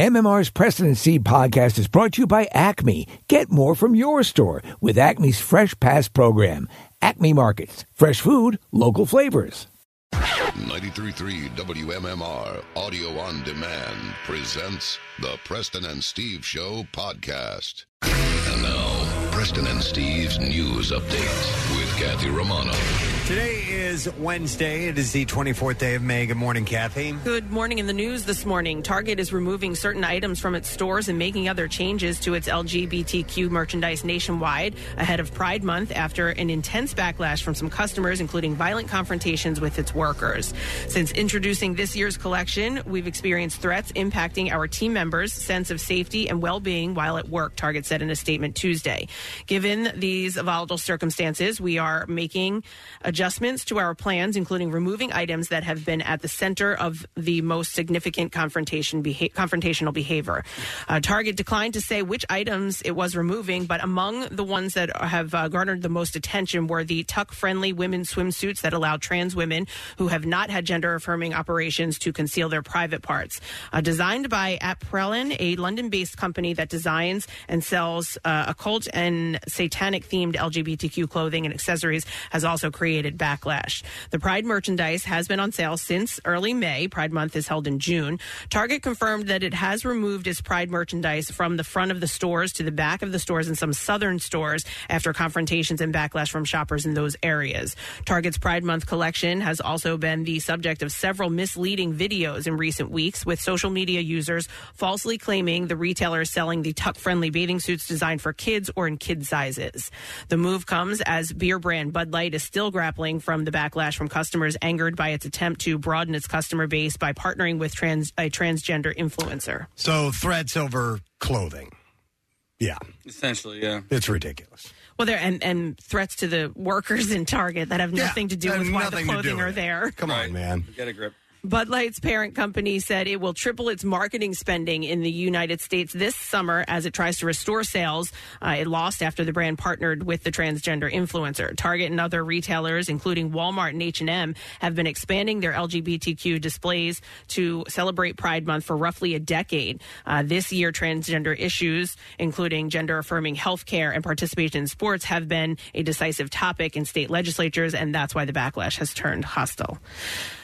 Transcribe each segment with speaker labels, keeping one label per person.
Speaker 1: MMR's President Seed podcast is brought to you by Acme. Get more from your store with Acme's Fresh Pass program. Acme Markets, fresh food, local flavors.
Speaker 2: 933 WMMR Audio on Demand presents the Preston and Steve Show podcast. And now, Preston and Steve's news update with Kathy Romano.
Speaker 3: Today is Wednesday. It is the 24th day of May. Good morning, Kathy.
Speaker 4: Good morning. In the news this morning, Target is removing certain items from its stores and making other changes to its LGBTQ merchandise nationwide ahead of Pride Month after an intense backlash from some customers, including violent confrontations with its workers. Since introducing this year's collection, we've experienced threats impacting our team members' sense of safety and well being while at work, Target said in a statement Tuesday. Given these volatile circumstances, we are making adjustments to our plans, including removing items that have been at the center of the most significant confrontation beha- confrontational behavior. Uh, Target declined to say which items it was removing, but among the ones that have uh, garnered the most attention were the tuck-friendly women's swimsuits that allow trans women who have not had gender-affirming operations to conceal their private parts. Uh, designed by At Prelin, a London-based company that designs and sells uh, occult and satanic-themed LGBTQ clothing and accessories, has also created backlash. The Pride merchandise has been on sale since early May. Pride Month is held in June. Target confirmed that it has removed its Pride merchandise from the front of the stores to the back of the stores in some southern stores after confrontations and backlash from shoppers in those areas. Target's Pride Month collection has also been the subject of several misleading videos in recent weeks, with social media users falsely claiming the retailer is selling the tuck friendly bathing suits designed for kids or in kid sizes. The move comes as beer brand Bud Light is still grappling from the backlash from customers angered by its attempt to broaden its customer base by partnering with trans, a transgender influencer.
Speaker 3: So, threats over clothing. Yeah,
Speaker 5: Essentially, yeah.
Speaker 3: it's ridiculous.
Speaker 4: Well, there and, and threats to the workers in Target that have nothing to do
Speaker 3: that
Speaker 4: with
Speaker 3: have
Speaker 4: why the
Speaker 3: nothing to do
Speaker 4: clothing
Speaker 3: with
Speaker 4: are
Speaker 3: it.
Speaker 4: there.
Speaker 3: Come on, man.
Speaker 5: Get a grip.
Speaker 4: Bud Light's parent company said it will triple its marketing spending in the United States this summer as it tries to restore sales uh, it lost after the brand partnered with the transgender influencer. Target and other retailers, including Walmart and H&M, have been expanding their LGBTQ displays to celebrate Pride Month for roughly a decade. Uh, this year, transgender issues, including gender-affirming healthcare and participation in sports, have been a decisive topic in state legislatures, and that's why the backlash has turned hostile.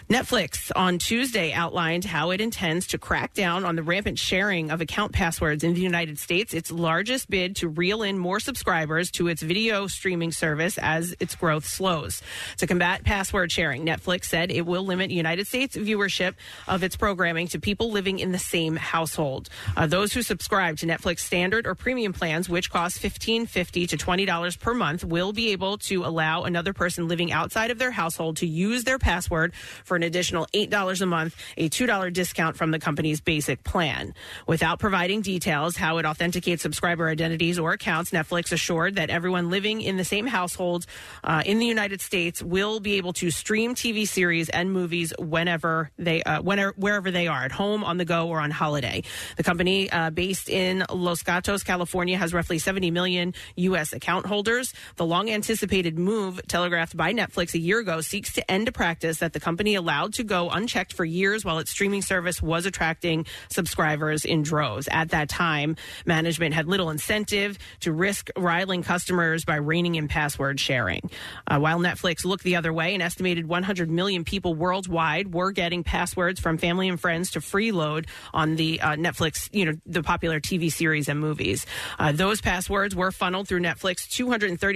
Speaker 4: Netflix on Tuesday outlined how it intends to crack down on the rampant sharing of account passwords in the United States, its largest bid to reel in more subscribers to its video streaming service as its growth slows. To combat password sharing, Netflix said it will limit United States viewership of its programming to people living in the same household. Uh, those who subscribe to Netflix standard or premium plans, which cost $15.50 to $20 per month, will be able to allow another person living outside of their household to use their password for an additional $8 a month, a $2 discount from the company's basic plan. Without providing details how it authenticates subscriber identities or accounts, Netflix assured that everyone living in the same household uh, in the United States will be able to stream TV series and movies whenever they, uh, whenever, wherever they are, at home, on the go, or on holiday. The company, uh, based in Los Gatos, California, has roughly 70 million U.S. account holders. The long anticipated move, telegraphed by Netflix a year ago, seeks to end a practice that the company allowed to go unchecked for years while its streaming service was attracting subscribers in droves. At that time, management had little incentive to risk riling customers by reining in password sharing. Uh, while Netflix looked the other way, an estimated 100 million people worldwide were getting passwords from family and friends to freeload on the uh, Netflix, you know, the popular TV series and movies. Uh, those passwords were funneled through Netflix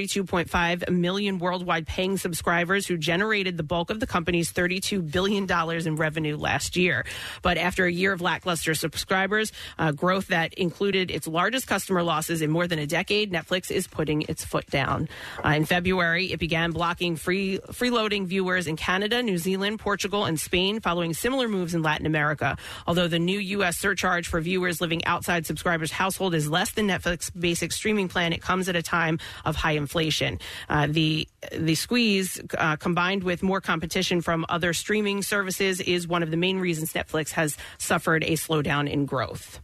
Speaker 4: 232.5 million worldwide paying subscribers who generated the bulk of the company's $32 billion in revenue last year. But after a year of lackluster subscribers, uh, growth that included its largest customer losses in more than a decade, Netflix is putting its foot down. Uh, in February, it began blocking free freeloading viewers in Canada, New Zealand, Portugal, and Spain, following similar moves in Latin America. Although the new U.S. surcharge for viewers living outside subscribers' household is less than Netflix's basic streaming plan, it comes at a time of high inflation. Uh, the the squeeze uh, combined with more competition from other streaming services is one of the main reasons Netflix has suffered a slowdown in growth.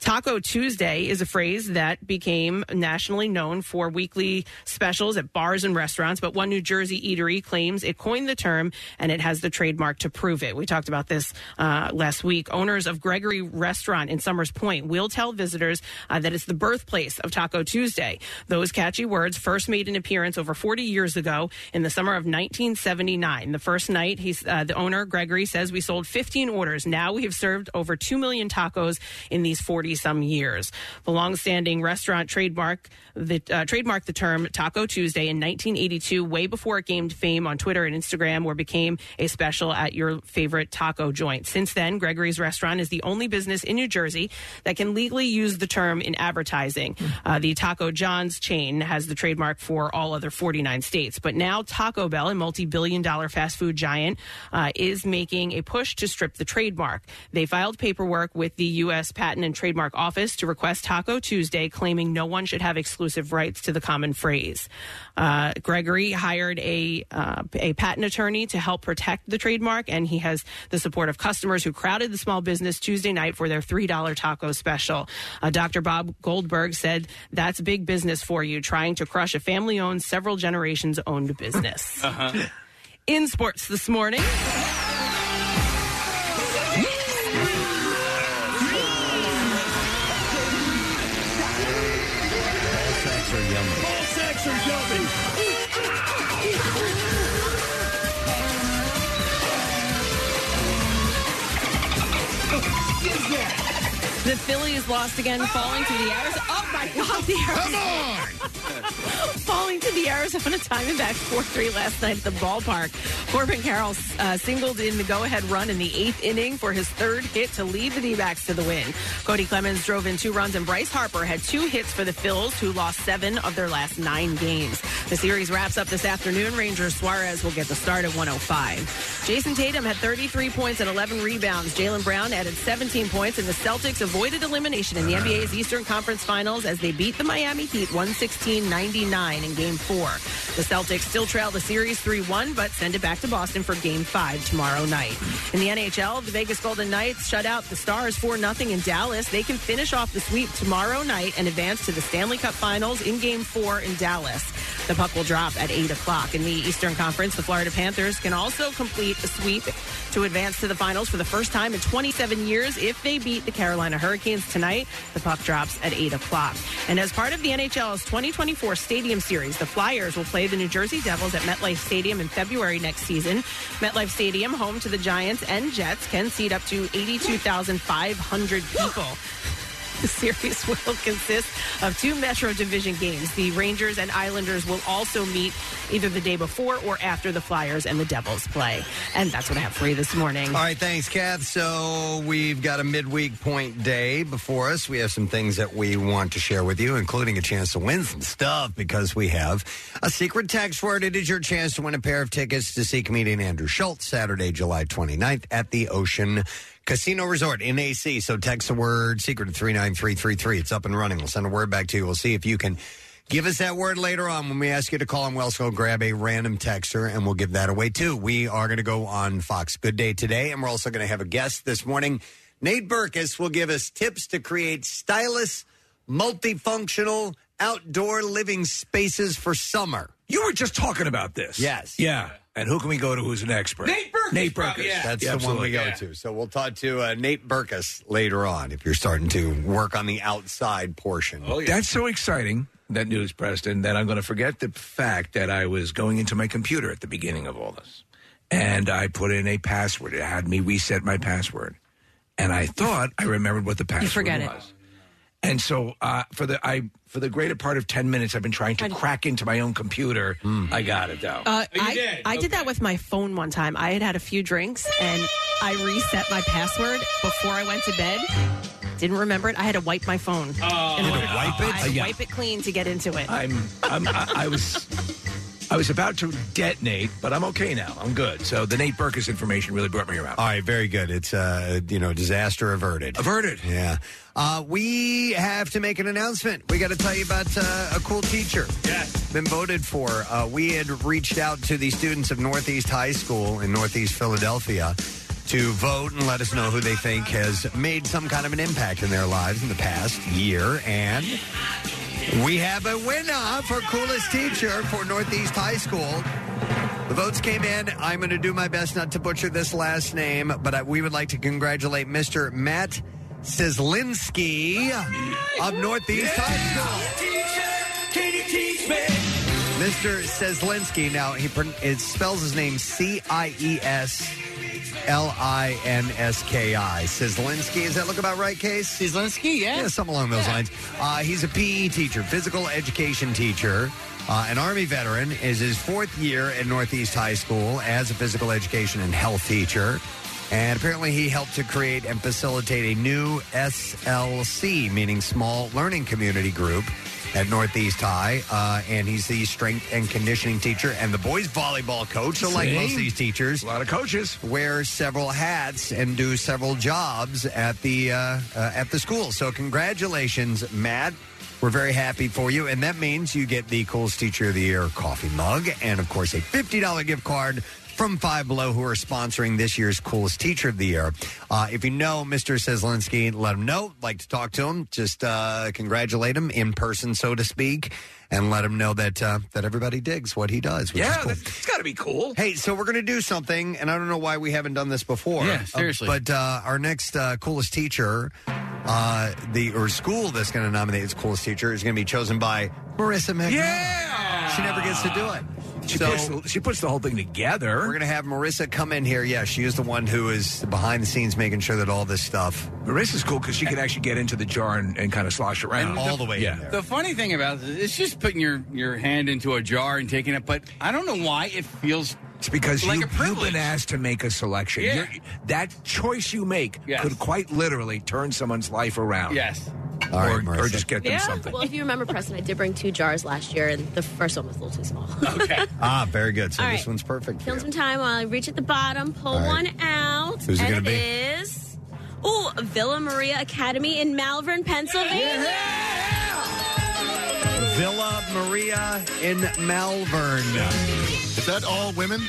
Speaker 4: Taco Tuesday is a phrase that became nationally known for weekly specials at bars and restaurants, but one New Jersey eatery claims it coined the term and it has the trademark to prove it. We talked about this uh, last week. Owners of Gregory Restaurant in Summers Point will tell visitors uh, that it's the birthplace of Taco Tuesday. Those catchy words first made an appearance over 40 years ago in the summer of 1979. The first night, he's, uh, the owner, Gregory, says we sold 15 orders. Now we have served over 2 million tacos in these 40 some years. The longstanding restaurant trademark the, uh, trademarked the term Taco Tuesday in 1982, way before it gained fame on Twitter and Instagram or became a special at your favorite taco joint. Since then, Gregory's Restaurant is the only business in New Jersey that can legally use the term in advertising. Uh, the Taco John's chain has the trademark for all other 49 states. But now Taco Bell, a multi billion dollar fast food giant, uh, is making a push to strip the trademark. They filed paperwork with the U.S. Patent and Trademark Office to request Taco Tuesday, claiming no one should have exclusive rights to the common phrase. Uh, Gregory hired a, uh, a patent attorney to help protect the trademark, and he has the support of customers who crowded the small business Tuesday night for their $3 taco special. Uh, Dr. Bob Goldberg said, That's big business for you, trying to crush a family owned, several generations owned business. In sports this morning.
Speaker 3: Sacks are yummy.
Speaker 5: Ball sacks are jumping.
Speaker 4: The Phillies lost again, falling to the Arizona. Oh my God, the Arizona. falling to the Arizona Diamondbacks 4-3 last night at the ballpark. Corbin Carroll uh, singled in the go-ahead run in the eighth inning for his third hit to lead the D-backs to the win. Cody Clemens drove in two runs, and Bryce Harper had two hits for the Phils, who lost seven of their last nine games. The series wraps up this afternoon. Rangers Suarez will get the start at 105. Jason Tatum had 33 points and 11 rebounds. Jalen Brown added 17 points, and the Celtics avoided elimination in the NBA's Eastern Conference Finals as they beat the Miami Heat 116-99 in Game 4. The Celtics still trail the series 3-1, but send it back to Boston for Game 5 tomorrow night. In the NHL, the Vegas Golden Knights shut out the Stars 4-0 in Dallas. They can finish off the sweep tomorrow night and advance to the Stanley Cup Finals in Game 4 in Dallas. The puck will drop at 8 o'clock. In the Eastern Conference, the Florida Panthers can also complete a sweep to advance to the finals for the first time in 27 years if they beat the Carolina Hurricanes tonight. The puck drops at 8 o'clock. And as part of the NHL's 2024 Stadium Series, the Flyers will play the New Jersey Devils at MetLife Stadium in February next season. MetLife Stadium, home to the Giants and Jets, can seat up to 82,500 people. The series will consist of two Metro Division games. The Rangers and Islanders will also meet either the day before or after the Flyers and the Devils play. And that's what I have for you this morning.
Speaker 3: All right, thanks, Kath. So we've got a midweek point day before us. We have some things that we want to share with you, including a chance to win some stuff because we have a secret text word. It is your chance to win a pair of tickets to see comedian Andrew Schultz Saturday, July 29th at the Ocean Casino Resort in AC. So text the word secret to 39333. It's up and running. We'll send a word back to you. We'll see if you can Give us that word later on when we ask you to call, and we'll also grab a random texter, and we'll give that away too. We are going to go on Fox Good Day today, and we're also going to have a guest this morning. Nate Burkus will give us tips to create stylish, multifunctional outdoor living spaces for summer.
Speaker 6: You were just talking about this.
Speaker 3: Yes.
Speaker 6: Yeah. And who can we go to who's an expert?
Speaker 3: Nate Berkus,
Speaker 6: Nate
Speaker 3: bro,
Speaker 6: Burkus.
Speaker 3: yeah. That's the one we go to. So we'll talk to uh, Nate Burkus later on if you're starting to work on the outside portion.
Speaker 6: That's so exciting, that news, Preston, that I'm going to forget the fact that I was going into my computer at the beginning of all this. And I put in a password. It had me reset my password. And I thought I remembered what the password
Speaker 7: forget it.
Speaker 6: was. And so uh, for the I for the greater part of 10 minutes, I've been trying to crack into my own computer. I got it, though.
Speaker 4: Uh, I, I did that with my phone one time. I had had a few drinks and I reset my password before I went to bed. Didn't remember it. I had to wipe my phone. And
Speaker 6: You had to
Speaker 4: I-
Speaker 6: Oh. wipe
Speaker 4: I
Speaker 6: it? Uh,
Speaker 4: had to
Speaker 6: Yeah.
Speaker 4: wipe it clean to get into it.
Speaker 6: I'm, I'm I, I was I was about to detonate, but I'm okay now. I'm good. So the Nate Burkus information really brought me around.
Speaker 3: All right, very good. It's uh, you know, disaster averted.
Speaker 6: Averted.
Speaker 3: Yeah. Uh, we have to make an announcement. We got to tell you about uh, a cool teacher. Yes. Been voted for. Uh, we had reached out to the students of Northeast High School in Northeast Philadelphia to vote and let us know who they think has made some kind of an impact in their lives in the past year. And we have a winner for coolest teacher for Northeast High School. The votes came in. I'm going to do my best not to butcher this last name, but I, we would like to congratulate Mr. Matt Sislinski of Northeast High School. Mr. Seslinski. Now he pron- it spells his name C I E S L I N S K I. Seslinski. Is that look about right, Case? Seslinski. Yeah. Yeah, something along those lines. Uh, he's a PE teacher, physical education teacher. Uh, an Army veteran is his fourth year at Northeast High School as a physical education and health teacher. And apparently, he helped to create and facilitate a new SLC, meaning Small Learning Community Group, at Northeast High. Uh, and he's the strength and conditioning teacher and the boys' volleyball coach. So, like
Speaker 6: See?
Speaker 3: most of these teachers, a lot of coaches wear several hats and do several jobs at the uh, uh, at the school. So, congratulations, Matt. We're very happy for you, and that means you get the Coolest Teacher of the Year coffee mug, and of course, a fifty dollar gift card from Five Below, who are sponsoring this year's Coolest Teacher of the Year. Uh, if you know Mr. Seslinski, let him know. Like to talk to him, just uh, congratulate him in person, so to speak, and let him know that uh, that everybody digs what he does. Which is
Speaker 6: Yeah,
Speaker 3: cool.
Speaker 6: that's- it's got to be cool.
Speaker 3: Hey, so we're going to do something, and I don't know why we haven't done this before.
Speaker 6: Yeah,
Speaker 3: Uh,
Speaker 6: seriously.
Speaker 3: but uh, our next uh, coolest teacher, uh, the or school that's going to nominate its coolest teacher is going to be chosen by Marissa McNally. Yeah, she never gets to do it.
Speaker 6: She puts the-
Speaker 3: she puts the whole thing together. We're going to have Marissa come in here. Yeah, she is the one who is behind the scenes making sure that all this stuff.
Speaker 6: Marissa's cool because she can actually get into the jar and, and kind of slosh around
Speaker 3: all the way
Speaker 6: Yeah.
Speaker 3: in there.
Speaker 5: The funny thing about this, it's just putting your, your hand into a jar and taking it, but I don't know why it feels
Speaker 6: It's because
Speaker 5: like
Speaker 6: you,
Speaker 5: a
Speaker 6: have
Speaker 5: privilege.
Speaker 6: been asked to make a selection.
Speaker 5: Yeah.
Speaker 6: You're- that choice you make could quite literally turn someone's life around.
Speaker 5: Yes.
Speaker 6: Or, or just get them
Speaker 7: yeah.
Speaker 6: something.
Speaker 7: Well, if you remember, Preston, I did bring two jars last year, and the first one was a little too small.
Speaker 3: Ah, very good. So
Speaker 7: All
Speaker 3: this
Speaker 7: right.
Speaker 3: one's perfect.
Speaker 7: Kill some time while I reach at the bottom, pull
Speaker 3: All right.
Speaker 7: one out.
Speaker 3: Who's it
Speaker 7: and
Speaker 3: gonna be?
Speaker 7: is. Ooh, Villa Maria Academy in Malvern, Pennsylvania.
Speaker 3: Villa Maria in Malvern.
Speaker 8: Is that all women?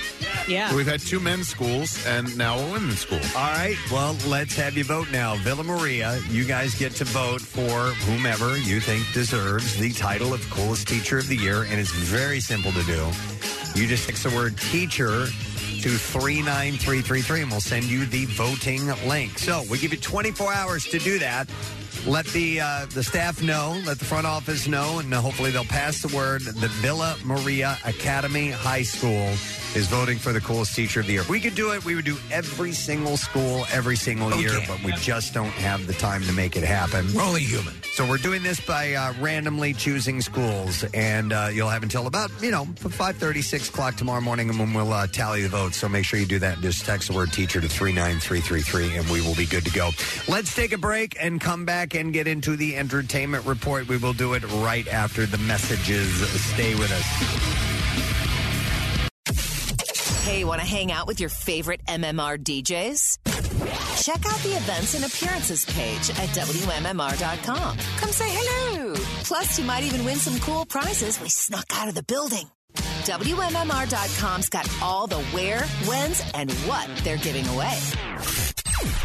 Speaker 4: Yeah.
Speaker 8: We've had two men's schools and now a women's school.
Speaker 3: All right. Well, let's have you vote now. Villa Maria, you guys get to vote for whomever you think deserves the title of Coolest Teacher of the Year. And it's very simple to do. You just text the word teacher to 39333 and we'll send you the voting link. So we give you 24 hours to do that. Let the uh, the staff know, let the front office know, and hopefully they'll pass the word that Villa Maria Academy High School is voting for the coolest teacher of the year. If we could do it, we would do every single school every single year, but we just don't have the time to make it happen.
Speaker 6: Oh, We're only human.
Speaker 3: So we're doing this by uh, randomly choosing schools, and uh, you'll have until about you know five thirty, six o'clock tomorrow morning, and when we'll uh, tally the votes. So make sure you do that. Just text the word teacher to three nine three three three, and we will be good to go. Let's take a break and come back and get into the entertainment report. We will do it right after the messages. Stay with us.
Speaker 9: Hey, want to hang out with your favorite MMR DJs? Check out the events and appearances page at WMMR.com. Come say hello. Plus, you might even win some cool prizes we snuck out of the building. WMMR.com's got all the where, whens, and what they're giving away.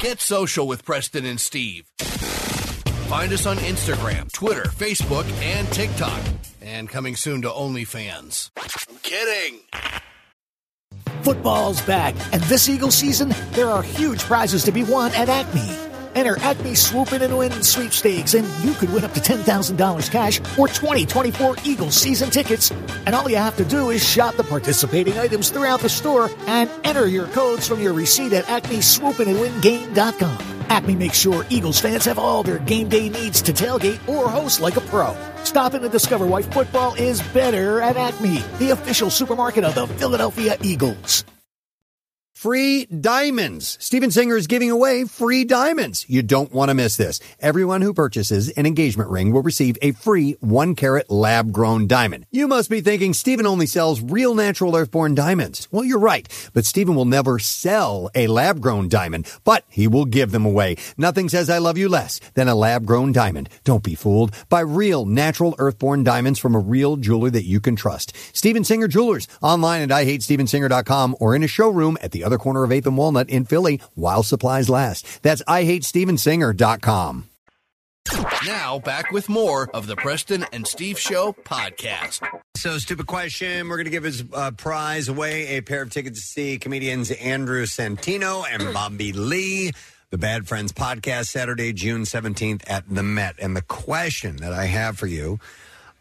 Speaker 10: Get social with Preston and Steve. Find us on Instagram, Twitter, Facebook, and TikTok. And coming soon to OnlyFans. I'm kidding.
Speaker 11: Football's back, and this Eagle season, there are huge prizes to be won at Acme. Enter Acme Swoop In and Win sweepstakes, and you could win up to $10,000 cash or 2024 Eagle season tickets. And all you have to do is shop the participating items throughout the store and enter your codes from your receipt at acmeswoopinandwingame.com. Acme makes sure Eagles fans have all their game day needs to tailgate or host like a pro. Stop in and discover why football is better at Acme, the official supermarket of the Philadelphia Eagles.
Speaker 3: Free diamonds. Steven Singer is giving away free diamonds. You don't want to miss this. Everyone who purchases an engagement ring will receive a free one carat lab grown diamond. You must be thinking Steven only sells real natural earthborn diamonds. Well, you're right, but Steven will never sell a lab grown diamond, but he will give them away. Nothing says I love you less than a lab grown diamond. Don't be fooled by real natural earthborn diamonds from a real jeweler that you can trust. Steven Singer Jewelers online at IHateStevenSinger.com or in a showroom at the other the corner of 8th and Walnut in Philly while supplies last. That's IHateStevensinger.com.
Speaker 10: Now, back with more of the Preston and Steve Show podcast.
Speaker 3: So, stupid question. We're going to give his uh, prize away a pair of tickets to see comedians Andrew Santino and Bobby Lee. The Bad Friends podcast, Saturday, June 17th at the Met. And the question that I have for you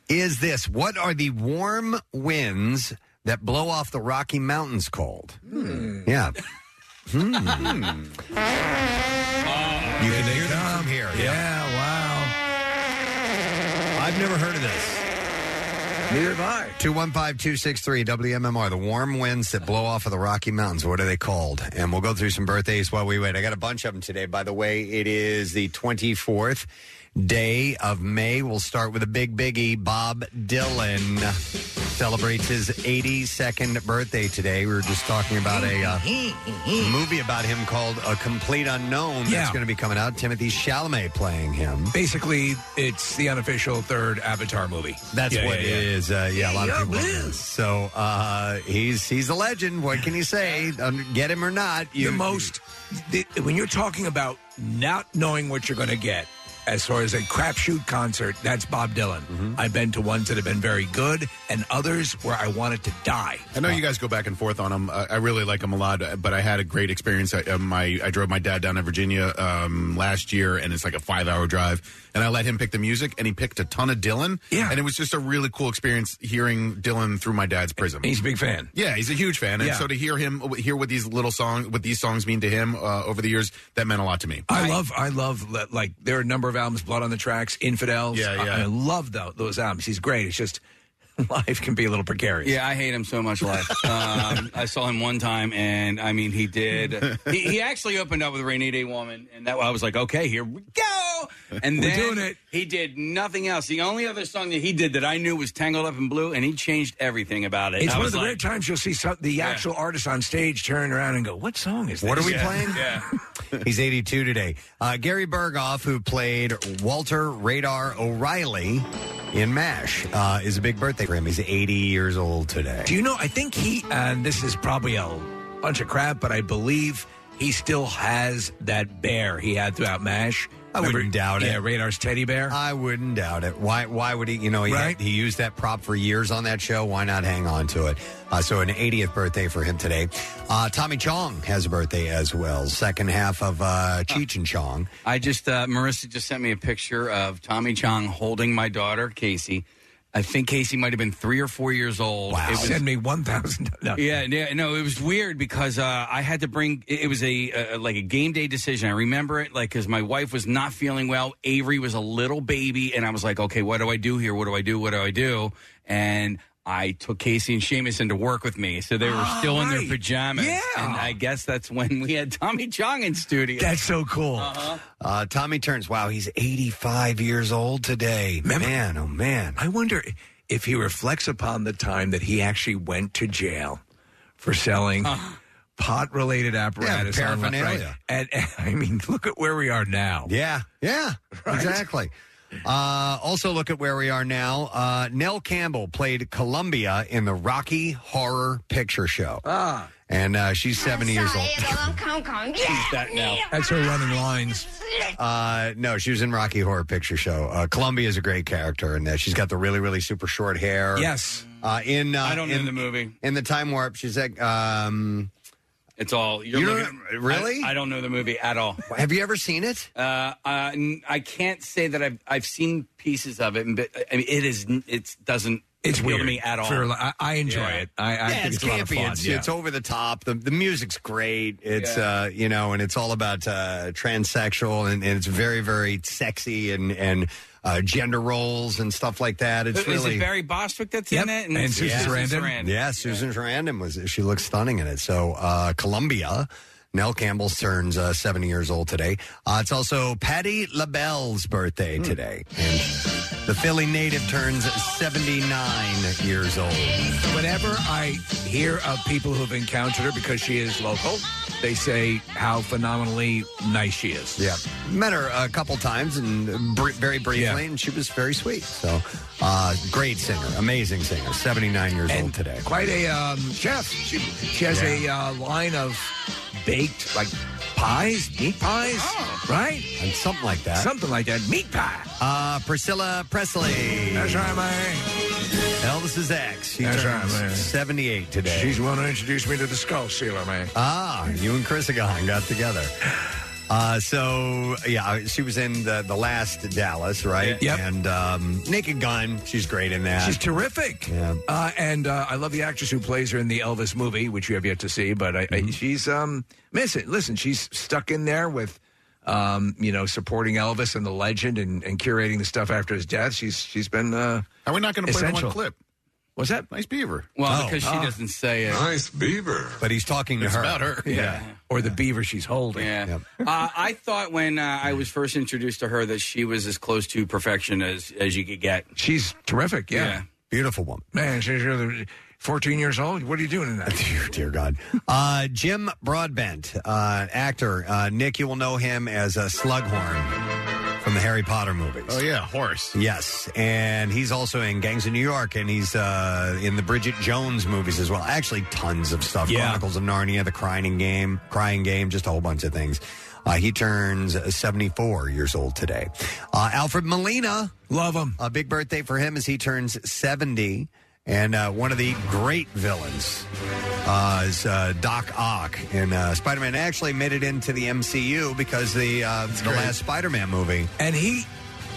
Speaker 3: is this What are the warm winds that blow off the Rocky Mountains called? Yeah. Hmm. You can hear them from here. Yeah. wow. I've never heard of this. Neither have I. 215 263 WMMR, the warm winds that blow off of the Rocky Mountains. What are they called? And we'll go through some birthdays while we wait. I got a bunch of them today. By the way, it is the 24th day of May. We'll start with a big biggie. Bob Dylan celebrates his 82nd birthday today. We were just talking about a uh, movie about him called A Complete Unknown
Speaker 6: Yeah.
Speaker 3: that's going to be coming out. Timothy Chalamet playing him.
Speaker 6: Basically, it's the unofficial third Avatar movie.
Speaker 3: That's
Speaker 6: Yeah,
Speaker 3: what
Speaker 6: yeah,
Speaker 3: it is. Uh, yeah, a lot
Speaker 6: Yeah,
Speaker 3: of people. don't know. So uh, he's he's a legend. What can you say? Um, get him or not? You,
Speaker 6: the most the, when you're talking about not knowing what you're going to get as far as a crapshoot concert that's bob dylan
Speaker 3: Mm-hmm.
Speaker 6: i've been to ones that have been very good and others where i wanted to die
Speaker 8: I know you guys go back and forth on them. I, I really like them a lot, but I had a great experience. I, uh, my I drove my dad down to Virginia um, last year, and it's like a five hour drive. And I let him pick the music, and he picked a ton of Dylan. Yeah, and it was just a really cool experience hearing Dylan through my dad's prism.
Speaker 6: He's a big fan.
Speaker 8: Yeah, he's a huge fan, and
Speaker 6: Yeah.
Speaker 8: so to hear him hear what these little songs, what these songs mean to him uh, over the years, that meant a lot to me.
Speaker 6: I love, I love, li- like there are a number of albums, Blood on the Tracks, Infidels.
Speaker 8: Yeah, yeah.
Speaker 6: I, I love tho- those albums. He's great. It's just life can be a little precarious.
Speaker 5: Yeah, I hate him so much. Life. um, I saw him one time, and I mean, he did. He, he actually opened up with "Rainy Day Woman," and that I was like, okay, here we go. And
Speaker 6: We're
Speaker 5: then
Speaker 6: doing it.
Speaker 5: he did nothing else. The only other song that he did that I knew was "Tangled Up in Blue," and he changed everything about it.
Speaker 6: It's
Speaker 5: I
Speaker 6: one of
Speaker 5: was
Speaker 6: the
Speaker 5: like,
Speaker 6: rare times you'll see some, the
Speaker 5: Yeah.
Speaker 6: actual artist on stage turn around and go, "What song is this?
Speaker 3: What are we
Speaker 6: Yeah.
Speaker 3: playing? He's 82 today. Uh, Gary Berghoff, who played Walter Radar O'Reilly in MASH, uh, is a big birthday for him. He's 80 years old today.
Speaker 6: Do you know? I think he, and this is probably a bunch of crap, but I believe he still has that bear he had throughout MASH.
Speaker 3: I wouldn't doubt it.
Speaker 6: Yeah, Radar's teddy bear.
Speaker 3: I wouldn't doubt it. Why? Why would he? You know, he,
Speaker 6: Right?
Speaker 3: he used that prop for years on that show. Why not hang on to it? Uh, so, an 80th birthday for him today. Uh, Tommy Chong has a birthday as well. Second half of uh, Cheech and Chong.
Speaker 5: I just uh, Marissa just sent me a picture of Tommy Chong holding my daughter Casey. I think Casey might have been three or four years old. It was-
Speaker 6: Send me one thousand. No.
Speaker 5: Yeah, yeah, no, it was weird because uh, I had to bring. It it was a uh, like a game day decision. I remember it like because my wife was not feeling well. Avery was a little baby, and I was like, okay, what do I do here? What do I do? What do I do? And I took Casey and Seamus into work with me, so they were
Speaker 6: Oh,
Speaker 5: still in
Speaker 6: right.
Speaker 5: their pajamas.
Speaker 6: Yeah.
Speaker 5: and I guess that's when we had Tommy Chong in studio. Uh-huh.
Speaker 6: That's so cool.
Speaker 3: Uh, Tommy turns. Wow, he's 85 years old today. Man, oh man.
Speaker 6: I wonder if he reflects upon the time that he actually went to jail for selling pot related apparatus.
Speaker 3: Yeah,
Speaker 6: on- right?
Speaker 3: paraphernalia.
Speaker 6: And, and, I mean, look at where we are now.
Speaker 3: Yeah, yeah, exactly. Uh, also, look at where we are now. Uh, Nell Campbell played Columbia in the Rocky Horror Picture Show, ah. and uh, she's 70 years old.
Speaker 6: That's her running lines.
Speaker 3: Uh, no, she was in Rocky Horror Picture Show. Uh, Columbia is a great character in that. She's got the really, really super short hair.
Speaker 6: Yes.
Speaker 3: Uh, in uh,
Speaker 5: I don't know
Speaker 3: in,
Speaker 5: the movie.
Speaker 3: in the time warp, she's like, um,
Speaker 5: It's all you're
Speaker 3: You don't
Speaker 5: looking,
Speaker 3: know- really?
Speaker 5: I, I don't know the movie at all.
Speaker 3: have you ever seen it?
Speaker 5: Uh, uh, n- I can't say that I've I've seen pieces of it, but I mean it is n- it doesn't
Speaker 6: It's
Speaker 5: appeal
Speaker 6: weird
Speaker 5: to me at all.
Speaker 6: For- I, I enjoy
Speaker 5: Yeah.
Speaker 6: it. I, I
Speaker 3: yeah,
Speaker 6: think
Speaker 3: it's,
Speaker 6: it's, a lot of
Speaker 3: campy.
Speaker 6: fun.
Speaker 3: it's,
Speaker 6: yeah.
Speaker 3: it's over the top. The, the music's great. It's uh, you know, and it's all about uh, transsexual, and, and it's very, very sexy, and and uh, gender roles and stuff like that. It's
Speaker 5: Is
Speaker 3: really
Speaker 5: it Barry Bostwick that's in it?
Speaker 3: Yeah, Susan Sarandon was. She looks stunning in it. So uh, Columbia. Nell Campbell turns uh, 70 years old today. Uh, it's also Patty LaBelle's
Speaker 6: Hmm.
Speaker 3: birthday today. And the Philly native turns 79 years old.
Speaker 6: Whenever I hear of people who've encountered her because she is local, they say how phenomenally nice she is.
Speaker 3: Yeah. Met her a couple times and br- very briefly, and she was very sweet. So, uh, great singer, amazing singer, 79 years old today.
Speaker 6: Quite a um, chef. She, she has a uh, line of baked like pies, meat pies, right?
Speaker 3: And something like that.
Speaker 6: Oh. Something like that, meat pie.
Speaker 3: Uh, Priscilla Presley.
Speaker 6: That's right, man.
Speaker 3: Elvis's ex. She
Speaker 6: That's
Speaker 3: turns
Speaker 6: right, man.
Speaker 3: 78 today.
Speaker 6: She's the one who introduced me to the skull sealer, man.
Speaker 3: Ah, you and Chris Agahan got together. Uh, so yeah, uh, she was in the, the last Dallas, right? Yep. And um, Naked Gun, she's great in that.
Speaker 6: She's terrific.
Speaker 3: Yeah.
Speaker 6: Uh, and uh, I love the actress who plays her in the Elvis movie, which you have yet to see. But I, I, she's um, miss it. Listen, she's stuck in there with, um, you know, supporting Elvis and the legend and, and curating the stuff after his death. She's she's been. Uh,
Speaker 8: Are we not going to play the one
Speaker 6: essential.
Speaker 8: clip?
Speaker 6: What's that?
Speaker 8: Nice beaver.
Speaker 5: Well,
Speaker 6: Oh.
Speaker 5: because she
Speaker 6: Ah.
Speaker 5: doesn't say it.
Speaker 8: Nice beaver.
Speaker 3: But he's talking
Speaker 5: to
Speaker 8: it's
Speaker 5: her.
Speaker 8: about her.
Speaker 5: Yeah.
Speaker 6: Or the beaver she's holding.
Speaker 5: Yeah. Uh, I thought when uh, I was first introduced to her that she was as close to perfection as, as you could get.
Speaker 6: She's terrific. Yeah.
Speaker 5: Yeah.
Speaker 3: Beautiful woman.
Speaker 6: Man, she's really 14 years old. What are you doing in that?
Speaker 3: Dear, dear God. Uh, Jim Broadbent, uh, actor. Uh, Nick, you will know him as uh, Slughorn from the Harry Potter movies.
Speaker 8: Oh yeah, horse.
Speaker 3: Yes, and he's also in Gangs of New York, and he's uh, in the Bridget Jones movies as well. Actually, tons of stuff. Chronicles of Narnia, The Crying Game, Crying Game, just a whole bunch of things. Uh, he turns 74 years old today. Uh, Alfred Molina,
Speaker 6: love him.
Speaker 3: A big birthday for him as he turns 70, and uh, one of the great villains uh, is uh, Doc Ock in uh, Spider-Man. Actually, made it into the MCU because the uh, the last Spider-Man movie.
Speaker 6: And he,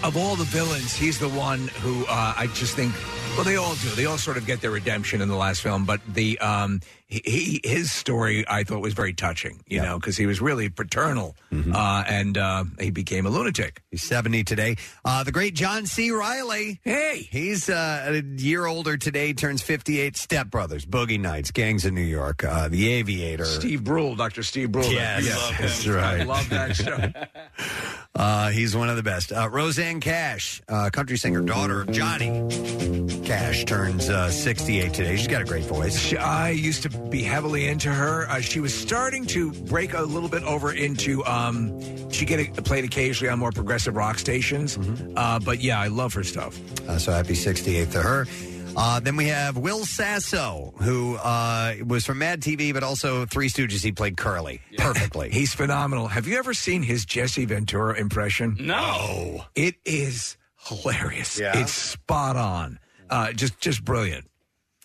Speaker 6: of all the villains, he's the one who uh, I just think. Well, they all do. They all sort of get their redemption in the last film, but the um, he, he his story I thought was very touching. You know, 'cause know, because he was really paternal, uh, and uh, he became a lunatic.
Speaker 3: Mm-hmm. He's 70 today. Uh, the great John C. Riley.
Speaker 6: Hey.
Speaker 3: He's uh, a year older today, turns 58. Step Brothers, Boogie Nights, Gangs of New York, uh, The Aviator.
Speaker 6: Steve Brule, Doctor Steve Brule.
Speaker 3: Yes,
Speaker 6: I love him.
Speaker 3: that's right.
Speaker 6: I love that show.
Speaker 3: Uh, he's one of the best. Uh, Roseanne Cash, uh, country singer, daughter of Johnny Cash, turns uh, 68 today. She's got a great voice.
Speaker 6: She, I used to be heavily into her. Uh, she was starting to break a little bit over into. Um, she get a, played occasionally on more progressive rock stations, uh, but yeah, I love her stuff.
Speaker 3: Mm-hmm. Uh, so happy 68th to her. Uh, then we have Will Sasso, who uh, was from Mad TV, but also Three Stooges. He played Curly perfectly.
Speaker 6: He's phenomenal. Have you ever seen his Jesse Ventura impression?
Speaker 5: No.
Speaker 6: It is hilarious.
Speaker 3: Yeah.
Speaker 6: It's spot on. Uh, just just brilliant.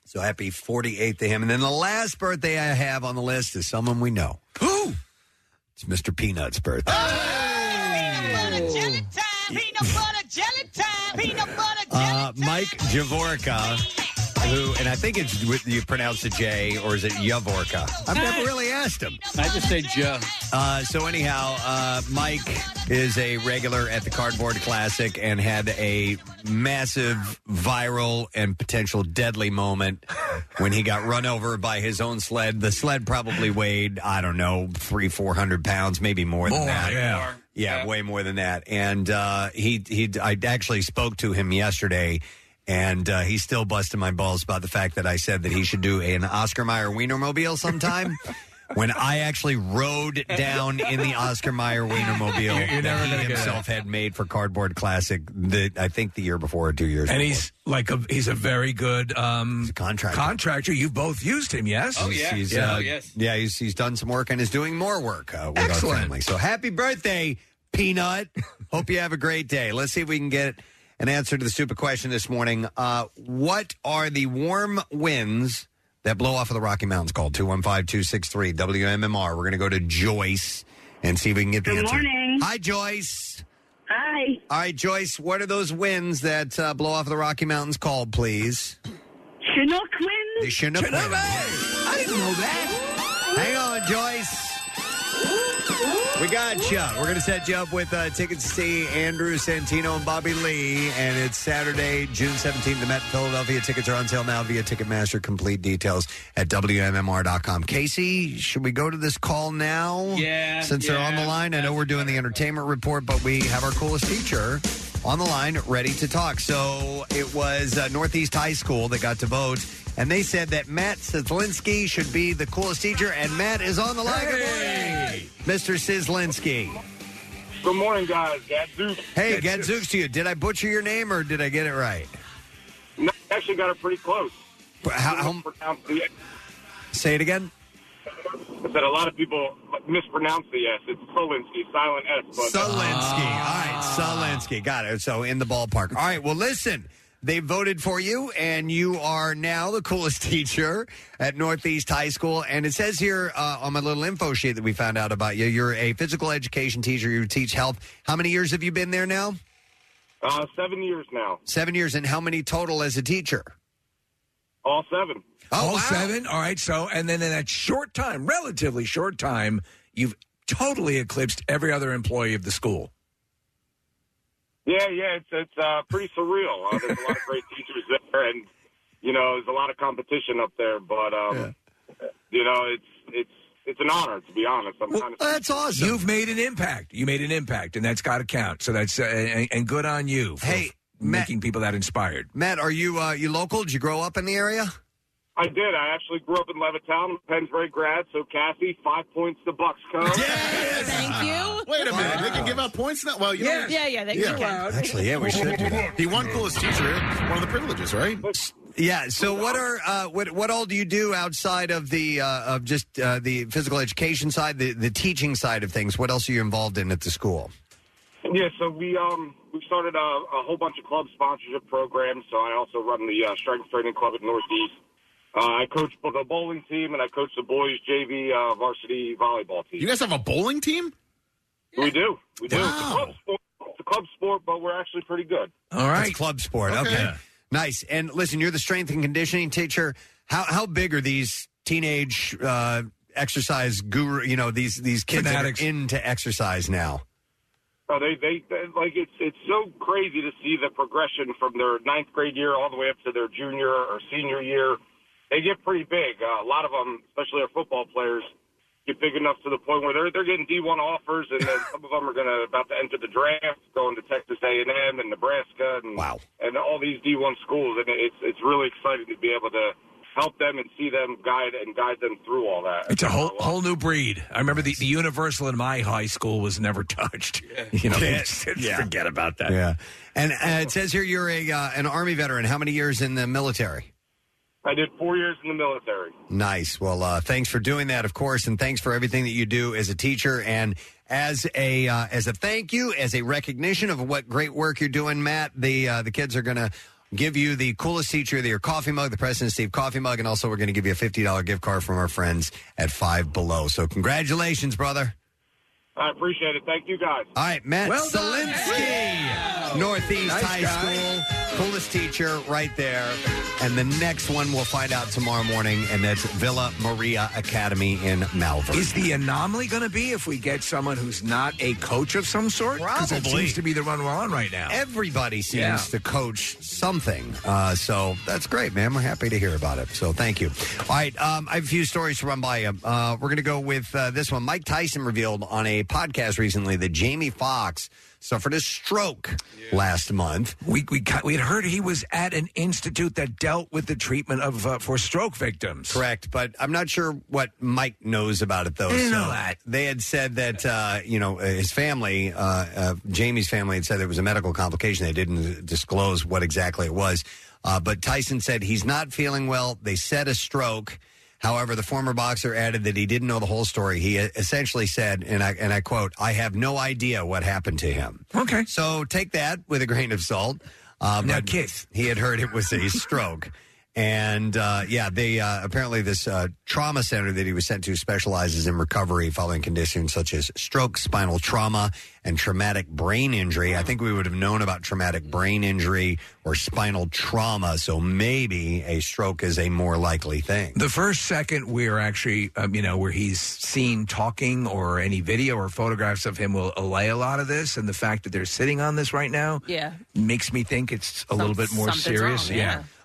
Speaker 3: So happy 48th to him. And then the last birthday I have on the list is someone we know.
Speaker 6: Who?
Speaker 3: It's Mr. Peanut's birthday. Uh, Mike Javorka, who, and I think it's you pronounce it J or is it Yavorka? I've never really asked him.
Speaker 5: I just say Joe.
Speaker 3: Uh, so anyhow, uh, Mike is a regular at the Cardboard Classic and had a massive viral and potential deadly moment when he got run over by his own sled. The sled probably weighed I don't know three four hundred pounds, maybe more than
Speaker 6: More,
Speaker 3: that.
Speaker 6: yeah.
Speaker 3: Yeah, way more than that. And uh, he he I actually spoke to him yesterday. And uh, he's still busting my balls about the fact that I said that he should do an Oscar Mayer Wienermobile sometime. when I actually rode down in the Oscar Mayer Wienermobile
Speaker 6: You're- you're never
Speaker 3: that
Speaker 6: gonna
Speaker 3: he
Speaker 6: get it.
Speaker 3: himself had made for Cardboard Classic, the, I think the year before or two years
Speaker 6: And
Speaker 3: before.
Speaker 6: he's like a he's a very good um,
Speaker 3: contractor.
Speaker 6: Contractor. You've both used him, yes?
Speaker 3: He's- he's,
Speaker 6: Oh,
Speaker 3: uh, yeah, he's, he's done some work and is doing more work uh, with our
Speaker 6: Excellent.
Speaker 3: family. So happy birthday, Peanut! Hope you have a great day. Let's see if we can get an answer to the stupid question this morning. Uh, what are the warm winds that blow off of the Rocky Mountains called? 215-263 WMMR. We're going to go to Joyce and see if we can get the answer. Hi, Joyce.
Speaker 12: Hi.
Speaker 3: All right, Joyce, what are those winds that uh, blow off of the Rocky Mountains called, please?
Speaker 12: Chinook wind?
Speaker 3: The Chinook winds.
Speaker 6: I didn't know that.
Speaker 3: Hang on, Joyce. We got you. We're going to set you up with uh, tickets to see Andrew Santino and Bobby Lee, and it's Saturday, June 17th, the Met in Philadelphia. Tickets are on sale now via Ticketmaster. Complete details at WMMR.com. Casey, should we go to this call now?
Speaker 5: Yeah,
Speaker 3: Since they're on the
Speaker 5: yeah.
Speaker 3: line, I know we're doing the entertainment report, but we have our coolest teacher on the line ready to talk. So it was uh, Northeast High School that got to vote and they said that Matt Sislinski should be the coolest teacher, and Matt is on the line. Good morning, Mr. Sislinski.
Speaker 13: Good morning, guys. Gadzooks.
Speaker 3: Hey, Gadzooks to you. Did I butcher your name or did I get it right?
Speaker 13: No, I actually got it pretty close.
Speaker 3: How,
Speaker 13: I
Speaker 3: Say it again.
Speaker 13: said a lot of people mispronounce the S. It's Solinsky, silent S. But uh,
Speaker 3: Solinsky. All right, Solinsky. Got it. So in the ballpark. All right, well, listen. They voted for you, and you are now the coolest teacher at Northeast High School. And it says here uh, on my little info sheet that we found out about you, you're a physical education teacher. You teach health. How many years have you been there now?
Speaker 13: Uh, seven years now.
Speaker 3: Seven years. And how many total as a teacher?
Speaker 13: All seven.
Speaker 3: Oh,
Speaker 6: All seven. All right. So, and then in that short time, relatively short time, you've totally eclipsed every other employee of the school.
Speaker 13: Yeah, yeah, it's it's uh, pretty surreal. Uh, there's a lot of great teachers there, and you know, there's a lot of competition up there. But um, you know, it's it's it's an honor to be honest. I'm kind of
Speaker 3: that's awesome.
Speaker 6: You've made an impact. You made an impact, and that's got to count. So that's uh, and, and good on you. For hey, making people that inspired.
Speaker 3: Matt, are you uh, you local? Did you grow up in the area?
Speaker 13: I did. I actually grew up in Levittown, Pennsbury grad. So Kathy, five points to Bucks. Yes!
Speaker 4: Thank you.
Speaker 8: Wait a minute. They can give out points now? Well, you
Speaker 4: Yeah.
Speaker 8: know,
Speaker 4: Yeah, yeah, they- you're allowed.
Speaker 3: Actually, yeah, we should do that.
Speaker 8: He won coolest teacher. It's One of the privileges, right?
Speaker 3: Yeah. So, what are uh, what what all do you do outside of the uh, of just uh, the physical education side, the the teaching side of things? What else are you involved in at the school?
Speaker 13: Yeah, so we um we started a, a whole bunch of club sponsorship programs. So I also run the uh, strength training club at Northeast. Uh, I coach the bowling team and I coach the boys JV uh, varsity volleyball team.
Speaker 8: You guys have a bowling team?
Speaker 13: We do. We do. It's, a club sport, it's a club sport, but we're actually pretty good.
Speaker 3: All right, it's club sport. Okay, nice. And listen, you're the strength and conditioning teacher. How how big are these teenage uh, exercise guru? You know these these kids that are
Speaker 13: Fanatics.
Speaker 3: into exercise now.
Speaker 13: Oh, they, they they like it's it's so crazy to see the progression from their ninth grade year all the way up to their junior or senior year. They get pretty big. Uh, a lot of them, especially our football players, get big enough to the point where they're they're getting D one offers, and then some of them are going to about to enter the draft, going to Texas A and M and Nebraska and
Speaker 3: wow.
Speaker 13: and all these D one schools, and it's it's really exciting to be able to help them and see them guide and guide them through all that.
Speaker 6: It's a whole whole new breed. I remember the, the universal in my high school was never touched. You know, they
Speaker 3: Yeah.
Speaker 6: just-
Speaker 3: Yeah.
Speaker 6: forget about that.
Speaker 3: Yeah. And uh, it says here you're a uh, an army veteran. How many years in the military?
Speaker 13: I did four years in the military.
Speaker 3: Nice. Well, uh, thanks for doing that, of course, and thanks for everything that you do as a teacher and as a uh, as a thank you, as a recognition of what great work you're doing, Matt. The uh, the kids are going to give you the coolest teacher, your coffee mug, the President Steve coffee mug, and also we're going to give you a fifty dollar gift card from our friends at Five Below. So congratulations, brother.
Speaker 13: I appreciate it. Thank you guys.
Speaker 3: All right, Matt
Speaker 13: Well done.
Speaker 3: Selinsky, Northeast
Speaker 13: Nice
Speaker 3: High School, coolest teacher right there. And the next one we'll find out tomorrow morning, and that's Villa Maria Academy in Malvern.
Speaker 6: Is the anomaly going to be if we get someone who's not a coach of some sort? 'Cause that
Speaker 3: Probably.
Speaker 6: seems to be the run we're on right now.
Speaker 3: Everybody seems
Speaker 6: Yeah.
Speaker 3: to coach something. Uh, so that's great, man. We're happy to hear about it. So thank you. All right. Um, I have a few stories to run by you. Uh, we're going to go with uh, this one. Mike Tyson revealed on a podcast recently that Jamie Foxx suffered a stroke last month.
Speaker 6: We we cut, we had heard he was at an institute that dealt with the treatment of uh, for stroke victims.
Speaker 3: Correct, but I'm not sure what Mike knows about it though.
Speaker 6: I didn't
Speaker 3: So
Speaker 6: know that.
Speaker 3: They had said that uh, you know his family, uh, uh, Jamie's family, had said there was a medical complication. They didn't disclose what exactly it was, uh, but Tyson said he's not feeling well. They said a stroke. However, the former boxer added that he didn't know the whole story. He essentially said, and I and I quote, "I have no idea what happened to him."
Speaker 6: Okay,
Speaker 3: so take that with a grain of salt. Uh, but He had heard it was a stroke. And uh, yeah, they uh, apparently this uh, trauma center that he was sent to specializes in recovery following conditions such as stroke, spinal trauma, and traumatic brain injury. I think we would have known about traumatic brain injury or spinal trauma, so maybe a stroke is a more likely thing.
Speaker 6: The first second we're actually, um, you know, where he's seen talking or any video or photographs of him will allay a lot of this. And the fact that they're sitting on this right now
Speaker 4: Yeah.
Speaker 6: makes me think it's a little bit more serious.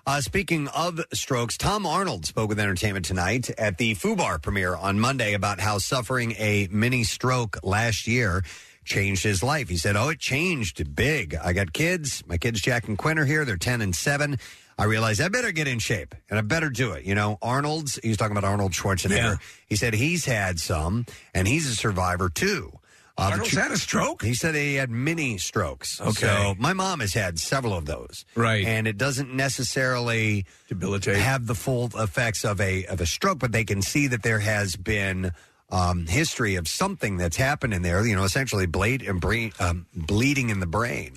Speaker 3: Uh, speaking of strokes, Tom Arnold spoke with Entertainment Tonight at the FUBAR premiere on Monday about how suffering a mini stroke last year changed his life. He said, Oh, it changed big. I got kids. My kids, Jack and Quinn, are here. They're 10 and 7. I realized I better get in shape and I better do it. You know, Arnold's, he's talking about Arnold Schwarzenegger. He said he's had some and he's a survivor too. Uh,
Speaker 6: Arnold's had a stroke?
Speaker 3: He said he had mini strokes.
Speaker 6: Okay.
Speaker 3: So my mom has had several of those.
Speaker 6: Right.
Speaker 3: And it doesn't necessarily debilitate have the full effects of a of a stroke, but they can see that there has been um, history of something that's happened in there. You know, essentially blade and brain, um, bleeding in the brain.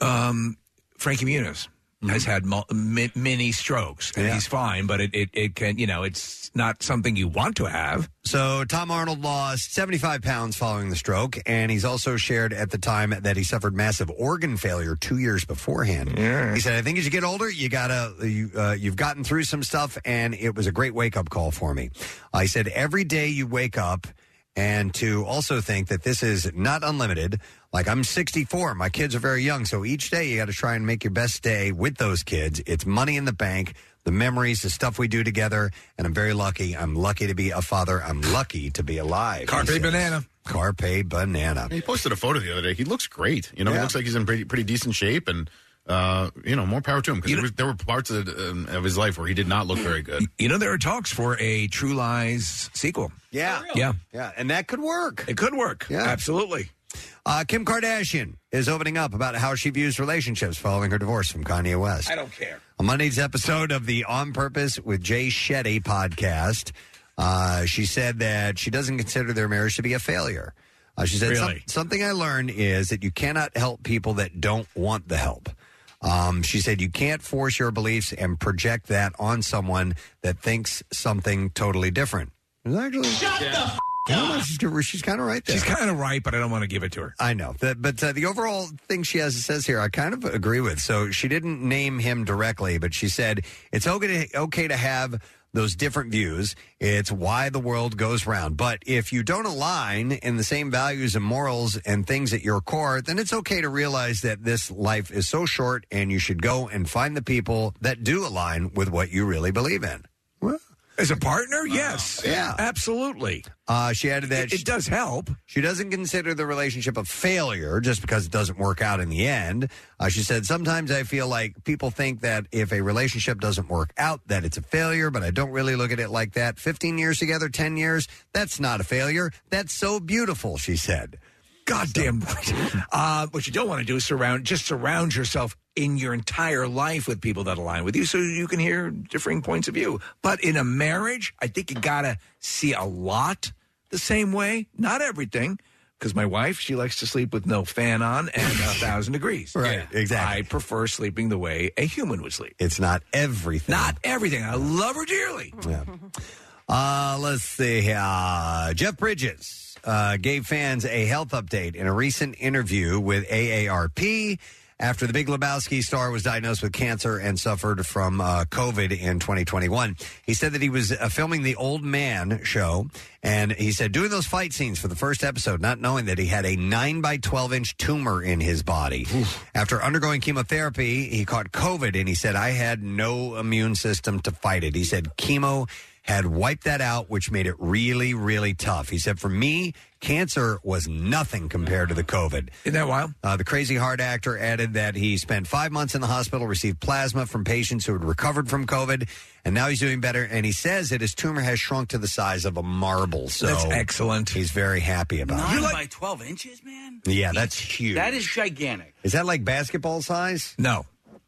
Speaker 6: um, Frankie Muniz
Speaker 3: Mm-hmm.
Speaker 6: has had mul- mi- mini strokes, and he's fine. But it, it it can you know it's not something you want to have.
Speaker 3: So Tom Arnold lost 75 pounds following the stroke, and he's also shared at the time that he suffered massive organ failure two years beforehand. He said, "I think as you get older, you gotta you uh, you've gotten through some stuff, and it was a great wake up call for me." I said, "Every day you wake up." And to also think that this is not unlimited. Like, I'm 64, my kids are very young. So each day you got to try and make your best day with those kids. It's money in the bank the memories, the stuff we do together. And I'm very lucky. I'm lucky to be a father. I'm lucky to be alive. Carpe banana. Carpe banana.
Speaker 8: He posted a photo the other day. He looks great. You know,
Speaker 3: Yeah.
Speaker 8: he looks like he's in pretty, pretty decent shape, and uh, you know, more power to him because there, was- there were parts of, the, um, of his life where he did not look very good.
Speaker 6: You know there are talks for a True Lies sequel.
Speaker 3: Yeah.
Speaker 6: Yeah.
Speaker 3: Yeah. And that could work.
Speaker 6: It could work.
Speaker 3: Yeah.
Speaker 6: Absolutely.
Speaker 3: Uh, Kim Kardashian is opening up about how she views relationships following her divorce from Kanye West.
Speaker 6: I don't care.
Speaker 3: On Monday's episode of the On Purpose with Jay Shetty podcast, uh, she said that she doesn't consider their marriage to be a failure. Uh, she said, "Some-
Speaker 14: Really?
Speaker 3: Something I learned is that you cannot help people that don't want the help. Um, she said, You can't force your beliefs and project that on someone that thinks something totally different. It's actually. Shut the f- up. She's, kind of right there.
Speaker 6: She's kind of right, but I don't want to give it to her.
Speaker 3: I know, that, but uh, the overall thing she has says here, I kind of agree with. So she didn't name him directly, but she said it's okay to, okay to have those different views. It's why the world goes round. But if you don't align in the same values and morals and things at your core, then it's okay to realize that this life is so short, and you should go and find the people that do align with what you really believe in.
Speaker 6: As a partner, yes.
Speaker 3: Yeah.
Speaker 6: Absolutely.
Speaker 3: Uh, she added that
Speaker 6: It- it does help.
Speaker 3: She doesn't consider the relationship a failure just because it doesn't work out in the end. Uh, she said, Sometimes I feel like people think that if a relationship doesn't work out, that it's a failure, but I don't really look at it like that. 15 years together, 10 years, that's not a failure. That's so beautiful, she said.
Speaker 6: Goddamn right. Uh, what you don't want to do is surround just surround yourself in your entire life with people that align with you, so you can hear differing points of view. But in a marriage, I think you gotta see a lot the same way, not everything. Because my wife, she likes to sleep with no fan on and a thousand degrees.
Speaker 3: Right, exactly.
Speaker 6: I prefer sleeping the way a human would sleep.
Speaker 3: It's not everything.
Speaker 6: Not everything. I love her dearly.
Speaker 3: Yeah. Uh, let's see. here. Uh, Jeff Bridges uh, gave fans a health update in a recent interview with AARP after the Big Lebowski star was diagnosed with cancer and suffered from uh, COVID in 2021. He said that he was uh, filming the Old Man show, and he said doing those fight scenes for the first episode, not knowing that he had a 9 by 12 inch tumor in his body. After undergoing chemotherapy, he caught COVID, and he said, I had no immune system to fight it. He said, chemo had wiped that out, which made it really, really tough. He said, For me, cancer was nothing compared to the COVID.
Speaker 6: Isn't that wild?
Speaker 3: Uh, the crazy hard actor added that he spent five months in the hospital, received plasma from patients who had recovered from COVID, and now he's doing better. And he says that his tumor has shrunk to the size of a marble. So
Speaker 6: That's excellent.
Speaker 3: He's very happy about
Speaker 5: Nine
Speaker 3: it.
Speaker 5: by twelve inches, man.
Speaker 3: Yeah, that's huge.
Speaker 5: That is gigantic.
Speaker 3: Is that like basketball size?
Speaker 6: No.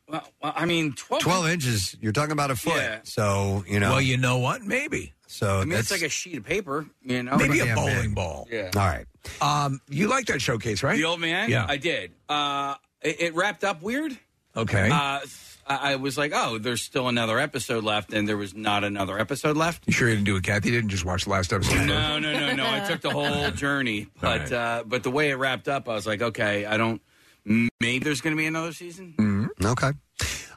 Speaker 5: Well, well, I mean, twelve.
Speaker 3: 12 inches, you're talking about a foot.
Speaker 5: Yeah.
Speaker 3: So, you know.
Speaker 6: Well, you know what? Maybe.
Speaker 3: So
Speaker 5: I mean,
Speaker 3: that's
Speaker 5: it's like a sheet of paper. You know,
Speaker 6: Maybe a bowling ball.
Speaker 5: Yeah.
Speaker 3: All right.
Speaker 6: Um, you like that showcase, right?
Speaker 5: The old man.
Speaker 6: Yeah.
Speaker 5: I did. Uh, it, it wrapped up weird.
Speaker 6: Okay.
Speaker 5: Uh, I I was like, oh, there's still another episode left, and there was not another episode left.
Speaker 6: you sure you didn't do it, Kathy? You didn't just watch the last episode?
Speaker 5: No, no, no, no. I took the whole journey, but uh, but the way it wrapped up, I was like, okay, I don't. Maybe there's going to be another season.
Speaker 3: Mm-hmm. Okay.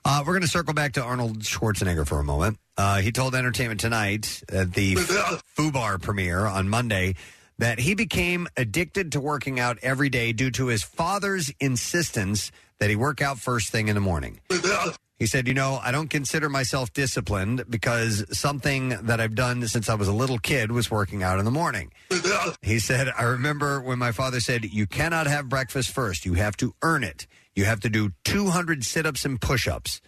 Speaker 3: Uh, we're going to circle back to Arnold Schwarzenegger for a moment. Uh, he told Entertainment Tonight at the FUBAR premiere on Monday that he became addicted to working out every day due to his father's insistence that he work out first thing in the morning. He said, You know, I don't consider myself disciplined because something that I've done since I was a little kid was working out in the morning. He said, I remember when my father said, You cannot have breakfast first, you have to earn it. You have to do 200 sit ups and push ups.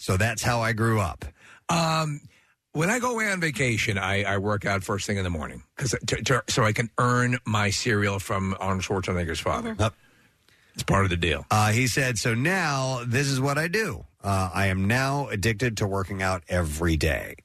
Speaker 3: So that's how I grew up.
Speaker 6: Um, when I go away on vacation, I, I work out first thing in the morning because to, to- so I can earn my cereal from Arnold Schwarzenegger's father. It's part of the deal.
Speaker 3: Uh, he said, So now this is what I do. Uh, I am now addicted to working out every day.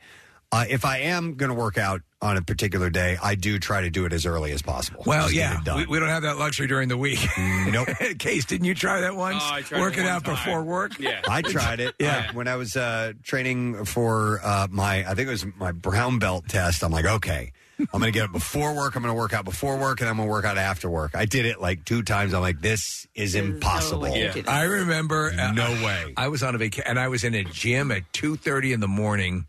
Speaker 3: Uh, if I am going to work out on a particular day, I do try to do it as early as possible.
Speaker 6: Well,
Speaker 3: Just get
Speaker 6: yeah,
Speaker 3: it done.
Speaker 6: we, we don't have that luxury during the week.
Speaker 3: Nope.
Speaker 6: Case, didn't you try that once?
Speaker 3: Oh, I tried it
Speaker 6: Working
Speaker 3: one
Speaker 6: out
Speaker 3: time.
Speaker 6: before work.
Speaker 3: I tried it.
Speaker 6: Yeah.
Speaker 3: Uh, when I was uh, training for uh, my, I think it was my brown belt test. I'm like, okay, I'm going to get up before work. I'm going to work out before work, and I'm going to work out after work. I did it like two times. I'm like, this is impossible.
Speaker 6: I remember. uh,
Speaker 3: No way.
Speaker 6: I was on a vacation, and I was in a gym at two thirty in the morning.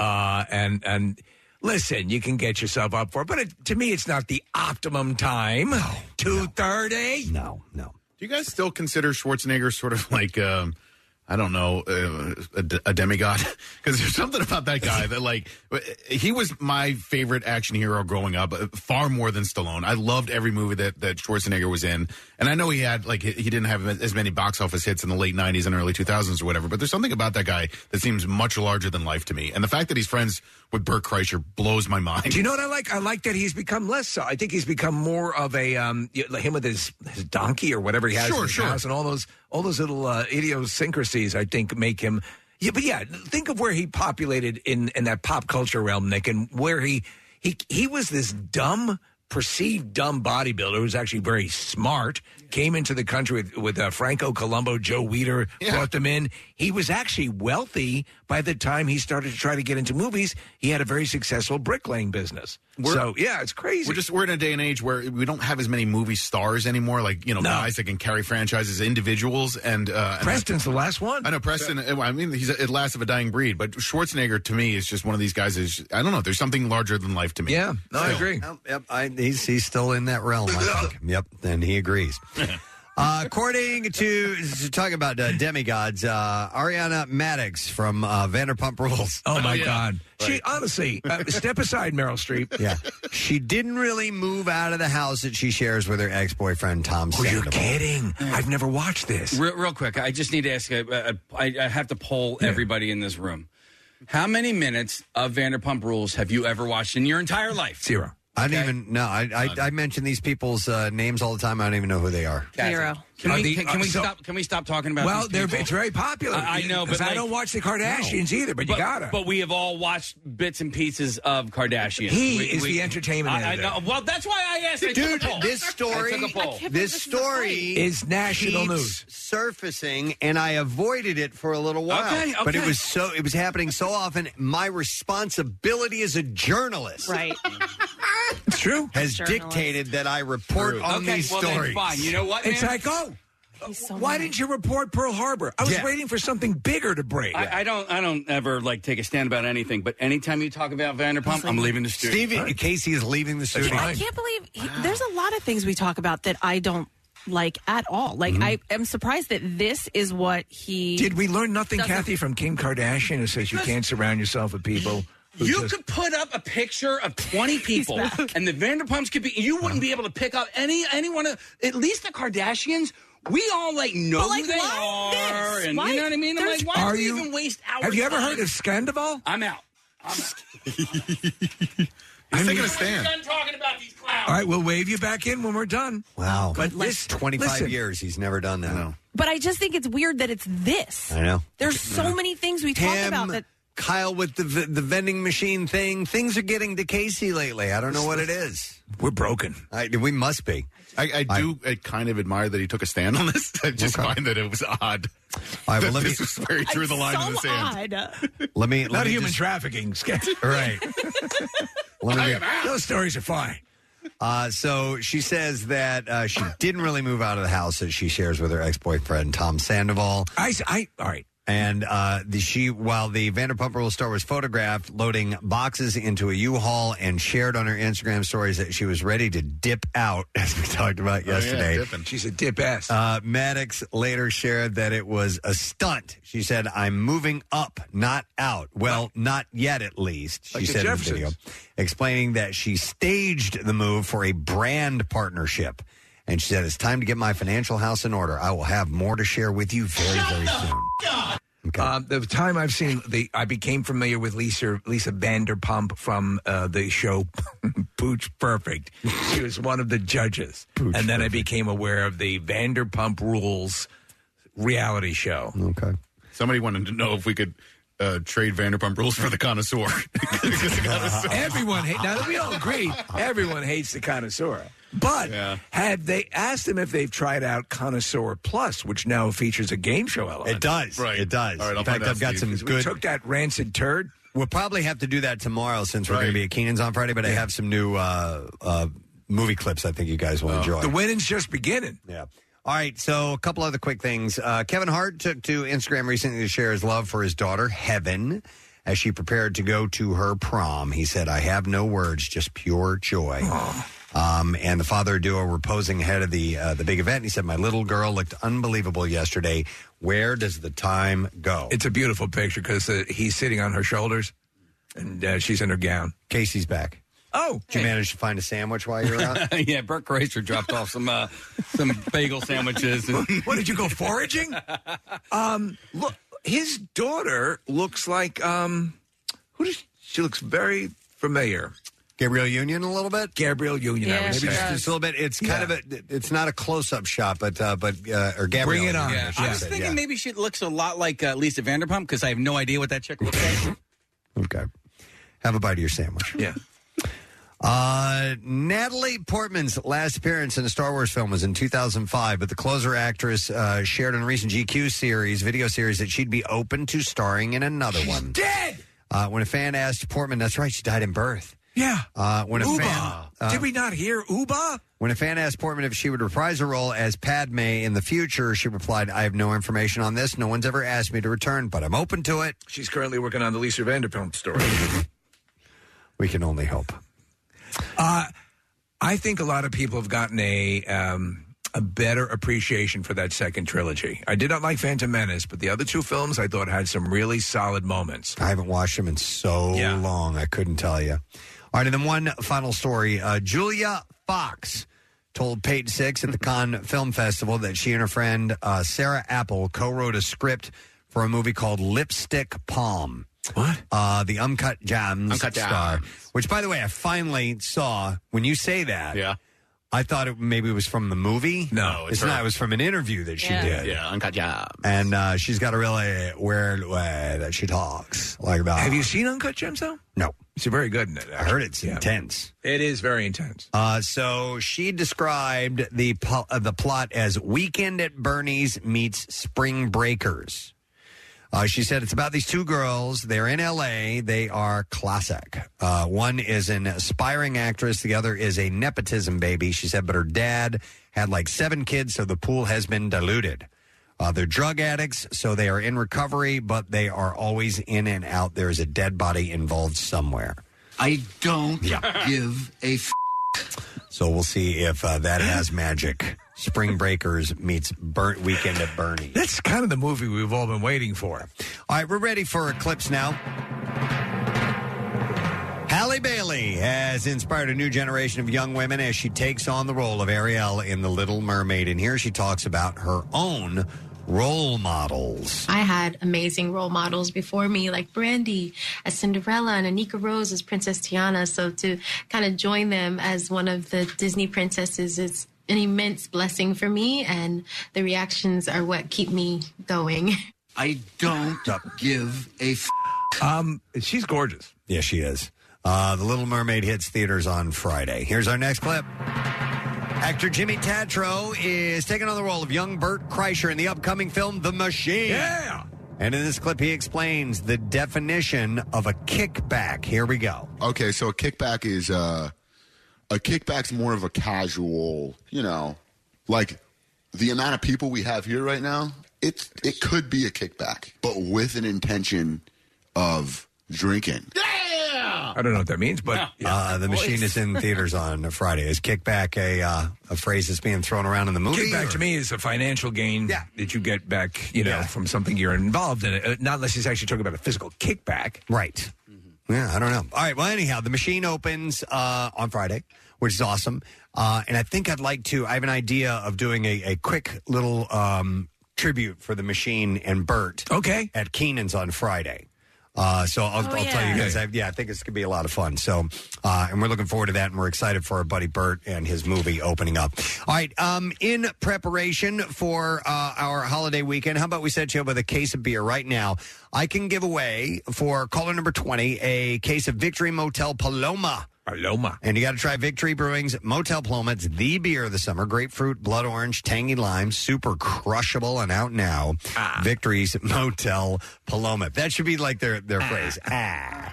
Speaker 6: Uh, and and listen, you can get yourself up for it, but it, to me, it's not the optimum time. Two thirty.
Speaker 3: No, no.
Speaker 8: Do you guys still consider Schwarzenegger sort of like, um, I don't know, uh, a, d- a demigod? Because there's something about that guy that, like, w- he was my favorite action hero growing up, uh, far more than Stallone. I loved every movie that, that Schwarzenegger was in. And I know he had, like, he he didn't have as many box office hits in the late 90s and early 2000s or whatever, but there's something about that guy that seems much larger than life to me. And the fact that he's friends with Burt Kreischer blows my mind.
Speaker 6: Do you know what I like? I like that he's become less so. I think he's become more of a um, y- like him with his, his donkey or whatever he has
Speaker 8: Sure,
Speaker 6: in his
Speaker 8: sure.
Speaker 6: house, and all those all those little uh, idiosyncrasies. I think make him. Yeah, but yeah, think of where he populated in in that pop culture realm, Nick, and where he he he was this dumb. Perceived dumb bodybuilder who was actually very smart came into the country with, with uh, Franco Colombo, Joe Weider brought them in. He was actually wealthy by the time he started to try to get into movies. He had a very successful bricklaying business. so yeah, it's crazy.
Speaker 8: We're just we're in a day and age where we don't have as many movie stars anymore, like you know guys that can carry franchises, individuals, and, uh, and
Speaker 6: Preston's the last one.
Speaker 8: I know Preston. I mean, he's at last of a dying breed, but Schwarzenegger to me is just one of these guys. Is I don't know. There's something larger than life to me.
Speaker 6: Yeah,
Speaker 8: Still.
Speaker 3: Yep, yep. I, he's he's still in that realm. I think. Yep, and he agrees. Uh, according to, to talking about uh, demigods, uh, Ariana Maddox from uh, Vanderpump Rules.
Speaker 6: Oh my God! She honestly uh, step aside, Meryl Streep.
Speaker 3: Yeah, she didn't really move out of the house that she shares with her ex boyfriend Tom. Oh,
Speaker 6: you're kidding! I've never watched this.
Speaker 5: Real, real quick, I just need to ask. uh, I, I have to poll everybody in this room. How many minutes of Vanderpump Rules have you ever watched in your entire life?
Speaker 6: Zero.
Speaker 3: I don't even no. I,
Speaker 6: Um,
Speaker 3: I I mention these people's uh, names all the time. I don't even know who they are.
Speaker 5: Zero. Can
Speaker 3: Are
Speaker 5: we,
Speaker 3: the-
Speaker 5: can, can
Speaker 3: uh,
Speaker 5: we
Speaker 3: so-
Speaker 5: stop? Can we stop talking about?
Speaker 6: Well,
Speaker 5: these
Speaker 6: they're-
Speaker 5: people?
Speaker 6: it's very popular.
Speaker 5: I, I know, but
Speaker 6: 'Cause I
Speaker 5: like-
Speaker 6: don't watch the Kardashians either, but you gotta.
Speaker 5: But we have all watched bits and pieces of Kardashians.
Speaker 6: He
Speaker 5: We-
Speaker 6: is
Speaker 5: we-
Speaker 6: the entertainment
Speaker 5: I, I
Speaker 6: editor.
Speaker 5: know. Uh, Well, that's why I asked. I took a
Speaker 3: Dude,
Speaker 5: poll.
Speaker 3: this
Speaker 5: I
Speaker 3: story,
Speaker 5: took a poll.
Speaker 3: this story
Speaker 6: is national
Speaker 3: keeps
Speaker 6: news.
Speaker 3: surfacing, and I avoided it for a little while.
Speaker 5: Okay,
Speaker 3: But it
Speaker 5: okay.
Speaker 3: was so it was happening so often. My responsibility as a journalist,
Speaker 5: Right.
Speaker 6: it's true,
Speaker 3: has
Speaker 5: Journalist.
Speaker 3: dictated that I report
Speaker 5: True.
Speaker 3: on
Speaker 5: Okay,
Speaker 3: these
Speaker 5: well, then
Speaker 3: stories.
Speaker 5: fine. You know what,
Speaker 6: It's
Speaker 5: man?
Speaker 6: like, oh, why didn't you report Pearl Harbor? I was waiting for something bigger to break.
Speaker 5: I, I don't. I don't ever like take a stand about anything. But anytime you talk about Vanderpump, I'm leaving the studio.
Speaker 3: Stevie Casey is leaving the studio.
Speaker 5: fine.
Speaker 4: I can't believe he, there's a lot of things we talk about that I don't like at all. Like I am surprised that this is what he
Speaker 6: Did we learn nothing,
Speaker 4: Doesn't-
Speaker 6: Kathy, from Kim Kardashian who says you can't surround yourself with people who
Speaker 5: You
Speaker 6: just
Speaker 5: could put up a picture of 20 people, and the Vanderpumps could be. You wouldn't be able to pick up any any one of at least the Kardashians. We all like know
Speaker 4: But, like,
Speaker 5: who they
Speaker 4: why
Speaker 5: are,
Speaker 4: this?
Speaker 5: and
Speaker 4: Why-
Speaker 5: you know what I mean. I'm
Speaker 4: there's-
Speaker 5: like, why
Speaker 6: Are
Speaker 5: do we
Speaker 6: you-
Speaker 5: even waste hours?
Speaker 6: Have you ever heard of Scandival?
Speaker 5: I'm out.
Speaker 6: I'm
Speaker 8: taking a
Speaker 5: I'm
Speaker 8: stand.
Speaker 5: done talking about these clowns.
Speaker 6: All right, we'll wave you back in when we're done.
Speaker 3: Wow,
Speaker 6: But
Speaker 3: Like
Speaker 6: this-
Speaker 3: 25
Speaker 6: listen.
Speaker 3: years he's never done that.
Speaker 4: But I just think it's weird that it's this.
Speaker 3: I know.
Speaker 4: There's so many things we talk
Speaker 3: Him,
Speaker 4: about that
Speaker 3: Kyle with the v- the vending machine thing. Things are getting to Casey lately. I don't know what it is.
Speaker 6: We're broken.
Speaker 3: I, we must be.
Speaker 8: I, I do I, kind of admire that he took a stand on this. I just find that it was odd.
Speaker 3: right, well,
Speaker 8: that
Speaker 3: let me-
Speaker 8: this was where he drew the line in the sand.
Speaker 3: Let me. Let
Speaker 6: Not
Speaker 3: me
Speaker 6: human
Speaker 3: just-
Speaker 6: trafficking. Scandi-
Speaker 3: Right. Let me get-
Speaker 6: Those stories are fine.
Speaker 3: Uh, so she says that uh, she didn't really move out of the house that she shares with her ex boyfriend Tom Sandoval.
Speaker 6: I, I all right.
Speaker 3: And uh, the, she, while the Vanderpump Rules star was photographed loading boxes into a U-Haul and shared on her Instagram stories that she was ready to dip out, as we talked about
Speaker 6: Oh, yeah,
Speaker 3: yesterday.
Speaker 6: dipping. She's a dip ass.
Speaker 3: Uh, Maddox later shared that it was a stunt. She said, "I'm moving up, not out. Well, not yet, at least." She
Speaker 6: Like the
Speaker 3: said in the
Speaker 6: Jeffersons.
Speaker 3: video, explaining that she staged the move for a brand partnership. And she said, "It's time to get my financial house in order. I will have more to share with you very, very soon."
Speaker 6: Um, the time I've seen the, I became familiar with Lisa Lisa Vanderpump from uh, the show Pooch Perfect. She was one of the judges, and then I became aware of the Vanderpump Rules reality show.
Speaker 3: Okay.
Speaker 8: Somebody wanted to know if we could uh, trade Vanderpump Rules for the connoisseur. 'Cause the connoisseur-
Speaker 6: everyone hate, now that we all agree, everyone hates the connoisseur. But have they asked them if they've tried out Connoisseur Plus, which now features a game show element?
Speaker 3: It does. Right. It does.
Speaker 6: All right, I'll
Speaker 3: In fact,
Speaker 6: find out,
Speaker 3: I've got
Speaker 6: Steve,
Speaker 3: some
Speaker 6: 'cause we
Speaker 3: good.
Speaker 6: took that rancid turd.
Speaker 3: We'll probably have to do that tomorrow since we're going to be at Keenan's on Friday. But I have some new uh, uh, movie clips. I think you guys will enjoy.
Speaker 6: The winning's just beginning.
Speaker 3: Yeah. All right, so a couple other quick things. Uh, Kevin Hart took to Instagram recently to share his love for his daughter, Heaven, as she prepared to go to her prom. He said, I have no words, just pure joy. Um, and the father duo were posing ahead of the uh, the big event. He said, My little girl looked unbelievable yesterday. Where does the time go?
Speaker 6: It's a beautiful picture because uh, he's sitting on her shoulders, and uh, she's in her gown.
Speaker 3: Casey's back.
Speaker 6: Oh,
Speaker 3: Did you manage to find a sandwich while you were out?
Speaker 5: yeah, Burt Kreischer dropped off some uh, some bagel sandwiches. And
Speaker 6: what did you go foraging? Um, look, his daughter looks like um, who does she looks very familiar.
Speaker 3: Gabrielle Union a little bit.
Speaker 6: Gabrielle Union, I would
Speaker 3: Maybe
Speaker 6: say.
Speaker 3: just, just a little bit. It's kind of a. It's not a close up shot, but uh, but uh, or Gabrielle.
Speaker 5: Bring it on.
Speaker 3: Union, I should
Speaker 5: I was
Speaker 3: say,
Speaker 5: thinking
Speaker 3: yeah.
Speaker 5: maybe she looks a lot like uh, Lisa Vanderpump because I have no idea what that chick looks like.
Speaker 3: Okay. Have a bite of your sandwich.
Speaker 6: Yeah.
Speaker 3: Uh, Natalie Portman's last appearance in a Star Wars film was in 2005, but the closer actress uh, shared in a recent GQ series, video series, that she'd be open to starring in another one.
Speaker 6: Dead.
Speaker 3: Uh, when a fan asked Portman, that's right, she died in birth.
Speaker 6: Yeah.
Speaker 3: Uh, when a
Speaker 6: Uba.
Speaker 3: fan, uh,
Speaker 6: Did we not hear Uba?
Speaker 3: when a fan asked Portman if she would reprise her role as Padme in the future, she replied, I have no information on this. No one's ever asked me to return, but I'm open to it.
Speaker 6: She's currently working on the Lisa Vanderpump story.
Speaker 3: We can only hope.
Speaker 6: Uh, I think a lot of people have gotten a um, a better appreciation for that second trilogy. I did not like Phantom Menace, but the other two films I thought had some really solid moments.
Speaker 3: I haven't watched them in so long. I couldn't tell you. All right, and then one final story. Uh, Julia Fox told Page Six at the Cannes Film Festival that she and her friend uh, Sarah Apple co-wrote a script for a movie called Lipstick Palm.
Speaker 6: What?
Speaker 3: Uh, the Uncut Gems
Speaker 8: Uncut Gems.
Speaker 3: star. Which, by the way, I finally saw when you say that. Yeah. I thought it maybe it was from the movie.
Speaker 6: No,
Speaker 3: it's,
Speaker 8: her.
Speaker 3: not. It was from an interview that she did.
Speaker 8: Yeah, uncut job.
Speaker 3: And uh, she's got a really weird way that she talks. Like about
Speaker 6: Have you seen Uncut Gems though?
Speaker 3: No.
Speaker 6: It's very good in it.
Speaker 3: I heard it's intense.
Speaker 6: It is very intense.
Speaker 3: Uh, so she described the po- uh, the plot as Weekend at Bernie's meets Spring Breakers. Uh, she said it's about these two girls. They're in L.A. They are classic. Uh, one is an aspiring actress. The other is a nepotism baby. She said, but her dad had like seven kids, so the pool has been diluted. Uh, they're drug addicts, so they are in recovery, but they are always in and out. There is a dead body involved somewhere.
Speaker 14: I don't
Speaker 3: Yeah.
Speaker 14: give a f-
Speaker 3: So we'll see if uh, that has magic. Spring Breakers meets Burnt Weekend at Bernie.
Speaker 6: That's kind of the movie we've all been waiting for.
Speaker 3: All right, we're ready for clips now. Halle Bailey has inspired a new generation of young women as she takes on the role of Ariel in The Little Mermaid. And here she talks about her own role models.
Speaker 15: I had amazing role models before me, like Brandy as Cinderella and Anika Rose as Princess Tiana. So to kind of join them as one of the Disney princesses is an immense blessing for me, and the reactions are what keep me going.
Speaker 14: I don't give a f-
Speaker 6: Um, she's gorgeous.
Speaker 3: Yes, she is. Uh, the Little Mermaid hits theaters on Friday. Here's our next clip. Actor Jimmy Tatro is taking on the role of young Bert Kreischer in the upcoming film The Machine.
Speaker 6: Yeah.
Speaker 3: And in this clip, he explains the definition of a kickback. Here we go.
Speaker 16: Okay, so a kickback is uh, a kickback's more of a casual, you know, like the amount of people we have here right now. It's it could be a kickback, but with an intention of drinking.
Speaker 6: Yeah. I don't know what that means, but
Speaker 3: Uh, the machine is in theaters on Friday. Is kickback a uh, a phrase that's being thrown around in the movie?
Speaker 6: Kickback to me is a financial gain that you get back, you know, from something you're involved in. Uh, Not unless he's actually talking about a physical kickback.
Speaker 3: Right. Mm-hmm. Yeah, I don't know. All right. Well, anyhow, the machine opens uh, on Friday, which is awesome. Uh, and I think I'd like to. I have an idea of doing a, a quick little um, tribute for the machine and Bert.
Speaker 6: Okay.
Speaker 3: At Keenan's on Friday. Uh, so I'll,
Speaker 6: Oh,
Speaker 3: I'll tell you
Speaker 6: yeah.
Speaker 3: guys. I, yeah, I think it's gonna be a lot of fun. So, uh, and we're looking forward to that, and we're excited for our buddy Bert and his movie opening up. All right. Um, in preparation for uh, our holiday weekend, how about we set you up with a case of beer right now? I can give away for caller number twenty a case of Victory Motel Paloma.
Speaker 6: Paloma.
Speaker 3: And you got to try Victory Brewing's Motel Paloma. It's the beer of the summer. Grapefruit, blood orange, tangy lime, super crushable, and out now. Victory's Motel Paloma. That should be like their their phrase. Ah.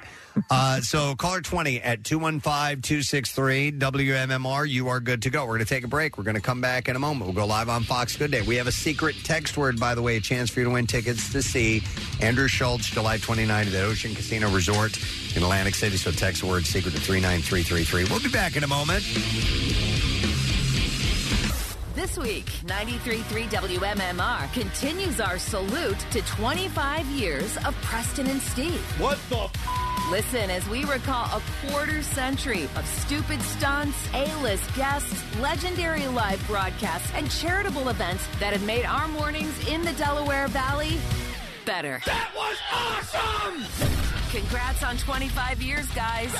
Speaker 3: Uh, so caller 20 at 215-263-WMMR. You are good to go. We're going to take a break. We're going to come back in a moment. We'll go live on Fox Good Day. We have a secret text word, by the way, a chance for you to win tickets to see Andrew Schultz July 29 at the Ocean Casino Resort in Atlantic City. So text the word secret to 39333. We'll be back in a moment.
Speaker 9: This week, 93.3 WMMR continues our salute to 25 years of Preston and Steve. What the f- Listen as we recall a quarter century of stupid stunts, A-list guests, legendary live broadcasts, and charitable events that have made our mornings in the Delaware Valley better. That was awesome! Congrats on 25 years, guys.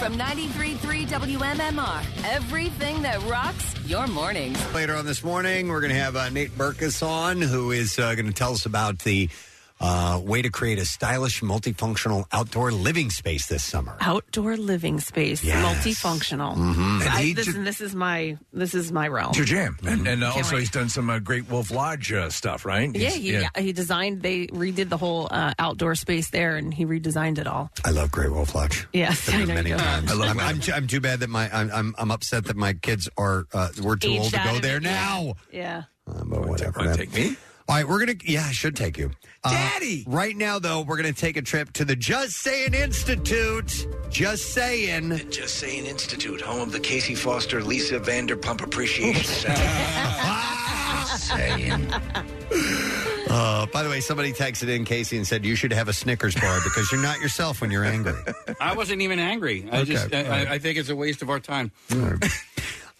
Speaker 9: From 93.3 WMMR, everything that rocks your mornings.
Speaker 3: Later on this morning, we're going to have uh, Nate Burkus on, who is uh, going to tell us about the uh, way to create a stylish, multifunctional outdoor living space this summer.
Speaker 4: Outdoor living space, multifunctional.
Speaker 6: Mhm. And
Speaker 4: I,
Speaker 6: he
Speaker 4: this,
Speaker 6: ju-
Speaker 4: this is my this is my realm.
Speaker 6: It's your jam.
Speaker 3: Mm-hmm.
Speaker 6: And, and
Speaker 4: Can't
Speaker 6: also,
Speaker 4: wait.
Speaker 6: he's done some uh, Great Wolf Lodge uh, stuff, right?
Speaker 4: Yeah,
Speaker 6: He's-
Speaker 4: he, he designed. They redid the whole uh, outdoor space there, and he redesigned it all.
Speaker 3: I love Grey Wolf Lodge.
Speaker 4: Yes,
Speaker 3: Been
Speaker 4: I
Speaker 3: there
Speaker 4: know you
Speaker 3: many
Speaker 4: do.
Speaker 3: times.
Speaker 4: I
Speaker 3: I
Speaker 4: love
Speaker 3: am
Speaker 4: Grey
Speaker 3: I'm, too- I'm too bad that my I'm, I'm I'm upset that my kids are uh, we're too
Speaker 4: Aged
Speaker 3: old to
Speaker 4: out
Speaker 3: go
Speaker 4: of
Speaker 3: there
Speaker 4: it, yeah.
Speaker 3: now.
Speaker 4: Yeah.
Speaker 3: But whatever. Take
Speaker 6: me.
Speaker 3: All right, we're gonna. Yeah, I should take you, Daddy. right now, though, we're gonna take a trip to the Just Saying Institute. Just saying.
Speaker 6: Just Saying Institute, home of the Casey Foster Lisa Vanderpump Appreciation Center.
Speaker 3: Uh, by the way, somebody texted in Casey and said you should have a Snickers bar because you're not yourself when you're angry.
Speaker 5: I wasn't even angry. I
Speaker 3: Okay,
Speaker 5: just, I,
Speaker 3: all right.
Speaker 5: I, I think it's a waste of our time.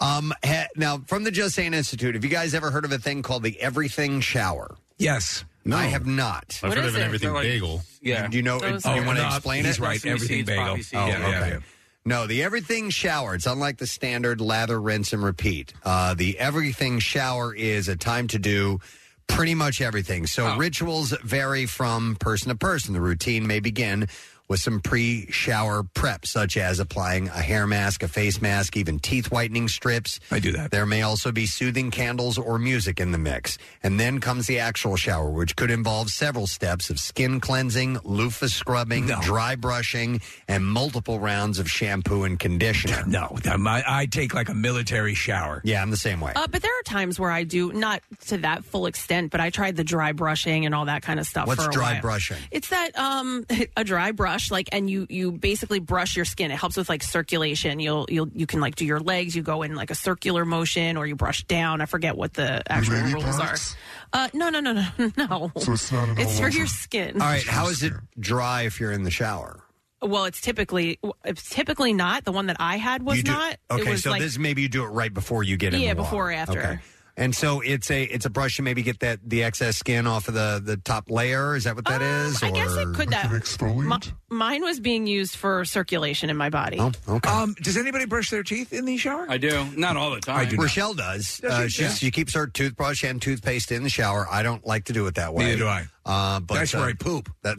Speaker 3: Um, ha- now, from the Just Saying Institute, have you guys ever heard of a thing called the Everything Shower?
Speaker 6: Yes.
Speaker 3: No, I have not.
Speaker 8: I've heard of an everything bagel.
Speaker 5: Yeah.
Speaker 3: Do you know?
Speaker 8: Those
Speaker 3: do you
Speaker 8: are-
Speaker 3: want to
Speaker 8: No,
Speaker 3: explain
Speaker 8: he's
Speaker 3: it?
Speaker 8: right, Sesame everything seeds, bagel. poppy seeds.
Speaker 3: Oh,
Speaker 8: Yeah, yeah,
Speaker 3: okay.
Speaker 8: yeah.
Speaker 3: No, the everything shower. It's unlike the standard lather, rinse, and repeat. Uh, the everything shower is a time to do pretty much everything. So
Speaker 8: Oh.
Speaker 3: rituals vary from person to person. The routine may begin with some pre shower prep, such as applying a hair mask, a face mask, even teeth whitening strips. I do that. There may also be soothing candles or music in the mix. And then comes the actual shower, which could involve several steps of skin cleansing, loofah scrubbing, dry brushing, and multiple rounds of shampoo and conditioner.
Speaker 6: No, I, I take like a military shower.
Speaker 3: Yeah, I'm the same way.
Speaker 4: Uh, but there are times where I do not to that full extent, but I tried the dry brushing and all that kind of
Speaker 6: Uh,
Speaker 4: stuff.
Speaker 3: What's
Speaker 4: for a
Speaker 3: dry
Speaker 4: while.
Speaker 3: brushing?
Speaker 4: It's that um a dry brush like and you you basically brush your skin. It helps with like circulation. You'll you'll you can like do your legs. You go in like a circular motion or you brush down. I forget what the actual
Speaker 3: Lady
Speaker 4: rules
Speaker 3: parts?
Speaker 4: are. Uh no no no no no.
Speaker 3: So it's not an
Speaker 4: It's for
Speaker 3: all-over.
Speaker 4: your skin.
Speaker 3: All right, how is it dry if you're in the shower?
Speaker 4: Well, it's typically it's typically not. The one that I had was
Speaker 3: You do-
Speaker 4: not.
Speaker 3: Okay,
Speaker 4: it was
Speaker 3: so
Speaker 4: like
Speaker 3: this maybe you do it right before you get in.
Speaker 4: Yeah,
Speaker 3: the water.
Speaker 4: before or after.
Speaker 3: Okay. And so it's a it's a brush to maybe get that the excess skin off of the the top layer. Is that what that
Speaker 4: Um,
Speaker 3: is? I guess it
Speaker 4: could that- mi- mine was being used for circulation in my body.
Speaker 3: Oh, okay.
Speaker 6: Um, does anybody brush their teeth in the shower?
Speaker 5: Oh, I do. Not all the time.
Speaker 3: I do Rochelle does.
Speaker 5: Does
Speaker 3: uh,
Speaker 5: she?
Speaker 3: she's-
Speaker 5: Yeah.
Speaker 3: She keeps her toothbrush and toothpaste in the shower. I don't like to do it that way.
Speaker 5: Neither do I.
Speaker 3: Uh, but
Speaker 5: That's
Speaker 3: uh,
Speaker 5: where I poop.
Speaker 3: That,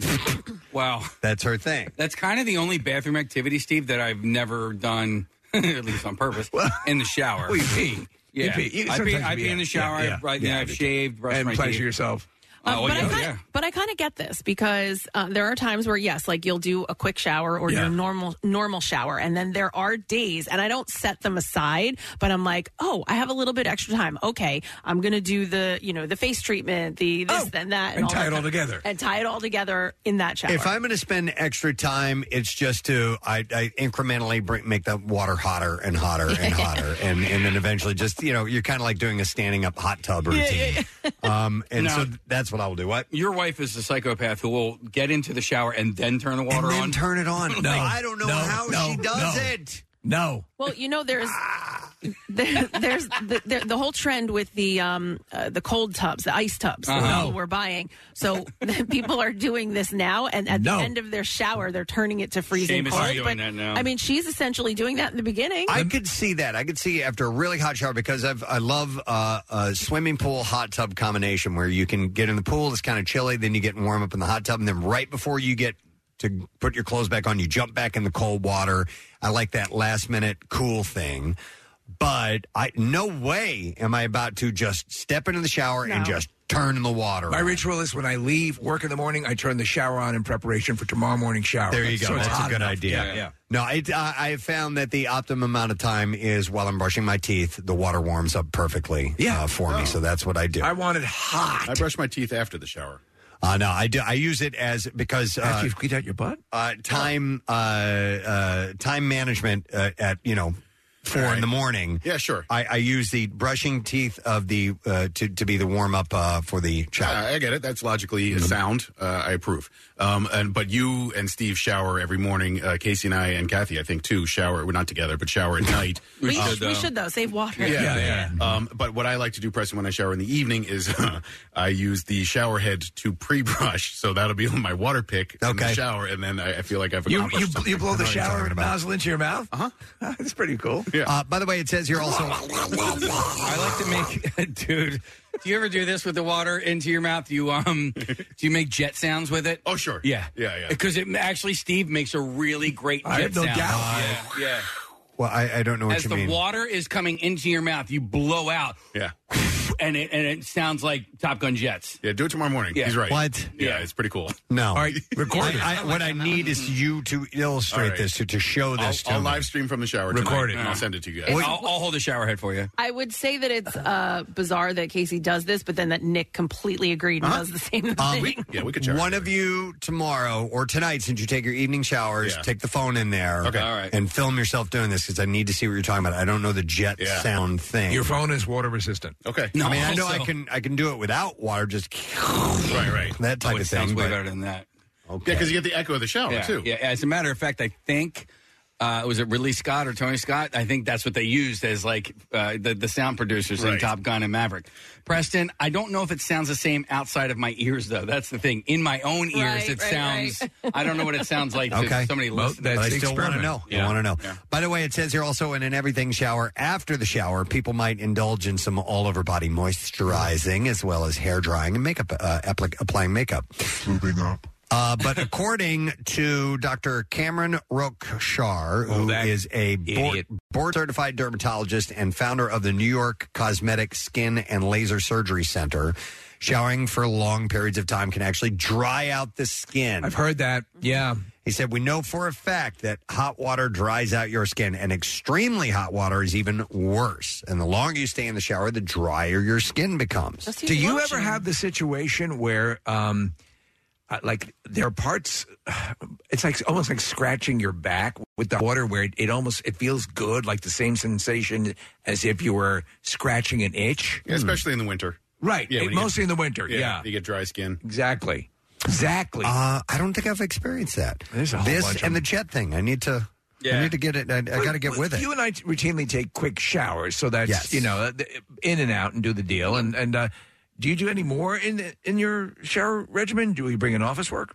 Speaker 5: Wow.
Speaker 3: that's her thing.
Speaker 5: That's kind of the only bathroom activity, Steve, that I've never done, at least on purpose, in the shower.
Speaker 6: Well, you pee.
Speaker 5: Yeah.
Speaker 6: You pee. You-
Speaker 5: I pee,
Speaker 6: sometimes
Speaker 5: I
Speaker 6: you
Speaker 5: pee
Speaker 6: pee.
Speaker 5: in the
Speaker 6: Yeah,
Speaker 5: shower.
Speaker 6: yeah,
Speaker 5: right
Speaker 6: yeah,
Speaker 5: now,
Speaker 6: I
Speaker 5: I've
Speaker 6: do too.
Speaker 5: shaved, brushed
Speaker 6: And
Speaker 5: my
Speaker 6: pleasure
Speaker 5: teeth.
Speaker 6: yourself.
Speaker 4: Uh,
Speaker 5: Oh, yeah,
Speaker 4: but, I kinda,
Speaker 5: yeah.
Speaker 4: but I kind of get this because uh, there are times where yes, like you'll do a quick shower or your normal normal shower, and then there are days, and I don't set them aside, but I'm like, oh, I have a little bit extra time. Okay, I'm gonna do the you know the face treatment, the
Speaker 6: Oh,
Speaker 4: this, then that,
Speaker 3: and
Speaker 4: all
Speaker 3: tie it
Speaker 4: that
Speaker 3: all
Speaker 4: kind of-
Speaker 3: together.
Speaker 4: and tie it all together in that shower.
Speaker 3: If I'm going to spend extra time, it's just to I, I incrementally bring, make the water hotter and hotter and hotter, and and then eventually just you know you're kind of like doing a standing up hot tub routine. Um, and
Speaker 5: No.
Speaker 3: so that's what I'll do. What
Speaker 5: Your wife is a psychopath who will get into the shower and then turn the water on.
Speaker 3: turn it on.
Speaker 5: Like,
Speaker 3: does
Speaker 5: it.
Speaker 6: No.
Speaker 4: Well, you know, there's there, there's the, there, the whole trend with the um, uh, the cold tubs, the ice tubs that
Speaker 17: Uh-huh.
Speaker 4: people we're buying. So people are doing this now, and at
Speaker 17: No.
Speaker 4: the end of their shower, they're turning it to freezing
Speaker 3: Seamus is
Speaker 4: cold.
Speaker 3: doing
Speaker 4: but,
Speaker 3: that now.
Speaker 4: I mean, she's essentially doing that in the beginning.
Speaker 3: I could see that. I could see after a really hot shower because I've I love uh, a swimming pool hot tub combination where you can get in the pool. It's kind of chilly, then you get warm up in the hot tub, and then right before you get to put your clothes back on, you jump back in the cold water. I like that last minute cool thing. But I no way am I about to just step into the shower and just turn the water.
Speaker 6: My
Speaker 3: on.
Speaker 6: ritual is when I leave work in the morning, I turn the shower on in preparation for tomorrow morning shower.
Speaker 3: There you go.
Speaker 6: So it's
Speaker 3: That's a
Speaker 6: hot
Speaker 3: good
Speaker 6: enough.
Speaker 3: idea. No, it, I, I have found that the optimum amount of time is while I'm brushing my teeth, the water warms up perfectly uh, for me. So that's what I do.
Speaker 6: I want it hot.
Speaker 8: I brush my teeth after the shower.
Speaker 3: Uh, no, I do. I use it as because uh,
Speaker 8: After
Speaker 6: you've cleaned out your butt.
Speaker 3: Uh, time, uh, uh, time management uh, at you know four in the morning.
Speaker 8: Yeah, sure.
Speaker 3: I, I use the brushing teeth of the uh, to to be the warm up uh, for the shower.
Speaker 8: I get it. That's logically
Speaker 6: Mm-hmm.
Speaker 8: sound. Uh, I approve. Um, and but you and Steve shower every morning. Uh, Casey and I and Kathy, I think, too, shower. We're not together, but shower at night.
Speaker 4: we,
Speaker 8: Uh,
Speaker 4: should, we should though save water.
Speaker 8: Yeah, yeah. Um, but what I like to do, Preston, when I shower in the evening is uh, I use the shower head to pre-brush, so that'll be my water pick in the
Speaker 6: Okay.
Speaker 8: shower, and then I, I feel like I've
Speaker 6: You,
Speaker 8: accomplished
Speaker 6: you,
Speaker 8: something.
Speaker 6: you blow the shower nozzle into your mouth?
Speaker 3: Uh-huh.
Speaker 8: Uh
Speaker 6: huh. That's pretty cool.
Speaker 8: Yeah.
Speaker 3: Uh, by the way, it says here also.
Speaker 5: I like to make, dude. Do you ever do this with the water into your mouth? You um, do you make jet sounds with it?
Speaker 8: Oh sure,
Speaker 5: yeah,
Speaker 8: yeah, yeah.
Speaker 5: Because it actually Steve makes a really great.
Speaker 3: I
Speaker 5: jet
Speaker 3: have no
Speaker 5: sound.
Speaker 3: doubt.
Speaker 5: Yeah, yeah.
Speaker 3: Well, I, I don't know what
Speaker 5: As
Speaker 3: you
Speaker 5: the
Speaker 3: mean.
Speaker 5: water is coming into your mouth, you blow out.
Speaker 8: Yeah.
Speaker 5: And it and it sounds like Top Gun jets.
Speaker 8: Yeah, do it tomorrow morning.
Speaker 5: Yeah.
Speaker 8: He's right.
Speaker 3: What?
Speaker 8: Yeah, it's pretty cool.
Speaker 3: No.
Speaker 8: All right, record it.
Speaker 3: I, I, what I need is you to illustrate
Speaker 8: All right.
Speaker 3: this to, to show
Speaker 8: I'll,
Speaker 3: this
Speaker 8: I'll
Speaker 3: to me.
Speaker 8: live stream from the shower. tonight,
Speaker 3: Record it.
Speaker 8: And I'll send it to you guys.
Speaker 4: I'll- I'll
Speaker 5: hold the shower head for you.
Speaker 4: I would say that it's uh, bizarre that Casey does this, but then that Nick completely agreed and does the same thing.
Speaker 3: Um, One of you tomorrow or tonight, since you take your evening showers,
Speaker 8: Yeah.
Speaker 3: take the phone in there,
Speaker 8: Okay. All right.
Speaker 3: and film yourself doing this because I need to see what you're talking about. I don't know the jet
Speaker 6: Yeah.
Speaker 3: sound thing.
Speaker 6: Your phone is water resistant.
Speaker 8: Okay.
Speaker 3: I mean, I know I can I can do it without water, just right,
Speaker 8: right,
Speaker 3: that type
Speaker 5: Oh, it
Speaker 3: of
Speaker 5: sounds
Speaker 3: thing.
Speaker 5: way
Speaker 3: but-
Speaker 5: better than that.
Speaker 3: Okay.
Speaker 8: Yeah, because you get the echo of the shower
Speaker 5: yeah,
Speaker 8: too.
Speaker 5: Yeah. As a matter of fact, I think uh, was it Ridley Scott or Tony Scott? I think that's what they used as like uh, the the sound producers in
Speaker 8: Right.
Speaker 5: Top Gun and Maverick. Preston, I don't know if it sounds the same outside of my ears though. That's the thing. In my own ears,
Speaker 3: Right,
Speaker 5: it
Speaker 3: right,
Speaker 5: sounds. I don't know what it sounds like.
Speaker 3: okay.
Speaker 5: To somebody
Speaker 3: Well,
Speaker 5: listening.
Speaker 3: but I still want to know. I want to know.
Speaker 5: Yeah.
Speaker 3: By the way, it says here also in an everything shower after the shower, people might indulge in some all over body moisturizing as well as hair drying and makeup uh, applic- applying makeup. Swooping up. Uh, but according to Dr. Cameron Rochar, who is a board, board certified dermatologist and founder of the New York Cosmetic Skin and Laser Surgery Center, showering for long periods of time can actually dry out the skin.
Speaker 6: I've heard that. Yeah.
Speaker 3: He said, We know for a fact that hot water dries out your skin, and extremely hot water is even worse. And the longer you stay in the shower, the drier your skin becomes.
Speaker 6: Do you ever have the situation where, um, uh, like, there are parts? It's like almost like scratching your back with the water, where it, it almost it feels good, like the same sensation as if you were scratching an itch.
Speaker 8: Yeah, especially in the winter.
Speaker 6: Right.
Speaker 8: Yeah,
Speaker 6: It-
Speaker 8: when you
Speaker 6: mostly
Speaker 8: get-
Speaker 6: in the winter. Yeah.
Speaker 8: You get dry skin.
Speaker 6: Exactly. Exactly.
Speaker 3: Uh, I don't think I've experienced that.
Speaker 6: There's a whole
Speaker 3: this
Speaker 6: bunch of
Speaker 3: and the jet thing. I need to. I
Speaker 6: Yeah.
Speaker 3: need to get it. I, I
Speaker 6: Well,
Speaker 3: got to get
Speaker 6: well,
Speaker 3: with it.
Speaker 6: You and I t- routinely take quick showers, so that's
Speaker 3: Yes.
Speaker 6: you know th- in and out and do the deal. And and uh, do you do any more in in your shower regimen? Do you bring in office work?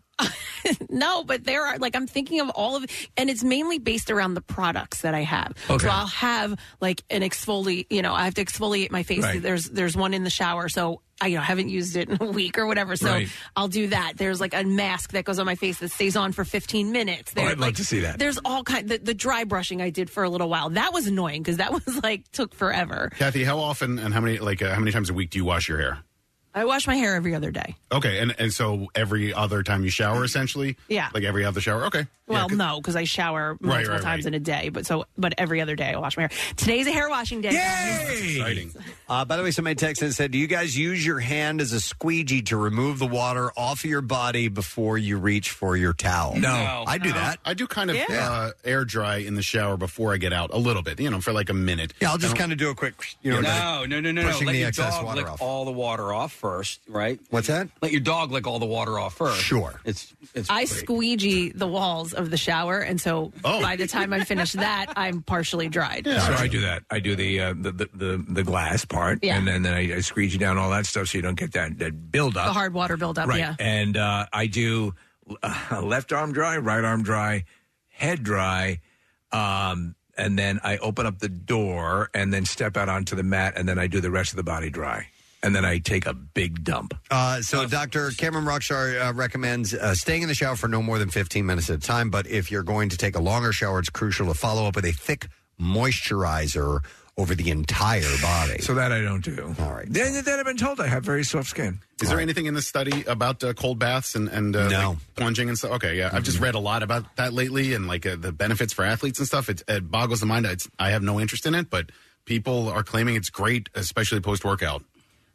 Speaker 4: no, but there are like I'm thinking of all of, and it's mainly based around the products that I have.
Speaker 6: Okay.
Speaker 4: So I'll have like an exfoliate. You know, I have to exfoliate my face.
Speaker 17: Right.
Speaker 4: There's there's one in the shower, so I you know, haven't used it in a week or whatever. So
Speaker 17: Right.
Speaker 4: I'll do that. There's like a mask that goes on my face that stays on for 15 minutes.
Speaker 17: Oh,
Speaker 4: There-
Speaker 17: I'd love
Speaker 4: like,
Speaker 17: to see that.
Speaker 4: There's all kind. The, the dry brushing I did for a little while that was annoying because that was like took forever.
Speaker 8: Kathy, how often and how many like uh, how many times a week do you wash your hair?
Speaker 4: I wash my hair every other day.
Speaker 8: Okay, and and so every other time you shower, essentially.
Speaker 4: Yeah.
Speaker 8: Like every other shower. Okay.
Speaker 4: Well, no, because I shower multiple
Speaker 8: right,
Speaker 4: times
Speaker 8: right.
Speaker 4: in a day, but so but every other day I wash my hair. Today's a hair washing day.
Speaker 3: Exciting. Uh, by the way, somebody texted and said, "Do you guys use your hand as a squeegee to remove the water off of your body before you reach for your towel?" I do that.
Speaker 8: I do kind of
Speaker 3: Yeah.
Speaker 8: uh, air dry in the shower before I get out a little bit, you know, for like a minute.
Speaker 3: Yeah, I'll just
Speaker 8: I don't-
Speaker 3: kind of do a quick, you know,
Speaker 5: no, Oh, no, no, no, no.
Speaker 8: pushing
Speaker 5: Let
Speaker 8: the
Speaker 5: your
Speaker 8: excess
Speaker 5: dog
Speaker 8: water
Speaker 5: lick
Speaker 8: off.
Speaker 5: all the water off first, right?
Speaker 3: What's that?
Speaker 5: Let your dog lick all the water off first.
Speaker 3: Sure.
Speaker 5: It's it's.
Speaker 4: I
Speaker 5: great.
Speaker 4: squeegee the walls of the shower, and so
Speaker 5: Oh.
Speaker 4: by the time I finish that, I'm partially dried.
Speaker 6: so I do that. I do the uh, the, the the the glass part,
Speaker 4: Yeah.
Speaker 6: and then, then I, I squeegee down all that stuff so you don't get that that buildup.
Speaker 4: the hard water buildup.
Speaker 6: right.
Speaker 4: Yeah.
Speaker 6: And uh, I do uh, left arm dry, right arm dry, head dry, um, and then I open up the door and then step out onto the mat, and then I do the rest of the body dry, and then I take a big dump.
Speaker 3: Uh, so, Dr. Cameron Rockshar uh, recommends uh, staying in the shower for no more than 15 minutes at a time. But if you're going to take a longer shower, it's crucial to follow up with a thick moisturizer over the entire body.
Speaker 6: So that I don't do.
Speaker 3: All right.
Speaker 6: Then, then I've been told I have very soft skin.
Speaker 8: Is there anything in this study about uh, cold baths and and uh, like, plunging and stuff? Okay, yeah, I've just read a lot about that lately and like uh, the benefits for athletes and stuff. It, it boggles the mind. It's, I have no interest in it, but people are claiming it's great, especially post workout.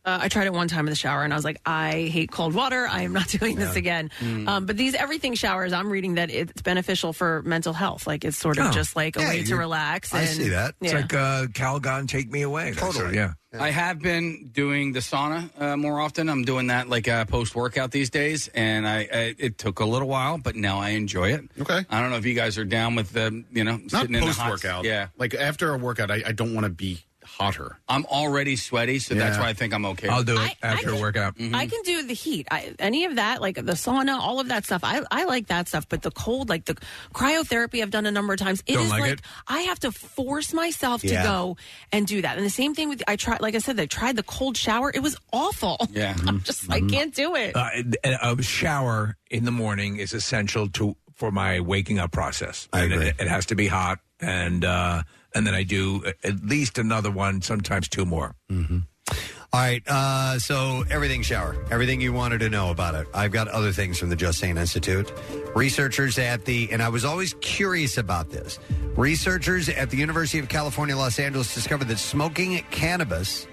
Speaker 4: Uh, I tried it one time in the shower, and I was like, I hate cold water. I am not doing this
Speaker 8: Yeah.
Speaker 4: again.
Speaker 8: Mm.
Speaker 4: Um, but these everything showers, I'm reading that it's beneficial for mental health. Like it's sort of
Speaker 6: Oh.
Speaker 4: just like a
Speaker 6: Yeah,
Speaker 4: way to
Speaker 6: you-
Speaker 4: relax. and,
Speaker 6: It's
Speaker 4: yeah.
Speaker 6: like uh, Calgon, take me away. That's it,
Speaker 5: Totally.
Speaker 6: yeah.
Speaker 5: I have been doing the sauna uh, more often. I'm doing that like uh, post workout these days, and I, I it took a little while, but now I enjoy it.
Speaker 8: Okay.
Speaker 5: I don't know if you guys are down with the you know
Speaker 8: Not
Speaker 5: sitting in the
Speaker 8: post
Speaker 5: hot-
Speaker 8: workout.
Speaker 5: Yeah,
Speaker 8: like after a workout, I, I don't want to be hotter.
Speaker 5: I'm already sweaty, so that's
Speaker 8: Yeah.
Speaker 5: why I think I'm okay. Mm-hmm.
Speaker 8: I'll do it I-
Speaker 4: after a
Speaker 6: workout.
Speaker 4: I can do the heat. I, any of that, like the sauna, all of that stuff. I, I like that stuff. But the cold, like the cryotherapy, I've done a number of times. It is
Speaker 6: Don't like it?
Speaker 4: I have to force myself
Speaker 6: Yeah.
Speaker 4: to go and do that. And the same thing with I tried. Like I said, I tried the cold shower. It was awful.
Speaker 6: Yeah.
Speaker 4: I'm just I can't do it.
Speaker 6: Uh, a, a shower in the morning is essential to for my waking up process. I agree. It, it has to be hot, and uh, and then I do a- at least another one, sometimes two more.
Speaker 3: All right. Uh, so everything shower, everything you wanted to know about it. I've got other things from the Just Saying Institute. Researchers at the, and I was always curious about this. Researchers at the University of California, Los Angeles discovered that smoking cannabis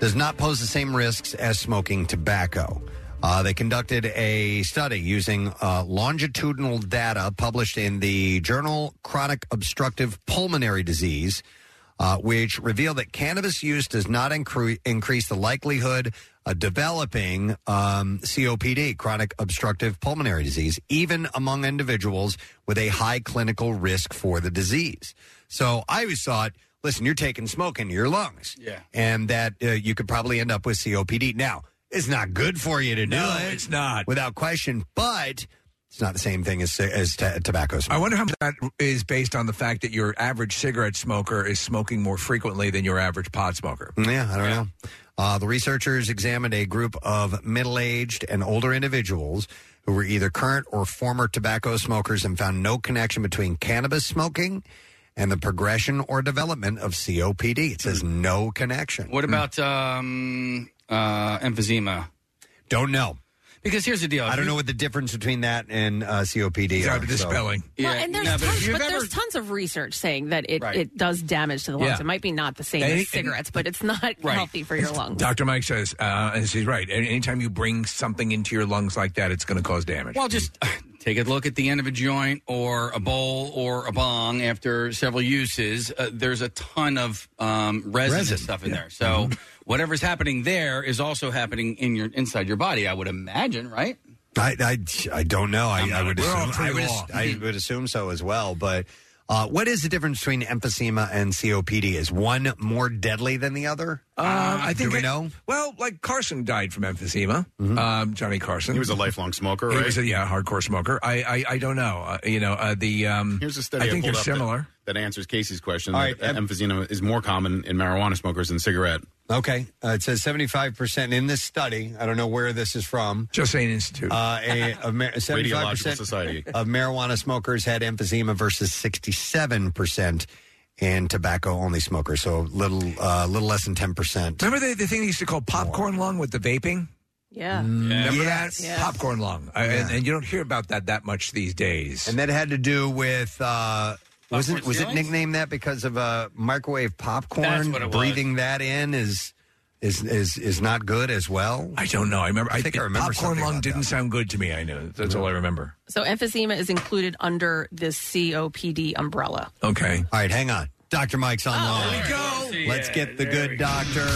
Speaker 3: does not pose the same risks as smoking tobacco. Uh, they conducted a study using uh, longitudinal data published in the journal Chronic Obstructive Pulmonary Disease, uh, which revealed that cannabis use does not incre- increase the likelihood of developing um, COPD, chronic obstructive pulmonary disease, even among individuals with a high clinical risk for the disease. So I always thought, listen, you're taking smoke into your lungs
Speaker 5: Yeah.
Speaker 3: and that uh, you could probably end up with COPD. Now, it's not good for you to do
Speaker 6: No,
Speaker 3: it.
Speaker 6: it's not.
Speaker 3: Without question, but it's not the same thing as, as t- tobacco smoke.
Speaker 6: I wonder how much that is based on the fact that your average cigarette smoker is smoking more frequently than your average pot smoker.
Speaker 3: Yeah, I don't know. Uh, the researchers examined a group of middle aged and older individuals who were either current or former tobacco smokers and found no connection between cannabis smoking and the progression or development of COPD. It says
Speaker 6: Hmm.
Speaker 3: no connection.
Speaker 5: What about um, uh, emphysema?
Speaker 3: Don't know.
Speaker 5: Because here's the deal.
Speaker 3: I don't know what the difference between that and uh, COPD
Speaker 6: It's
Speaker 3: are.
Speaker 6: out of the spelling.
Speaker 4: Well, and there's
Speaker 5: no, but if
Speaker 4: tons,
Speaker 5: you've
Speaker 4: but
Speaker 5: ever-
Speaker 4: there's tons of research saying that it,
Speaker 6: Right.
Speaker 4: it does damage to the lungs.
Speaker 6: Yeah.
Speaker 4: It might be not the same
Speaker 6: And-
Speaker 4: as cigarettes, but it's not healthy for your lungs.
Speaker 6: Dr. Mike says, uh, and she's right, any- anytime you bring something into your lungs like that, it's going to cause damage.
Speaker 5: Well, just take a look at the end of a joint or a bowl or a bong after several uses. Uh, there's a ton of um, resin, and
Speaker 6: Resin,
Speaker 5: stuff in there. So whatever's happening there is also happening in your inside your body. I would imagine, right?
Speaker 3: I, I, I don't know. I, I would
Speaker 5: We're
Speaker 3: assume.
Speaker 5: all
Speaker 3: I
Speaker 5: pretty
Speaker 3: would,
Speaker 5: raw.
Speaker 3: I would assume so as well. But uh, what is the difference between emphysema and COPD? Is one more deadly than the other?
Speaker 6: Uh, I
Speaker 3: Ah, Do
Speaker 6: think
Speaker 3: we
Speaker 6: I-
Speaker 3: know? Mm-hmm.
Speaker 6: Well, like Carson died from emphysema. Um, Johnny Carson. He
Speaker 8: was a lifelong smoker,
Speaker 6: He
Speaker 8: right?
Speaker 6: was a, yeah, hardcore smoker. I I, I don't know. Uh, you know, uh, the um,
Speaker 8: Here's a study
Speaker 6: I think
Speaker 8: pulled
Speaker 6: they're
Speaker 8: up that-
Speaker 6: similar.
Speaker 8: That, answers Casey's question.
Speaker 3: All
Speaker 8: that
Speaker 3: right,
Speaker 5: um,
Speaker 3: em-
Speaker 8: emphysema is more common in marijuana smokers than cigarette.
Speaker 3: Okay. Uh, it says 75% in this study. I don't know where this is from.
Speaker 6: Just saying institute.
Speaker 3: Uh, a, a mar- 75%
Speaker 8: Radiological Society.
Speaker 3: of marijuana smokers had emphysema versus 67% in tobacco only smokers. So little, uh, little less than 10%.
Speaker 6: Remember the, the thing they used to call popcorn lung with the vaping?
Speaker 4: Yeah.
Speaker 6: Remember
Speaker 3: Mm. Yes.
Speaker 6: that
Speaker 3: Yeah.
Speaker 6: popcorn lung, I- and, and you don't hear about that that much these days.
Speaker 3: And that had to do with uh, was it
Speaker 6: Popcorn
Speaker 3: was it
Speaker 6: ceilings?
Speaker 3: nicknamed that because of uh, microwave popcorn?
Speaker 6: That's what it was.
Speaker 3: Breathing that in is is is is not good as well.
Speaker 6: I don't know. I remember.
Speaker 3: I think I, remember
Speaker 6: popcorn
Speaker 3: something
Speaker 6: lung
Speaker 3: about
Speaker 6: didn't sound good to me. I know. That's all I remember.
Speaker 4: So emphysema is included under this COPD umbrella.
Speaker 6: Okay.
Speaker 3: All right, hang on. Dr. Mike's on line.
Speaker 4: go.
Speaker 3: Let's get the good doctor,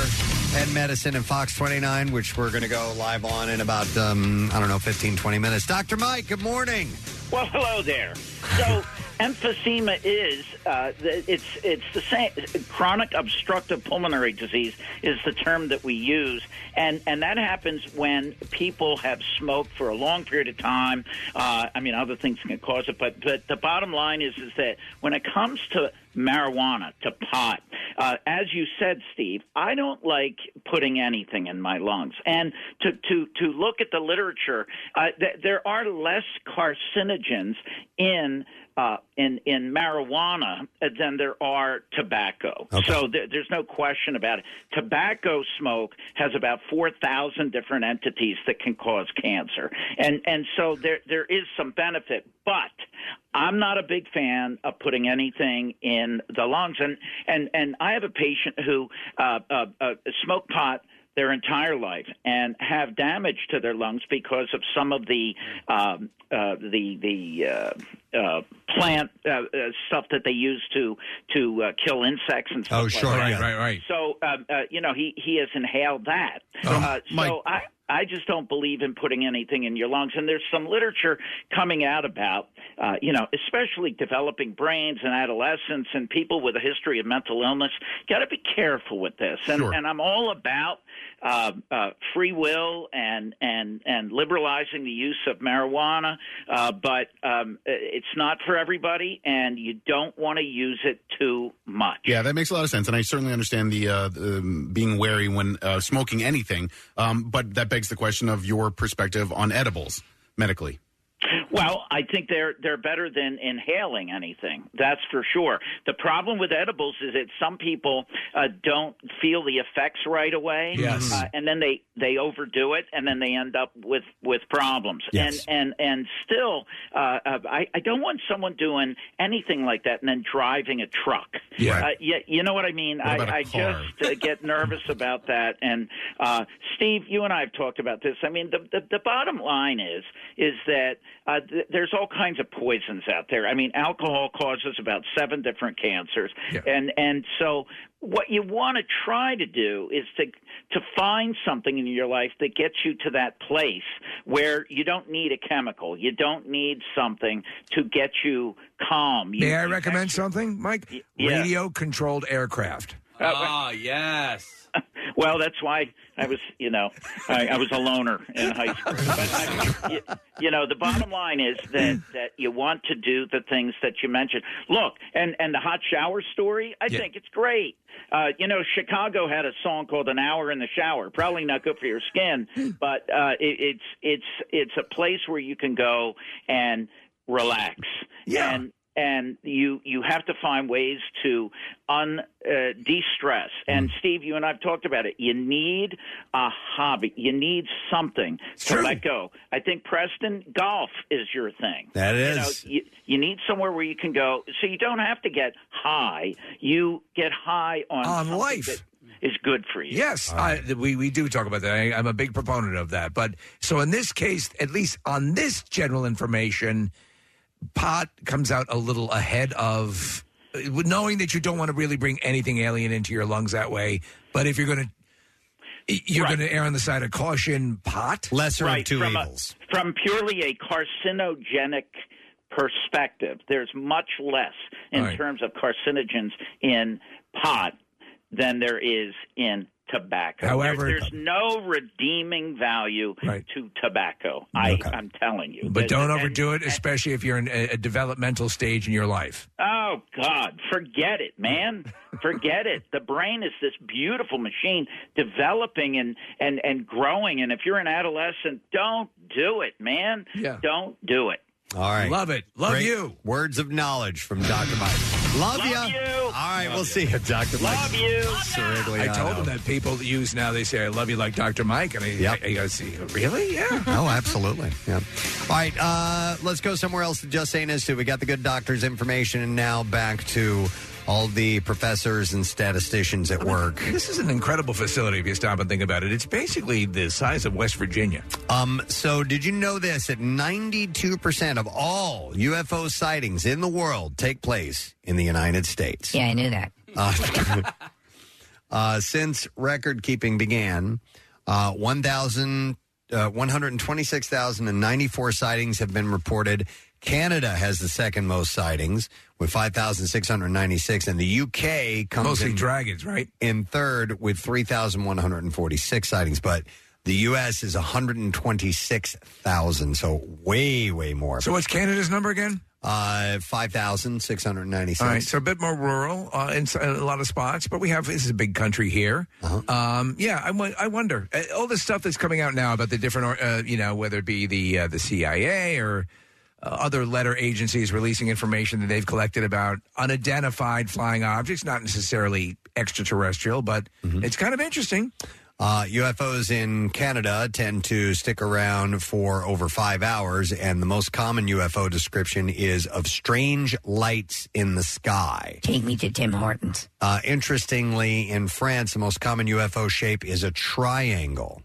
Speaker 3: Penn Medicine, and Fox 29, which we're going to go live on in about, um, I don't know, 15, 20 minutes. Dr. Mike, good morning.
Speaker 17: Well, hello there. So, emphysema is uh, the- it's it's the same chronic obstructive pulmonary disease is the term that we use, and and that happens when people have smoked for a long period of time. Uh, I mean, other things can cause it, but but the bottom line is is that when it comes to marijuana to pot. Uh, as you said, Steve, I don't like putting anything in my lungs. And to to to look at the literature, uh, th- there are less carcinogens in. Uh, in in marijuana than there are tobacco, so there, there's no question about it. Tobacco smoke has about four thousand different entities that can cause cancer, and and so there there is some benefit, but I'm not a big fan of putting anything in the lungs, and and and I have a patient who uh, uh, uh, smoked pot their entire life and have damage to their lungs because of some of the um, uh, the the uh, uh, plant uh, uh, stuff that they use to to uh, kill insects and stuff.
Speaker 3: Oh, sure,
Speaker 17: like that.
Speaker 3: right, right, right.
Speaker 17: So um, uh, you know he he has inhaled that. uh, so I. I just don't believe in putting anything in your lungs. And there's some literature coming out about, uh, you know, especially developing brains and adolescents and people with a history of mental illness. Got to be careful with this. And,
Speaker 18: Sure.
Speaker 17: and I'm all about uh, uh, free will and and and liberalizing the use of marijuana, uh, but um, it's not for everybody, and you don't want to use it too much.
Speaker 8: Yeah, that makes a lot of sense, and I certainly understand the uh, um, being wary when uh, smoking anything. Um, but that begs the question of your perspective on edibles medically.
Speaker 17: Well, I think they're they're better than inhaling anything. That's for sure. The problem with edibles is that some people uh, don't feel the effects right away,
Speaker 19: Yes.
Speaker 17: uh, and then they they overdo it, and then they end up with with problems.
Speaker 19: Yes.
Speaker 17: And and and still, uh, uh, I I don't want someone doing anything like that and then driving a truck.
Speaker 19: Yeah.
Speaker 17: Uh, you, you know what I mean.
Speaker 19: What
Speaker 17: I,
Speaker 19: about a
Speaker 17: I
Speaker 19: car?
Speaker 17: just to get nervous about that. And uh, Steve, you and I have talked about this. I mean, the the, the bottom line is is that uh, th- there's all kinds of poisons out there. I mean, alcohol causes about seven different cancers, and and so what you want to try to do is to to find something in your life that gets you to that place where you don't need a chemical, you don't need something to get you calm. You,
Speaker 6: May I
Speaker 17: you
Speaker 6: recommend something, Mike?
Speaker 17: yeah.
Speaker 6: Radio controlled aircraft.
Speaker 17: Ah, yes. Well, that's why I was, you know, I, I was a loner in high school. But I, you, you know, the bottom line is that that you want to do the things that you mentioned. Look, and and the hot shower story, I
Speaker 19: Yeah.
Speaker 17: think it's great. Uh, you know, Chicago had a song called "An Hour in the Shower." Probably not good for your skin, but uh, it, it's it's it's a place where you can go and relax. Yeah. And, and you you have to find ways to un uh, de-stress. And Steve, you and I've talked about it. You need a hobby. You need something to let go. I think Preston golf is your thing.
Speaker 3: That
Speaker 17: You
Speaker 3: is.
Speaker 17: know, You, you need somewhere where you can go, so you don't have to get high. You get high on
Speaker 6: On
Speaker 17: something
Speaker 6: life.
Speaker 17: that is good for you.
Speaker 6: Yes, I, th- we, we do talk about that. I, I'm a big proponent of that. But so in this case, at least on this general information, pot comes out a little ahead of with knowing that you don't want to really bring anything alien into your lungs that way. But if you're going to, you're going to err on the side of caution. Pot, lesser
Speaker 17: Right, from a- from purely a carcinogenic perspective, there's much less in
Speaker 6: Right.
Speaker 17: terms of carcinogens in pot than there is in tobacco.
Speaker 6: However-
Speaker 17: There- there's no redeeming value to tobacco. I, I'm telling you.
Speaker 6: but
Speaker 17: That-
Speaker 6: don't
Speaker 17: and-
Speaker 6: overdo it, especially if you're in a, a developmental stage in your life.
Speaker 17: Oh God, forget it, man. Forget it. The brain is this beautiful machine developing and, and, and growing. And if you're an adolescent, don't do it, man. Don't do it.
Speaker 3: All right.
Speaker 17: Love it. Love
Speaker 3: Great
Speaker 17: you.
Speaker 3: Words of knowledge from Dr. Mike. Love, ya. All right, we'll see you, Doctor.
Speaker 6: Love
Speaker 17: you.
Speaker 6: I told him that people use now. They say, "I love you," like Dr. Mike, and I, I, I go, "See, really? Yeah."
Speaker 3: Oh, absolutely. Yeah. All right, uh, let's go somewhere else to Just Ain't Us Too. We got the good doctor's information, and now back to all the professors and statisticians at work.
Speaker 6: This is an incredible facility if you stop and think about it. It's basically the size of West Virginia.
Speaker 3: Um, so, did you know this? That 92% of all UFO sightings in the world take place in the United States.
Speaker 18: Yeah, I knew that.
Speaker 3: Uh, uh, since record keeping began, uh, 1,000. Uh, 126,094 sightings have been reported. Canada has the second most sightings with 5,696, and the UK comes
Speaker 6: Mostly
Speaker 3: in,
Speaker 6: dragons, right?
Speaker 3: in third with 3,146 sightings. But the US is 126,000, so way, way more.
Speaker 6: So, what's Canada's number again?
Speaker 3: Uh, 5,696.
Speaker 6: All right, so a bit more rural uh, in, s- in a lot of spots, but we have this is a big country here. Um, yeah, I, won- I wonder uh, all this stuff that's coming out now about the different, or- uh, you know, whether it be the uh, the CIA or uh, other letter agencies releasing information that they've collected about unidentified flying objects, not necessarily extraterrestrial, but it's kind of interesting.
Speaker 3: Uh, UFOs in Canada tend to stick around for over five hours, and the most common UFO description is of strange lights in the sky.
Speaker 18: Take me to Tim Hortons.
Speaker 3: Uh, interestingly, in France, the most common UFO shape is a triangle.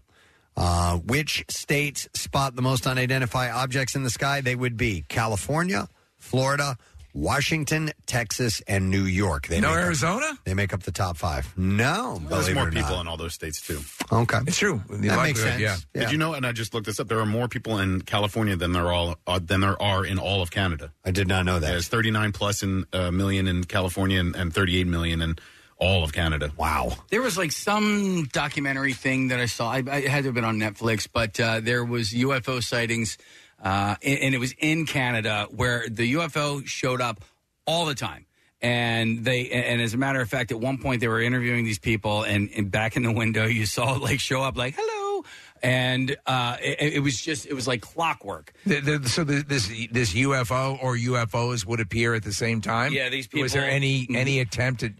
Speaker 3: Uh, which states spot the most unidentified objects in the sky? They would be California, Florida, Washington, Texas, and New York. They
Speaker 6: No
Speaker 3: make up-
Speaker 6: Arizona?
Speaker 3: they make up the top five. No,
Speaker 8: There's
Speaker 3: Oh, believe it
Speaker 8: more
Speaker 3: or
Speaker 8: people
Speaker 3: not.
Speaker 8: in all those states too.
Speaker 3: Okay,
Speaker 6: it's true.
Speaker 8: that makes sense. Did you know? And I just looked this up. There are more people in California than there all uh, than there are in all of Canada.
Speaker 3: I did not know that.
Speaker 8: There's 39 plus in uh, million in California and, and 38 million in all of Canada.
Speaker 3: Wow.
Speaker 5: There was like some documentary thing that I saw. I, I it had to have been on Netflix, but uh, there was UFO sightings, uh, and, and it was in Canada where the UFO showed up all the time. And they, and as a matter of fact, at one point they were interviewing these people, and, and back in the window you saw it like show up like hello, and uh, it, it was just it was like clockwork.
Speaker 6: The, the, so the, this this UFO or UFOs would appear at the same time.
Speaker 5: Yeah, these
Speaker 6: Was there
Speaker 5: people- Mm-hmm.
Speaker 6: any any attempt at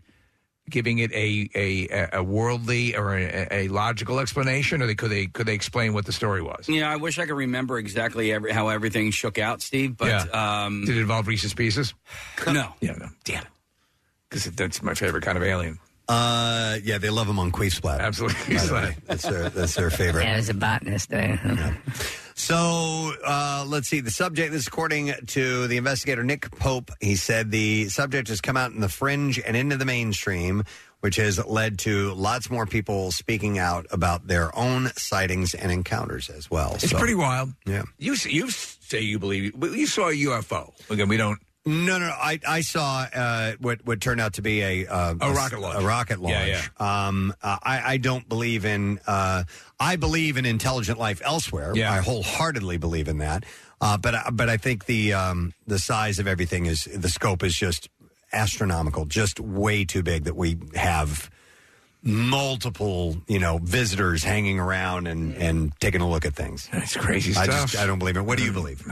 Speaker 6: giving it a a, a worldly or a, a logical explanation, or they, could they could they explain what the story was?
Speaker 5: Yeah, I wish I could remember exactly every, how everything shook out, Steve. But um,
Speaker 6: Did it involve Reese's Pieces?
Speaker 5: No.
Speaker 6: Yeah, no. Damn it. Because that's my favorite kind of alien.
Speaker 3: Uh, yeah, they love them on Queefsplat.
Speaker 6: Absolutely,
Speaker 3: that's their that's their favorite.
Speaker 18: Yeah, I was a botanist. There.
Speaker 3: So uh, let's see. The subject, this is according to the investigator Nick Pope, he said the subject has come out in the fringe and into the mainstream, which has led to lots more people speaking out about their own sightings and encounters as well.
Speaker 6: It's
Speaker 3: So-
Speaker 6: pretty wild.
Speaker 3: Yeah.
Speaker 6: You s- you s- say you believe well, you saw a UFO. Again, we don't.
Speaker 3: No, no, I I saw uh, what what turned out to be a uh,
Speaker 6: A rocket launch.
Speaker 3: A rocket launch.
Speaker 6: Yeah,
Speaker 3: Um, uh, I I don't believe in. Uh, I believe in intelligent life elsewhere.
Speaker 6: Yeah.
Speaker 3: I wholeheartedly believe in that. Uh, but I- but I think the um, the size of everything is the scope is just astronomical, just way too big that we have multiple you know visitors hanging around and and taking a look at things.
Speaker 6: That's crazy
Speaker 3: I
Speaker 6: stuff.
Speaker 3: just I don't believe it. What do you believe?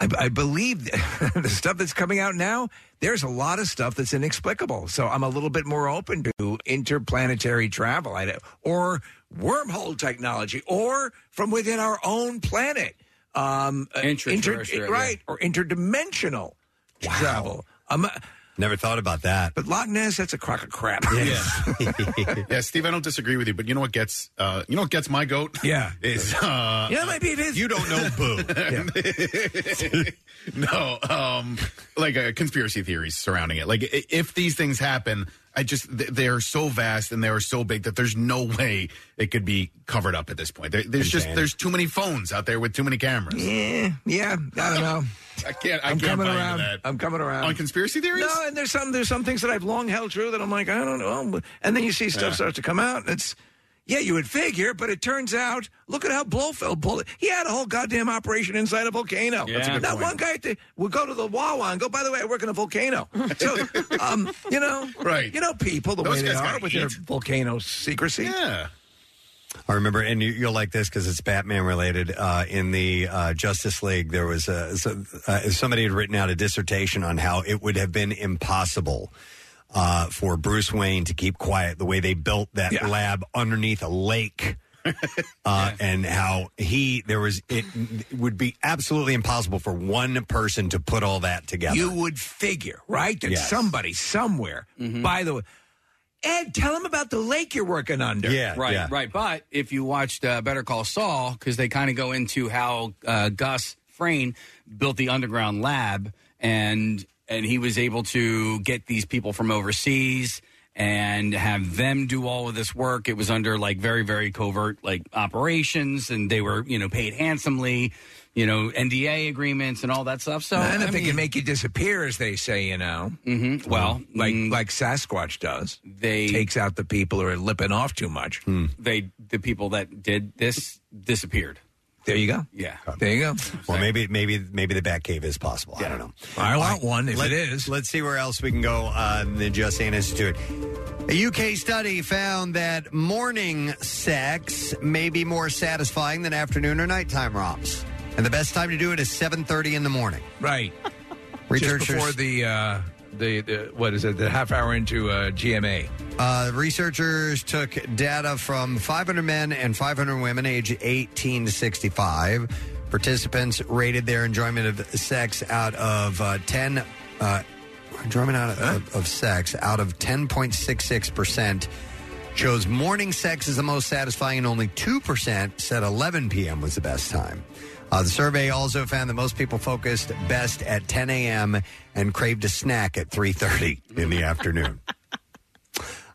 Speaker 6: I, I believe the stuff that's coming out now, there's a lot of stuff that's inexplicable. So I'm a little bit more open to interplanetary travel I don't- or wormhole technology or from within our own planet. Um, uh,
Speaker 5: Intraterrestrial,
Speaker 6: right, or interdimensional travel. Um,
Speaker 3: Never thought about that.
Speaker 6: But Loch Ness, that's a crock of crap.
Speaker 8: Yeah. yeah, Steve, I don't disagree with you, but you know what gets uh, you know what gets my goat?
Speaker 6: Yeah.
Speaker 8: is uh,
Speaker 6: Yeah, maybe it is.
Speaker 8: You don't know boo. no, um, like uh, conspiracy theories surrounding it. Like i- if these things happen, I just th- they are so vast and they are so big that there's no way it could be covered up at this point. There, there's just
Speaker 6: Contained.
Speaker 8: there's too many phones out there with too many cameras.
Speaker 6: Yeah, yeah. I don't know.
Speaker 8: I can't. I
Speaker 6: I'm
Speaker 8: can't
Speaker 6: coming
Speaker 8: buy into
Speaker 6: around.
Speaker 8: that.
Speaker 6: I'm coming around
Speaker 8: On conspiracy theories?
Speaker 6: No, and there's some there's some things that I've long held true that I'm like I don't know, and then you see stuff
Speaker 8: Yeah.
Speaker 6: starts to come out, and it's yeah, you would figure, but it turns out look at how Blofeld pulled it. He had a whole goddamn operation inside a volcano.
Speaker 8: Yeah. That's a good
Speaker 6: Not
Speaker 8: point.
Speaker 6: one guy th- would go to the Wawa and go. By the way, I work in a volcano. So, um, you know,
Speaker 8: Right.
Speaker 6: You know, people the
Speaker 8: Those
Speaker 6: way they
Speaker 8: guys
Speaker 6: are
Speaker 8: gotta
Speaker 6: with their
Speaker 8: eat.
Speaker 6: volcano secrecy.
Speaker 8: Yeah.
Speaker 3: I remember, and you, you'll like this because it's Batman related. Uh, in the uh, Justice League, there was a, so, uh, somebody had written out a dissertation on how it would have been impossible uh, for Bruce Wayne to keep quiet the way they built that lab underneath a lake. uh, and how he there was it would be absolutely impossible for one person to put all that together.
Speaker 6: You would figure, right? That
Speaker 3: Yes.
Speaker 6: somebody somewhere,
Speaker 8: Mm-hmm.
Speaker 6: by the way, Ed, tell them about the lake you're working under.
Speaker 5: right, right. But if you watched uh, Better Call Saul, because they kind of go into how uh, Gus Frayne built the underground lab, and and he was able to get these people from overseas and have them do all of this work. It was under like very very covert like operations, and they were you know paid handsomely, you know NDA agreements and all that stuff. So
Speaker 6: and
Speaker 5: I
Speaker 6: if they
Speaker 5: mean-
Speaker 6: can make you disappear, as they say, you know.
Speaker 5: Mm-hmm. Well,
Speaker 6: Mm, like like Sasquatch does,
Speaker 5: they
Speaker 6: takes out the people who are lipping off too much.
Speaker 3: Hmm.
Speaker 5: they the people that did this disappeared.
Speaker 6: There you go.
Speaker 5: Yeah.
Speaker 6: There you go.
Speaker 3: Well, maybe maybe maybe the Batcave is possible. I don't know.
Speaker 6: I want one if
Speaker 3: Let-
Speaker 6: it is.
Speaker 3: Let's see where else we can go on the Just Saying Institute. A UK study found that morning sex may be more satisfying than afternoon or nighttime romps, and the best time to do it is seven thirty in the morning.
Speaker 6: Right.
Speaker 3: Researchers
Speaker 6: Just before the uh, the the what is it? The half hour into uh, GMA.
Speaker 3: Uh, researchers took data from 500 men and 500 women aged 18 to 65. Participants rated their enjoyment of sex out of uh, 10. Uh, enjoyment out of, of, of sex out of 10.66 percent chose morning sex is the most satisfying, and only two percent said 11 p.m. was the best time. Uh, the survey also found that most people focused best at 10 a.m. and craved a snack at 3:30 in the afternoon.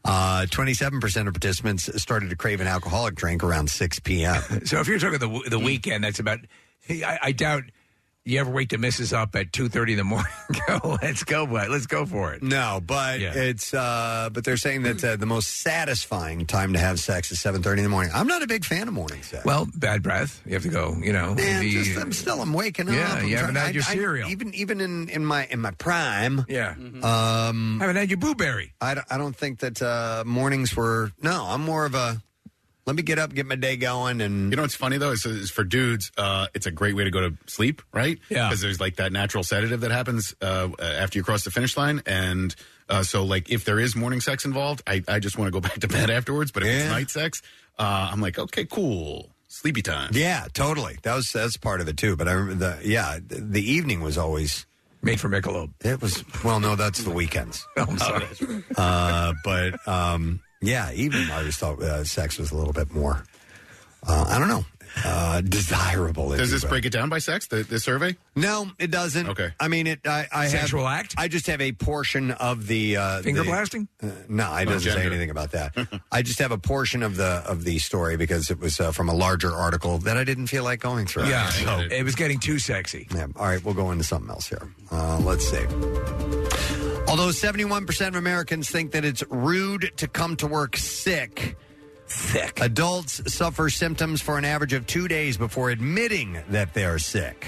Speaker 3: Uh, 27% of participants started to crave an alcoholic drink around 6 p.m.
Speaker 6: So if you're talking the the weekend, that's about. I, I doubt you ever wake the missus up at two thirty in the morning. go, let's go, bud. Let's go for it.
Speaker 3: No, but
Speaker 6: Yeah.
Speaker 3: it's uh, but they're saying that uh, the most satisfying time to have sex is 7:30 in the morning. I'm not a big fan of morning sex.
Speaker 6: Well, bad breath. You have to go. You know.
Speaker 3: Man,
Speaker 6: the-
Speaker 3: just, I'm still I'm waking
Speaker 6: Yeah,
Speaker 3: up. I'm
Speaker 6: you haven't
Speaker 3: trying-
Speaker 6: had your
Speaker 3: I- I-
Speaker 6: cereal.
Speaker 3: even even in, in my in my prime.
Speaker 6: Yeah,
Speaker 3: um,
Speaker 6: haven't had your blueberry.
Speaker 3: I don't, I don't think that uh, mornings were. No, I'm more of a. Let me get up, get my day going, and
Speaker 8: You know what's funny though is, is for dudes, uh, it's a great way to go to sleep, right?
Speaker 6: Yeah.
Speaker 8: Because there's like that natural sedative that happens uh, after you cross the finish line, and uh, so like if there is morning sex involved, I, I just want to go back to bed afterwards. But if it's night sex, uh, I'm like, okay, cool, sleepy time.
Speaker 3: Yeah, totally. That was that's part of it too. But I remember the yeah, th- the evening was always
Speaker 6: made for Michelob.
Speaker 3: It was well, no, that's the weekends.
Speaker 6: I'm sorry.
Speaker 3: uh, but um, yeah, evening I always thought uh, sex was a little bit more. Uh, I don't know, uh, desirable. if
Speaker 8: Does
Speaker 3: you
Speaker 8: this
Speaker 3: will.
Speaker 8: break it down by sex? The, the survey?
Speaker 3: No, it doesn't.
Speaker 8: Okay.
Speaker 3: I mean, it. I, I
Speaker 8: Sexual
Speaker 3: have, act. I just have a portion of the uh,
Speaker 6: Finger
Speaker 3: the-
Speaker 6: blasting?
Speaker 3: Uh, no, I
Speaker 6: No,
Speaker 3: doesn't say
Speaker 6: Oh, gender.
Speaker 3: anything about that. I just have a portion of the of the story because it was uh, from a larger article that I didn't feel like going through.
Speaker 6: Yeah,
Speaker 3: So-
Speaker 6: it was getting too sexy.
Speaker 3: Yeah. All right, we'll go into something else here. Uh, let's see. Although 71% of Americans think that it's rude to come to work sick,
Speaker 6: sick.
Speaker 3: Adults suffer symptoms for an average of two days before admitting that they are sick.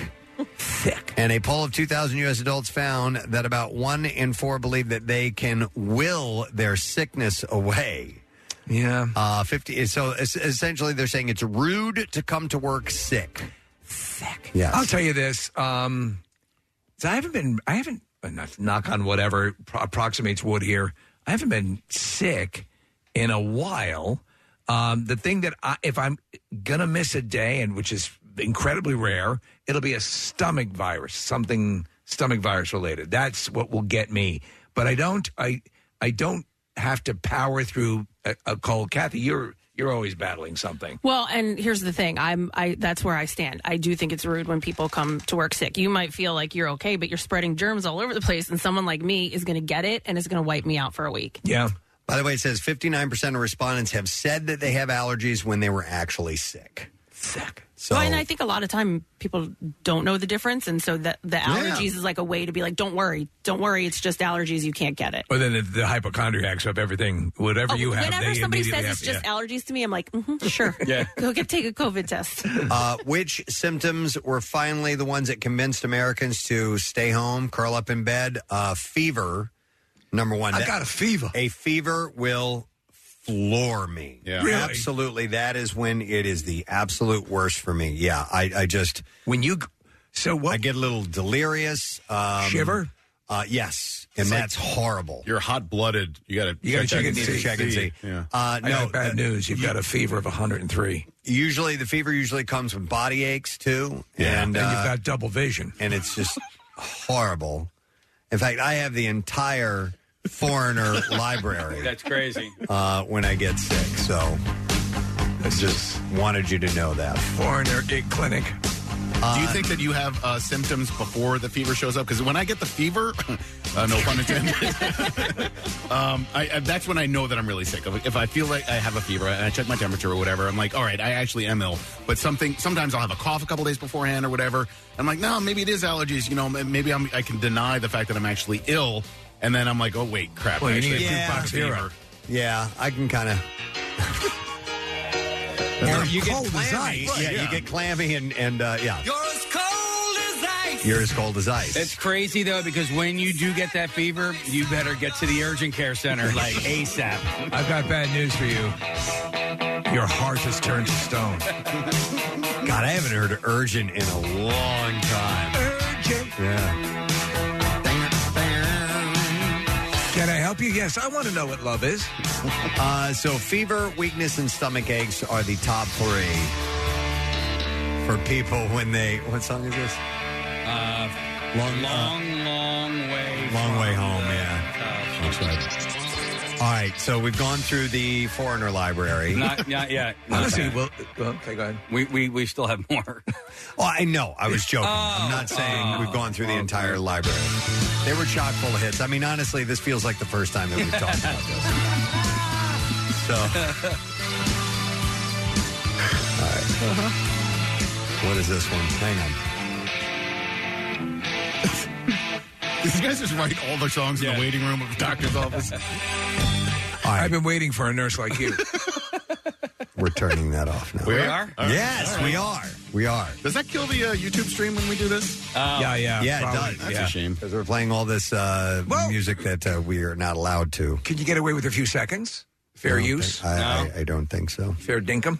Speaker 3: Sick. And a poll of 2,000 U.S. adults found that about one in four believe that they can will their sickness away.
Speaker 6: Yeah.
Speaker 3: Uh, 50. So es- essentially, they're saying it's rude to come to work sick. Sick. Yeah.
Speaker 6: I'll tell you this. Um, so I haven't been. I haven't. uh, Not, knock on whatever pro- approximates wood here. I haven't been sick in a while. Um, the thing that I, if I'm gonna miss a day, and which is incredibly rare, it'll be a stomach virus, something stomach virus related. That's what will get me. But I don't. I I don't have to power through a, a cold. Kathy, you're you're always battling something.
Speaker 4: Well, and here's the thing. I'm I that's where I stand. I do think it's rude when people come to work sick. You might feel like you're okay, but you're spreading germs all over the place and someone like me is going to get it and is going to wipe me out for a week.
Speaker 6: Yeah.
Speaker 3: By the way, it says 59% of respondents have said that they have allergies when they were actually sick.
Speaker 6: Sick.
Speaker 3: So,
Speaker 4: well, and I think a lot of time people don't know the difference and so that the allergies is like a way to be like don't worry. Don't worry, it's just allergies, you can't get it.
Speaker 6: Or then the, the hypochondriacs up everything, whatever
Speaker 4: Oh,
Speaker 6: you have.
Speaker 4: Whenever
Speaker 6: they
Speaker 4: somebody
Speaker 6: immediately
Speaker 4: says
Speaker 6: have,
Speaker 4: it's just allergies to me, I'm like, mm-hmm, sure.
Speaker 6: Yeah.
Speaker 4: Go get take a COVID test.
Speaker 3: uh, which symptoms were finally the ones that convinced Americans to stay home, curl up in bed? Uh, fever, number one.
Speaker 6: I got a fever.
Speaker 3: A fever will floor me.
Speaker 8: Yeah.
Speaker 6: Really?
Speaker 3: Absolutely. That is when it is the absolute worst for me. Yeah. I, I just. When you.
Speaker 6: So what?
Speaker 3: I get a little delirious. Um,
Speaker 8: Shiver?
Speaker 3: Uh, yes. And
Speaker 8: It's like-
Speaker 3: that's horrible.
Speaker 8: You're hot blooded. You got to
Speaker 3: You gotta check and see. Check and see.
Speaker 8: Yeah.
Speaker 3: Uh, no,
Speaker 6: I got bad
Speaker 3: uh,
Speaker 6: news. You've got a fever of 103.
Speaker 3: Usually, the fever usually comes with body aches too, and,
Speaker 6: And you've
Speaker 3: uh,
Speaker 6: got double vision.
Speaker 3: and it's just horrible. In fact, I have the entire foreigner library
Speaker 5: That's crazy.
Speaker 3: uh, when I get sick. So, I just wanted you to know that.
Speaker 6: Foreigner Gig Clinic.
Speaker 8: Do you think that you have uh, symptoms before the fever shows up? Because when I get the fever, uh, no pun intended, um, I, I, that's when I know that I'm really sick. If I feel like I have a fever and I check my temperature or whatever, I'm like, all right, I actually am ill. But something, sometimes I'll have a cough a couple days beforehand or whatever. I'm like, no, maybe it is allergies. You know, m- maybe I'm, I can deny the fact that I'm actually ill. And then I'm like, oh wait, crap. I actually have two pox fever.
Speaker 3: Yeah, Uh, I can kind of.
Speaker 8: I'm
Speaker 3: you get
Speaker 8: cold as
Speaker 3: clammy.
Speaker 8: ice.
Speaker 3: Yeah,
Speaker 8: Yeah.
Speaker 3: you get clammy and and uh, yeah,
Speaker 5: You're as cold as ice.
Speaker 3: you're as cold as ice.
Speaker 5: It's crazy though because when you do get that fever, you better get to the urgent care center like ASAP.
Speaker 6: I've got bad news for you. Your heart has turned to stone.
Speaker 3: God, I haven't heard urgent in a long time.
Speaker 6: Urgent.
Speaker 3: Yeah.
Speaker 6: Can I help you? Yes, I want to know what love is.
Speaker 3: Uh, so, fever, weakness, and stomach aches are the top three for people when they. What song is this?
Speaker 5: Uh,
Speaker 3: Long-
Speaker 5: long, long way.
Speaker 3: Long way
Speaker 5: from
Speaker 3: home,
Speaker 5: the
Speaker 3: yeah.
Speaker 5: top.
Speaker 3: All right, so we've gone through the foreigner library.
Speaker 5: Not, not yet. Not
Speaker 6: Honestly,
Speaker 5: yet.
Speaker 6: well, well, okay, go ahead.
Speaker 5: We, we we still have more. Oh.
Speaker 3: Oh, I know. I was joking. I'm not saying we've gone through the entire library. They were chock full of hits. I mean, honestly, this feels like the first time that we've talked about this. So, all
Speaker 5: Uh-huh.
Speaker 3: right. What is this one? Hang
Speaker 8: These guys just write all their songs in the waiting room of the doctor's office.
Speaker 6: I've been waiting for a nurse like you.
Speaker 3: on. We're turning that off now.
Speaker 8: We are? All right.
Speaker 3: Yes,
Speaker 8: All
Speaker 3: we
Speaker 8: right.
Speaker 3: are. We are.
Speaker 8: Does that kill the uh, YouTube stream when we do this?
Speaker 6: yeah, yeah.
Speaker 3: Oh. yeah,
Speaker 6: probably,
Speaker 3: it does.
Speaker 8: That's
Speaker 6: yeah.
Speaker 8: a shame.
Speaker 3: Because we're playing all this uh,
Speaker 6: Well-
Speaker 3: music that uh, we are not allowed to.
Speaker 6: Can you get away with a few seconds?
Speaker 3: I
Speaker 6: Fair
Speaker 3: don't
Speaker 6: use?
Speaker 3: think- I, I, I don't think so.
Speaker 6: Fair dinkum?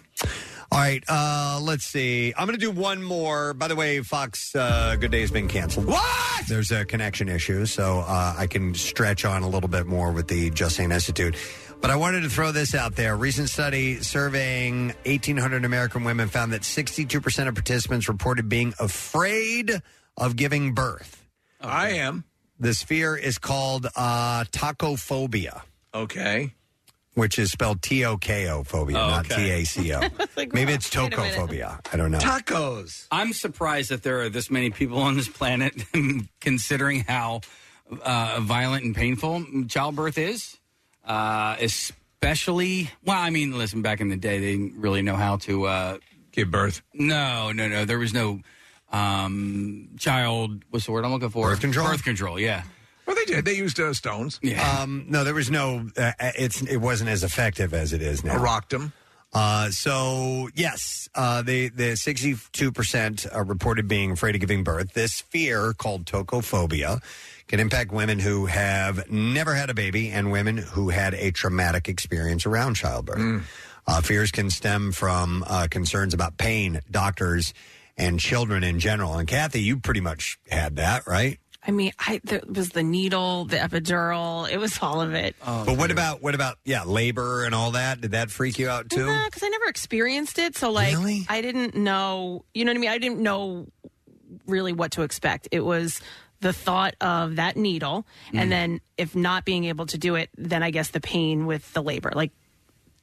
Speaker 3: All right, uh, let's see. I'm going to do one more. By the way, Fox uh, Good Day has been canceled.
Speaker 6: What?
Speaker 3: There's a connection issue, so uh, I can stretch on a little bit more with the Justine Institute. But I wanted to throw this out there. A recent study surveying 1,800 American women found that 62% of participants reported being afraid of giving birth.
Speaker 6: I am.
Speaker 3: This fear is called uh, tacophobia,
Speaker 6: Okay.
Speaker 3: which is spelled T O K O phobia,
Speaker 5: Oh,
Speaker 3: not
Speaker 5: okay.
Speaker 3: T A C O.
Speaker 4: Like,
Speaker 3: Maybe it's
Speaker 4: wait a minute.
Speaker 3: tocophobia. I don't know.
Speaker 6: Tacos.
Speaker 5: I'm surprised that there are this many people on this planet, considering how uh, violent and painful childbirth is. Uh, especially, well, I mean, listen, back in the day, they didn't really know how to. Uh,
Speaker 6: Give birth.
Speaker 5: no, no, no. There was no um, child. What's the word I'm looking for?
Speaker 3: Birth control?
Speaker 5: Birth control. Yeah.
Speaker 6: Well, they did. They used uh, stones.
Speaker 5: Yeah.
Speaker 3: Um, no, there was no. Uh, it's it wasn't as effective as it is
Speaker 6: I
Speaker 3: now.
Speaker 6: rocked them.
Speaker 3: Uh, so yes, uh, the the sixty two percent uh, reported being afraid of giving birth. This fear called tocophobia can impact women who have never had a baby and women who had a traumatic experience around childbirth. Uh, fears can stem from uh, concerns about pain, doctors, and children in general. And Kathy, you pretty much had that, right?
Speaker 4: I mean, I there was the needle, the epidural. It was all of it.
Speaker 3: But what about what about yeah labor and all that? Did that freak you out too?
Speaker 4: because I never experienced it, so like
Speaker 3: Really?
Speaker 4: I didn't know. You know what I mean? I didn't know really what to expect. It was the thought of that needle,
Speaker 3: Mm.
Speaker 4: and then if not being able to do it, then I guess the pain with the labor. Like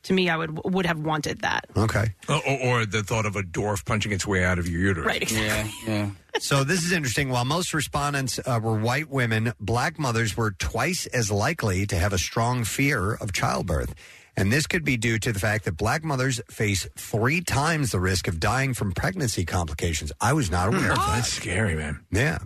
Speaker 4: to me, I would would have wanted that.
Speaker 3: Okay.
Speaker 6: Or, or, Oh, or the thought of a dwarf punching its way out of your uterus.
Speaker 4: Right.
Speaker 5: yeah. Yeah.
Speaker 3: So this is interesting. While most respondents uh, were white women, black mothers were twice as likely to have a strong fear of childbirth. And this could be due to the fact that black mothers face three times the risk of dying from pregnancy complications. I was not aware of that.
Speaker 6: Hmm. That's scary, man.
Speaker 3: Yeah.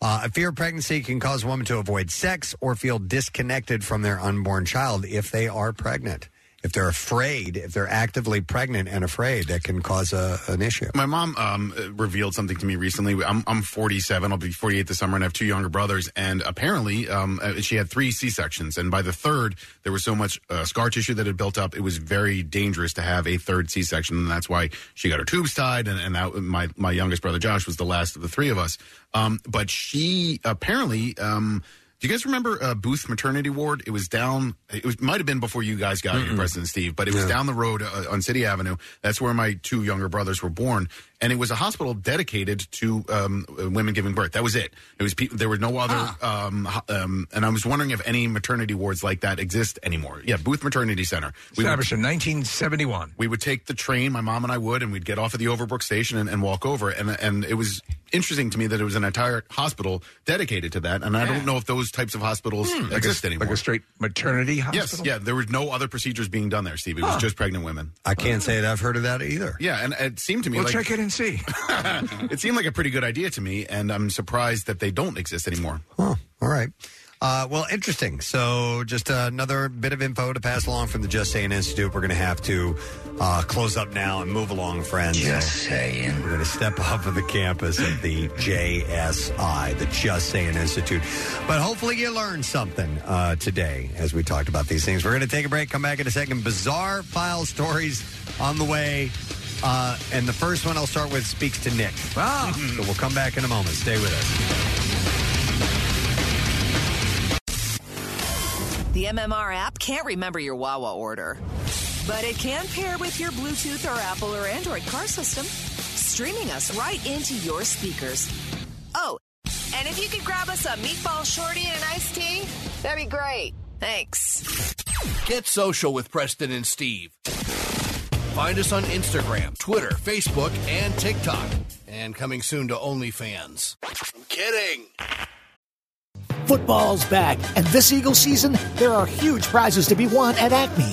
Speaker 3: Uh, a fear of pregnancy can cause a woman to avoid sex or feel disconnected from their unborn child if they are pregnant. if they're afraid, if they're actively pregnant and afraid, that can cause a, an issue.
Speaker 8: My mom um, uh, revealed something to me recently. I'm, I'm 47. I'll be 48 this summer, and I have two younger brothers. And apparently, um, uh, she had three C sections. And by the third, there was so much uh, scar tissue that had built up. It was very dangerous to have a third C section, and that's why she got her tubes tied. And, and that, my my youngest brother Josh was the last of the three of us. Um, but she apparently. Um, do you guys remember uh, Booth Maternity Ward? It was down. It was might have been before you guys got
Speaker 5: Mm-hmm.
Speaker 8: here, President Steve, but it was
Speaker 19: Yeah.
Speaker 8: down the road uh, on City Avenue. That's where my two younger brothers were born, and it was a hospital dedicated to um, uh, women giving birth. That was it. It was peop there were no other.
Speaker 6: Ah.
Speaker 8: Um, ho- um, and I was wondering if any maternity wards like that exist anymore. Yeah, Booth Maternity Center.
Speaker 6: Established
Speaker 8: in 1971. We would take the train. My mom and I would, and we'd get off at the Overbrook station and, and walk over. And and it was interesting to me that it was an entire hospital dedicated to that. And I don't know if those types of hospitals
Speaker 6: Hmm. Like a-
Speaker 8: exist anymore.
Speaker 6: like a straight maternity
Speaker 8: Yes,
Speaker 6: hospital?
Speaker 8: yeah. There was no other procedures being done there, Steve. It was
Speaker 6: Huh.
Speaker 8: just pregnant women.
Speaker 3: I can't say that I've heard of that either.
Speaker 8: Yeah, and it seemed to me
Speaker 6: We'll
Speaker 8: like
Speaker 6: check it and see.
Speaker 8: it seemed like a pretty good idea to me, and I'm surprised that they don't exist anymore.
Speaker 3: All right. Uh, well, interesting. So, just another bit of info to pass along from the Just Saying Institute. We're going to have to uh, close up now and move along, friends. Just saying. We're going to step off of the campus of the JSI, the Just Saying Institute. But hopefully, you learned something uh, today as we talked about these things. We're going to take a break, come back in a second. Bizarre file stories on the way. Uh, and the first one I'll start with speaks to Nick. So, we'll come back in a moment. Stay with us.
Speaker 9: The MMR app can't remember your Wawa order, but it can pair with your Bluetooth or Apple or Android car system, streaming us right into your speakers. Oh, and if you could grab us a meatball shorty and an iced tea, that'd be great. Thanks.
Speaker 10: Get social with Preston and Steve. Find us on Instagram, Twitter, Facebook, and TikTok. And coming soon to OnlyFans. I'm kidding.
Speaker 11: Football's back, and this Eagle season, there are huge prizes to be won at Acme.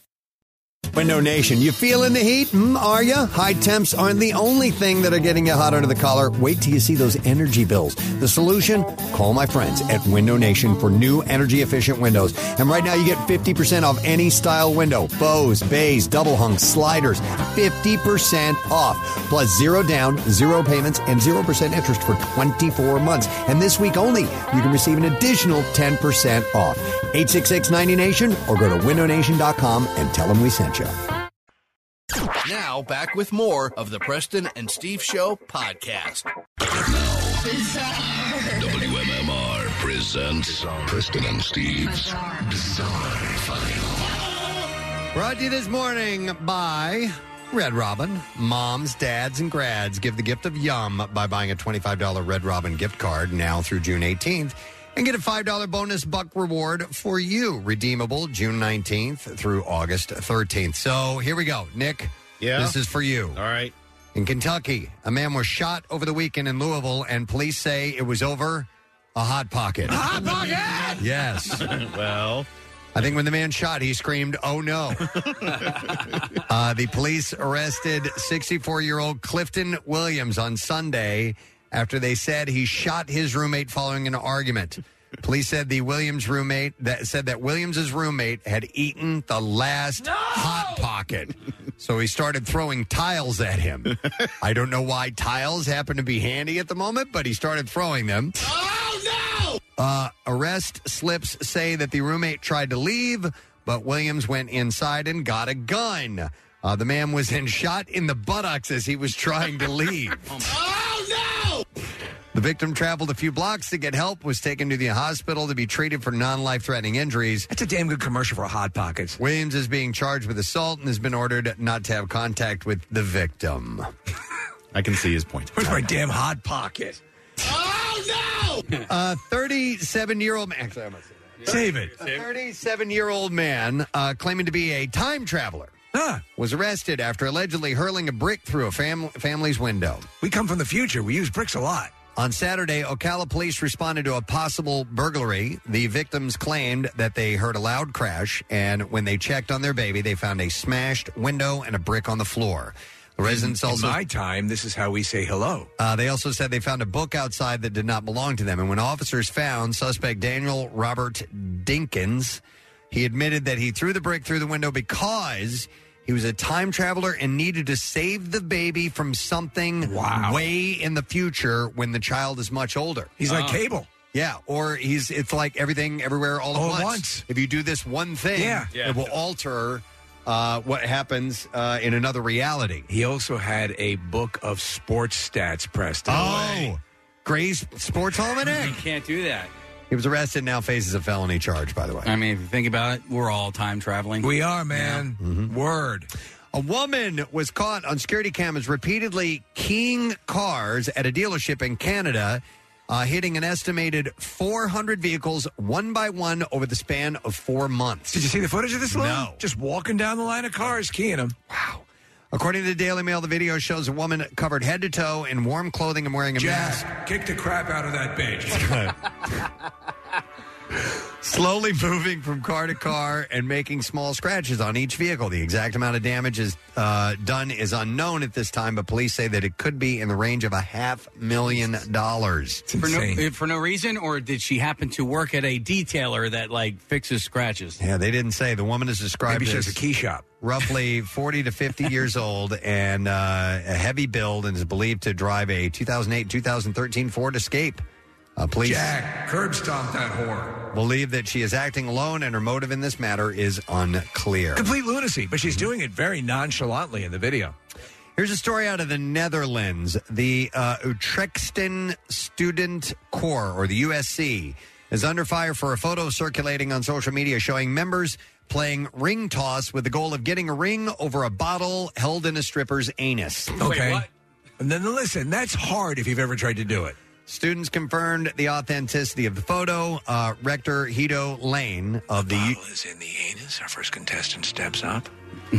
Speaker 3: Window Nation, you feeling the heat? Mm, are you? High temps aren't the only thing that are getting you hot under the collar. Wait till you see those energy bills. The solution? Call my friends at Window Nation for new energy efficient windows. And right now you get 50% off any style window. Bows, bays, double hung, sliders. 50% off. Plus zero down, zero payments, and 0% interest for 24 months. And this week only, you can receive an additional 10% off. 866-90Nation or go to windownation.com and tell them we sent you.
Speaker 10: Now, back with more of the Preston and Steve Show podcast.
Speaker 2: WMMR presents Preston and Steve's Bizarre, File.
Speaker 3: Brought to you this morning by Red Robin. Moms, dads, and grads give the gift of yum by buying a $25 Red Robin gift card now through June 18th and get a $5 bonus buck reward for you. Redeemable June 19th through August 13th. So here we go. Nick,
Speaker 8: Yeah?
Speaker 3: this is for you.
Speaker 8: All right.
Speaker 3: In Kentucky, a man was shot over the weekend in Louisville, and police say it was over a Hot Pocket. Hot Pocket! Yes.
Speaker 8: well.
Speaker 3: I think when the man shot, he screamed, oh no. uh, the police arrested 64 year old Clifton Williams on Sunday after they said he shot his roommate following an argument. Police said the Williams roommate that said that Williams's roommate had eaten the last hot pocket. So he started throwing tiles at him. I don't know why tiles happen to be handy at the moment, but he started throwing them. Uh, arrest slips say that the roommate tried to leave, but Williams went inside and got a gun. Uh, the man was then shot in the buttocks as he was trying to leave.
Speaker 8: Oh,
Speaker 3: The victim traveled a few blocks to get help, was taken to the hospital to be treated for non life threatening injuries. That's a damn good commercial for Hot Pockets. Williams is being charged with assault and has been ordered not to have contact with the victim.
Speaker 8: I can see his point.
Speaker 6: Where's my damn hot pocket?
Speaker 3: Oh, no! A 37 year old man. Actually, I'm going to say that.
Speaker 6: Save it.
Speaker 3: A 37 year old man uh, claiming to be a time traveler was arrested after allegedly hurling a brick through a fam- family's window. We come from the future. We use bricks a lot. On Saturday, Ocala police responded to a possible burglary. The victims claimed that they heard a loud crash, and when they checked on their baby, they found a smashed window and a brick on the floor. The residents
Speaker 6: In- in
Speaker 3: also
Speaker 6: my time, this is how we say hello.
Speaker 3: uh, they also said they found a book outside that did not belong to them. And when officers found suspect Daniel Robert Dinkins, he admitted that he threw the brick through the window because he was a time traveler and needed to save the baby from something way in the future when the child is much older.
Speaker 6: He's like Oh. Cable.
Speaker 3: Yeah, or he's it's like everything everywhere all at,
Speaker 6: All at
Speaker 3: once.
Speaker 6: once.
Speaker 3: If you do this one thing,
Speaker 6: Yeah. Yeah.
Speaker 3: it will alter uh, what happens uh, in another reality.
Speaker 6: He also had a book of sports stats, Preston.
Speaker 3: Oh, Gray's Sports Almanac.
Speaker 5: You can't do that.
Speaker 3: He was arrested. Now faces a felony charge. By the way,
Speaker 5: I mean, if you think about it, we're all time traveling.
Speaker 3: We are,
Speaker 6: man.
Speaker 5: Mm-hmm.
Speaker 3: Word. A woman was caught on security cameras repeatedly keying cars at a dealership in Canada, uh, hitting an estimated 400 vehicles one by one over the span of four months. Did
Speaker 6: you see the footage of this? Lou?
Speaker 3: No.
Speaker 6: Just walking down the line of cars, keying them.
Speaker 3: According to the Daily Mail, the video shows a woman covered head to toe in warm clothing and wearing a mask.
Speaker 6: Jazz, kick the crap out of that bitch.
Speaker 3: slowly moving from car to car and making small scratches on each vehicle. The exact amount of damage is uh, done is unknown at this time, but police say that it could be in the range of a half million dollars.
Speaker 5: For no, eh, for no reason, or did she happen to work at a detailer that like fixes scratches?
Speaker 3: Yeah, they didn't say. The woman is described
Speaker 5: Maybe she
Speaker 3: as
Speaker 5: has a key shop.
Speaker 3: roughly 40 to 50 years old and uh, a heavy build and is believed to drive a 2008-2013 Ford Escape. Uh, police
Speaker 6: Jack, curb stomp that whore.
Speaker 3: believe that she is acting alone and her motive in this matter is unclear.
Speaker 6: Complete lunacy, but she's doing it very nonchalantly in the video.
Speaker 3: Here's a story out of the Netherlands. The uh, Utrechtsten Student Corps, or the USC, is under fire for a photo circulating on social media showing members playing ring toss with the goal of getting a ring over a bottle held in a stripper's anus.
Speaker 6: Okay. And then listen, that's hard if you've ever tried to do it.
Speaker 3: Students confirmed the authenticity of the photo. Uh, Rector Hito Lane of the, U-
Speaker 6: Is in the anus. Our first contestant steps up.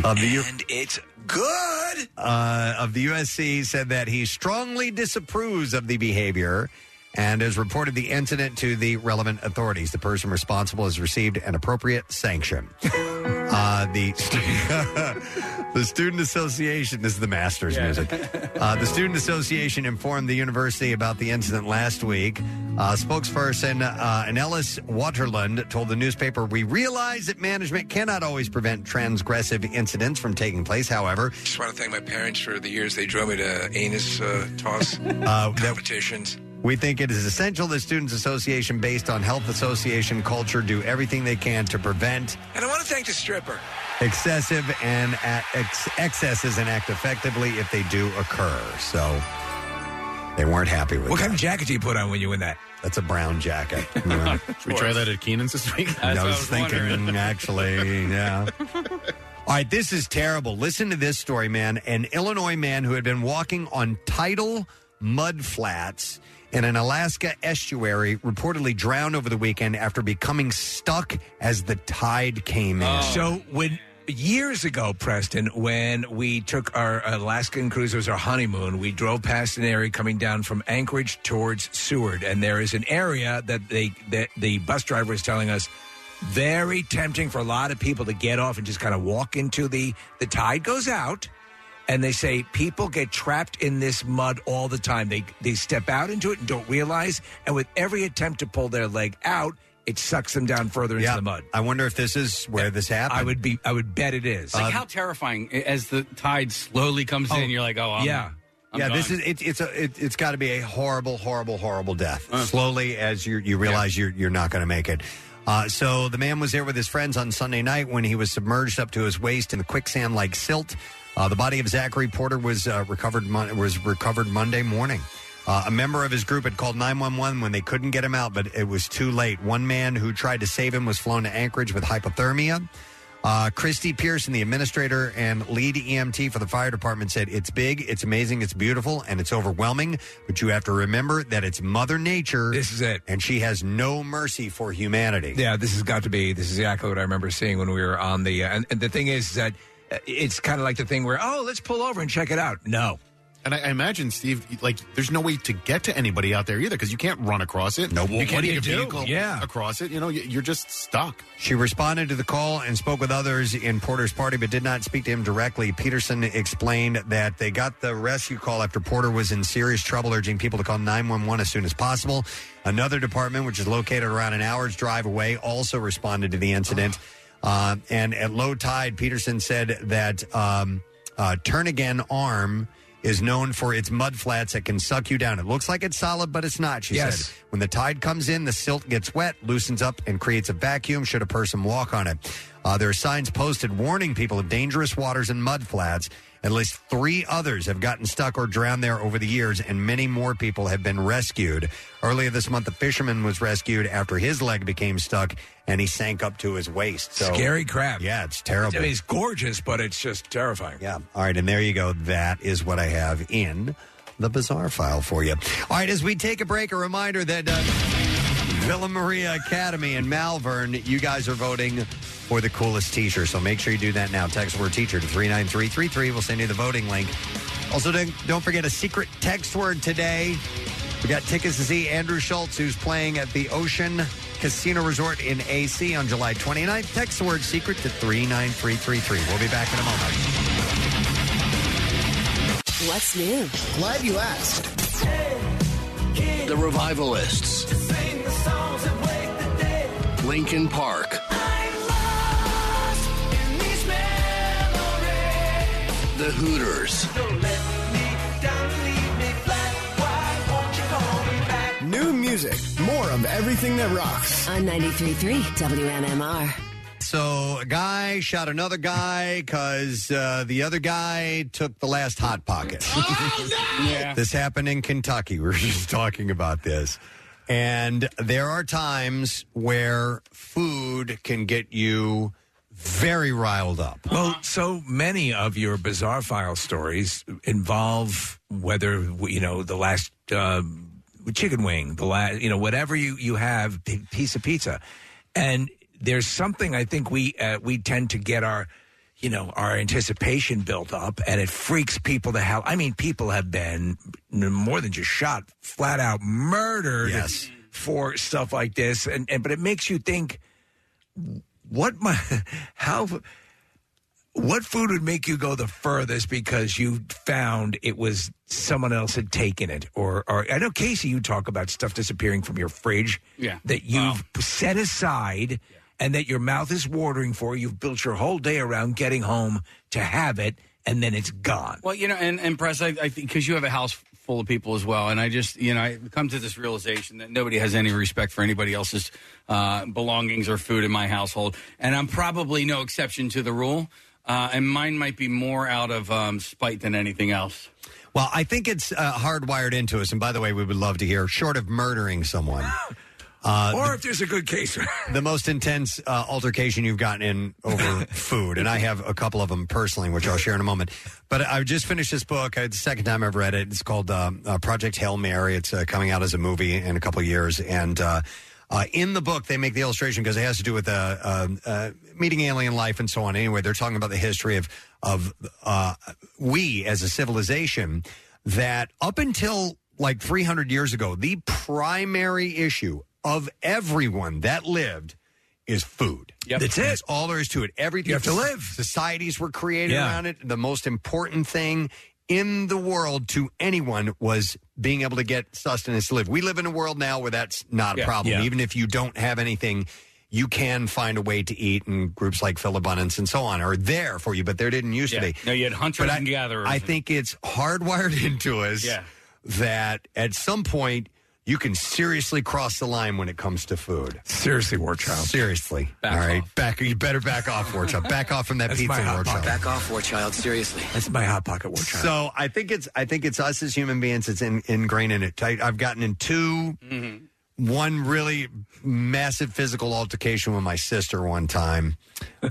Speaker 3: of the U-
Speaker 6: it's good.
Speaker 3: uh, of the USC said that he strongly disapproves of the behavior and has reported the incident to the relevant authorities. The person responsible has received an appropriate sanction. Uh, the stu- the student association this is the masters music. Uh, the student association informed the university about the incident last week. Uh, spokesperson uh, Ellis Waterland told the newspaper, "We realize that management cannot always prevent transgressive incidents from taking place. However,
Speaker 6: Just want to thank my parents for the years they drove me to anus uh, toss
Speaker 3: that-
Speaker 6: competitions.
Speaker 3: We think it is essential that Students Association, based on Health Association culture, do everything they can to prevent
Speaker 6: And I want to thank the stripper.
Speaker 3: excessive and a- ex- excesses and act effectively if they do occur. So they weren't happy with
Speaker 6: What
Speaker 3: that.
Speaker 6: kind of jacket do you put on when you win that?
Speaker 3: That's a brown jacket. you know.
Speaker 8: we try that at Keenan's this week?
Speaker 3: I was, thinking, mm, actually, yeah. All right, this is terrible. Listen to this story, man. An Illinois man who had been walking on tidal mud flats in an Alaska estuary reportedly drowned over the weekend after becoming stuck as the tide came in.
Speaker 6: So when years ago, Preston, when we took our Alaskan cruise, it was our honeymoon. We drove past an area coming down from Anchorage towards Seward, and there is an area that they that the bus driver was telling us very tempting for a lot of people to get off and just kind of walk into the the tide goes out. And they say people get trapped in this mud all the time. They they step out into it and don't realize. And with every attempt to pull their leg out, it sucks them down further into
Speaker 3: Yeah.
Speaker 6: the mud.
Speaker 3: I wonder if this is where this happened. Um,
Speaker 6: I would be. I would bet it is.
Speaker 5: It's like how terrifying i- as the tide slowly comes in. You're like, oh, I'm, I'm
Speaker 3: yeah, this
Speaker 5: done.
Speaker 3: is it, it's a it, it's got to be a horrible, horrible, horrible death. Slowly, as you you realize you're you're not going to make it. Uh, so the man was there with his friends on Sunday night when he was submerged up to his waist in the quicksand like silt. Uh, the body of Zachary Porter was uh, recovered mon- was recovered Monday morning. Uh, a member of his group had called 911 when they couldn't get him out, but it was too late. One man who tried to save him was flown to Anchorage with hypothermia. Uh, Christy Pearson, the administrator and lead EMT for the fire department, said, It's big, it's amazing, it's beautiful, and it's overwhelming. But you have to remember that it's Mother Nature. This
Speaker 6: is it.
Speaker 3: And she has no mercy for humanity.
Speaker 6: Yeah, this has got to be. This is exactly what I remember seeing when we were on the. Uh, and, and the thing is that it's kind of like the thing where oh let's pull over and check it out. No.
Speaker 8: And I, I imagine, Steve, like there's no way to get to anybody out there either because you can't run across it. No,
Speaker 3: well,
Speaker 8: you
Speaker 3: what
Speaker 8: can't get
Speaker 3: do you
Speaker 8: a
Speaker 3: do?
Speaker 8: vehicle
Speaker 3: Yeah.
Speaker 8: across it. You know, you- you're just stuck.
Speaker 3: She responded to the call and spoke with others in Porter's party, but did not speak to him directly. Peterson explained that they got the rescue call after Porter was in serious trouble, urging people to call 911 as soon as possible. Another department, which is located around an hour's drive away, also responded to the incident. Uh, and at low tide, Peterson said that um, uh, Turn Again Arm is known for its mud flats that can suck you down. It looks like it's solid, but it's not, she
Speaker 6: Yes.
Speaker 3: said. When the tide comes in, the silt gets wet, loosens up, and creates a vacuum should a person walk on it. Uh, there are signs posted warning people of dangerous waters and mud flats. At least three others have gotten stuck or drowned there over the years, and many more people have been rescued. Earlier this month, a fisherman was rescued after his leg became stuck and he sank up to his waist. So,
Speaker 6: Scary crap.
Speaker 3: Yeah, it's terrible.
Speaker 6: I mean, it's gorgeous, but it's just terrifying.
Speaker 3: Yeah. All right, and there you go. That is what I have in the bizarre file for you. All right, as we take a break, a reminder that uh, Villa Maria Academy in Malvern, you guys are voting for the coolest teacher. So make sure you do that now. Text word teacher to 39333. We'll send you the voting link. Also, don't, don't forget a secret text word today. We got tickets to see Andrew Schultz, who's playing at the Ocean Casino Resort in AC on July 29th. Text the word secret to 39333. We'll be back in a moment.
Speaker 9: What's new?
Speaker 11: Glad you asked.
Speaker 10: The Revivalists, Lincoln Park, The Hooters,
Speaker 19: New music, more of everything that rocks.
Speaker 9: On 93.3 WMMR.
Speaker 3: So a guy shot another guy because uh, the other guy took the last hot pocket. This happened in Kentucky. We were just talking about this. And there are times where food can get you very riled up.
Speaker 6: Well, so many of your bizarre file stories involve whether you know the last uh, chicken wing, the last you know whatever you you have p- piece of pizza, and there's something I think we uh, we tend to get our you know our anticipation built up, and it freaks people to hell. I mean, people have been n- more than just shot, flat out murdered for stuff like this, and, and but it makes you think what my how what food would make you go the furthest because you found it was someone else had taken it or or I know Casey you talk about stuff disappearing from your fridge
Speaker 5: Yeah.
Speaker 6: that you've set aside and that your mouth is watering for you've built your whole day around getting home to have it and then it's gone
Speaker 5: Well, you know, and, and press, I, I think, because you have a house full of people as well, and I just, you know, I come to this realization that nobody has any respect for anybody else's uh, belongings or food in my household, and I'm probably no exception to the rule. Uh, and mine might be more out of um, spite than anything else.
Speaker 3: Well, I think it's uh, hardwired into us. And by the way, we would love to hear, short of murdering someone. Uh,
Speaker 6: or if there's a good case
Speaker 3: the most intense uh, altercation you've gotten in over food, and I have a couple of them personally, which I'll share in a moment. But I just finished this book. It's the second time I've read it. It's called um, uh, Project Hail Mary. It's uh, coming out as a movie in a couple of years, and. Uh, uh, in the book, they make the illustration because it has to do with uh, uh, uh, meeting alien life and so on. Anyway, they're talking about the history of of uh, we as a civilization that up until like 300 years ago, the primary issue of everyone that lived is food. That's it. That's all there is to it. Everything
Speaker 6: You have to live.
Speaker 3: Societies were created
Speaker 6: Yeah.
Speaker 3: around it. The most important thing in the world to anyone was being able to get sustenance to live. We live in a world now where that's not a
Speaker 6: Yeah.
Speaker 3: problem.
Speaker 6: Yeah.
Speaker 3: Even if you don't have anything, you can find a way to eat, and groups like Phil Abundance and so on are there for you, but there didn't used to be.
Speaker 5: No, you had hunters
Speaker 3: But I-
Speaker 5: and gatherers.
Speaker 3: I think it's hardwired into us
Speaker 5: Yeah.
Speaker 3: that at some point you can seriously cross the line when it comes to food.
Speaker 6: Seriously, Warchild.
Speaker 3: Seriously. All right. Back you better back off, Warchild. Back off from that pizza, Warchild.
Speaker 10: Back off, War Child. Seriously.
Speaker 6: That's my hot pocket war child.
Speaker 3: So I think it's I think it's us as human beings that's in, ingrained in it. I, I've gotten in 2
Speaker 10: Mm-hmm.
Speaker 3: one really massive physical altercation with my sister one time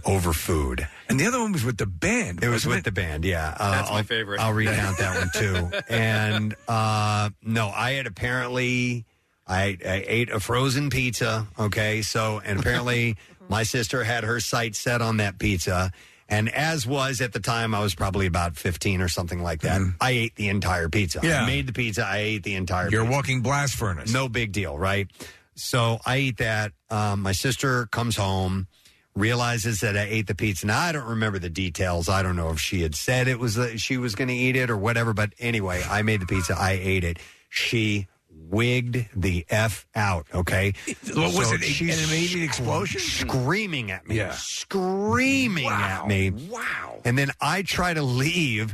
Speaker 3: over food,
Speaker 6: and the other one was with the band.
Speaker 3: It was with the band, yeah. Uh,
Speaker 6: That's my
Speaker 3: I'll-
Speaker 6: favorite.
Speaker 3: I'll recount that one too. And uh, no, I had apparently I, I ate a frozen pizza. Okay, so and apparently my sister had her sights set on that pizza. And as was at the time, I was probably about 15 or something like that. I ate the entire pizza.
Speaker 6: Mm-hmm. Yeah.
Speaker 3: I made the pizza. I ate the entire
Speaker 6: You're a
Speaker 3: pizza.
Speaker 6: walking blast furnace.
Speaker 3: No big deal, right? So I eat that. Um, my sister comes home, realizes that I ate the pizza. Now I don't remember the details. I don't know if she had said it was that she was going to eat it or whatever. But anyway, I made the pizza. I ate it. She wigged the f out. Okay,
Speaker 6: What was it,
Speaker 3: she's
Speaker 6: an immediate explosion?
Speaker 3: Screaming at me.
Speaker 6: Yeah.
Speaker 3: Screaming at me.
Speaker 6: Wow.
Speaker 3: And then I try to leave,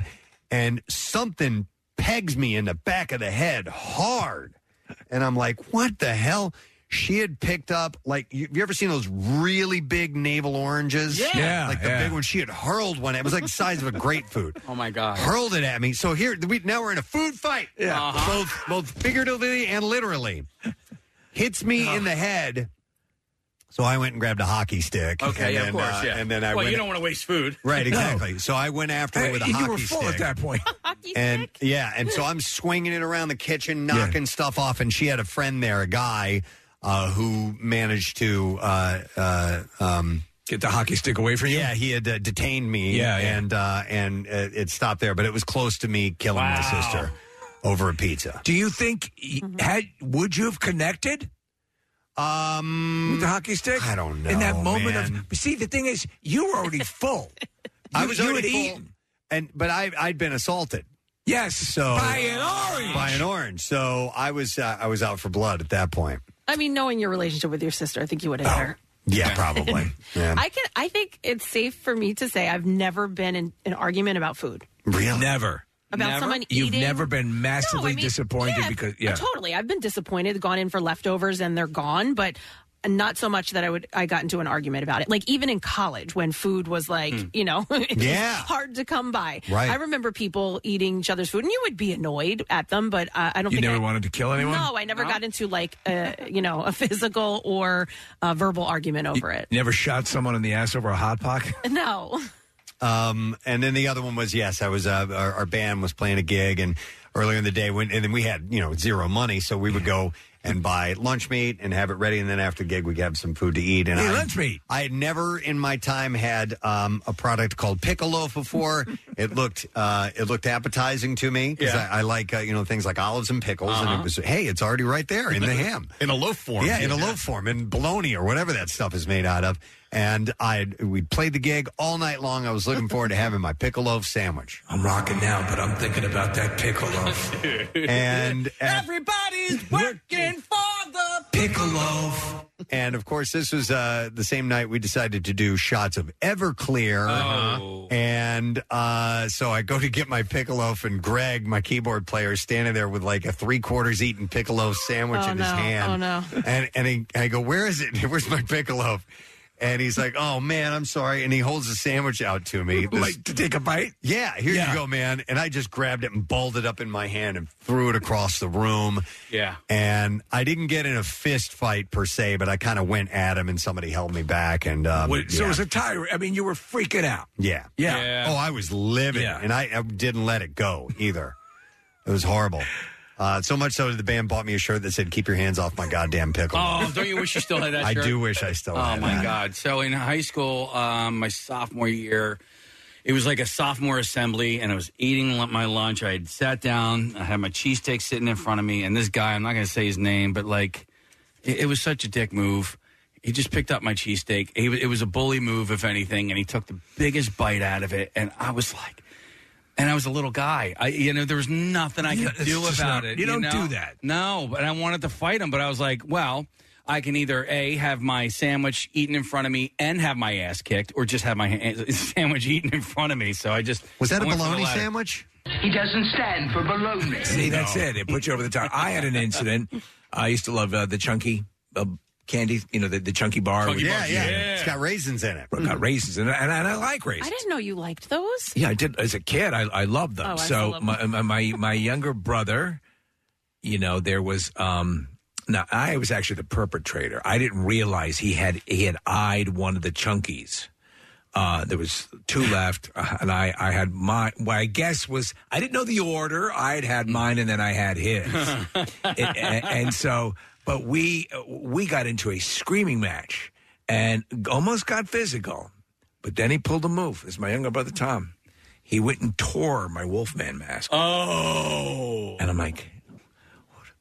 Speaker 3: and something pegs me in the back of the head hard. And I'm like, what the hell? She had picked up, like, you, you ever seen those really big navel oranges?
Speaker 5: Yeah. Yeah,
Speaker 3: Like the
Speaker 5: yeah.
Speaker 3: big one. She had hurled one. It was like the size of a grapefruit.
Speaker 5: Oh my god!
Speaker 3: hurled it at me. So here, we, now we're in a food fight.
Speaker 5: Yeah. Uh-huh.
Speaker 3: Both, both figuratively and literally. Hits me in the head. So I went and grabbed a hockey stick.
Speaker 5: Okay,
Speaker 3: and
Speaker 5: yeah,
Speaker 3: then,
Speaker 5: of
Speaker 3: uh,
Speaker 5: course, yeah.
Speaker 3: And then I
Speaker 5: well,
Speaker 3: went.
Speaker 5: you don't want to waste food,
Speaker 3: Right, exactly. So I went after it with a
Speaker 6: you
Speaker 3: hockey
Speaker 6: were full
Speaker 3: stick.
Speaker 6: at that point.
Speaker 3: and yeah, and so I'm swinging it around the kitchen, knocking stuff off. And she had a friend there, a guy uh, who managed to uh, uh, um,
Speaker 6: get the hockey stick away from you.
Speaker 3: Yeah, he had uh, detained me.
Speaker 6: Yeah, yeah.
Speaker 3: and uh, and uh, it stopped there, but it was close to me killing my sister over a pizza.
Speaker 6: Do you think y- had would you have connected?
Speaker 3: Um,
Speaker 6: with the hockey stick. I
Speaker 3: don't know,
Speaker 6: In that moment
Speaker 3: man.
Speaker 6: of see, the thing is, you were already full.
Speaker 3: I
Speaker 6: You-
Speaker 3: was
Speaker 6: you
Speaker 3: already
Speaker 6: had
Speaker 3: full,
Speaker 6: eaten.
Speaker 3: and but I I'd been assaulted.
Speaker 6: Yes,
Speaker 3: so
Speaker 6: by an orange.
Speaker 3: By an orange. So I was uh, I was out for blood at that point.
Speaker 4: I mean, knowing your relationship with your sister, I think you would have hit her.
Speaker 3: Yeah, probably. Yeah.
Speaker 4: I can. I think it's safe for me to say I've never been in an argument about food.
Speaker 3: Really?
Speaker 6: Never.
Speaker 4: About
Speaker 6: Never?
Speaker 4: someone
Speaker 6: You've
Speaker 4: eating-
Speaker 6: never been massively disappointed because yeah.
Speaker 4: totally. I've been disappointed, gone in for leftovers, and they're gone, but not so much that I would I got into an argument about it. Like even in college, when food was like
Speaker 6: Hmm.
Speaker 4: you know it was
Speaker 20: Yeah.
Speaker 4: hard to come by.
Speaker 20: Right.
Speaker 4: I remember people eating each other's food, and you would be annoyed at them, but uh, I don't.
Speaker 6: You
Speaker 4: think
Speaker 6: never
Speaker 4: I-
Speaker 6: wanted to kill anyone?
Speaker 4: No, I never
Speaker 6: No?
Speaker 4: got into like a, you know a physical or a verbal argument over it.
Speaker 6: Never shot someone in the ass over a hot pocket.
Speaker 4: No.
Speaker 3: Um, and then the other one was yes, I was uh, our, our band was playing a gig, and earlier in the day, when and then we had you know zero money, so we would go and buy lunch meat and have it ready, and then after the gig we'd have some food to eat. And
Speaker 6: Hey,
Speaker 3: I,
Speaker 6: lunch meat.
Speaker 3: I had never in my time had um, a product called pickle loaf before. it looked uh, it looked appetizing to me because
Speaker 8: Yeah.
Speaker 3: I, I like uh, you know things like olives and pickles, and
Speaker 8: Uh-huh.
Speaker 3: it was hey, it's already right there in the ham
Speaker 8: in a loaf form.
Speaker 3: yeah, in a loaf form, in bologna or whatever that stuff is made out of. And I we played the gig all night long. I was looking forward to having my pickle loaf sandwich.
Speaker 6: I'm rocking now, but I'm thinking about that pickle loaf.
Speaker 3: And at-
Speaker 6: everybody's working
Speaker 4: for the
Speaker 6: pickle loaf.
Speaker 3: and of course, this was uh, the same night we decided to do shots of Everclear.
Speaker 6: Uh-huh.
Speaker 5: Oh.
Speaker 3: And uh, so I go to get my pickle loaf, and Greg, my keyboard player, is standing there with like a three quarters eaten pickle loaf sandwich
Speaker 4: Oh,
Speaker 3: in his
Speaker 4: no.
Speaker 3: hand.
Speaker 4: Oh, no.
Speaker 3: and and he, I go, "Where is it? Where's my pickle loaf?" And he's like, "Oh man, I'm sorry." And he holds the sandwich out to me,
Speaker 6: Like, to take a bite.
Speaker 3: Yeah, here you go, man. And I just grabbed it and balled it up in my hand and threw it across the room.
Speaker 5: Yeah.
Speaker 3: And I didn't get in a fist fight per se, but I kind of went at him, and somebody held me back. And um,
Speaker 6: Wait, So
Speaker 3: yeah.
Speaker 6: it was a tire. I mean, you were freaking out.
Speaker 3: yeah.
Speaker 6: Yeah.
Speaker 3: Oh, I was livid, and I, I didn't let it go either. It was horrible. Uh, so much so that the band bought me a shirt that said "Keep your hands off my goddamn pickle."
Speaker 5: Oh, don't you wish you still had that
Speaker 3: I
Speaker 5: shirt?
Speaker 3: do wish I still
Speaker 5: oh
Speaker 3: had
Speaker 5: my
Speaker 3: that.
Speaker 5: god! So in high school, um, my sophomore year, it was like a sophomore assembly, and I was eating lu- my lunch. I had sat down, I had my cheesesteak sitting in front of me, and this guy—I'm not going to say his name—but like, it, it was such a dick move. He just picked up my cheesesteak. He wa- It was a bully move, if anything, and he took the biggest bite out of it, and I was like. And I was a little guy. I, you know, there was nothing I
Speaker 6: Yeah,
Speaker 5: could
Speaker 6: it's
Speaker 5: do
Speaker 6: just
Speaker 5: about
Speaker 6: not-
Speaker 5: it.
Speaker 6: you don't
Speaker 5: know?
Speaker 6: do that.
Speaker 5: No, but I wanted to fight him, but I was like, well, I can either A, have my sandwich eaten in front of me and have my ass kicked, or just have my hand, sandwich eaten in front of me. So I just.
Speaker 3: Was that
Speaker 5: a
Speaker 3: a bologna sandwich?
Speaker 14: He doesn't stand for baloney.
Speaker 6: See, that's it. It put you over the top. I had an incident. I used to love uh, the chunky uh, candy, you know, the, the chunky bar.
Speaker 3: Chunky
Speaker 6: with-
Speaker 3: bar, Yeah, yeah. yeah. It's got raisins in it.
Speaker 6: Got raisins in it, and, I- and I like raisins.
Speaker 4: I didn't know you liked those. Uh,
Speaker 6: Yeah, I did as a kid. I I loved them.
Speaker 4: Oh, I still
Speaker 6: so
Speaker 4: love
Speaker 6: my, my my my younger brother, you know, there was um now I was actually the perpetrator. I didn't realize he had he had eyed one of the chunkies. Uh, there was two left, uh, and I, I had my What I guess was I didn't know the order. I had had mine, and then I had his, It- a- and, so. But uh, we we got into a screaming match and almost got physical But then he pulled a move. This is my younger brother Tom. He went and tore my Wolfman mask.
Speaker 5: Oh.
Speaker 6: And I'm like,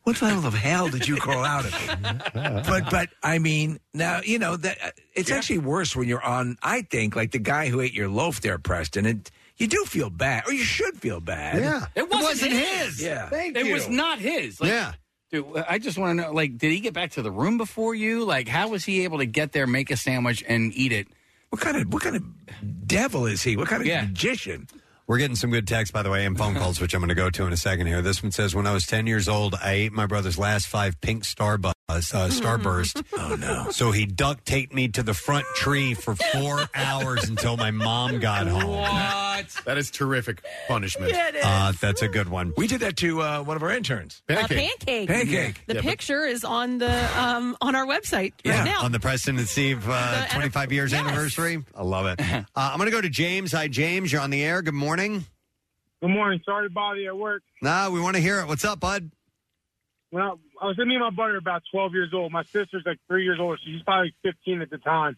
Speaker 6: what level of hell did you crawl out of? but but I mean, now you know that uh, it's actually worse when you're on. I think like the guy who ate your loaf there, Preston. It you do feel bad, or you should feel bad.
Speaker 5: It wasn't, his.
Speaker 6: Yeah,
Speaker 5: it was not his.
Speaker 6: Yeah.
Speaker 5: Dude, I just want to know, like, did he get back to the room before you? Like, how was he able to get there, make a sandwich, and eat it?
Speaker 6: What kind of what kind of devil is he? What kind of magician?
Speaker 3: We're getting some good texts, by the way, and phone calls, which I'm going to go to in a second here. This one says, "When I was 10 years old, I ate my brother's last five pink Starbucks uh, Starburst. oh no! So he duct taped me to the front tree for four hours until my mom got home.
Speaker 5: What?
Speaker 8: That is terrific punishment.
Speaker 3: Yeah, it is. Uh, that's a good one.
Speaker 6: We did that to uh, one of our interns.
Speaker 4: Pancake. Uh, pancake. The picture is on the um, on our website
Speaker 3: Yeah,
Speaker 4: right now.
Speaker 3: on the Preston and Steve uh, 25 years anniversary. I love it. Uh, I'm going to go to James. Hi, James. You're on the air. Good morning.
Speaker 20: Good morning. Sorry to bother you at work.
Speaker 3: Nah, we want to hear it. What's up, bud?
Speaker 20: When I, I was with me and my brother about 12 years old. My sister's like three years older. She's probably 15 at the time.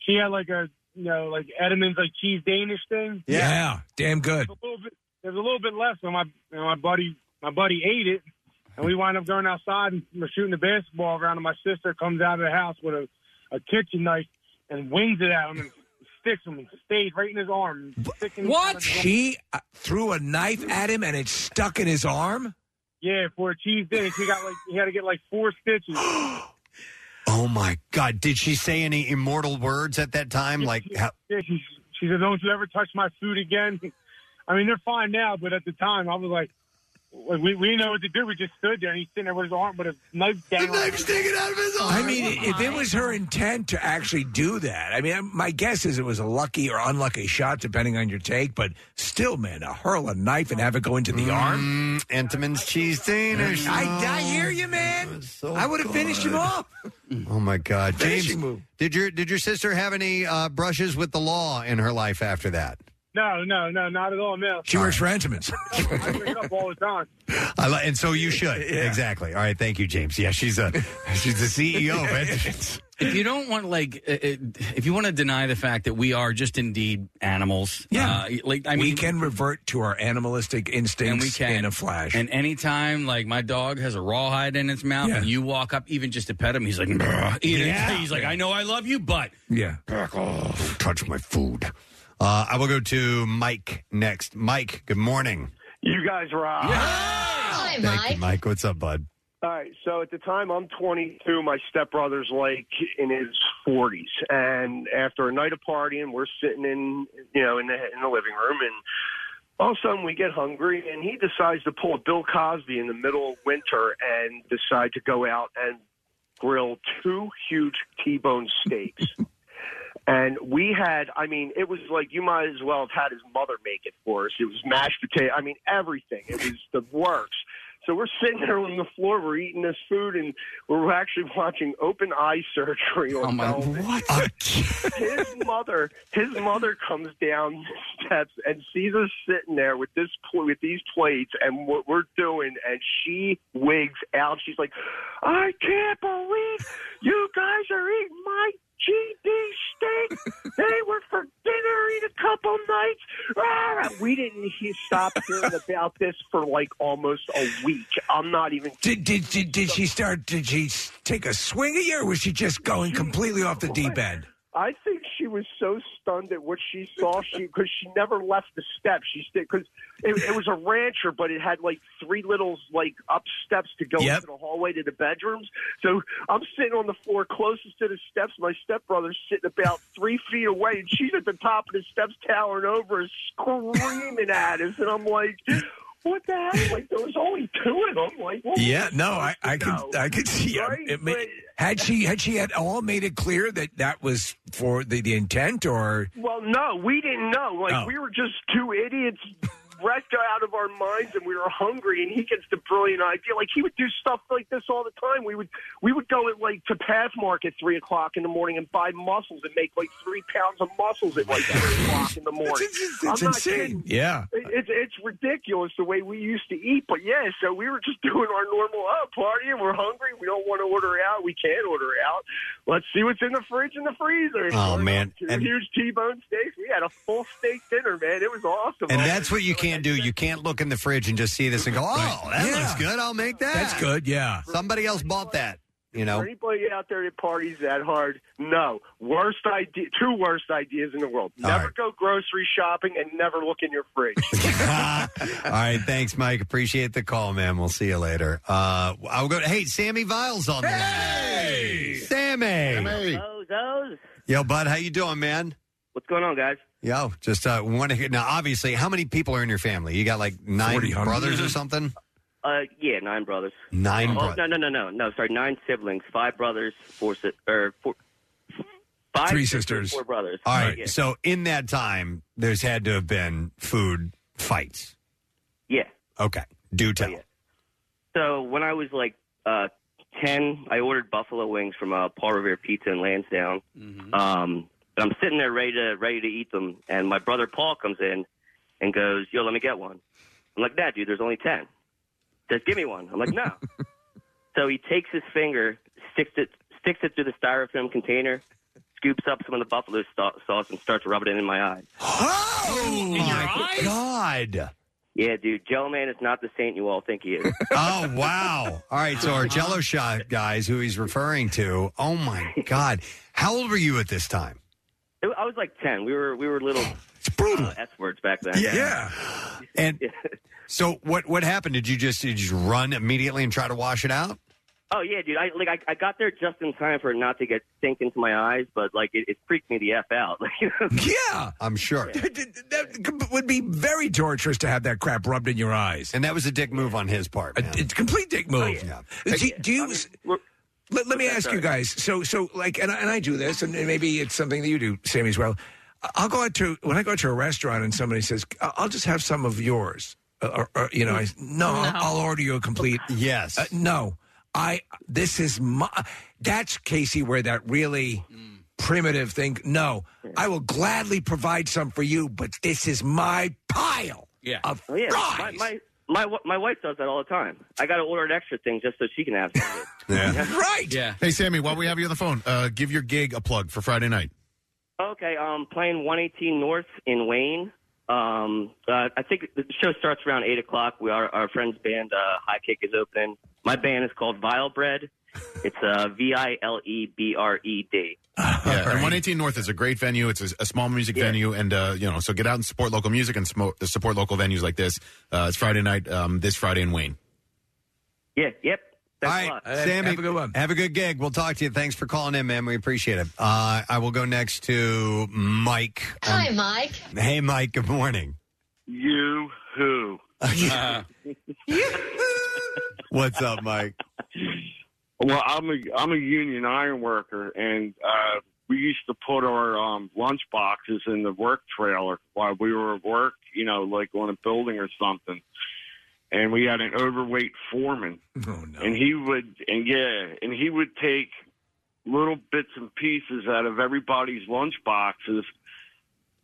Speaker 20: She had like a, you know, like Edamins, like cheese Danish thing.
Speaker 6: Yeah, Ah, damn good.
Speaker 20: A little bit, there was a little bit left, so my you know, my buddy my buddy ate it, and we wind up going outside and we're shooting the basketball around. And my sister comes out of the house with a, a kitchen knife and wings it at him and sticks him and stays right in his arm. Sticking
Speaker 6: What? He uh, threw a knife at him and it stuck in his arm.
Speaker 20: Yeah, for a cheese Danish, he got like he had to get like four stitches.
Speaker 3: Oh my God! Did she say any immortal words at that time? Like, how,
Speaker 20: Yeah, she, she said, "Don't you ever touch my food again." I mean, they're fine now, but at the time, I was like, "We we didn't know what to do." We just stood there, and he's sitting there with his arm, with a knife down. The knife's
Speaker 3: sticking out of his
Speaker 6: I mean, if it was her intent to actually do that, I mean, my guess is it was a lucky or unlucky shot, depending on your take. But still, man, to hurl a knife and have it go into the arm.
Speaker 3: Entenmann's cheese Danish.
Speaker 6: I, I hear you, man. I would have finished him off.
Speaker 3: oh my God,
Speaker 6: Finishing
Speaker 3: James!
Speaker 6: move.
Speaker 3: Did your did your sister have any uh, brushes with the law in her life after that?
Speaker 20: No, no, no, not at all. No,
Speaker 3: She works for
Speaker 6: Entenmann's.
Speaker 20: I wake up all the time.
Speaker 3: I li- and so you should exactly. All right, thank you, James. Yeah, she's a she's the E CEO of Entenmann's.
Speaker 5: If you don't want, like, uh, uh, if you want to deny the fact that we are just indeed animals,
Speaker 6: Yeah.
Speaker 5: uh, like I mean,
Speaker 6: we can revert to our animalistic instincts
Speaker 5: and we can
Speaker 6: in a flash.
Speaker 5: And anytime, like my dog has a rawhide in its mouth, and you walk up even just to pet him, he's like, "Bruh." He-
Speaker 3: Yeah.
Speaker 5: he's like, I know I love you, but
Speaker 6: yeah,
Speaker 3: Back off! Don't touch my food. Uh, I will go to Mike next. Mike, good morning.
Speaker 20: You guys rock.
Speaker 21: Hi,
Speaker 3: Thank you, Mike. What's up, bud?
Speaker 21: All right. So at the time, I'm 22. My stepbrother's like in his 40s, and after a night of partying, we're sitting in, you know, in the in the living room, and all of a sudden we get hungry, and he decides to pull a Bill Cosby in the middle of winter and decide to go out and grill two huge T-bone steaks. And we had, I mean, it was like you might as well have had his mother make it for us. It was mashed potato. I mean, everything. It was the worst. So we're sitting there on the floor. We're eating this food, and we're actually watching open eye surgery on television. his mother, his mother comes down the steps and sees us sitting there with this pl- with these plates and what we're doing, and she wigs out. She's like, "I can't believe you guys are eating my GD steak. They were for dinner in a couple nights. Ah, We didn't he- stop hearing about this for like almost a week. I'm not even.
Speaker 6: Did did did, did she start? Did she s- take a swing at you, or was she just going completely off the deep end?
Speaker 21: I think she was so stunned at what she saw. She because she never left the steps. She stayed because it, it was a rancher, but it had like three little like up steps to go
Speaker 6: Yep.
Speaker 21: into the hallway to the bedrooms. So I'm sitting on the floor closest to the steps. My stepbrother's sitting about three feet away, and she's at the top of the steps, towering over, us, screaming at us. And I'm like, "What the hell? Like there was only two of them. Like, what was
Speaker 6: Yeah,
Speaker 21: I
Speaker 6: no, I,
Speaker 21: supposed to
Speaker 6: I can
Speaker 21: know?"
Speaker 6: I can see yeah,
Speaker 21: Right?
Speaker 6: it. ma- had she had she at all made it clear that that was for the, the intent, or
Speaker 21: Well, no, we didn't know. Like
Speaker 6: Oh.
Speaker 21: we were just two idiots wrecked out of our minds, and we were hungry. And he gets the brilliant idea. Like he would do stuff like this all the time. We would we would go at like to Path Market three o'clock in the morning and buy mussels and make like three pounds of mussels at like three o'clock in the morning.
Speaker 6: It's
Speaker 21: I'm not kidding.
Speaker 6: insane. Yeah.
Speaker 21: It- It's it's ridiculous the way we used to eat, but yeah. So we were just doing our normal oh, party, and we're hungry. We don't want to order out. We can't order out. Let's see what's in the fridge and the freezer.
Speaker 3: Oh, man.
Speaker 21: Two
Speaker 3: And-
Speaker 21: huge T-bone steaks. We had a full steak dinner, man. It was awesome.
Speaker 3: And that's what you can't do. You can't look in the fridge and just see this and go, oh, that looks good. I'll make that.
Speaker 21: That's
Speaker 6: good. Yeah.
Speaker 3: Somebody else bought that. You know,
Speaker 21: For anybody out there that parties that hard, no. Worst idea, two worst ideas in the world. never go grocery shopping and never look in your fridge.
Speaker 3: All right, thanks, Mike. Appreciate the call, man. We'll see you later. Uh, I'll go. Hey, Sammy Viles on the hey! Sammy.
Speaker 1: Those, those.
Speaker 3: Yo, bud, how you doing, man?
Speaker 1: What's going on, guys?
Speaker 3: Yo, just uh, want to hear. Now, obviously, how many people are in your family? You got like nine
Speaker 1: 4,000.
Speaker 3: brothers or something?
Speaker 1: Uh, yeah, nine brothers.
Speaker 3: Nine
Speaker 1: Oh,
Speaker 3: brothers.
Speaker 1: No, no, no, no, no. Sorry, nine siblings, five brothers, four si- or four, five
Speaker 3: Three sisters.
Speaker 1: four brothers.
Speaker 3: All right.
Speaker 1: Yeah.
Speaker 3: So in that time, there's had to have been food fights.
Speaker 1: yeah.
Speaker 3: Okay. Do tell.
Speaker 1: So when I was like uh, ten, I ordered buffalo wings from uh, Paul Revere Pizza in Lansdowne. Um, and I'm sitting there ready to ready to eat them, and my brother Paul comes in and goes, "Yo, let me get one." I'm like, "Nah, dude, there's only ten. Just give me one." I'm like, "No." so he takes his finger, sticks it sticks it through the styrofoam container, scoops up some of the buffalo sta- sauce, and starts rubbing it in my eyes.
Speaker 3: Oh
Speaker 1: my
Speaker 3: God!
Speaker 1: Yeah, dude, Jello Man is not the saint you all think he is.
Speaker 3: Oh wow! All right, so our Jello shot guys, who he's referring to. Oh my God! How old were you at this time?
Speaker 1: It- I was like ten. We were we were little
Speaker 3: uh,
Speaker 1: S words back then.
Speaker 3: And so what? What happened? Did you just did you just run immediately and try to wash it out?
Speaker 1: Oh yeah, dude. I like I, I got there just in time for it not to get stink into my eyes, but like it, it freaked me the f out. Like, you know?
Speaker 3: Yeah, I'm sure.
Speaker 6: That would be very torturous to have that crap rubbed in your eyes.
Speaker 3: And that was a dick move on his part. Oh,
Speaker 6: A, it's complete dick move. Do, do you? let, let me ask you guys. So, so like, and I, and I do this, and maybe it's something that you do, Sammy, as well. I- I'll go out to when I go out to a restaurant, and somebody says, "I- "I'll just have some of yours," uh, or, or you know, I, no, I'll-
Speaker 22: No.
Speaker 6: I'll order you a complete.
Speaker 3: Yes.
Speaker 6: Uh, no, I. This is my. That's Casey, where that really.
Speaker 23: Mm.
Speaker 6: Primitive thing. No, I will gladly provide some for you, but this is my pile.
Speaker 1: yeah.
Speaker 6: Of
Speaker 1: oh, yeah. My, my my wi- my wife does that all the time. I got to order an extra thing just so she can have some.
Speaker 6: right.
Speaker 1: Yeah.
Speaker 8: Hey, Sammy, while we have you on the phone, uh, give your gig a plug for Friday night.
Speaker 1: Okay. Um, playing 118 North in Wayne. Um, uh, I think the show starts around eight o'clock. We are our friend's band uh, High Kick is opening. My band is called Vile Bread. It's uh, V I L E B R E D.
Speaker 8: Yeah, and 118 North is a great venue. It's a, a small music venue, and uh, you know, so get out and support local music and smo- support local venues like this. Uh, it's Friday night, um, this Friday in Wayne.
Speaker 1: Yeah. Yep. Thanks
Speaker 3: All right,
Speaker 1: a lot.
Speaker 3: Sammy, have a good one. Have a good gig. We'll talk to you. Thanks for calling in, man. We appreciate it. Uh, I will go next to Mike. Um,
Speaker 23: Hi, Mike.
Speaker 3: Hey, Mike. Good morning.
Speaker 23: You who?
Speaker 3: What's up, Mike?
Speaker 23: Well, I'm a I'm a union iron worker, and uh, we used to put our um, lunch boxes in the work trailer while we were at work. You know, like on a building or something. And we had an overweight foreman, and he would and yeah, and he would take little bits and pieces out of everybody's lunch boxes,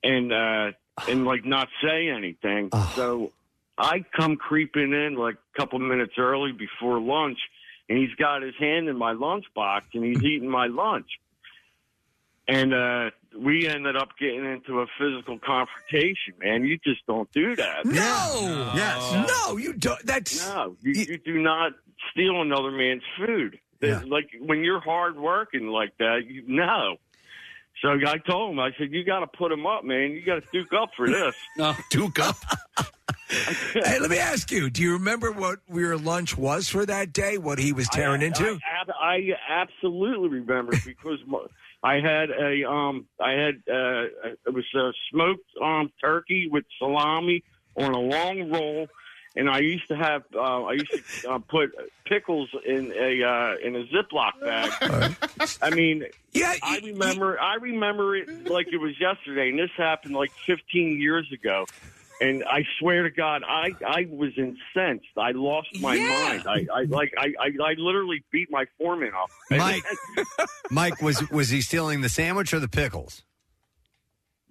Speaker 23: and uh, and like not say anything. So I come creeping in like a couple minutes early before lunch, and he's got his hand in my lunch box and he's eating my lunch. And uh, we ended up getting into a physical confrontation. Man, you just don't do that.
Speaker 6: No.
Speaker 23: Yes.
Speaker 6: No, you don't. That's
Speaker 23: Uh, no. You, you do not steal another man's food. Like when you're hard working like that, you no. So I told him, I said, "You got to put him up, man. You got to duke up for this."
Speaker 6: No. Duke up. hey, let me ask you: Do you remember what your lunch was for that day? What he was tearing into?
Speaker 23: I, ab- I absolutely remember because my, I had a um I had uh it was a smoked um turkey with salami on a long roll, and I used to have uh, I used to uh, put pickles in a uh, in a Ziploc bag. I mean,
Speaker 6: yeah,
Speaker 23: I remember I remember it like it was yesterday, and this happened like 15 years ago. and I swear to God, I I was incensed. I lost my mind. I, I like I, I I literally beat my foreman up.
Speaker 3: Mike, Mike was was he stealing the sandwich or the pickles?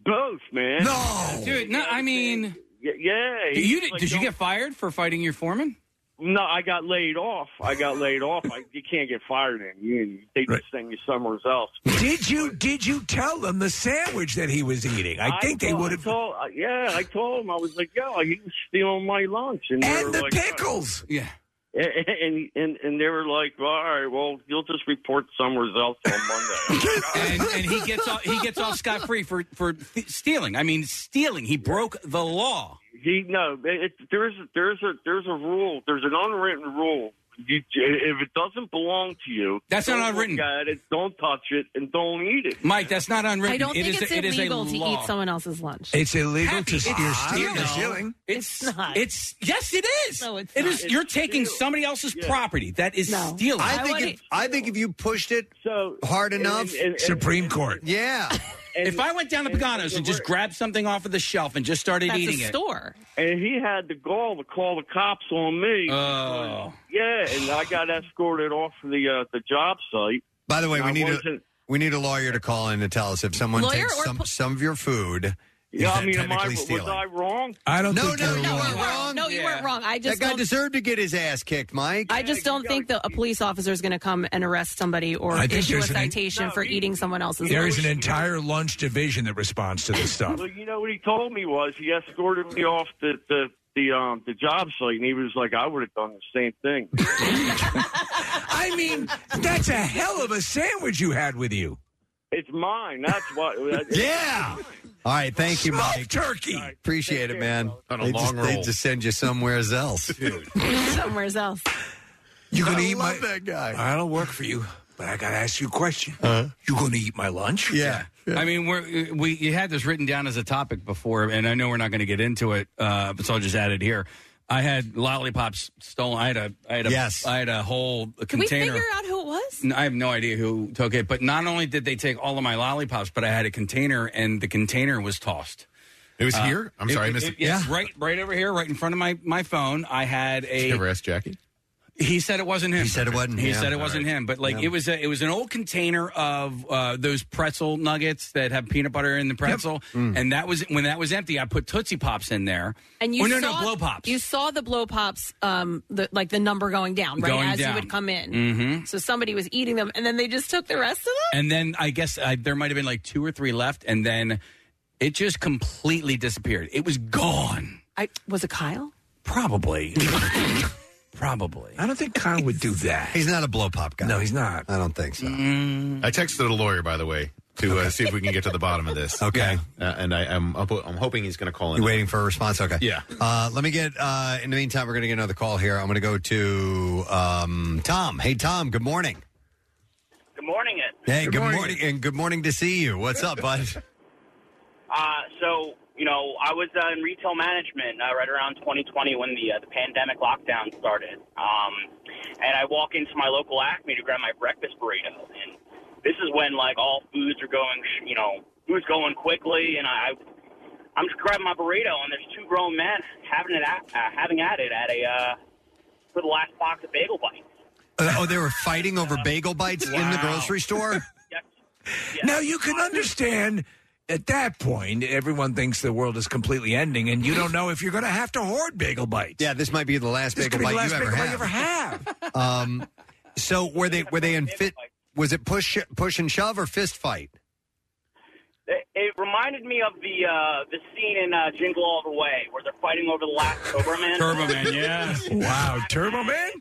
Speaker 23: Both, man.
Speaker 3: No,
Speaker 5: dude. No, I mean,
Speaker 23: yeah. he's
Speaker 5: You did,
Speaker 23: like,
Speaker 5: did you
Speaker 23: don't-
Speaker 5: get fired for fighting your foreman?
Speaker 23: No, I got laid off. I got laid off. I, you can't get fired in. You, you they just send you somewhere else.
Speaker 6: Did you did you tell them the sandwich that he was eating? I think they
Speaker 23: told-
Speaker 6: would have.
Speaker 23: I told- I- Yeah, I told him. I was like, "Yo, you stealing my lunch," and,
Speaker 6: And the pickles.
Speaker 5: Yeah.
Speaker 23: And, "Uh, and and and they were like, well, "All right, well, you'll just report some results on Monday."
Speaker 5: and, and he gets off, he gets off scot free for for th- stealing. I mean, stealing. He broke the law.
Speaker 23: he no, it, there's there's a there's a rule. There's an unwritten rule. You, if it doesn't belong to you,
Speaker 5: That's
Speaker 23: don't
Speaker 5: not unwritten.
Speaker 23: Look at it, don't touch it, and don't eat it.
Speaker 5: Mike, that's not unwritten.
Speaker 4: I don't think it's
Speaker 5: it is a
Speaker 4: illegal to
Speaker 5: law.
Speaker 4: eat someone else's lunch.
Speaker 6: It's illegal
Speaker 5: Happy,
Speaker 6: to
Speaker 5: it's-
Speaker 6: you're
Speaker 5: I
Speaker 6: stealing.
Speaker 5: know.
Speaker 6: stealing.
Speaker 5: It's,
Speaker 4: not.
Speaker 5: It's yes, it is.
Speaker 4: No, it's
Speaker 5: It
Speaker 4: not.
Speaker 3: Uh,
Speaker 5: is- You're taking somebody else's property. That is stealing.
Speaker 3: I think if, I think if you pushed it
Speaker 23: so
Speaker 3: hard enough,
Speaker 6: Supreme Court.
Speaker 3: Yeah.
Speaker 5: if I went down to Pagano's and just grabbed something off of the shelf and just started
Speaker 23: That's a
Speaker 5: eating it,
Speaker 23: store. And he had the gall to call the cops on me.
Speaker 5: Oh.
Speaker 23: Yeah, and I got escorted off the uh, the job site.
Speaker 3: By the way,
Speaker 23: And
Speaker 3: we
Speaker 23: I
Speaker 3: need a,
Speaker 23: wasn't-
Speaker 3: we need a lawyer to call in to tell us if someone
Speaker 23: Lawyer
Speaker 3: takes
Speaker 23: or
Speaker 3: some, some of your food.
Speaker 23: Yeah,
Speaker 3: is
Speaker 23: I
Speaker 3: that
Speaker 23: mean, am I,
Speaker 3: technically
Speaker 23: was
Speaker 3: stealing?
Speaker 23: I wrong?
Speaker 6: I don't
Speaker 3: no,
Speaker 6: think
Speaker 3: no,
Speaker 6: you're
Speaker 3: no, we're
Speaker 4: wrong.
Speaker 3: wrong.
Speaker 4: No, you Yeah. weren't wrong. I just
Speaker 3: that guy
Speaker 4: don't-
Speaker 3: deserved to get his ass kicked, Mike.
Speaker 4: I just don't think that a police officer is going to come and arrest somebody or
Speaker 6: I think
Speaker 4: issue a
Speaker 6: there's an-
Speaker 4: citation for eating someone else's
Speaker 6: There
Speaker 4: lunch.
Speaker 6: is an entire lunch division that responds to this stuff.
Speaker 23: Well, you know what he told me was he escorted me off the the the um the job site, and he was like, "I would have done the same thing."
Speaker 6: I mean, that's a hell of a sandwich you had with you.
Speaker 23: It's mine. That's why.
Speaker 6: Yeah.
Speaker 3: All right, thank you,
Speaker 6: Smoked
Speaker 3: Mike.
Speaker 6: turkey.
Speaker 3: Appreciate it, man.
Speaker 8: On a
Speaker 3: they,
Speaker 8: long
Speaker 3: just, they
Speaker 8: roll.
Speaker 3: just send you somewheres else.
Speaker 4: Somewhere else.
Speaker 6: You gonna
Speaker 3: I
Speaker 6: eat
Speaker 3: love
Speaker 6: my?
Speaker 3: that guy.
Speaker 6: I don't work for you, but I gotta ask you a question.
Speaker 8: Uh-huh.
Speaker 6: You gonna eat my lunch?
Speaker 3: Yeah.
Speaker 5: I mean, we're, we you had this written down as a topic before, and I know we're not going to get into it, uh, but so I'll just add it here. I had lollipops stolen. I had a, I had a,
Speaker 3: Yes.
Speaker 5: I had a whole
Speaker 4: Did we
Speaker 5: container.
Speaker 4: figure out who it was?
Speaker 5: No, I have no idea who took it, but not only did they take all of my lollipops, but I had a container, and the container was tossed.
Speaker 8: It
Speaker 5: Uh,
Speaker 6: Uh,
Speaker 8: was here? I'm sorry, I missed it.
Speaker 5: Yeah, right, right over here, right in front of my my phone. I had a.
Speaker 8: You ever asked Jackie?
Speaker 5: He said it wasn't him.
Speaker 3: He said it wasn't
Speaker 5: He
Speaker 3: him.
Speaker 5: said it wasn't him. But like
Speaker 3: Yeah.
Speaker 5: it was a, it was an old container of uh, those pretzel nuggets that have peanut butter in the pretzel,
Speaker 8: Mm.
Speaker 5: and that was when that was empty. I put Tootsie Pops in there.
Speaker 4: And you
Speaker 5: oh, no,
Speaker 4: saw
Speaker 5: no blow pops.
Speaker 4: You saw the blow pops, um, the, like the number going down, right
Speaker 5: Going
Speaker 4: as
Speaker 5: down.
Speaker 4: you would come in.
Speaker 6: Mm.
Speaker 5: Mhm.
Speaker 4: So somebody was eating them, and then they just took the rest of them.
Speaker 5: and then I guess I, there might have been like two or three left, and then it just completely disappeared. It was gone.
Speaker 4: I was it Kyle?
Speaker 5: Probably. Probably.
Speaker 6: I don't think Kyle would do that.
Speaker 3: He's not a blow pop guy.
Speaker 6: No, he's not.
Speaker 3: I don't think so.
Speaker 8: I texted a lawyer, by the way, to uh, see if we can get to the bottom of this.
Speaker 3: Okay.
Speaker 8: Uh, and I, I'm, I'm hoping he's going to call in.
Speaker 3: You're waiting for a response? Okay.
Speaker 8: Yeah.
Speaker 3: Uh, let me get, uh, in the meantime, we're going to get another call here. I'm going to go to um, Tom. Hey, Tom, good morning.
Speaker 7: Good morning, Ed.
Speaker 3: Hey, good, morning. and good morning to see you. What's up, bud?
Speaker 7: Uh, so, you know, I was uh, in retail management uh, right around 2020 when the, uh, the pandemic lockdown started. Um, and I walk into my local Acme to grab my breakfast burrito. And this is when, like, all foods are going, sh- you know, food's going quickly. And I, I'm just grabbing my burrito, and there's two grown men having it at, uh, having at it at a uh, for the last box of bagel bites.
Speaker 3: Uh, oh, they were fighting over
Speaker 6: Uh,
Speaker 3: bagel bites in the grocery store?
Speaker 6: Now you can understand. At that point, everyone thinks the world is completely ending, and you don't know if you're going to have to hoard bagel bites.
Speaker 3: Yeah, this might be the last
Speaker 6: This could
Speaker 3: bagel
Speaker 6: be
Speaker 3: bite
Speaker 6: the last
Speaker 3: you ever
Speaker 6: bagel bite
Speaker 3: had.
Speaker 6: you ever have.
Speaker 3: Um, so were they were they in fit? Was it push push and shove or fist fight?
Speaker 7: It, it reminded me of the uh, the scene in uh, Jingle All the Way where they're fighting over the last Doberman.
Speaker 5: Turbo Man, yes.
Speaker 6: wow, Turbo Man?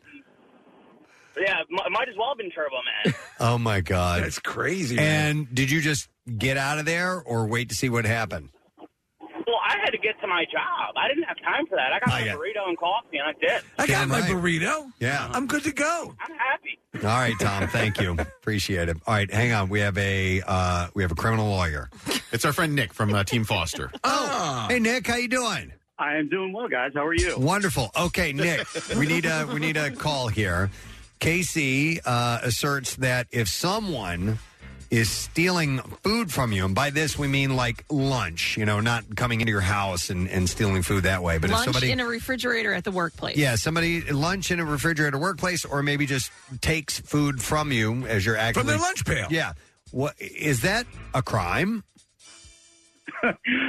Speaker 7: Yeah, it mi- might as well have been Turbo Man.
Speaker 3: Oh my god,
Speaker 6: that's crazy.
Speaker 3: And did you just get out of there or wait to see what happened?
Speaker 7: well, I had to get to my job. I didn't have time for that. I got
Speaker 3: I
Speaker 7: my
Speaker 3: got-
Speaker 7: burrito and coffee, and I did.
Speaker 6: I got my burrito.
Speaker 3: Yeah.
Speaker 6: I'm good to go.
Speaker 7: I'm happy.
Speaker 3: All right, Tom. Thank you. Appreciate it. All right, hang on. We have a uh, we have a criminal lawyer.
Speaker 8: It's our friend Nick from uh, Team Foster.
Speaker 3: Oh, hey Nick, how you doing?
Speaker 12: I am doing well, guys. How are you?
Speaker 3: Wonderful. Okay, Nick, we need a we need a call here. Casey uh, asserts that if someone is stealing food from you. And by this, we mean like lunch, you know, not coming into your house and, and stealing food that way. But
Speaker 4: Lunch
Speaker 3: if somebody.
Speaker 4: in a refrigerator at the workplace.
Speaker 3: yeah, somebody lunch in a refrigerator workplace, or maybe just takes food from you as you're acting
Speaker 6: their lunch pail.
Speaker 3: Yeah, what is that a crime?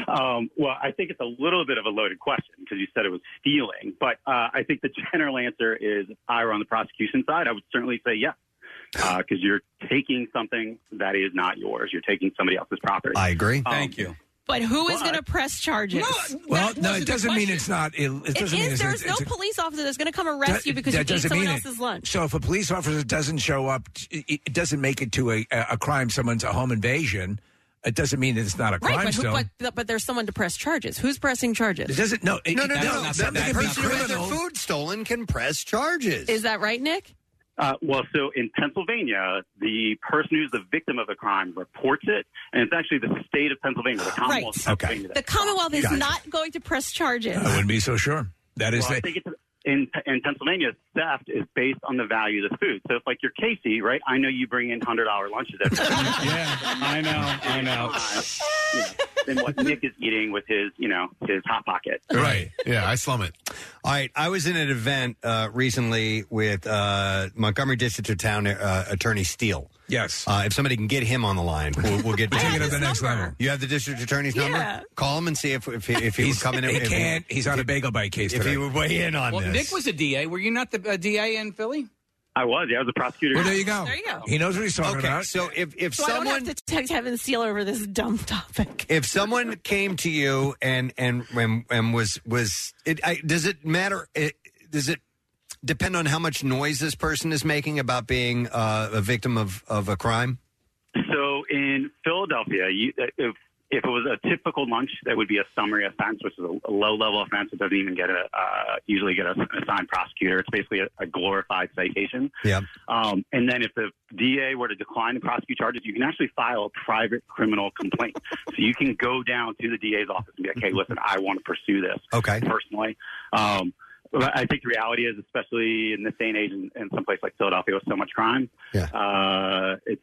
Speaker 12: um, well, I think it's a little bit of a loaded question because you said it was stealing, but uh, I think the general answer is if I were on the prosecution side, I would certainly say yes. Because you're taking something that is not yours. You're taking somebody else's property. Um, I
Speaker 3: agree.
Speaker 12: Thank
Speaker 5: you.
Speaker 4: But who is going to press charges?
Speaker 6: Well,
Speaker 4: That
Speaker 6: no,
Speaker 4: wasn't
Speaker 6: it
Speaker 4: the
Speaker 6: doesn't mean
Speaker 4: question.
Speaker 6: it's not. It, it
Speaker 4: It
Speaker 6: doesn't mean
Speaker 4: is.
Speaker 6: it's
Speaker 4: There's
Speaker 6: it's-
Speaker 4: no
Speaker 6: it's-
Speaker 4: police officer that's going to come arrest you because you
Speaker 6: that
Speaker 4: ate
Speaker 6: doesn't
Speaker 4: someone
Speaker 6: mean it.
Speaker 4: else's lunch.
Speaker 6: So if a police officer doesn't show up, it it doesn't make it to a, a crime. Someone's a home invasion. It doesn't mean that it's not a crime.
Speaker 4: Right, but, who,
Speaker 6: still,
Speaker 4: but, but there's someone to press charges. Who's pressing charges?
Speaker 6: It doesn't- no, it-
Speaker 3: No, no, no, no. That,
Speaker 6: that-
Speaker 3: that
Speaker 6: that's
Speaker 3: person who had their
Speaker 6: criminal.
Speaker 3: food stolen can press charges.
Speaker 4: Is that right, Nick?
Speaker 12: Uh, well, so in Pennsylvania, the person who's the victim of the crime reports it, and it's actually the state of Pennsylvania, the Commonwealth of Pennsylvania.
Speaker 4: The Commonwealth is
Speaker 12: Gotcha.
Speaker 4: not going to press charges.
Speaker 6: I wouldn't be so sure. Oh, That is
Speaker 12: well, I
Speaker 6: the-
Speaker 12: think it's, in in Pennsylvania, theft is based on the value of the food. So if like you're Casey, right? I know you bring in hundred dollar lunches every
Speaker 5: yeah, I know, I know.
Speaker 12: Then what Nick is eating with his, you know, his hot pocket.
Speaker 8: Right. Yeah, I slum it.
Speaker 3: All right, I was in an event uh, recently with uh, Montgomery District of Town uh, Attorney Steele.
Speaker 6: Yes.
Speaker 3: Uh, if somebody can get him on the line, we'll, we'll get
Speaker 6: We'll take it to the next level.
Speaker 3: You have the district attorney's
Speaker 6: Yeah.
Speaker 3: number. Call him and see if if he, if he would
Speaker 6: He's-
Speaker 3: come in.
Speaker 6: he
Speaker 3: if
Speaker 6: can't. He's on a bagel bite case
Speaker 3: If
Speaker 6: today.
Speaker 3: he would weigh in on
Speaker 5: well,
Speaker 3: this,
Speaker 5: Nick was a DA. Were you not the uh, DA in Philly?
Speaker 12: I was. Yeah, I was a prosecutor.
Speaker 6: Well, there you go.
Speaker 4: There you go.
Speaker 6: He knows what he's talking
Speaker 3: okay,
Speaker 6: about.
Speaker 3: So if if
Speaker 4: so I
Speaker 3: someone
Speaker 4: don't have to text Heaven Seal over this dumb topic.
Speaker 3: if someone came to you and and and, and was was it I, does it matter it, does it depend on how much noise this person is making about being uh, a victim of of a crime
Speaker 12: So in Philadelphia, you, uh, if if it was a typical lunch, that would be a summary offense, which is a low level offense that doesn't even get a uh, usually get a assigned prosecutor. It's basically a, a glorified citation.
Speaker 3: yeah
Speaker 12: Um, and then if the DA were to decline to prosecute charges, you can actually file a private criminal complaint. so you can go down to the DA's office and be like, hey, listen, I want to pursue this
Speaker 3: okay
Speaker 12: personally. Um, but I think the reality is, especially in this day and age, in, in some place like Philadelphia with so much crime, uh, it's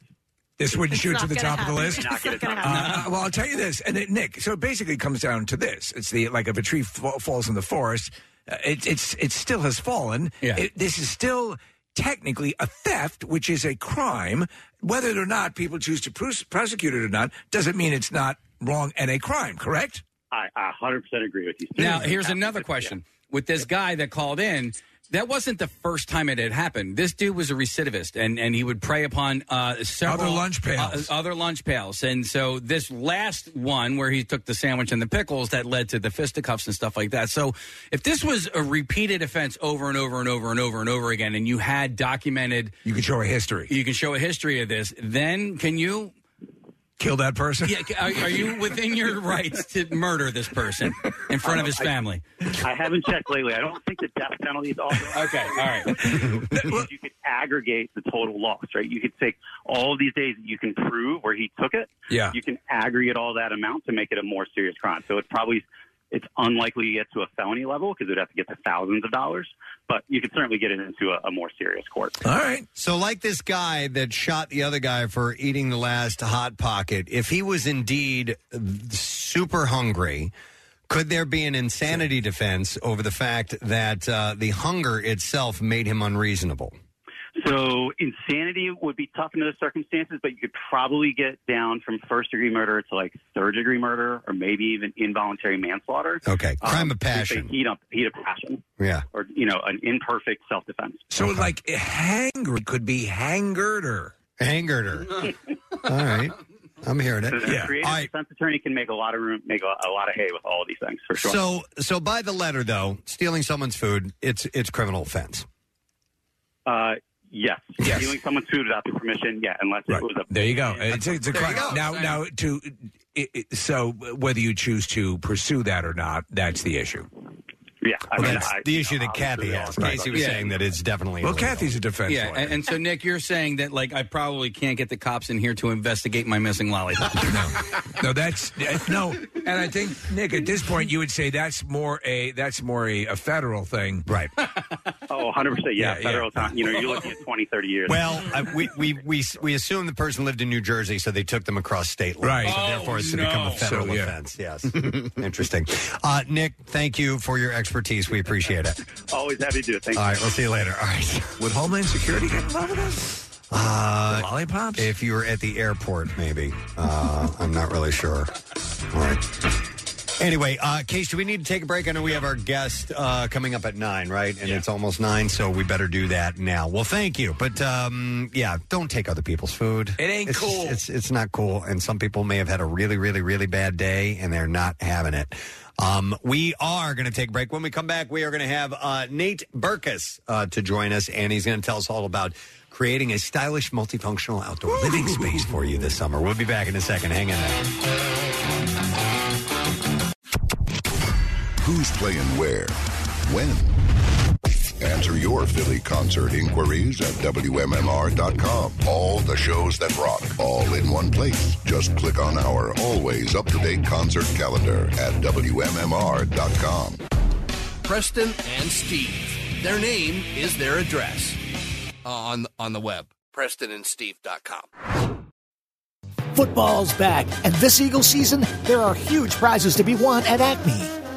Speaker 6: This wouldn't
Speaker 12: It's
Speaker 6: shoot
Speaker 12: not
Speaker 6: to the
Speaker 12: gonna
Speaker 6: top of the
Speaker 12: happen.
Speaker 6: list.
Speaker 12: It's not gonna
Speaker 6: Uh, well, I'll tell you this, and it, Nick. So it basically comes down to this: it's the like if a tree fa- falls in the forest, uh, it, it's it still has fallen.
Speaker 5: Yeah.
Speaker 6: It, this is still technically a theft, which is a crime. Whether or not people choose to pros- prosecute it or not doesn't mean it's not wrong and a crime. Correct?
Speaker 12: I, I 100% agree with you.
Speaker 5: Now, here's another question. With this guy that called in, that wasn't the first time it had happened. This dude was a recidivist, and, and he would prey upon uh, several
Speaker 6: Other lunch pails.
Speaker 5: uh, other lunch pails. And so this last one, where he took the sandwich and the pickles, that led to the fisticuffs and stuff like that. So if this was a repeated offense over and over and over and over and over again, and you had documented,
Speaker 6: you can show a history.
Speaker 5: You can show a history of this. Then can you?
Speaker 6: Kill that person.
Speaker 5: Yeah, ca- are, are you within your rights to murder this person in front of his
Speaker 12: I-
Speaker 5: family?
Speaker 12: I haven't checked lately. I don't think the death penalty is also.
Speaker 5: okay, all right.
Speaker 12: you could aggregate the total loss, right? You could take all these days that you can prove where he took it.
Speaker 6: Yeah.
Speaker 12: You can aggregate all that amount to make it a more serious crime. So it's probably it's unlikely to get to a felony level because it would have to get to thousands of dollars, but you could certainly get it into a, a more serious court.
Speaker 6: All right.
Speaker 3: So, like this guy that shot the other guy for eating the last Hot Pocket, if he was indeed super hungry, could there be an insanity defense over the fact that uh, the hunger itself made him unreasonable?
Speaker 12: So insanity would be tough in those circumstances, but you could probably get down from first degree murder to like third degree murder, or maybe even involuntary manslaughter.
Speaker 3: Okay, crime
Speaker 12: Um,
Speaker 3: of passion.
Speaker 12: Heat up, heat of passion,
Speaker 3: Yeah.
Speaker 12: or you know, an imperfect self defense.
Speaker 6: So like hangry could be hangerder.
Speaker 3: Hangerder. All right. I'm hearing it.
Speaker 12: So the creative defense attorney can make a lot of room, make a, a lot of hay with all these things for sure.
Speaker 3: So, so by the letter though, stealing someone's food, it's it's criminal offense.
Speaker 12: uh, yes, stealing someone's food without their permission, yeah, unless it was a
Speaker 6: There you go. It's, it's a
Speaker 12: There you
Speaker 6: crime.
Speaker 12: go.
Speaker 6: Now, now to it, it, so whether you choose to pursue that or not, that's the issue.
Speaker 12: Yeah,
Speaker 3: Well, that's the issue that Kathy asked. Casey was saying that it's definitely
Speaker 6: Well,
Speaker 3: illegal.
Speaker 6: Kathy's a defense
Speaker 5: Yeah,
Speaker 6: lawyer.
Speaker 5: and, and so Nick, you're saying that like I probably can't get the cops in here to investigate my missing lollipop.
Speaker 6: No, that's uh, no. And I think Nick, at this point, you would say that's more a that's more a, a federal thing,
Speaker 3: right?
Speaker 12: Oh, Oh, 100%. Yeah, federal time. You know, you're looking at 20, 30 years.
Speaker 3: Well, I, we, we we we assume the person lived in New Jersey, so they took them across state lines.
Speaker 6: Right.
Speaker 3: So
Speaker 6: Oh,
Speaker 3: therefore, it's to
Speaker 6: no.
Speaker 3: become a federal
Speaker 6: So, yeah.
Speaker 3: offense. Yes. Interesting. Uh, Nick, thank you for your expertise. We appreciate it.
Speaker 12: Always happy to do it. Thank
Speaker 3: All
Speaker 12: you.
Speaker 3: right, we'll see you later. All right.
Speaker 6: Would Homeland Security get involved with us?
Speaker 3: Uh, lollipops? If you were at the airport, maybe. Uh, I'm not really sure. All right. Anyway, uh, Case, do we need to take a break? I know we have our guest uh, coming up at nine, right? And it's almost nine, so we better do that now. Well, thank you, but um, yeah, don't take other people's food. It ain't cool. It's it's not cool, and some people may have had a really, really, really bad day, and they're not having it. Um, we are going to take a break. When we come back, we are going to have uh, Nate Burkus uh, to join us, and he's going to tell us all about creating a stylish, multifunctional outdoor living space for you this summer. We'll be back in a second. Hang in there.
Speaker 2: Who's playing where? When? Answer your Philly concert inquiries at WMMR.com. All the shows that rock, all in one place. Just click on our always up to date concert calendar at WMMR.com.
Speaker 10: Preston and Steve. Their name is their address uh, on on the web. PrestonandSteve.com.
Speaker 11: Football's back, and this Eagle season, there are huge prizes to be won at Acme.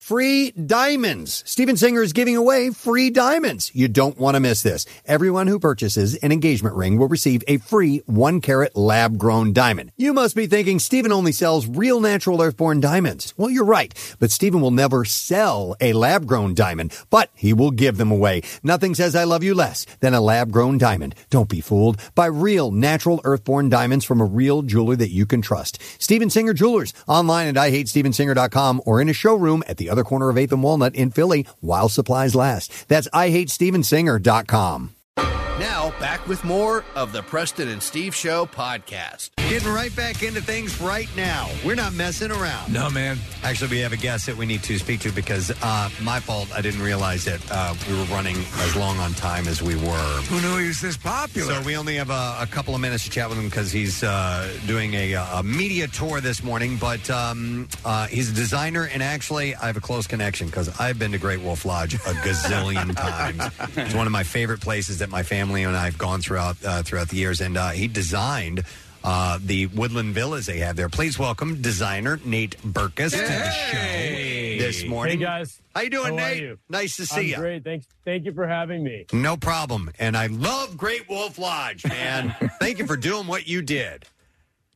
Speaker 3: Free diamonds. Steven Singer is giving away free diamonds. You don't want to miss this. Everyone who purchases an engagement ring will receive a free one carat lab grown diamond. You must be thinking Steven only sells real natural earthborn diamonds. Well, you're right, but Steven will never sell a lab grown diamond, but he will give them away. Nothing says I love you less than a lab grown diamond. Don't be fooled by real natural earthborn diamonds from a real jeweler that you can trust. Steven Singer Jewelers online at IHateStevenSinger.com or in a showroom at the other corner of 8th and Walnut in Philly while supplies last. That's IHateStevenSinger.com.
Speaker 10: Now back with more of the Preston and Steve Show podcast.
Speaker 3: Getting right back into things right now. We're not messing around.
Speaker 6: No, man.
Speaker 3: Actually, we have a guest that we need to speak to because uh, my fault. I didn't realize that uh, we were running as long on time as we were.
Speaker 6: Who knew he was this popular?
Speaker 3: So we only have a, a couple of minutes to chat with him because he's uh, doing a, a media tour this morning. But um, uh, he's a designer, and actually, I have a close connection because I've been to Great Wolf Lodge a gazillion times. It's one of my favorite places that my family and I have gone throughout uh, throughout the years. And uh, he designed. Uh, the woodland villas they have there. Please welcome designer Nate Burkus to the show this morning.
Speaker 24: Hey guys,
Speaker 3: how you doing,
Speaker 24: are
Speaker 3: Nate?
Speaker 24: you?
Speaker 3: Nice to see
Speaker 24: I'm
Speaker 3: ya.
Speaker 24: Great, thanks. Thank you for having me.
Speaker 3: No problem. And I love Great Wolf Lodge, man. Thank you for doing what you did.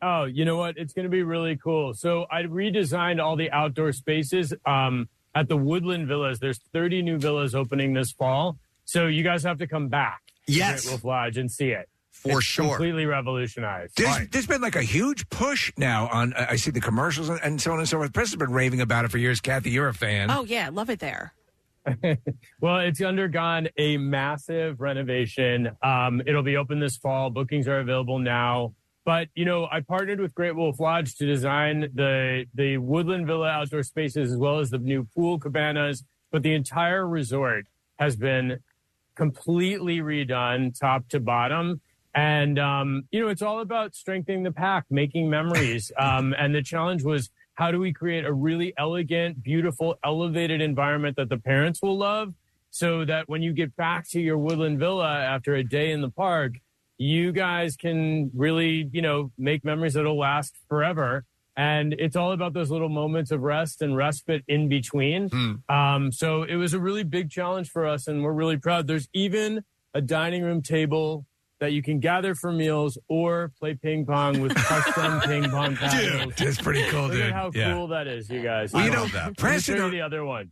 Speaker 24: Oh, you know what? It's going to be really cool. So I redesigned all the outdoor spaces um, at the Woodland Villas. There's 30 new villas opening this fall, so you guys have to come back. to
Speaker 6: Yes.
Speaker 24: Great Wolf Lodge and see it
Speaker 6: For
Speaker 24: It's
Speaker 6: sure.
Speaker 24: Completely revolutionized.
Speaker 6: There's, there's been like a huge push now on. I I see the commercials and- and so on and so forth. Press has been raving about it for years. Kathy, you're a fan.
Speaker 24: Oh.
Speaker 4: Oh yeah, love it there.
Speaker 24: Well, it's undergone a massive renovation. Um, it'll be open this fall. Bookings are available now. But you know, I partnered with Great Wolf Lodge to design the the Woodland Villa outdoor spaces as well as the new pool cabanas. But the entire resort has been completely redone, top to bottom. And um, you know, it's all about strengthening the pack, making memories. Um, and the challenge was how do we create a really elegant, beautiful, elevated environment that the parents will love, so that when you get back to your woodland villa after a day in the park, you guys can really, you know, make memories that'll last forever. And it's all about those little moments of rest and respite in between. Um, so it was a really big challenge for us, and we're really proud. There's even a dining room table that you can gather for meals or play ping pong with custom ping pong paddles.
Speaker 6: Dude, that's pretty cool,
Speaker 24: Look
Speaker 6: dude.
Speaker 24: At how
Speaker 6: Yeah.
Speaker 24: cool that is, you guys.
Speaker 6: Well, you know, Preston-
Speaker 24: Let me show you the other one.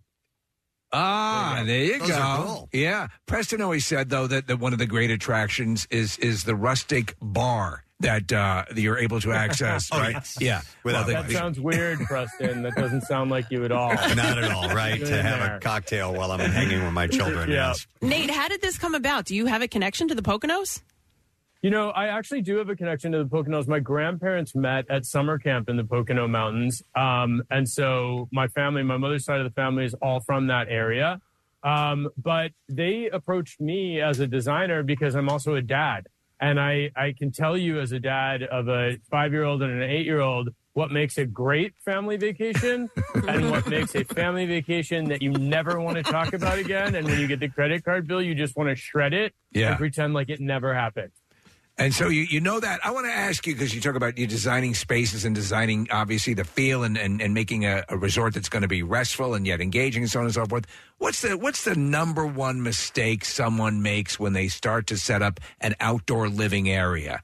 Speaker 6: Ah, there you
Speaker 24: Those
Speaker 6: go.
Speaker 24: are cool.
Speaker 6: Yeah, Preston always said though that, that one of the great attractions is is the rustic bar that uh, that you're able to access.
Speaker 24: Oh,
Speaker 6: right?
Speaker 24: yes.
Speaker 6: Yeah.
Speaker 24: Well,
Speaker 6: the-
Speaker 24: that
Speaker 6: the-
Speaker 24: sounds weird, Preston. That doesn't sound like you at all.
Speaker 3: Not at all, right?
Speaker 24: Get
Speaker 3: to
Speaker 24: in
Speaker 3: have
Speaker 24: there.
Speaker 3: a cocktail while I'm hanging with my children.
Speaker 24: Yeah.
Speaker 3: Yes.
Speaker 4: Nate, how did this come about? Do you have a connection to the Poconos?
Speaker 24: You know, I actually do have a connection to the Poconos. My grandparents met at summer camp in the Pocono Mountains. Um, and so my family, my mother's side of the family is all from that area. Um, but they approached me as a designer because I'm also a dad. And I, I can tell you as a dad of a five year old and an eight year old what makes a great family vacation and what makes a family vacation that you never want to talk about again. And when you get the credit card bill, you just want to shred it
Speaker 6: Yeah.
Speaker 24: and pretend like it never happened.
Speaker 6: And so you, you know that. I want to ask you because you talk about you designing spaces and designing, obviously, the feel and, and, and making a, a resort that's going to be restful and yet engaging and so on and so forth. What's the, what's the number one mistake someone makes when they start to set up an outdoor living area?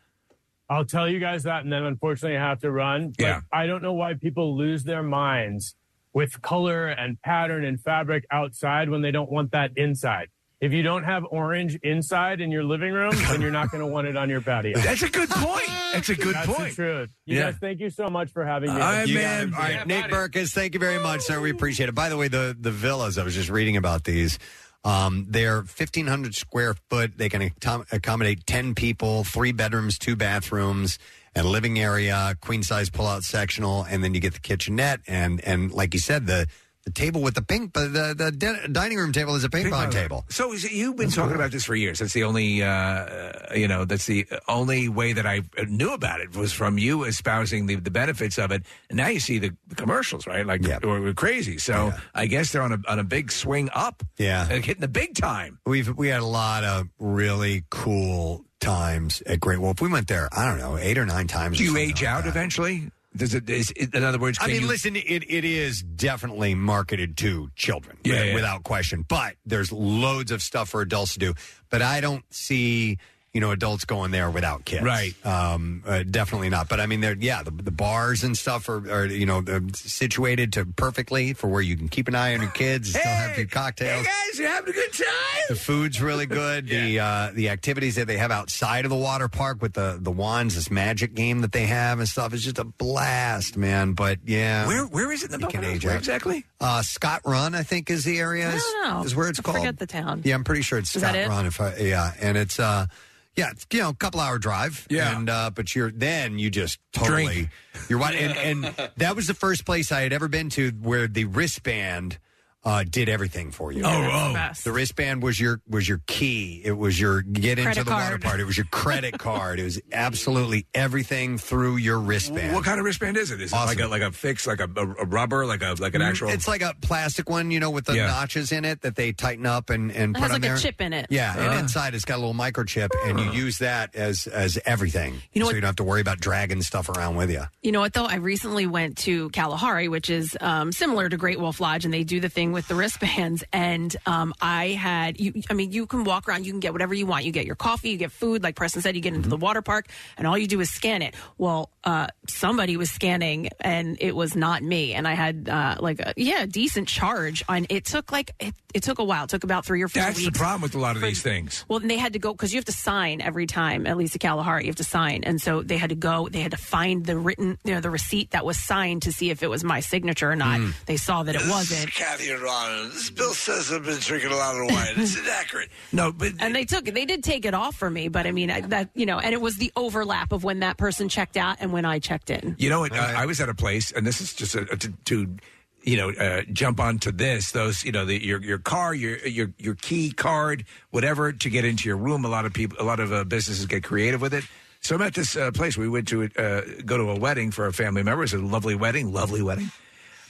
Speaker 24: I'll tell you guys that, and then unfortunately I have to run. But
Speaker 6: Yeah.
Speaker 24: I don't know why people lose their minds with color and pattern and fabric outside when they don't want that inside. If you don't have orange inside in your living room, then you're not going to want it on your patio.
Speaker 6: That's a good point. That's a good
Speaker 24: That's
Speaker 6: point.
Speaker 24: The truth. You
Speaker 3: Yeah.
Speaker 24: guys, thank you so much for having me.
Speaker 3: You got it. All right, Nate Burkus, thank you very much, sir. We appreciate it. By the way, the the villas I was just reading about these. Um, they're fifteen hundred square foot. They can accom- accommodate ten people, three bedrooms, two bathrooms, and living area, queen size pull out sectional, and then you get the kitchenette and and like you said, the the table with the pink, but the the din- dining room table is a ping, pong table.
Speaker 6: So is it- you've been talking about this for years. That's the only, uh, you know, that's the only way that I knew about it was from you espousing the, the benefits of it. And now you see the, the commercials, right? Like we're, we're crazy. So I guess they're on a on a big swing up.
Speaker 3: Yeah.
Speaker 6: They're hitting the big time.
Speaker 3: We've we had a lot of really cool times at Great Wolf. We went there, I don't know, eight or nine times. or
Speaker 6: Do you
Speaker 3: something
Speaker 6: age
Speaker 3: like
Speaker 6: out
Speaker 3: that.
Speaker 6: eventually? Does it? Is, it- in other words,
Speaker 3: I
Speaker 6: can
Speaker 3: mean,
Speaker 6: you-
Speaker 3: listen, it, it is definitely marketed to children,
Speaker 6: Yeah,
Speaker 3: wi-
Speaker 6: yeah.
Speaker 3: without question. But there's loads of stuff for adults to do. But I don't see you know adults going there without kids,
Speaker 6: Right.
Speaker 3: Um, uh, definitely not. But I mean, there, yeah, the, the bars and stuff are, are you know they're situated to perfectly for where you can keep an eye on your kids, and still have your cocktails.
Speaker 6: guys, you having a good time?
Speaker 3: The food's really good. The uh, the activities that they have outside of the water park with the the wands, this magic game that they have and stuff is just a blast, man. But yeah,
Speaker 6: Where where is it? In the
Speaker 3: You can
Speaker 6: Poconos?
Speaker 3: age
Speaker 6: Where
Speaker 3: out.
Speaker 6: exactly?
Speaker 3: Uh, Scott Run, I think, is the area.
Speaker 4: I
Speaker 3: is,
Speaker 4: don't know.
Speaker 3: is where it's
Speaker 4: I
Speaker 3: called.
Speaker 4: forget the town.
Speaker 3: Yeah, I'm pretty sure it's
Speaker 4: Is that
Speaker 3: Scott
Speaker 4: it?
Speaker 3: Run. If I, yeah, and it's uh, yeah, it's, you know, a couple hour drive. Yeah, and uh, but you're then you just totally you're what and and that was the first place I had ever been to where the wristband. Uh, did everything for you.
Speaker 6: Oh, Yeah, that's the oh. best.
Speaker 3: the wristband was your was your key. It was your get into
Speaker 6: Credit
Speaker 3: the water
Speaker 6: card.
Speaker 3: part. It was your credit card. It was absolutely everything through your wristband.
Speaker 6: What kind of wristband is it? Is
Speaker 3: Awesome.
Speaker 6: it like a like a fix, like a, a, a rubber, like a like an
Speaker 3: Mm,
Speaker 6: actual?
Speaker 3: It's like a plastic one, you know, with the
Speaker 6: Yeah.
Speaker 3: notches in it that they tighten up and and
Speaker 4: It
Speaker 3: put
Speaker 4: has
Speaker 3: on
Speaker 4: like a
Speaker 3: there.
Speaker 4: chip in it.
Speaker 3: Yeah,
Speaker 4: Ah.
Speaker 3: and inside it's got a little microchip, and you use that as as everything.
Speaker 4: You know
Speaker 3: so
Speaker 4: what-
Speaker 3: you don't have to worry about dragging stuff around with you.
Speaker 4: You know what though? I recently went to Kalahari, which is um, similar to Great Wolf Lodge, and they do the thing with the wristbands. And um, I had, you, I mean, you can walk around, you can get whatever you want. You get your coffee, you get food. Like Preston said, you get into the water park, and all you do is scan it. Well, uh, somebody was scanning, and it was not me. And I had uh, like, a, yeah, decent charge, and it took like it, it took a while. It took about three or four.
Speaker 6: That's the
Speaker 4: weeks.
Speaker 6: problem with a lot of these things.
Speaker 4: Well, and they had to go because you have to sign every time. At least at Kalahari, you have to sign, and so they had to go. They had to find the written, you know, the receipt that was signed to see if it was my signature or not.
Speaker 6: Mm.
Speaker 4: They saw that it wasn't.
Speaker 6: Kathy O'Donnell. This bill says I've been drinking a lot of wine. Is it accurate? No, but
Speaker 4: And they took it. They did take it off for me, but I mean I, that you know, and it was the overlap of when that person checked out and when I checked in.
Speaker 6: You know what? Uh, I was at a place, and this is just a, a- to, to, you know, uh, jump onto this. Those, you know, the, your your car, your your your key card, whatever, to get into your room. A lot of people, a lot of uh, businesses get creative with it. So I'm at this uh, place. We went to uh, go to a wedding for a family member. It was a lovely wedding, lovely wedding.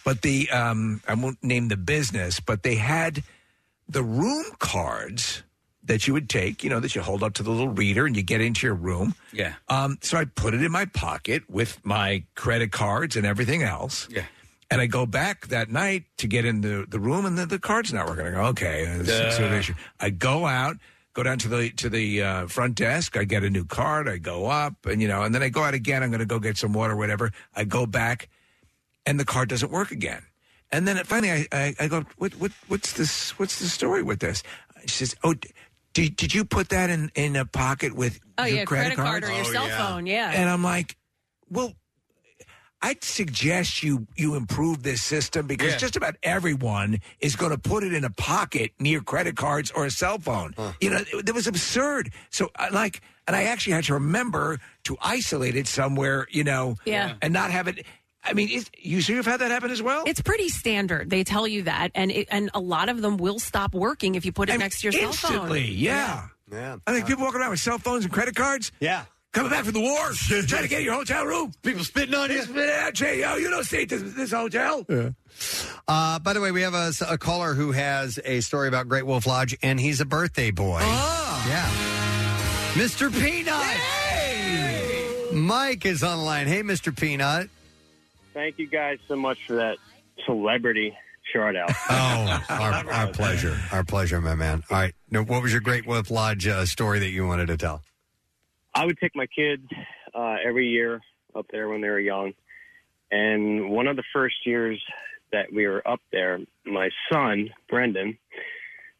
Speaker 6: But the um, I won't name the business, but they had the room cards that you would take. You know, that you hold up to the little reader, and you get into your room.
Speaker 5: Yeah.
Speaker 6: Um, so I put it in my pocket with my credit cards and everything else.
Speaker 5: Yeah.
Speaker 6: And I go back that night to get in the, the room, and the, the card's not working. I go, okay, this is an
Speaker 5: Duh.
Speaker 6: issue. I go out, go down to the to the uh, front desk. I get a new card. I go up, and you know, and then I go out again. I'm going to go get some water, whatever. I go back, and the card doesn't work again. And then finally, I, I, I go, what, what, what's this? What's the story with this? She says, oh, d- did, did you put that in, in a pocket with
Speaker 4: Oh
Speaker 6: your
Speaker 4: yeah, credit, card
Speaker 6: cards? Oh,
Speaker 4: or your cell phone, yeah.
Speaker 6: And I'm like, well, I'd suggest you you improve this system because
Speaker 15: Yeah.
Speaker 6: just about everyone is going to put it in a pocket near credit cards or a cell phone. You know, it, it was absurd. So I like, and I actually had to remember to isolate it somewhere. You know,
Speaker 4: Yeah.
Speaker 6: and not have it. I mean, it's, you sure you've had that happen as well?
Speaker 4: It's pretty standard. They tell you that, and it, and a lot of them will stop working if you put it next to your cell phone.
Speaker 6: Instantly, yeah.
Speaker 3: Yeah.
Speaker 6: I think people walking around with cell phones and credit cards.
Speaker 3: Yeah.
Speaker 6: Coming back from the war, trying to get your hotel room.
Speaker 3: People spitting on you.
Speaker 6: Spitting at you. Yo, you don't stay at this, this hotel.
Speaker 3: Uh, by the way, we have a, a caller who has a story about Great Wolf Lodge, and he's a birthday boy.
Speaker 4: Oh.
Speaker 3: Yeah. Mr. Peanut. Mike is online. Hey, Mr. Peanut.
Speaker 16: Thank you guys so much for that celebrity shout out.
Speaker 3: Oh, our, our pleasure. Our pleasure, my man. All right. Now, what was your Great Wolf Lodge uh, story that you wanted to tell?
Speaker 16: I would take my kids uh, every year up there when they were young. And one of the first years that we were up there, my son, Brendan,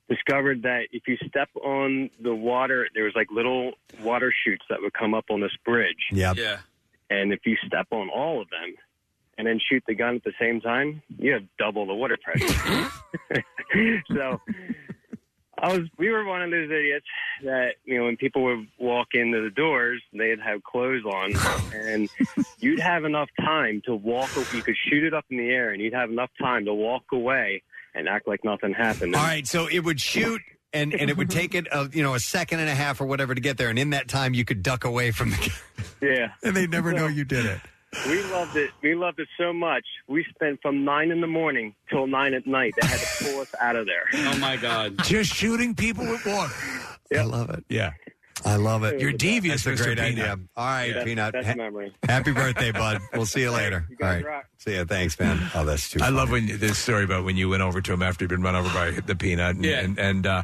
Speaker 16: discovered that if you step on the water, there was like little water chutes that would come up on this bridge.
Speaker 3: Yep.
Speaker 5: Yeah.
Speaker 16: And if you step on all of them and then shoot the gun at the same time, you have double the water pressure. so I was we were one of those idiots that, you know, when people would walk into the doors, they'd have clothes on and you'd have enough time to walk you could shoot it up in the air and you'd have enough time to walk away and act like nothing happened.
Speaker 3: All right. So it would shoot. And, and it would take it, a, you know, a second and a half or whatever to get there. And in that time, you could duck away from the.
Speaker 16: Yeah.
Speaker 3: and they'd never know you did it.
Speaker 16: We loved it. We loved it so much. We spent from nine in the morning till nine at night. They had to pull us out of there.
Speaker 5: Oh my God!
Speaker 6: Just shooting people with water.
Speaker 3: I love it. Yeah. I love it.
Speaker 6: You're devious,
Speaker 3: That's
Speaker 6: Mr.
Speaker 3: a great
Speaker 6: Peanut.
Speaker 3: idea. All right,
Speaker 6: That's-
Speaker 3: Peanut.
Speaker 6: that's
Speaker 3: Ha-
Speaker 16: memory.
Speaker 3: Happy birthday, bud. We'll see you later.
Speaker 6: You
Speaker 3: All
Speaker 6: guys
Speaker 3: right. See ya. Thanks, man. Oh, that's too.
Speaker 6: I love when you, this story about when you went over to him after you'd been run over by the peanut, and
Speaker 3: Yeah.
Speaker 6: and, and, uh,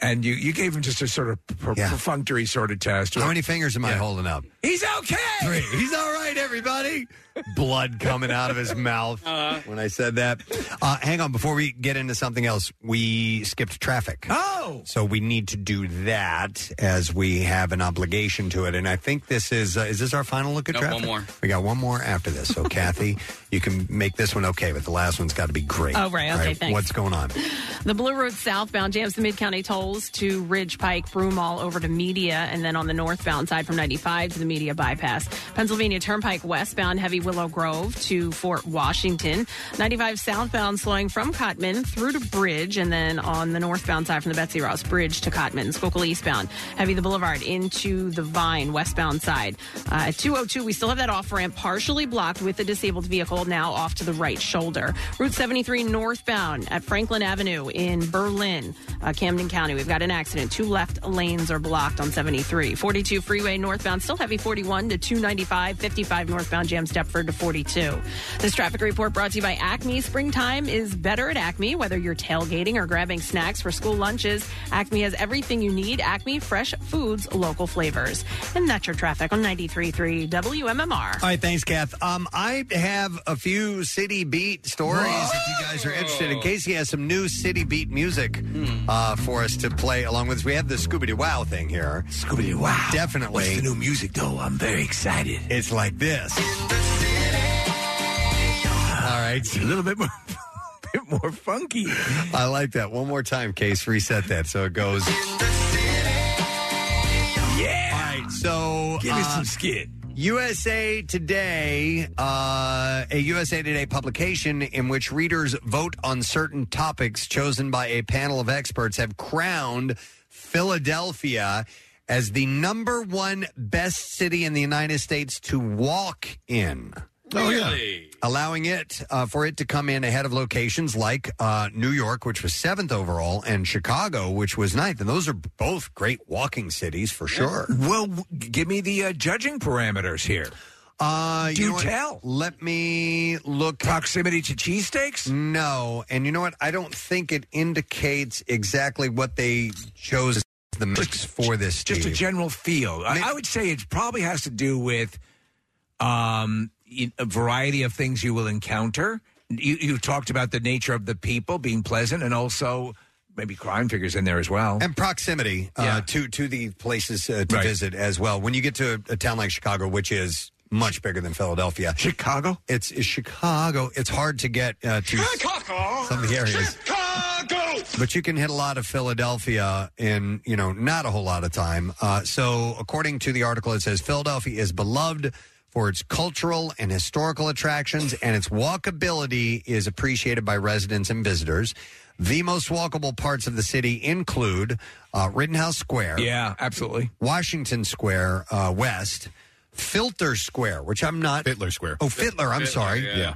Speaker 6: and you you gave him just a sort of per- perfunctory sort of test.
Speaker 3: How many fingers am I
Speaker 6: Yeah.
Speaker 3: holding up?
Speaker 6: He's okay.
Speaker 3: Three. He's all right, everybody. Blood coming out of his mouth when I said that. Uh, hang on, before we get into something else, we skipped traffic.
Speaker 6: Oh,
Speaker 3: so we need to do that as we have an obligation to it. And I think this is uh, is this our final look at
Speaker 5: Nope,
Speaker 3: traffic?
Speaker 5: one more.
Speaker 3: We got one more after this. So Kathy, you can make this one okay, but the last one's got to be great.
Speaker 4: Oh, right.
Speaker 3: All
Speaker 4: Okay, thanks.
Speaker 3: What's going on?
Speaker 4: The Blue Road southbound jams the Mid County tolls to Ridge Pike, Broomall over to Media, and then on the northbound side from 95 to the Media bypass. Pennsylvania Turnpike westbound heavy Willow Grove to Fort Washington. 95 southbound slowing from Cotman through to Bridge, and then on the northbound side from the Betsy Ross Bridge to Cotman. Schuylkill eastbound heavy the Boulevard into the Vine westbound side. Uh, at 202, we still have that off ramp partially blocked with a disabled vehicle now off to the right shoulder. Route 73 northbound at Franklin Avenue in Berlin, uh, Camden County. We've got an accident. Two left lanes are blocked on 73. 42 freeway northbound, still heavy 41 to 295. 55 northbound jam Stepford to 42. This traffic report brought to you by Acme. Springtime is better at Acme, whether you're tailgating or grabbing snacks for school lunches. Acme has everything you need. Acme Fresh Foods, local flavors. And that's your traffic on 93.3 WMMR.
Speaker 3: All right, thanks, Kath. Um, I have a few city beat stories if you guys are interested. And Casey has some new city beat music uh, for us to play along with. We have the Scooby Doo Wow thing here. Scooby Doo Wow, definitely. What's the new music though? I'm very excited. It's like this. All right, a
Speaker 6: little bit more, bit more funky.
Speaker 3: I like that. One more time, Case. Reset that so it goes.
Speaker 6: Yeah.
Speaker 3: All right. So uh,
Speaker 6: Give me some
Speaker 3: skid. USA Today, uh, a USA Today publication in which readers vote on certain topics chosen by a panel of experts, have crowned Philadelphia as the number one best city in the United States to walk in.
Speaker 8: Oh, yeah.
Speaker 3: Allowing it uh, for it to come in ahead of locations like uh, New York, which was seventh overall, and Chicago, which was ninth. And those are both great walking cities for sure.
Speaker 6: Well, w- give me the uh, judging parameters here.
Speaker 3: Uh,
Speaker 6: Do
Speaker 3: you know what?
Speaker 6: tell.
Speaker 3: Let me look.
Speaker 6: Proximity to cheesesteaks?
Speaker 3: No. And you know what? I don't think it indicates exactly what they chose as the mix for this.
Speaker 6: Just a
Speaker 3: Steve.
Speaker 6: general feel. I, I would say it probably has to do with um, y- a variety of things you will encounter. You, you talked about the nature of the people being pleasant, and also maybe crime figures in there as well.
Speaker 3: And proximity uh, to to the places uh, to
Speaker 6: Right.
Speaker 3: visit as well. When you get to a, a town like Chicago, which is much bigger than Philadelphia. Chicago? It's, it's Chicago. It's hard to get uh, to s- some of the areas. But you can hit a lot of Philadelphia in, you know, not a whole lot of time. Uh, so, according to the article, it says Philadelphia is beloved for its cultural and historical attractions, and its walkability is appreciated by residents and visitors. The most walkable parts of the city include uh, Rittenhouse Square.
Speaker 6: Yeah, absolutely.
Speaker 3: Washington Square uh, West, Filter Square, which I'm not. Fiddler
Speaker 8: Square.
Speaker 3: Oh, Fiddler, I'm
Speaker 8: Fittler,
Speaker 3: sorry.
Speaker 8: yeah. Yeah.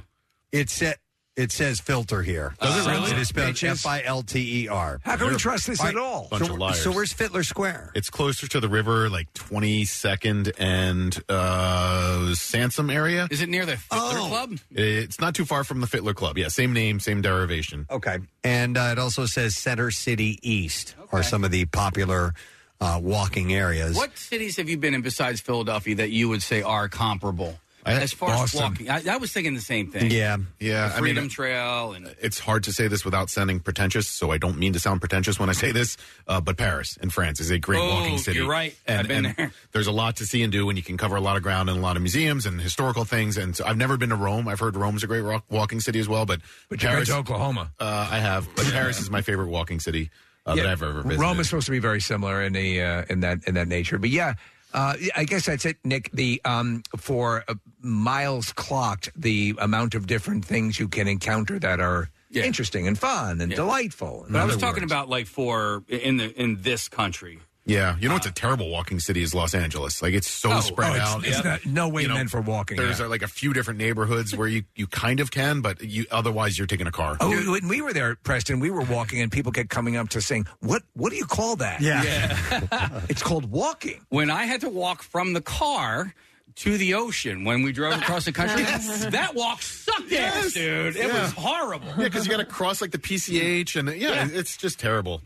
Speaker 3: It, sa- it says filter here. Uh,
Speaker 6: Does it really?
Speaker 3: It is spelled
Speaker 6: Bitches.
Speaker 3: F I L T E R.
Speaker 6: How can we trust this at all?
Speaker 8: Bunch
Speaker 3: so,
Speaker 8: of liars.
Speaker 3: so where's Fiddler Square?
Speaker 8: It's closer to the river, like 22nd and uh, Sansom area.
Speaker 5: Is it near the Fiddler
Speaker 3: Oh.
Speaker 5: Club?
Speaker 8: It's not too far from the Fiddler Club. Yeah, same name, same derivation.
Speaker 3: Okay. And uh, it also says Center City East are some of the popular uh, walking areas.
Speaker 5: What cities have you been in besides Philadelphia that you would say are comparable? as far
Speaker 8: Boston.
Speaker 5: as walking, I, I was thinking the same thing.
Speaker 8: yeah.
Speaker 5: The
Speaker 8: I
Speaker 5: Freedom
Speaker 8: mean, uh,
Speaker 5: Trail and
Speaker 8: it's hard to say this without sounding pretentious, so I don't mean to sound pretentious when I say this. Uh, but Paris in France is a great
Speaker 5: Oh,
Speaker 8: walking city.
Speaker 5: you're right.
Speaker 8: And,
Speaker 5: I've been
Speaker 8: and
Speaker 5: there.
Speaker 8: There's a lot to see and do, and you can cover a lot of ground and a lot of museums and historical things. And so I've never been to Rome. I've heard Rome's a great rock, walking city as well, but
Speaker 6: But you've been to Oklahoma.
Speaker 8: Uh, I have, but Paris is my favorite walking city uh, that
Speaker 6: Yeah,
Speaker 8: I've ever visited.
Speaker 6: Rome is supposed to be very similar in the uh, in that in that nature, but yeah. Uh, I guess that's it, Nick. The um, for uh, miles clocked, the amount of different things you can encounter that are interesting and fun and
Speaker 5: Yeah.
Speaker 6: delightful.
Speaker 5: But I was
Speaker 6: Other
Speaker 5: talking
Speaker 6: words.
Speaker 5: about like for in the in this country.
Speaker 8: Yeah, you know what's a terrible walking city is Los Angeles. Like it's so
Speaker 5: Oh,
Speaker 8: spread
Speaker 5: oh, it's-
Speaker 8: out.
Speaker 5: it's
Speaker 8: Yeah.
Speaker 5: not- no way
Speaker 8: You know,
Speaker 5: meant for walking,
Speaker 8: There's
Speaker 5: yeah.
Speaker 8: uh, like a few different neighborhoods where you you kind of can, but you otherwise you're taking a car.
Speaker 6: Oh, when we were there, Preston, we were walking, and people kept coming up to saying, "What? What do you call that?" it's called walking.
Speaker 5: When I had to walk from the car to the ocean when we drove across the country,
Speaker 8: Yes.
Speaker 5: that walk sucked
Speaker 8: Yes.
Speaker 5: ass, dude. It
Speaker 8: Yeah.
Speaker 5: was horrible.
Speaker 8: Yeah, because you got to cross like the PCH, and yeah, it's just terrible.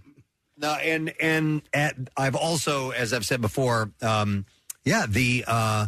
Speaker 3: No, and and at, I've also, as I've said before, um, yeah, the uh,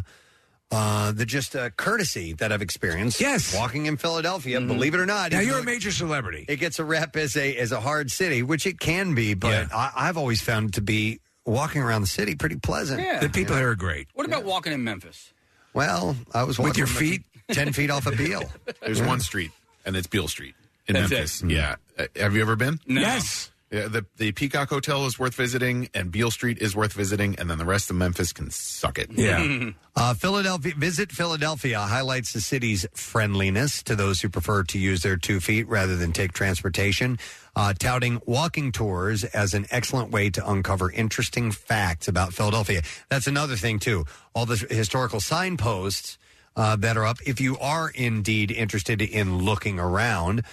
Speaker 3: uh, the just uh, courtesy that I've experienced. Yes, walking in Philadelphia, believe it or not.
Speaker 6: Mm-hmm. now
Speaker 3: even
Speaker 6: you're a
Speaker 3: though
Speaker 6: major celebrity.
Speaker 3: It gets a rep as a as a hard city, which it can be, but I, I've always found to be walking around the city pretty pleasant.
Speaker 5: Yeah. The people
Speaker 6: here are great.
Speaker 5: What about walking in Memphis?
Speaker 3: Well, I was
Speaker 5: With
Speaker 3: walking
Speaker 5: your
Speaker 3: with
Speaker 5: feet?
Speaker 3: ten feet off a Beale.
Speaker 8: There's
Speaker 3: Yeah.
Speaker 8: one street, and it's Beale Street in
Speaker 5: That's
Speaker 8: Memphis.
Speaker 5: it. Mm-hmm.
Speaker 8: Yeah, Uh, have you ever been?
Speaker 5: No.
Speaker 8: Yes. Yeah, the the Peacock Hotel is worth visiting, and Beale Street is worth visiting, and then the rest of Memphis can suck it. Mm-hmm.
Speaker 3: Uh, Philadelphia Visit Philadelphia highlights the city's friendliness to those who prefer to use their two feet rather than take transportation, uh, touting walking tours as an excellent way to uncover interesting facts about Philadelphia. That's another thing too. All the historical signposts uh, that are up. If you are indeed interested in looking around,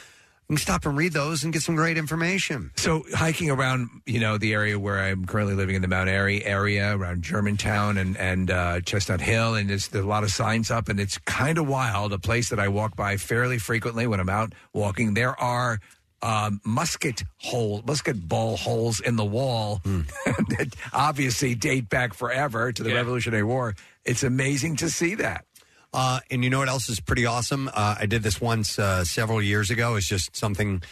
Speaker 3: you can stop and read those and get some great information.
Speaker 6: So hiking around, you know, the area where I'm currently living in the Mount Airy area, around Germantown and and uh, Chestnut Hill, and there's, there's a lot of signs up, and it's kind of wild. A place that I walk by fairly frequently when I'm out walking. There are um, musket hole, musket ball holes in the wall
Speaker 3: Hmm.
Speaker 6: that obviously date back forever to the Revolutionary War. It's amazing to see that.
Speaker 3: Uh, and you know what else is pretty awesome? Uh, I did this once uh, several years ago. It's just something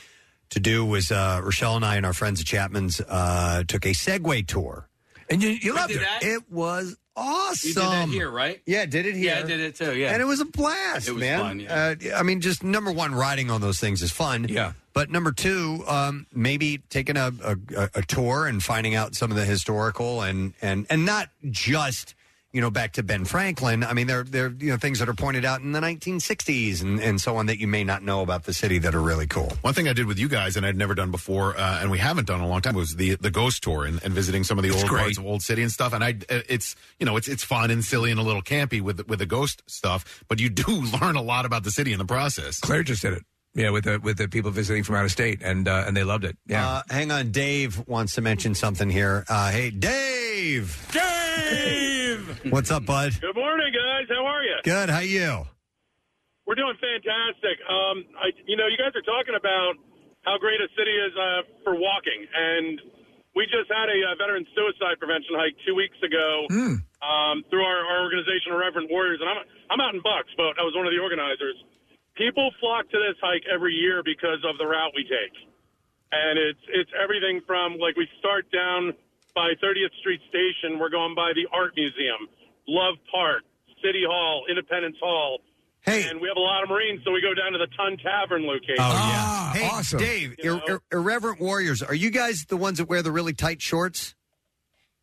Speaker 3: to do. Was uh, Rochelle and I and our friends at Chapman's uh, took a Segway tour.
Speaker 6: And you, you
Speaker 3: loved it. Mm-hmm. It was awesome.
Speaker 5: You did that here, right?
Speaker 3: Yeah, I did it here.
Speaker 5: Yeah, I did it too. Yeah,
Speaker 3: And it was a blast,
Speaker 5: It was
Speaker 3: man.
Speaker 5: fun. Yeah.
Speaker 3: uh, I mean, just number one, riding on those things is fun. Yeah. But number two, um, maybe taking a, a a- a tour and finding out some of the historical and and and not just you know back to Ben Franklin. I mean, there there you know things that are pointed out in the 1960s and and so on that you may not know about the city that are really cool.
Speaker 8: One thing I did with you guys, and I'd never done before, uh, and we haven't done in a long time, was the the ghost tour and, and visiting some of the
Speaker 6: It's
Speaker 8: old
Speaker 6: great.
Speaker 8: parts of old city and stuff. And I, it's you know, it's it's fun and silly and a little campy with with the ghost stuff, but you do learn a lot about the city in the process.
Speaker 6: Claire just did it. Yeah, with the with the people visiting from out of state, and uh, and they loved it. Yeah.
Speaker 3: Uh, hang on, Dave wants to mention something here. Uh, hey, Dave.
Speaker 15: Dave!
Speaker 3: What's up, bud?
Speaker 15: Good morning, guys. How are you?
Speaker 3: Good. How you?
Speaker 15: We're doing fantastic. Um, I, you know, you guys are talking about how great a city is uh, for walking, and we just had a uh, veteran suicide prevention hike two weeks ago um, through our, our organization, Reverend Warriors, and I'm I'm out in Bucks, but I was one of the organizers. People flock to this hike every year because of the route we take, and it's it's everything from like we start down by 30th Street Station, we're going by the Art Museum, Love Park, City Hall, Independence Hall.
Speaker 3: Hey.
Speaker 15: And we have a lot of Marines, so we go down to the Tun Tavern location. Ah.
Speaker 3: Oh, yeah. Hey, Dave, ir- ir- Irreverent Warriors, are you guys the ones that wear the really tight shorts?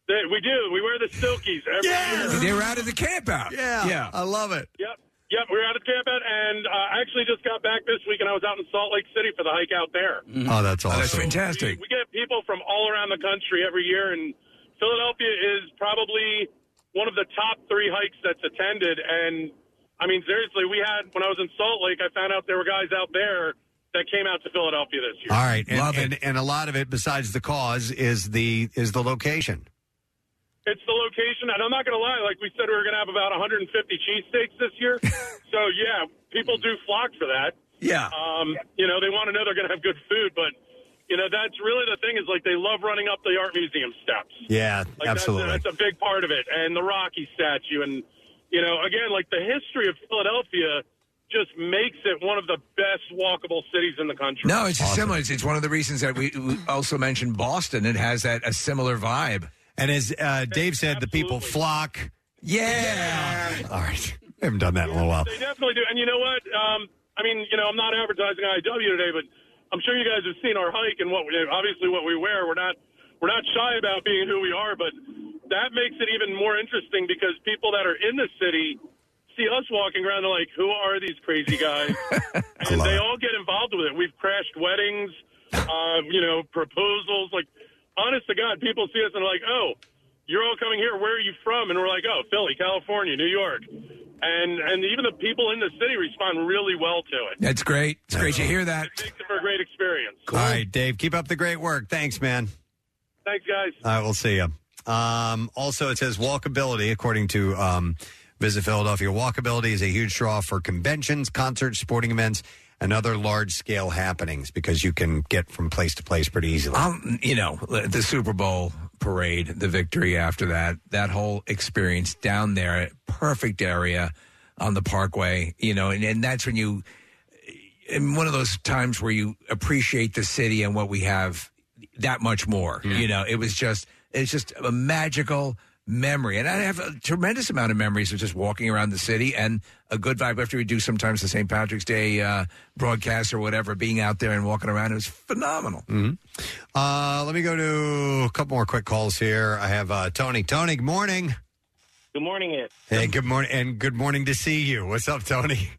Speaker 15: They- We do. We wear the silkies every year.
Speaker 6: They're out of the camp out.
Speaker 3: Yeah.
Speaker 6: Yeah.
Speaker 3: I love it.
Speaker 15: Yep. Yep, we were out of camp out, and uh, I actually just got back this week, and I was out in Salt Lake City for the hike out there.
Speaker 3: Oh, that's awesome.
Speaker 6: that's fantastic.
Speaker 15: We get people from all around the country every year, and Philadelphia is probably one of the top three hikes that's attended. And I mean, seriously, we had when I was in Salt Lake, I found out there were guys out there that came out to Philadelphia this year.
Speaker 3: All right, and, and, and a lot of it, besides the cause, is the is the location.
Speaker 15: It's the location, and I'm not going to lie. Like we said, we were going to have about 150 cheesesteaks this year. so yeah, people do flock for that.
Speaker 3: Yeah.
Speaker 15: Um, you know, they want to know they're going to have good food, but you know, that's really the thing is like they love running up the art museum steps.
Speaker 3: Yeah,
Speaker 15: Like That's a, that's a big part of it, and the Rocky statue, and you know, again, like the history of Philadelphia just makes it one of the best walkable cities in the country.
Speaker 6: No, it's similar. It's, it's one of the reasons that we we also mentioned Boston. It has that a similar vibe.
Speaker 3: And as uh, Dave said, the people flock.
Speaker 6: Yeah.
Speaker 3: All right, I haven't done that in a little while.
Speaker 15: They definitely do. And you know what? Um, I mean, you know, I'm not advertising IW today, but I'm sure you guys have seen our hike and what we obviously what we wear. We're not we're not shy about being who we are, but that makes it even more interesting because people that are in the city see us walking around. They're like, "Who are these crazy guys?" and they all get involved with it. We've crashed weddings, uh, you know, proposals. Like, honest to God, people see us and are like, "Oh." You're all coming here. Where are you from? And we're like, oh, Philly, California, New York, and and even the people in the city respond really well to it.
Speaker 6: That's great. It's great to hear that.
Speaker 15: Makes it for a great experience.
Speaker 3: All right, Dave, keep up the great work. Thanks, man.
Speaker 15: Thanks, guys.
Speaker 3: All right, we'll see you. Um, also, it says walkability, according to um, Visit Philadelphia. Walkability is a huge draw for conventions, concerts, sporting events, and other large scale happenings because you can get from place to place pretty easily.
Speaker 6: Um, you know, the Super Bowl parade, the victory after that, that whole experience down there, perfect area on the parkway, you know, and, and that's when you, in one of those times where you appreciate the city and what we have that much more, you know, it was just, it's just a magical memory. And I have a tremendous amount of memories of just walking around the city and a good vibe after we do sometimes the St. Patrick's Day uh, broadcast or whatever, being out there and walking around. It was phenomenal.
Speaker 3: Mhm. Uh, let me go to a couple more quick calls here. I have uh, Tony. Tony, good morning.
Speaker 25: Good morning, it.
Speaker 3: Hey, good morning, and good morning to see you. What's up, Tony?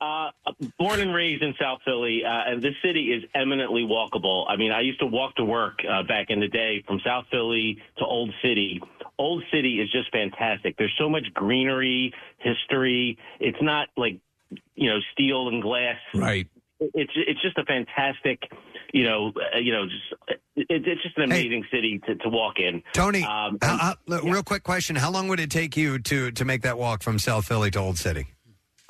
Speaker 25: Uh, born and raised in South Philly, uh, and this city is eminently walkable. I mean, I used to walk to work uh, back in the day from South Philly to Old City. Old City is just fantastic. There's so much greenery, history. It's not like you know steel and glass.
Speaker 6: Right.
Speaker 25: It's it's just a fantastic, you know, uh, you know, just it, it's just an amazing city to, to walk in.
Speaker 3: Tony,
Speaker 25: Um,
Speaker 3: how- how- look, Uh, real quick question: How long would it take you to to make that walk from South Philly to Old City?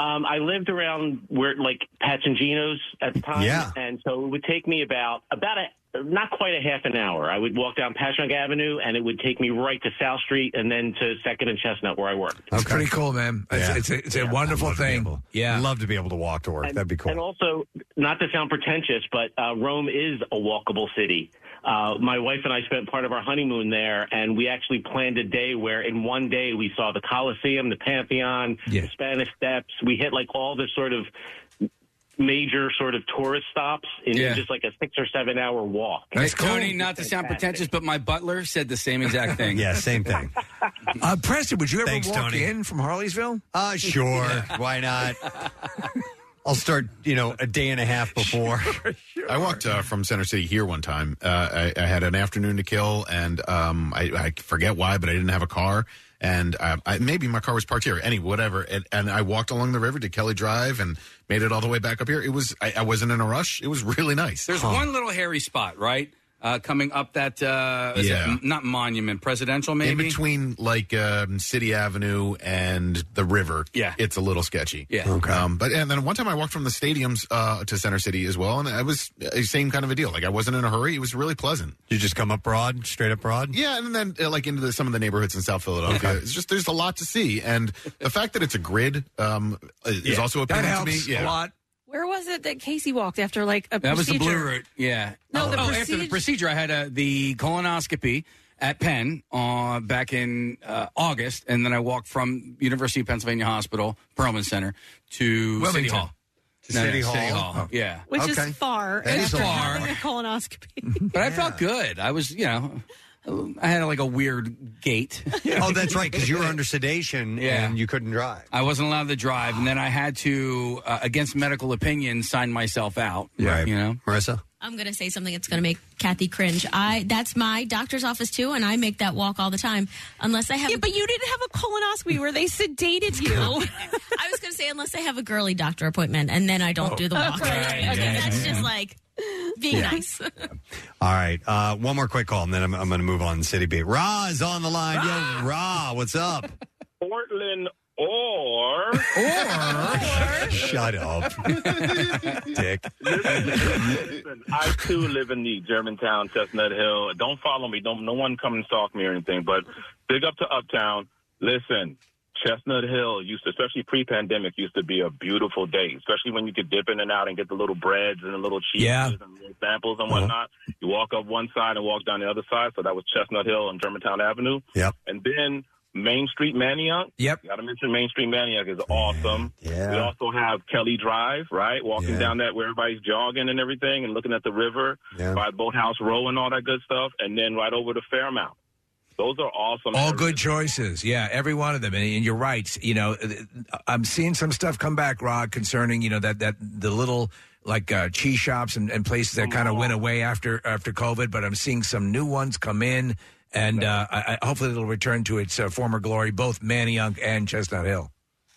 Speaker 25: Um, I lived around where like Pachinginos at the time,
Speaker 3: Yeah.
Speaker 25: and so it would take me about about a not quite a half an hour. I would walk down Patchogue Avenue, and it would take me right to South Street, and then to Second and Chestnut where I worked.
Speaker 6: It's pretty cool, man. It's, it's a, it's a wonderful thing. yeah,
Speaker 3: love to be able to walk to work. That'd be cool.
Speaker 25: And also, not to sound pretentious, but uh, Rome is a walkable city. Uh, my wife and I spent part of our honeymoon there, and we actually planned a day where, in one day, we saw the Colosseum, the Pantheon, the Spanish Steps. We hit like all the sort of major sort of tourist stops in
Speaker 5: Yeah.
Speaker 25: just like a six or seven hour walk.
Speaker 5: Hey, Tony, not to sound pretentious, but my butler said the same exact thing.
Speaker 3: yeah, same thing.
Speaker 6: Uh, Preston, would you ever
Speaker 5: Thanks,
Speaker 6: walk
Speaker 5: Tony.
Speaker 6: in from Harleysville?
Speaker 3: Uh, Sure, why not? I'll start, you know, a day and a half before.
Speaker 8: I walked uh, from Center City here one time. Uh, I, I had an afternoon to kill, and um, I, I forget why, but I didn't have a car, and uh, I, maybe my car was parked here. Any whatever, and, and I walked along the river to Kelly Drive and made it all the way back up here. It was I, I wasn't in a rush. It was really nice.
Speaker 5: There's one little hairy spot, right? Uh, coming up that, uh, is it
Speaker 8: Yeah.
Speaker 5: m- not monument, presidential maybe?
Speaker 8: in between like um, City Avenue and the river. Yeah, it's a little sketchy.
Speaker 5: Yeah.
Speaker 8: Okay. Um, but and then one time I walked from the stadiums uh, to Center City as well, and I was uh, same kind of a deal. Like I wasn't in a hurry. It was really pleasant.
Speaker 3: You just come up broad, straight up broad.
Speaker 8: Yeah, and then uh, like into the, some of the neighborhoods in South Philadelphia. It's just there's a lot to see, and the fact that it's a grid um, is
Speaker 5: Yeah.
Speaker 8: also
Speaker 5: That
Speaker 8: appealing
Speaker 5: helps
Speaker 8: to me.
Speaker 5: a lot.
Speaker 4: Where was it that Casey walked after like a
Speaker 5: That was the
Speaker 4: procedure?
Speaker 5: blue route. Yeah.
Speaker 4: No, the
Speaker 5: oh, after the
Speaker 4: procedure-
Speaker 5: procedure, I had uh, the colonoscopy, at Penn uh, back in uh, August, and then I walked from University of Pennsylvania Hospital Perelman Center to
Speaker 4: Wilmington.
Speaker 5: City Hall.
Speaker 4: To
Speaker 5: No,
Speaker 4: City
Speaker 5: no,
Speaker 4: Hall.
Speaker 3: Oh.
Speaker 5: Hall, Yeah,
Speaker 4: Which is far
Speaker 5: That is
Speaker 4: after
Speaker 5: far.
Speaker 4: having a colonoscopy.
Speaker 5: But I felt good. I was, you know, I had like a weird gait.
Speaker 3: Oh, that's right, because you were under sedation and you couldn't drive.
Speaker 5: I wasn't allowed to drive, and then I had to, uh, against medical opinion, sign myself out. Right. You know,
Speaker 3: Marissa.
Speaker 18: I'm going to say something that's going to make Kathy cringe. I that's my doctor's office too, and I make that walk all the time. Unless I have, yeah, but you didn't have a colonoscopy where they sedated you. I was going to say unless I have a girly doctor appointment, and then I don't do the walk.
Speaker 3: Okay.
Speaker 18: Okay, that's
Speaker 3: Oh. Yeah.
Speaker 18: just like being
Speaker 3: Yeah.
Speaker 18: nice.
Speaker 3: All right, uh, one more quick call, and then I'm, I'm going to move on. to City Beat. Ra is on the line. Yo, Ra, what's up?
Speaker 19: Portland or
Speaker 3: Shut up, Dick.
Speaker 19: Listen, I too live in the Germantown, Chestnut Hill. Don't follow me. Don't no one come and stalk me or anything. But big up to Uptown. Listen, Chestnut Hill used to, especially pre-pandemic, used to be a beautiful day. Especially when you could dip in and out and get the little breads and the little cheeses
Speaker 6: Yeah.
Speaker 19: and little samples and
Speaker 3: Uh-huh.
Speaker 19: whatnot. You walk up one side and walk down the other side. So that was Chestnut Hill and Germantown Avenue.
Speaker 3: Yep.
Speaker 19: And then Main Street Maniac.
Speaker 6: Yep.
Speaker 19: Got to mention Main Street Maniac is awesome.
Speaker 3: Yeah.
Speaker 19: We also have Kelly Drive, right? Walking
Speaker 3: Yeah.
Speaker 19: down that where everybody's jogging and everything and looking at the river
Speaker 3: Yeah.
Speaker 19: by Boathouse Row and all that good stuff. And then right over to Fairmount. Those are awesome.
Speaker 6: All
Speaker 19: areas.
Speaker 6: good choices. Yeah, every one of them. And, and you're right. You know, I'm seeing some stuff come back, Rod, concerning you know that that the little like uh, cheese shops and, and places
Speaker 19: Oh,
Speaker 6: that kind of went away after after COVID. But I'm seeing some new ones come in, and uh, I, I- hopefully it'll return to its uh, former glory, both Manayunk and Chestnut Hill.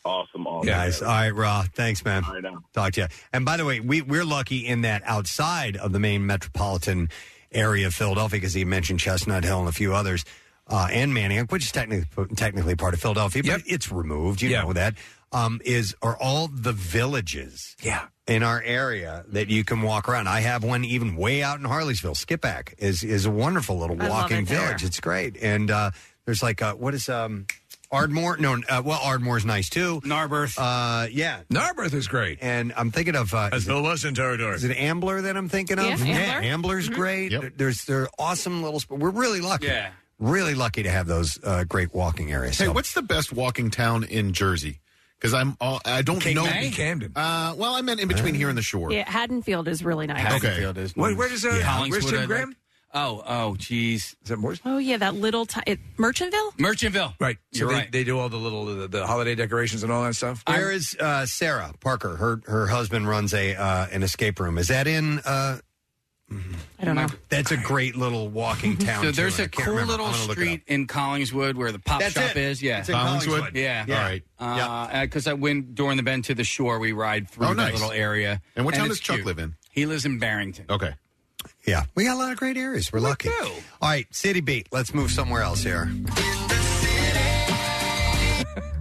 Speaker 19: Awesome, awesome.
Speaker 3: Guys, all right, Ra. Thanks, man.
Speaker 19: All right, now.
Speaker 3: Talk to you. And by the way, we, we're lucky in that outside of the main metropolitan area of Philadelphia, because he mentioned Chestnut Hill and a few others, uh, and Manayunk, which is technically technically part of Philadelphia, but it's removed. You know that um, is are all the villages.
Speaker 6: Yeah.
Speaker 3: In our area that you can walk around. I have one even way out in Harleysville. Skipback is is a wonderful little
Speaker 22: I love
Speaker 3: walking
Speaker 22: it there.
Speaker 3: village. It's great. And uh, there's like uh what is um Ardmore? No, uh, well Ardmore's nice too.
Speaker 5: Narberth.
Speaker 3: Uh, yeah,
Speaker 6: Narberth is great.
Speaker 3: And I'm thinking of uh, is it-
Speaker 6: Western Territory.
Speaker 3: Is it Ambler that I'm thinking of?
Speaker 6: Yeah, Ambler.
Speaker 3: Ambler's
Speaker 22: Mm-hmm.
Speaker 3: great. There- There's they're awesome little. Sp- we're really lucky.
Speaker 8: Yeah.
Speaker 3: really lucky to have those uh, great walking areas.
Speaker 8: Hey,
Speaker 3: So-
Speaker 8: what's the best walking town in Jersey? Because I'm all, I don't
Speaker 3: Cape
Speaker 8: know
Speaker 3: May? Camden. Ah.
Speaker 8: Uh, well, I meant in between here and the shore.
Speaker 4: Yeah, Haddonfield is really nice.
Speaker 5: Haddonfield is
Speaker 6: Where-
Speaker 5: nice.
Speaker 6: where does, uh, Yeah. where's
Speaker 5: Hollingswood,
Speaker 6: Tim
Speaker 5: I like.
Speaker 6: Graham?
Speaker 5: Oh, oh, geez.
Speaker 6: Is that Morris?
Speaker 4: Oh yeah, that little t- it, Merchantville.
Speaker 5: Merchantville.
Speaker 6: Right. So
Speaker 5: You're
Speaker 6: they,
Speaker 5: right.
Speaker 6: they do all the little the, the holiday decorations and all that stuff.
Speaker 3: Where is uh, Sarah Parker? Her her husband runs a uh, an escape room. Is that in? Uh,
Speaker 4: I don't know.
Speaker 3: That's a great little walking town.
Speaker 5: So
Speaker 3: too,
Speaker 5: there's
Speaker 3: and I
Speaker 5: a
Speaker 3: can't
Speaker 5: cool
Speaker 3: remember.
Speaker 5: little
Speaker 3: I'm gonna look it
Speaker 5: street in Collingswood where the pop
Speaker 3: That's
Speaker 5: shop
Speaker 3: it.
Speaker 5: is. Yeah,
Speaker 3: It's in Collingswood. Collingswood.
Speaker 5: Yeah,
Speaker 3: Yeah. All right.
Speaker 5: Because I went during the bend to the shore. We ride through
Speaker 3: Oh,
Speaker 5: that
Speaker 3: nice.
Speaker 5: little area.
Speaker 3: And what town
Speaker 5: it's
Speaker 3: does Chuck
Speaker 5: cute.
Speaker 3: live in?
Speaker 5: He lives in Barrington.
Speaker 8: Okay.
Speaker 3: Yeah, we got a lot of great areas. We're lucky. All right, City Beat. Let's move somewhere else here.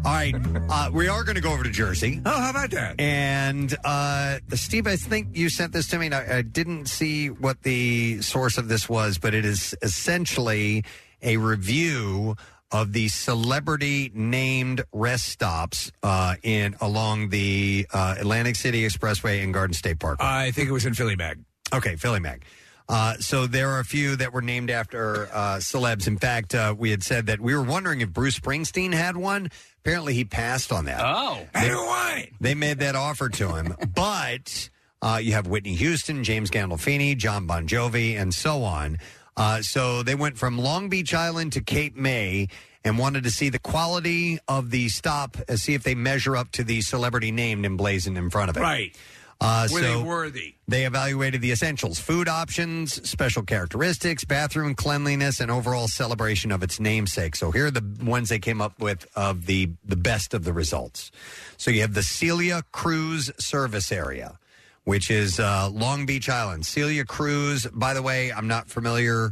Speaker 3: All right, uh, we are going to go over to Jersey.
Speaker 6: Oh, how about that?
Speaker 3: And uh, Steve, I think you sent this to me. And I, I didn't see what the source of this was, but it is essentially a review of the celebrity named rest stops uh, in along the uh, Atlantic City Expressway and Garden State Park.
Speaker 6: I think it was in Philly Mag.
Speaker 3: Okay, Philly Mag. Uh, so there are a few that were named after uh, celebs. In fact, uh, we had said that we were wondering if Bruce Springsteen had one. Apparently, he passed on that.
Speaker 5: Oh,
Speaker 3: they, They made that offer to him, but uh, you have Whitney Houston, James Gandolfini, John Bon Jovi, and so on. Uh, so they went from Long Beach Island to Cape May and wanted to see the quality of the stop, uh, see if they measure up to the celebrity named emblazoned in front of it.
Speaker 6: Right.
Speaker 3: Uh, so
Speaker 6: Were they worthy?
Speaker 3: they evaluated the essentials food options, special characteristics, bathroom cleanliness, and overall celebration of its namesake. So here are the ones they came up with of the, the best of the results. So you have the Celia Cruz Service Area, which is uh, Long Beach Island. Celia Cruz, by the way, I'm not familiar.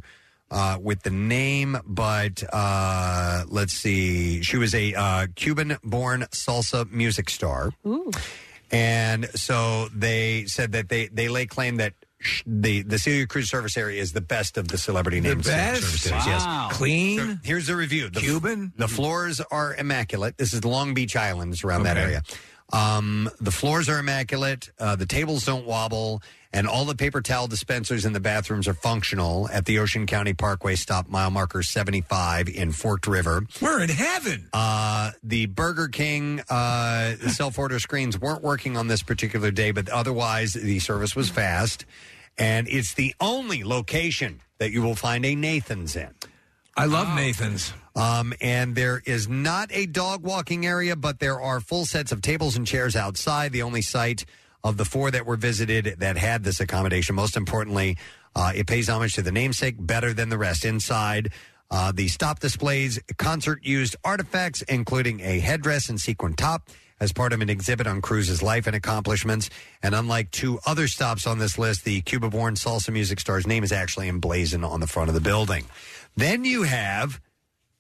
Speaker 3: Uh, with the name, but uh, let's see. She was a uh, Cuban born salsa music star. And so they said that they, they lay claim that sh- the, the Celia Cruz service area is the best of the celebrity named
Speaker 6: best?
Speaker 3: service areas.
Speaker 6: Wow.
Speaker 3: Yes.
Speaker 6: Clean?
Speaker 3: So here's the review. The
Speaker 6: Cuban?
Speaker 3: The floors are immaculate. This is Long Beach Islands around that
Speaker 6: Okay.
Speaker 3: area. Um, the floors are immaculate. Uh, the tables don't wobble. and all the paper towel dispensers in the bathrooms are functional at the Ocean County Parkway stop, mile marker 75 in Forked River.
Speaker 6: We're in heaven.
Speaker 3: Uh, the Burger King uh, self order screens weren't working on this particular day, but otherwise the service was fast. And it's the only location that you will find a Nathan's in.
Speaker 6: I love Nathan's.
Speaker 3: Um, and there is not a dog walking area, but there are full sets of tables and chairs outside. The only site of the four that were visited that had this accommodation. Most importantly, uh, it pays homage to the namesake better than the rest. Inside, uh, the stop displays concert used artifacts, including a headdress and sequin top. As part of an exhibit on Cruz's life and accomplishments. And unlike two other stops on this list, the Cuba born salsa music star's name is actually emblazoned on the front of the building. Then you have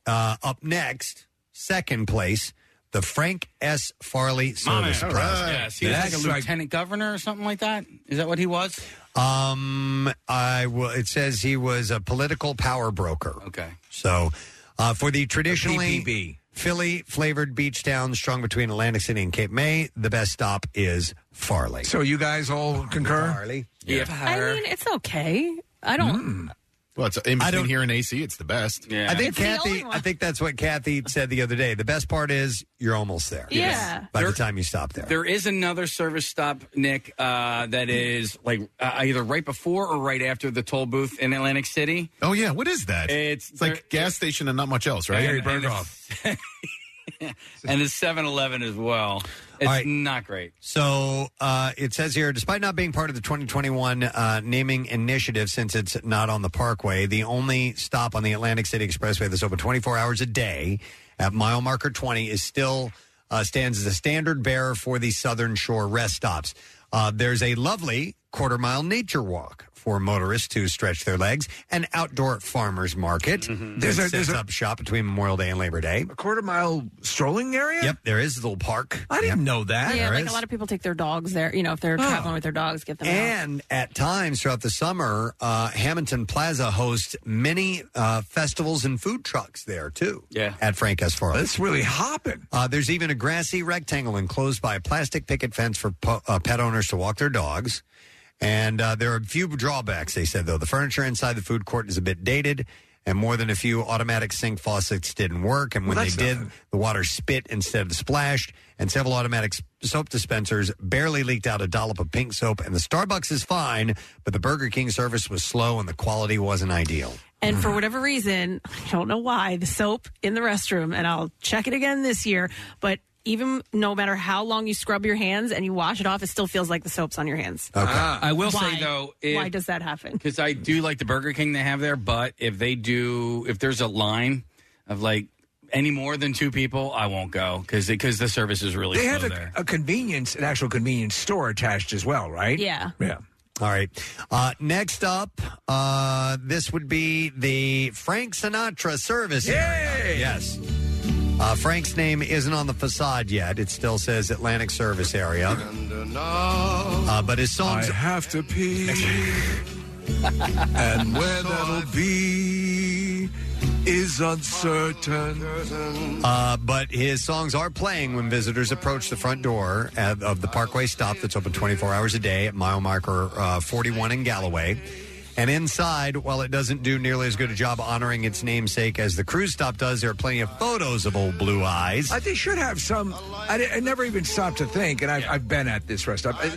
Speaker 3: uh, up next, second place, the Frank S. Farley Service
Speaker 5: All
Speaker 3: Prize.
Speaker 5: right. Yes, he was like a
Speaker 3: That's like-
Speaker 5: lieutenant governor or something like that. Is that what he was?
Speaker 3: Um, I will. It says he was a political power broker.
Speaker 5: Okay.
Speaker 3: So, uh, for the traditionally
Speaker 6: PPB.
Speaker 3: Philly flavored beach town strung between Atlantic City and Cape May, the best stop is Farley.
Speaker 6: So you guys all concur?
Speaker 3: Farley.
Speaker 5: Yeah.
Speaker 4: I mean, it's okay. I
Speaker 3: Mm,
Speaker 4: don't.
Speaker 8: Well, it's in between here and AC. It's the best.
Speaker 5: Yeah.
Speaker 3: I think
Speaker 4: It's the only
Speaker 3: Kathy.
Speaker 4: one.
Speaker 3: I think that's what Kathy said the other day. The best part is you're almost there.
Speaker 5: Yes. Yeah.
Speaker 3: By the time you stop there.
Speaker 5: There is another service stop, Nick, uh, that is like uh, either right before or right after the toll booth in Atlantic City.
Speaker 8: Oh yeah, what is that?
Speaker 5: It's,
Speaker 8: It's like gas station and not much else, right?
Speaker 5: And- and it's- and the 7-Eleven as well. It's
Speaker 3: right.
Speaker 5: not great.
Speaker 3: So uh, it says here, despite not being part of the 2021 uh, naming initiative, since it's not on the Parkway, the only stop on the Atlantic City Expressway that's open 24 hours a day at mile marker 20 is still uh, stands as a standard bearer for the Southern Shore rest stops. Uh, there's a lovely quarter mile nature walk for motorists to stretch their legs, an outdoor farmers market
Speaker 4: Mm-hmm.
Speaker 3: that
Speaker 6: There's a-
Speaker 3: sets
Speaker 6: there's a-
Speaker 3: up shop between Memorial Day and Labor Day.
Speaker 6: A quarter mile strolling area?
Speaker 3: Yep, there is a little park.
Speaker 6: I didn't know that.
Speaker 4: yeah, like a lot of people take their dogs there. You know, if they're traveling with their dogs, get them out.
Speaker 3: And at times throughout the summer, uh, Hamilton Plaza hosts many uh, festivals and food trucks there too.
Speaker 5: Yeah.
Speaker 3: At Frank S. Farley.
Speaker 6: That's really hopping.
Speaker 3: Uh, there's even a grassy rectangle enclosed by a plastic picket fence for po- uh, pet owners to walk their dogs. And uh, there are a few drawbacks, they said, though. The furniture inside the food court is a bit dated, and more than a few automatic sink faucets didn't work. And when
Speaker 6: Well,
Speaker 3: they
Speaker 6: that's
Speaker 3: did,
Speaker 6: nothing.
Speaker 3: the water spit instead of splashed, and several automatic s- soap dispensers barely leaked out a dollop of pink soap. And the Starbucks is fine, but the Burger King service was slow and the quality wasn't ideal.
Speaker 4: And for whatever reason, I don't know why, the soap in the restroom, and I'll check it again this year, but even no matter how long you scrub your hands and you wash it off, it still feels like the soap's on your hands.
Speaker 5: Ah. I will
Speaker 4: Why?
Speaker 5: say though,
Speaker 4: why does that happen?
Speaker 5: Because I do like the Burger King they have there, but if they do, if there's a line of like any more than two people, I won't go because because the service is really
Speaker 6: They
Speaker 5: slow
Speaker 6: have a,
Speaker 5: there.
Speaker 6: a convenience, an actual convenience store attached as well, right?
Speaker 4: Yeah.
Speaker 6: Yeah.
Speaker 3: All right. Uh, next up, uh, this would be the Frank Sinatra service. area. Yes. Uh, Frank's name isn't on the facade yet. It still says Atlantic Service Area. Uh, but his songs.
Speaker 6: I have to pee. and where that'll be is uncertain.
Speaker 3: Uh, but his songs are playing when visitors approach the front door at, of the Parkway stop that's open 24 hours a day at mile marker uh, 41 in Galloway. And inside, while it doesn't do nearly as good a job honoring its namesake as the cruise stop does, there are plenty of photos of old Blue Eyes.
Speaker 6: Uh, they should have some. I, di- I never even stopped to think, and I've, I've been at this rest stop. uh,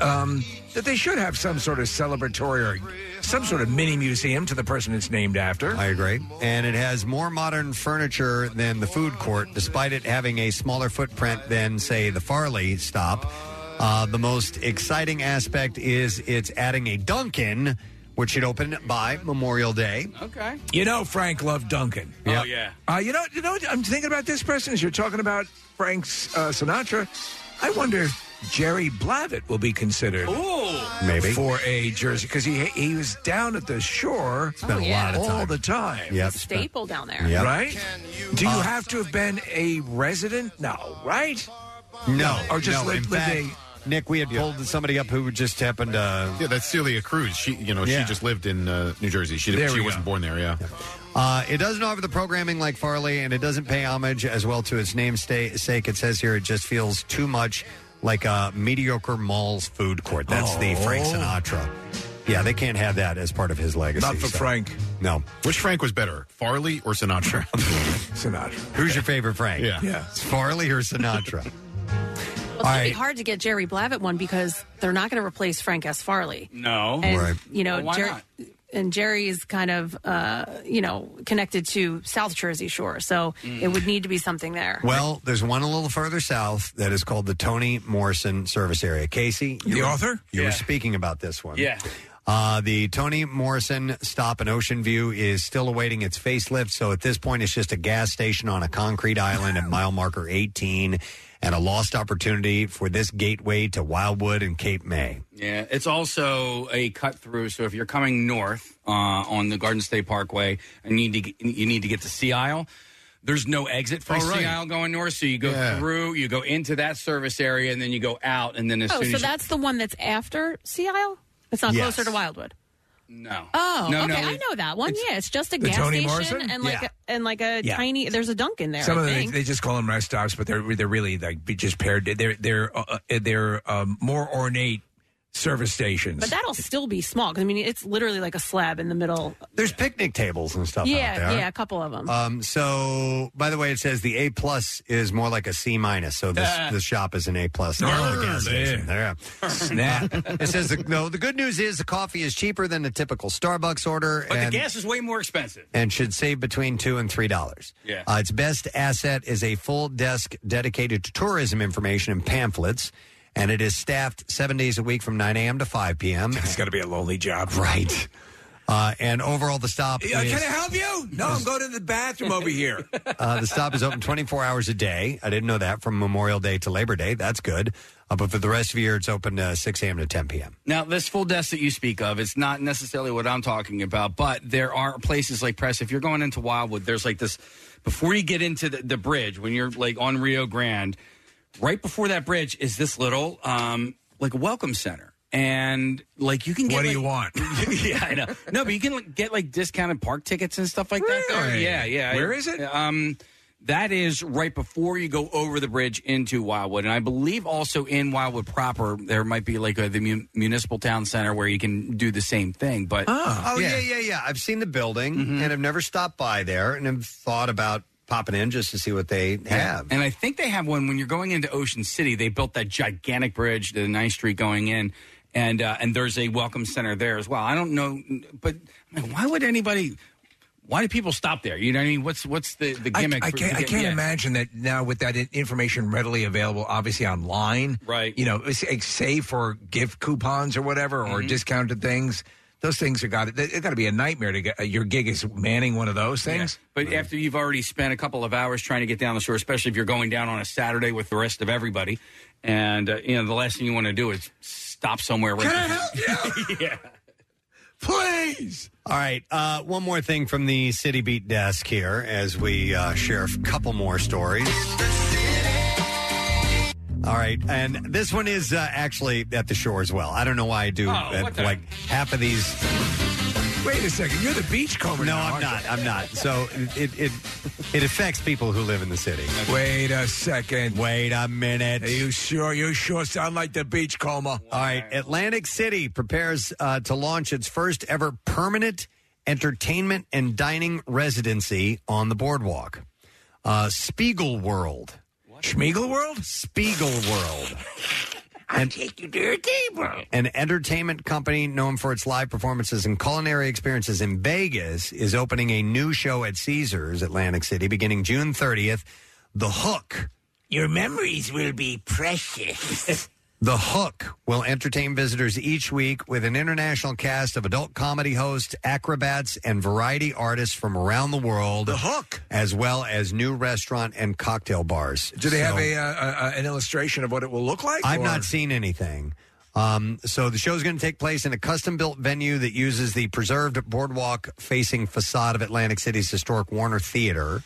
Speaker 6: uh, Um, that they should have some sort of celebratory or some sort of mini museum to the person it's named after.
Speaker 3: I agree. And it has more modern furniture than the food court, despite it having a smaller footprint than, say, the Farley stop. Uh, the most exciting aspect is it's adding a Dunkin', which should open by Memorial Day.
Speaker 5: Okay.
Speaker 6: You know, Frank loved Duncan.
Speaker 5: Oh yeah.
Speaker 6: Uh, you know, you know. what I'm thinking about this person as you're talking about Frank's uh, Sinatra. I wonder if Jerry Blavitt will be considered. Oh.
Speaker 5: Ooh.
Speaker 3: Maybe.
Speaker 6: for a jersey because he he was down at the shore
Speaker 3: Spent a Oh, yeah. lot of
Speaker 6: all
Speaker 3: time.
Speaker 6: the time.
Speaker 3: Yep.
Speaker 4: Staple down there.
Speaker 3: Yep.
Speaker 6: Right? Do you
Speaker 3: Uh,
Speaker 6: have to have been a resident? No, right?
Speaker 3: No,
Speaker 6: Or just
Speaker 3: no,
Speaker 6: li-
Speaker 3: in fact,
Speaker 6: living.
Speaker 3: Nick, we had pulled somebody up who just happened to.
Speaker 8: Yeah, that's Celia Cruz. She, you know,
Speaker 3: Yeah.
Speaker 8: she just lived in uh, New Jersey. She,
Speaker 3: There
Speaker 8: she
Speaker 3: we
Speaker 8: wasn't
Speaker 3: go.
Speaker 8: born there. Yeah.
Speaker 3: Uh, it doesn't offer the programming like Farley, and it doesn't pay homage as well to its namesake. It says here it just feels too much like a mediocre mall's food court. That's the Frank
Speaker 6: Oh.
Speaker 3: Sinatra. Yeah, they can't have that as part of his legacy.
Speaker 8: Not for Frank.
Speaker 3: No.
Speaker 8: Which Frank was better, Farley or Sinatra?
Speaker 6: Sinatra.
Speaker 3: Who's your favorite Frank?
Speaker 8: Yeah.
Speaker 3: yeah. Farley or Sinatra?
Speaker 4: Well, it's
Speaker 3: All
Speaker 4: going to be
Speaker 3: right.
Speaker 4: hard to get Jerry Blavitt one because they're not going to replace Frank S. Farley.
Speaker 5: No.
Speaker 4: And, You know,
Speaker 5: Well, why
Speaker 4: Jerry.
Speaker 5: not?
Speaker 4: And Jerry's kind of, uh, you know, connected to South Jersey Shore, so it would need to be something there.
Speaker 3: Well, there's one a little further south that is called the Toni Morrison Service Area. Casey, you
Speaker 6: The
Speaker 3: were-
Speaker 6: author?
Speaker 3: you were
Speaker 6: Yeah.
Speaker 3: speaking about this one.
Speaker 6: Yeah.
Speaker 3: Uh, the Toni Morrison stop in Ocean View is still awaiting its facelift. So at this point, it's just a gas station on a concrete island at mile marker 18 and a lost opportunity for this gateway to Wildwood and Cape May.
Speaker 5: Yeah, it's also a cut through. So if you're coming north uh, on the Garden State Parkway, and you need to get, you need to get to Sea Isle. There's no exit from
Speaker 8: Oh, right.
Speaker 5: Sea Isle going north, so you go
Speaker 8: Yeah.
Speaker 5: through, you go into that service area, and then you go out, and then as
Speaker 4: oh,
Speaker 5: soon
Speaker 4: so
Speaker 5: as you-
Speaker 4: that's the one that's after Sea Isle. It's not
Speaker 5: Yes.
Speaker 4: closer to Wildwood.
Speaker 5: no,
Speaker 4: Oh,
Speaker 5: no,
Speaker 4: okay,
Speaker 5: no,
Speaker 4: I
Speaker 5: it-
Speaker 4: know that one. yeah, it's just a
Speaker 6: The
Speaker 4: gas
Speaker 6: Toni
Speaker 4: station
Speaker 6: Morrison?
Speaker 4: and like
Speaker 6: Yeah.
Speaker 4: a, and like a
Speaker 6: Yeah.
Speaker 4: tiny. There's a dunk in there.
Speaker 6: Some
Speaker 4: I
Speaker 6: of them they,
Speaker 4: think.
Speaker 6: they just call them rest stops, but they're they're really like be- just paired. They're they're uh, uh, they're um, more ornate service stations.
Speaker 4: but that'll still be small. 'cause, I mean, it's literally like a slab in the middle.
Speaker 3: There's picnic tables and stuff out
Speaker 4: yeah,
Speaker 3: there.
Speaker 4: yeah, a couple of them.
Speaker 3: Um, so, by the way, it says the A plus is more like a C minus. So this
Speaker 4: Ah.
Speaker 3: this shop is an A plus. not
Speaker 6: Arr,
Speaker 3: a gas station. There.
Speaker 6: Snap.
Speaker 3: it says the, no. The good news is the coffee is cheaper than the typical Starbucks order,
Speaker 5: but
Speaker 3: and,
Speaker 5: the gas is way more expensive.
Speaker 3: and should save between two and three dollars.
Speaker 5: Yeah.
Speaker 3: Uh, its best asset is a full desk dedicated to tourism information and pamphlets. And it is staffed seven days a week from 9 a.m. to 5 p.m.
Speaker 6: It's got to be a lonely job,
Speaker 3: right? Uh, and overall, the stop.
Speaker 6: Yeah,
Speaker 3: is,
Speaker 6: can I help you? No, I'm going to the bathroom over here.
Speaker 3: Uh, the stop is open 24 hours a day. I didn't know that from Memorial Day to Labor Day. That's good. Uh, but for the rest of the year, it's open uh, 6 a.m. to 10 p.m.
Speaker 5: Now, this full desk that you speak of, it's not necessarily what I'm talking about, but there are places like Press. If you're going into Wildwood, there's like this before you get into the, the bridge, when you're like on Rio Grande, right before that bridge is this little um, like welcome center. And like you can get
Speaker 6: What do you
Speaker 5: like- yeah, I know. No, but you can like, get like discounted park tickets and stuff like that. There.
Speaker 6: Really?
Speaker 5: Yeah, yeah.
Speaker 6: Where is it?
Speaker 5: Um, that is right before you go over the bridge into Wildwood, and I believe also in Wildwood proper there might be like a, the mun- municipal town center where you can do the same thing. But
Speaker 6: Ah.
Speaker 3: Oh, yeah. yeah, yeah, I've seen the building
Speaker 6: Mm-hmm.
Speaker 3: and I've never stopped by there and I've thought about popping in just to see what they have.
Speaker 5: And I think they have one when you're going into Ocean City. They built that gigantic bridge to the 9th Street going in, and uh, and there's a welcome center there as well. I don't know, but I mean, why would anybody? Why do people stop there? You know what I mean? What's what's the the
Speaker 6: I,
Speaker 5: gimmick?
Speaker 6: I
Speaker 5: for-
Speaker 6: can't, I can't
Speaker 5: yeah.
Speaker 6: imagine that now with that i- information readily available, obviously online. Right. You know, it's- it's save for gift coupons or whatever
Speaker 5: Mm-hmm.
Speaker 6: or discounted things. Those things are got it. It got to be a nightmare to get uh, your gig is manning one of those things.
Speaker 5: But after you've already spent a couple of hours trying to get down the shore, especially if you're going down on a Saturday with the rest of everybody, and uh, you know the last thing you want to do is stop somewhere. Right Can yeah.
Speaker 6: Please.
Speaker 3: All right. Uh, one more thing from the City Beat desk here as we uh, share a couple more stories. All right. And this one is uh, actually at the shore as well. I don't know why I do
Speaker 6: Oh,
Speaker 3: uh,
Speaker 6: what the-
Speaker 3: like half of these.
Speaker 6: Wait a second. You're the beachcomber.
Speaker 3: No,
Speaker 6: now,
Speaker 3: I'm
Speaker 6: aren't
Speaker 3: not.
Speaker 6: you?
Speaker 3: I'm not. So it, it it affects people who live in the city.
Speaker 6: Wait a second.
Speaker 3: Wait a minute.
Speaker 6: Are you sure? You sure sound like the beachcomber.
Speaker 3: All right. Atlantic City prepares uh, to launch its first ever permanent entertainment and dining residency on the boardwalk. Uh, Spiegel World.
Speaker 6: Schmiegel World?
Speaker 3: Spiegel World.
Speaker 6: I'll take you to your table.
Speaker 3: An entertainment company known for its live performances and culinary experiences in Vegas is opening a new show at Caesars Atlantic City beginning June 30th. The Hook.
Speaker 6: Your memories will be precious.
Speaker 3: The Hook will entertain visitors each week with an international cast of adult comedy hosts, acrobats, and variety artists from around the world. The
Speaker 6: Hook,
Speaker 3: as well as new restaurant and cocktail bars.
Speaker 6: Do they
Speaker 3: So-
Speaker 6: have a, uh, a an illustration of what it will look like?
Speaker 3: I've
Speaker 6: or-
Speaker 3: not seen anything. Um, so the show's going to take place in a custom built venue that uses the preserved boardwalk facing facade of Atlantic City's historic Warner Theater.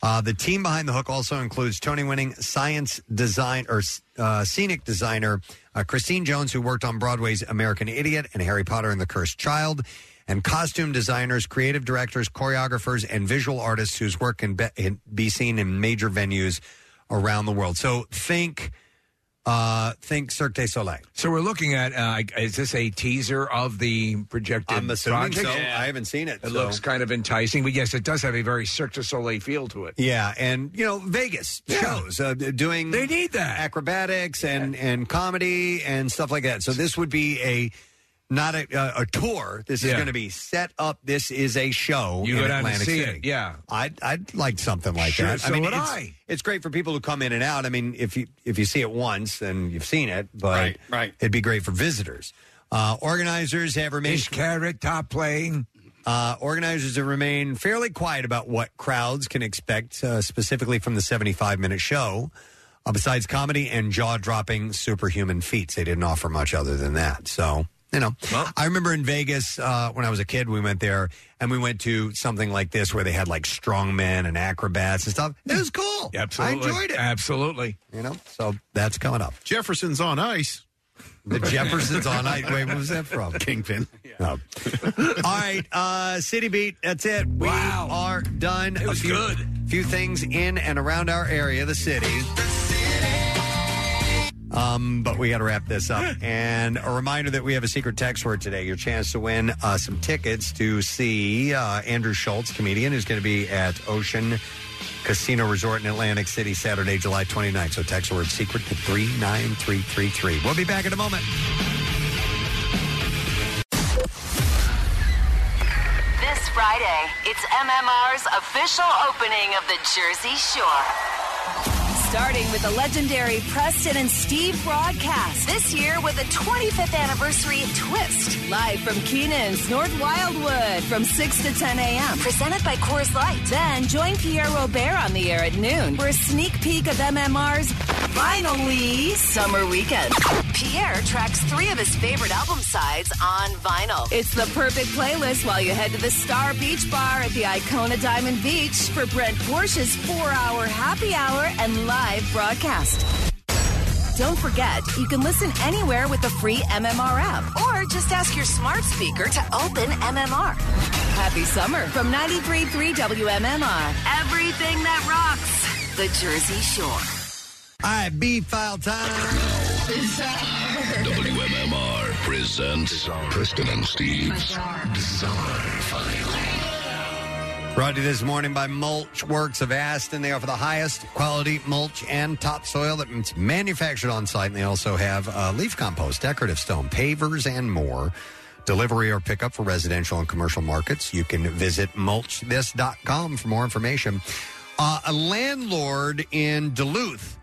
Speaker 3: Uh, the team behind the hook also includes Tony winning science design or uh, scenic designer uh, Christine Jones, who worked on Broadway's American Idiot and Harry Potter and the Cursed Child, and costume designers, creative directors, choreographers, and visual artists whose work can be, can be seen in major venues around the world. So think Uh, think Cirque du Soleil.
Speaker 6: So we're looking at uh, is this a teaser of the projected?
Speaker 3: I'm assuming
Speaker 6: project?
Speaker 3: so. I haven't seen it.
Speaker 6: It
Speaker 3: so.
Speaker 6: looks kind of enticing, but yes, it does have a very Cirque du Soleil feel to it.
Speaker 3: Yeah, and you know Vegas shows uh, doing they
Speaker 6: need that
Speaker 3: acrobatics and and comedy and stuff like that. So this would be a not a, uh, a, a tour. This is
Speaker 6: Yeah.
Speaker 3: going to be set up. This is a show.
Speaker 6: You
Speaker 3: in
Speaker 6: go down
Speaker 3: Atlantic
Speaker 6: and see
Speaker 3: City.
Speaker 6: it. Yeah,
Speaker 3: I'd I'd like something like
Speaker 6: Sure,
Speaker 3: that.
Speaker 6: so
Speaker 3: I mean,
Speaker 6: would
Speaker 3: it's,
Speaker 6: I.
Speaker 3: it's great for people who come in and out. I mean, if you if you see it once, then you've seen it. But
Speaker 5: Right, right.
Speaker 3: it'd be great for visitors. Uh, organizers have remained carrot top playing. Uh, organizers have remained fairly quiet about what crowds can expect, uh, specifically from the 75 minute show. Uh, besides comedy and jaw dropping superhuman feats, they didn't offer much other than that. So, you know, I remember in Vegas uh, when I was a kid, we went there and we went to something like this where they had like strongmen and acrobats and stuff. It was cool.
Speaker 6: Absolutely.
Speaker 3: I enjoyed it.
Speaker 6: Absolutely.
Speaker 3: You know, so that's coming up.
Speaker 8: Jefferson's on ice.
Speaker 3: The Jefferson's on ice. Wait, what was that from?
Speaker 8: Kingpin.
Speaker 3: Oh. All right, uh, City Beat. That's it. We are done. It was a few, good. Few things in and around our area, the city. Um, but we got to wrap this up. And a reminder that we have a secret text word today. Your chance to win uh, some tickets to see uh, Andrew Schultz, comedian, who's going to be at Ocean Casino Resort in Atlantic City Saturday, July 29th. So text word secret to 39333. We'll be back in a moment.
Speaker 9: This Friday, it's MMR's official opening of the Jersey Shore. Starting with the legendary Preston and Steve broadcast this year with a 25th anniversary twist. Live from Keenan's North Wildwood from 6 to 10 a.m. Presented by Coors Light. Then join Pierre Robert on the air at noon for a sneak peek of MMR's finally summer weekend. Pierre tracks three of his favorite album sides on vinyl. It's the perfect playlist while you head to the Star Beach Bar at the Icona Diamond Beach for Brent Porsche's four hour happy hour and live broadcast. Don't forget, you can listen anywhere with the free MMR app or just ask your smart speaker to open MMR. Happy summer from 93.3 WMMR. Everything that rocks, the Jersey Shore.
Speaker 3: All right, B file time.
Speaker 2: WMMR presents Preston and Steve's Design File.
Speaker 3: Brought to you this morning by Mulch Works of Aston. They offer the highest quality mulch and topsoil that's manufactured on site. And they also have uh, leaf compost, decorative stone, pavers, and more. Delivery or pickup for residential and commercial markets. You can visit mulchthis.com for more information. Uh, a landlord in Duluth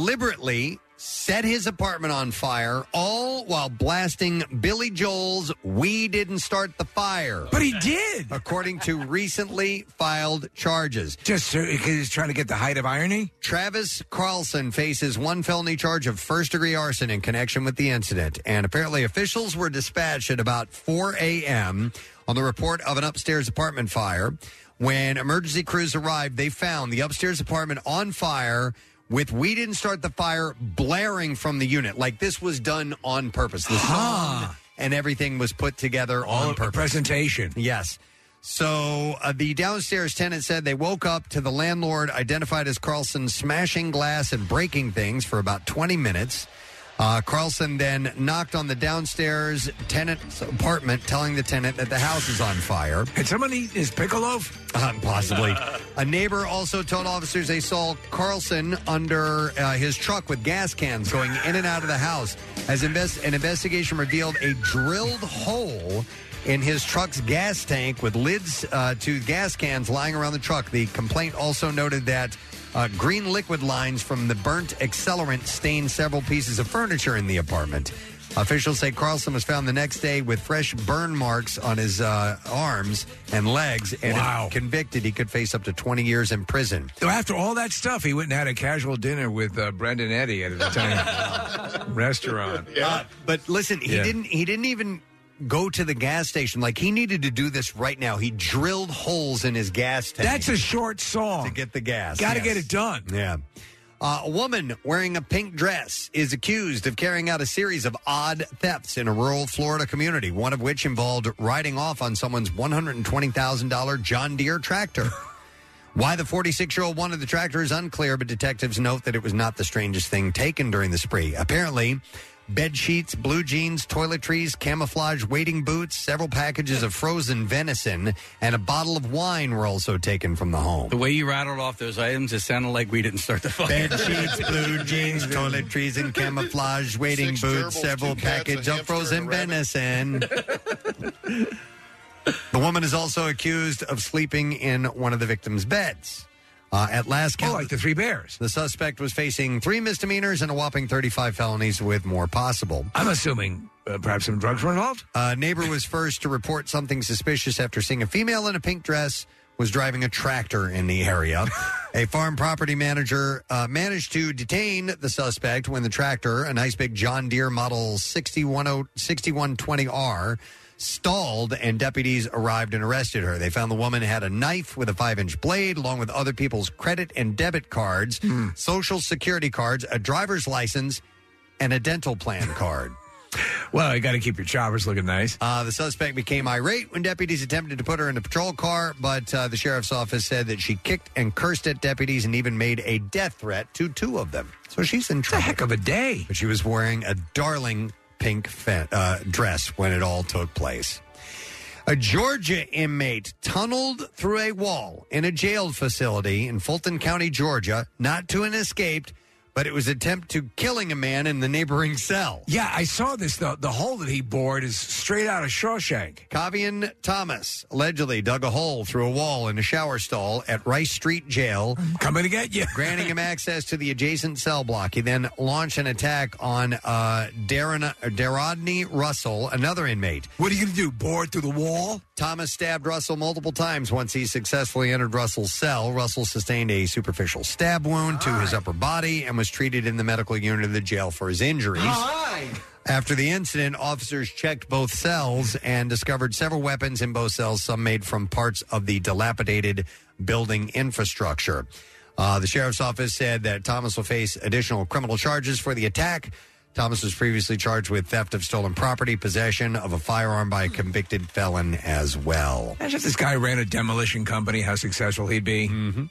Speaker 3: deliberately set his apartment on fire, all while blasting Billy Joel's We Didn't Start the Fire. But
Speaker 6: he did!
Speaker 3: According to recently filed charges.
Speaker 6: Just because he's trying to get the height of irony?
Speaker 3: Travis Carlson faces one felony charge of first degree arson in connection with the incident. And apparently, officials were dispatched at about 4 a.m. on the report of an upstairs apartment fire. When emergency crews arrived, they found the upstairs apartment on fire with We Didn't Start the Fire blaring from the unit. Like this was done on purpose. The song and everything was put together on purpose.
Speaker 6: presentation.
Speaker 3: Yes. So uh, the downstairs tenant said they woke up to the landlord identified as Carlson smashing glass and breaking things for about 20 minutes. Uh, Carlson then knocked on the downstairs tenant's apartment, telling the tenant that the house is on fire.
Speaker 6: Had someone eaten his pickle loaf?
Speaker 3: Uh, possibly. a neighbor also told officers they saw Carlson under uh, his truck with gas cans going in and out of the house. As invest- an investigation revealed a drilled hole in his truck's gas tank with lids uh, to gas cans lying around the truck. The complaint also noted that. Uh, green liquid lines from the burnt accelerant stained several pieces of furniture in the apartment. Officials say Carlson was found the next day with fresh burn marks on his uh, arms and legs. And if convicted, he could face up to 20 years in prison.
Speaker 6: So after all that stuff, he went and had a casual dinner with uh, Brendan Eddy at an Italian restaurant.
Speaker 3: Uh, but listen, he
Speaker 6: Yeah.
Speaker 3: didn't. He didn't even go to the gas station. Like he needed to do this right now. He drilled holes in his gas tank.
Speaker 6: That's a short song.
Speaker 3: to get the gas.
Speaker 6: Got to
Speaker 3: Yes.
Speaker 6: get it done.
Speaker 3: Yeah. Uh, a woman wearing a pink dress is accused of carrying out a series of odd thefts in a rural Florida community, one of which involved riding off on someone's $120,000 John Deere tractor. Why the 46 year old wanted the tractor is unclear, but detectives note that it was not the strangest thing taken during the spree. Apparently, bed sheets, blue jeans, toiletries, camouflage wading boots, several packages of frozen venison, and a bottle of wine were also taken from the home.
Speaker 5: The way you rattled off those items, it sounded like we didn't start the fire.
Speaker 3: Bed sheets, blue jeans, toiletries, and camouflage wading
Speaker 5: Six
Speaker 3: boots,
Speaker 5: gerbils,
Speaker 3: several
Speaker 5: two cats, a
Speaker 3: packages of
Speaker 5: hamster,
Speaker 3: frozen
Speaker 5: and a rabbit.
Speaker 3: venison. the woman is also accused of sleeping in one of the victim's beds. Uh, at last count, like
Speaker 6: Oh, the three bears.
Speaker 3: The suspect was facing three misdemeanors and a whopping 35 felonies, with more possible.
Speaker 6: I'm assuming uh, perhaps some drugs were involved.
Speaker 3: A neighbor was first to report something suspicious after seeing a female in a pink dress was driving a tractor in the area. a farm property manager uh, managed to detain the suspect when the tractor, a nice big John Deere model oh, 6100 6120R, stalled and deputies arrived and arrested her. They found the woman had a knife with a 5-inch blade along with other people's credit and debit cards, social security cards, a driver's license, and a dental plan card.
Speaker 6: Well, you got to keep your choppers looking nice.
Speaker 3: Uh, the suspect became irate when deputies attempted to put her in a patrol car, but uh, the sheriff's office said that she kicked and cursed at deputies and even made a death threat to two of them. So she's in trouble. heck
Speaker 6: of a day.
Speaker 3: But she was wearing a darling pink fe- uh, dress when it all took place. A Georgia inmate tunneled through a wall in a jail facility in Fulton County, Georgia, not to an escaped, but it was attempt to killing a man in the neighboring cell.
Speaker 6: Yeah, I saw this. The, the hole that he bored is straight out of Shawshank.
Speaker 3: Kavian Thomas allegedly dug a hole through a wall in a shower stall at Rice Street Jail.
Speaker 6: coming to get you.
Speaker 3: granting him access to the adjacent cell block. He then launched an attack on uh, Darren, Darodney Russell, another inmate.
Speaker 6: What are you going to do? Bore through the wall?
Speaker 3: Thomas stabbed Russell multiple times once he successfully entered Russell's cell. Russell sustained a superficial stab wound to his upper body and was treated in the medical unit of the jail for his injuries. After the incident, officers checked both cells and discovered several weapons in both cells, some made from parts of the dilapidated building infrastructure. Uh, the sheriff's office said that Thomas will face additional criminal charges for the attack. Thomas was previously charged with theft of stolen property, possession of a firearm by a convicted felon as well.
Speaker 6: Imagine if this guy ran a demolition company, how successful he'd be. Mm-hmm.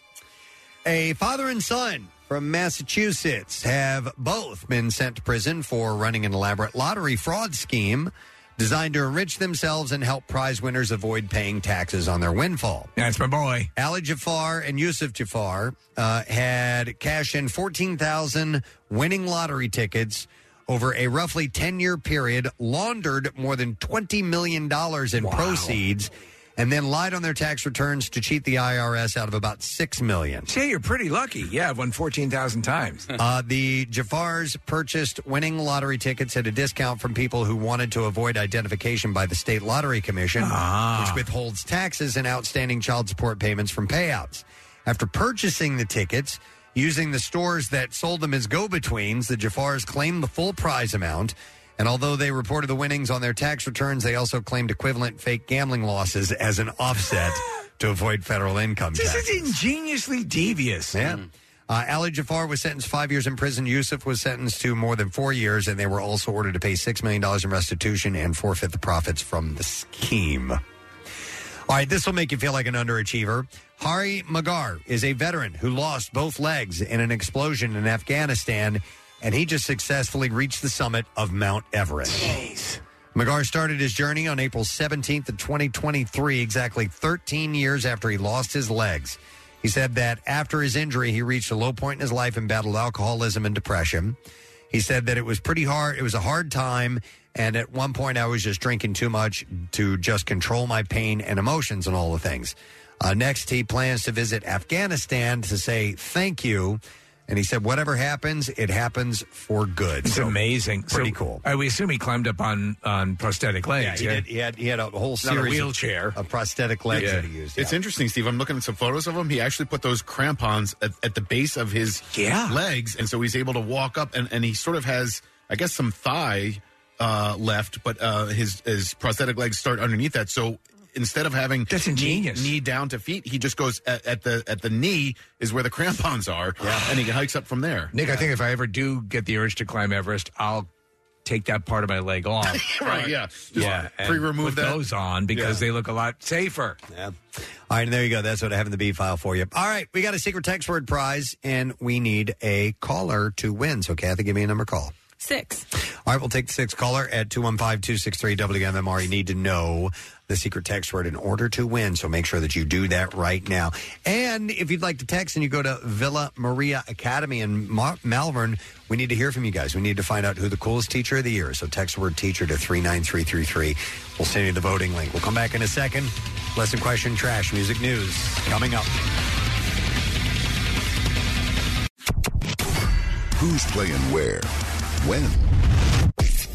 Speaker 3: A father and son from Massachusetts have both been sent to prison for running an elaborate lottery fraud scheme designed to enrich themselves and help prize winners avoid paying taxes on their windfall.
Speaker 6: That's my boy.
Speaker 3: Ali Jafar and Yusuf Jafar uh, had cashed in 14,000 winning lottery tickets over a roughly 10 year period, laundered more than $20 million in proceeds, and then lied on their tax returns to cheat the IRS out of about $6 million.
Speaker 6: See, you're pretty lucky. Yeah, I've won 14,000 times.
Speaker 3: Uh, the Jafars purchased winning lottery tickets at a discount from people who wanted to avoid identification by the State Lottery Commission, which withholds taxes and outstanding child support payments from payouts. After purchasing the tickets, using the stores that sold them as go betweens, the Jafars claimed the full prize amount. And although they reported the winnings on their tax returns, they also claimed equivalent fake gambling losses as an offset to avoid federal income tax.
Speaker 6: This is ingeniously devious.
Speaker 3: Yeah. Uh, Ali Jafar was sentenced five years in prison. Yusuf was sentenced to more than four years, and they were also ordered to pay $6 million in restitution and forfeit the profits from the scheme. All right, this will make you feel like an underachiever. Hari Magar is a veteran who lost both legs in an explosion in Afghanistan, and he just successfully reached the summit of Mount Everest. Jeez. Magar started his journey on April 17th of 2023, exactly 13 years after he lost his legs. He said that after his injury, he reached a low point in his life and battled alcoholism and depression. He said that it was pretty hard. It was a hard time. And at one point, I was just drinking too much to just control my pain and emotions and all the things. Uh, next, he plans to visit Afghanistan to say thank you. And he said, whatever happens, it happens for good.
Speaker 6: It's
Speaker 3: So,
Speaker 6: amazing.
Speaker 3: Pretty
Speaker 6: So,
Speaker 3: cool.
Speaker 6: I, we assume he climbed up on, on prosthetic legs.
Speaker 3: Yeah, he, did, he, had, he had a whole
Speaker 6: Not a
Speaker 3: series of-
Speaker 6: wheelchair.
Speaker 3: of, prosthetic legs
Speaker 8: Yeah.
Speaker 3: that he used.
Speaker 8: It's interesting, Steve. I'm looking at some photos of him. He actually put those crampons at, at the base of his
Speaker 6: Yeah.
Speaker 8: legs, and so he's able to walk up, and, and he sort of has, I guess, some thigh uh, left, but uh, his his prosthetic legs start underneath that. So instead of having that's
Speaker 6: ingenious
Speaker 8: knee, knee down to feet, he just goes at, at the at the knee is where the crampons are, and he hikes up from there.
Speaker 6: Nick, I think if I ever do get the urge to climb Everest, I'll take that part of my leg off.
Speaker 8: Right, yeah. Just
Speaker 6: yeah. and
Speaker 8: pre-remove
Speaker 6: put
Speaker 8: that.
Speaker 6: those on because
Speaker 8: Yeah.
Speaker 6: they look a lot safer.
Speaker 3: Yeah. All right, and there you go. That's what I have in the B file for you. All right, we got a secret text word prize, and we need a caller to win. So, Kathy, give me a number call.
Speaker 4: Six.
Speaker 3: All right, we'll take the sixth caller at 215 263 WMMR. You need to know the secret text word in order to win, so make sure that you do that right now. And if you'd like to text and you go to Villa Maria Academy in Ma- Malvern, we need to hear from you guys. We need to find out who the coolest teacher of the year is. So text word teacher to 39333. We'll send you the voting link. We'll come back in a second. Lesson question trash music news coming up.
Speaker 2: Who's playing where? When?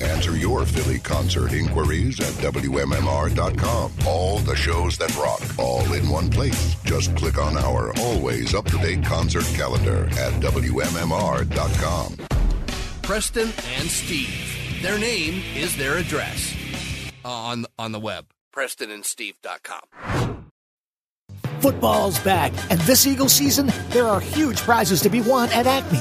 Speaker 2: Answer your Philly concert inquiries at WMMR.com. All the shows that rock, all in one place. Just click on our always up to date concert calendar at WMMR.com.
Speaker 10: Preston and Steve. Their name is their address uh, on on the web. PrestonandSteve.com.
Speaker 11: Football's back, and this Eagle season, there are huge prizes to be won at Acme.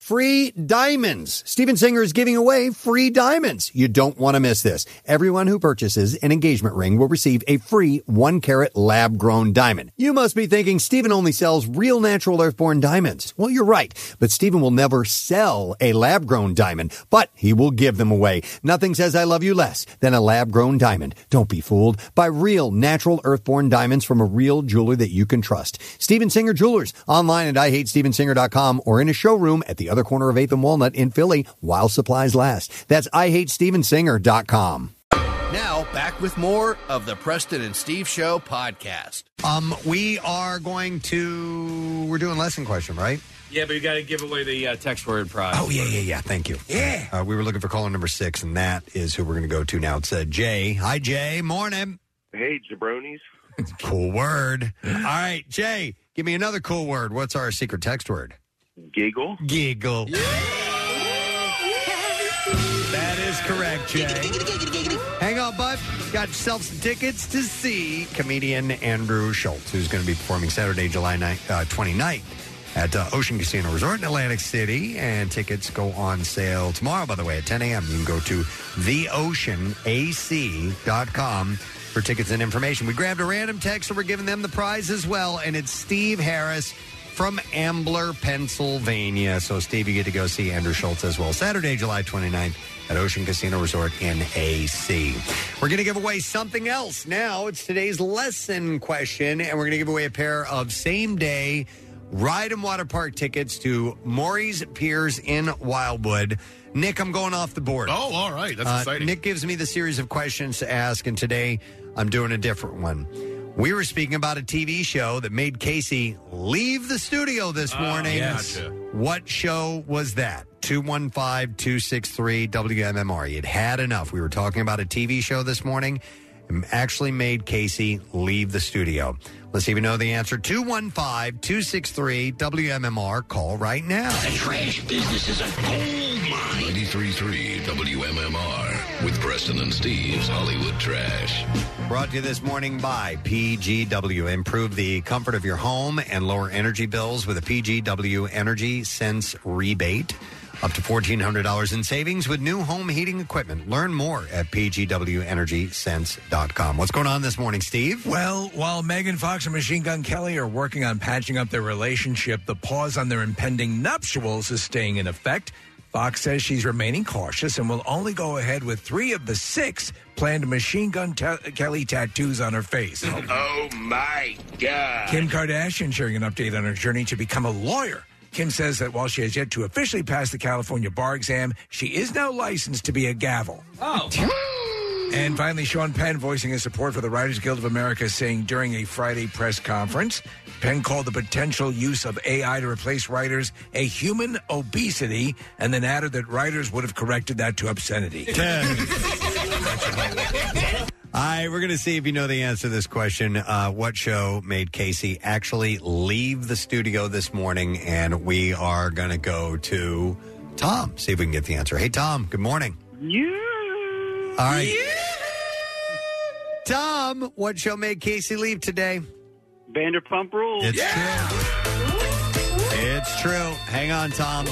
Speaker 3: Free diamonds. Steven Singer is giving away free diamonds. You don't want to miss this. Everyone who purchases an engagement ring will receive a free one carat lab grown diamond. You must be thinking Steven only sells real natural earthborn diamonds. Well, you're right, but Steven will never sell a lab grown diamond, but he will give them away. Nothing says I love you less than a lab grown diamond. Don't be fooled by real natural earthborn diamonds from a real jeweler that you can trust. Steven Singer Jewelers online at IHateStevenSinger.com or in a showroom at the other corner of 8th and Walnut in Philly while supplies last. That's IHateStevenSinger.com.
Speaker 10: Now back with more of the Preston and Steve Show podcast.
Speaker 3: Um, we are going to, we're doing lesson question, right?
Speaker 5: Yeah, but you got to give away the uh, text word prize.
Speaker 3: Oh, yeah, yeah, yeah. Thank you. Yeah. Uh, we were looking for caller number six, and that is who we're going to go to now. It's uh, Jay. Hi, Jay. Morning.
Speaker 14: Hey, jabronis.
Speaker 3: Cool word. All right, Jay, give me another cool word. What's our secret text word?
Speaker 14: Giggle.
Speaker 3: Giggle. That is correct, Jay. Hang on, bud. Got yourself some tickets to see comedian Andrew Schultz, who's going to be performing Saturday, July 9th, uh, 29th at uh, Ocean Casino Resort in Atlantic City. And tickets go on sale tomorrow, by the way, at 10 a.m. You can go to theoceanac.com for tickets and information. We grabbed a random text, so we're giving them the prize as well. And it's Steve Harris from Ambler, Pennsylvania. So, Steve, you get to go see Andrew Schultz as well Saturday, July 29th at Ocean Casino Resort in AC. We're going to give away something else now. It's today's lesson question, and we're going to give away a pair of same day ride and water park tickets to Maury's Piers in Wildwood. Nick, I'm going off the board.
Speaker 8: Oh, all right. That's
Speaker 3: Uh,
Speaker 8: exciting.
Speaker 3: Nick gives me the series of questions to ask, and today I'm doing a different one. We were speaking about a TV show that made Casey leave the studio this morning.
Speaker 20: yes. Gotcha.
Speaker 3: What show was that? 215 263 WMMR. You'd E. had enough. We were talking about a TV show this morning. and Actually, made Casey leave the studio. Let's see if you know the answer. 215 263 WMMR. Call right now.
Speaker 2: Trash business is a gold mine. 933 WMMR with Preston and Steve's Hollywood Trash.
Speaker 3: Brought to you this morning by PGW. Improve the comfort of your home and lower energy bills with a PGW Energy Sense rebate. Up to $1,400 in savings with new home heating equipment. Learn more at pgwenergysense.com. What's going on this morning, Steve?
Speaker 6: Well, while Megan Fox and Machine Gun Kelly are working on patching up their relationship, the pause on their impending nuptials is staying in effect. Fox says she's remaining cautious and will only go ahead with three of the six planned Machine Gun Ta- Kelly tattoos on her face.
Speaker 14: Oh my God.
Speaker 6: Kim Kardashian sharing an update on her journey to become a lawyer. Kim says that while she has yet to officially pass the California bar exam, she is now licensed to be a gavel.
Speaker 5: Oh.
Speaker 6: And finally, Sean Penn voicing his support for the Writers Guild of America, saying during a Friday press conference, Penn called the potential use of AI to replace writers a human obesity, and then added that writers would have corrected that to obscenity.
Speaker 3: All right, we're going to see if you know the answer to this question. Uh, what show made Casey actually leave the studio this morning? And we are going to go to Tom, see if we can get the answer. Hey, Tom, good morning. All right. Tom, what show made Casey leave today?
Speaker 20: Vanderpump Rules.
Speaker 3: It's true. It's true. Hang on, Tom.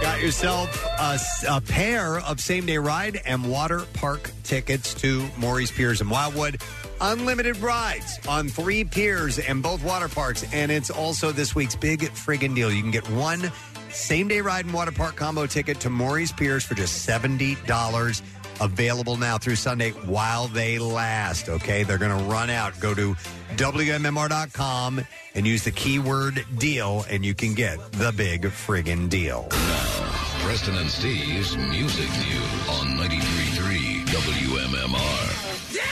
Speaker 3: Got yourself a, s- a pair of same day ride and water park tickets to Maurice Piers in Wildwood. Unlimited rides on three piers and both water parks. And it's also this week's big friggin' deal. You can get one same day ride and water park combo ticket to Maurice Piers for just $70. Available now through Sunday while they last. Okay, they're going to run out. Go to WMMR.com and use the keyword deal, and you can get the big friggin' deal.
Speaker 2: Preston and Steve's Music News on 93.3 WMMR.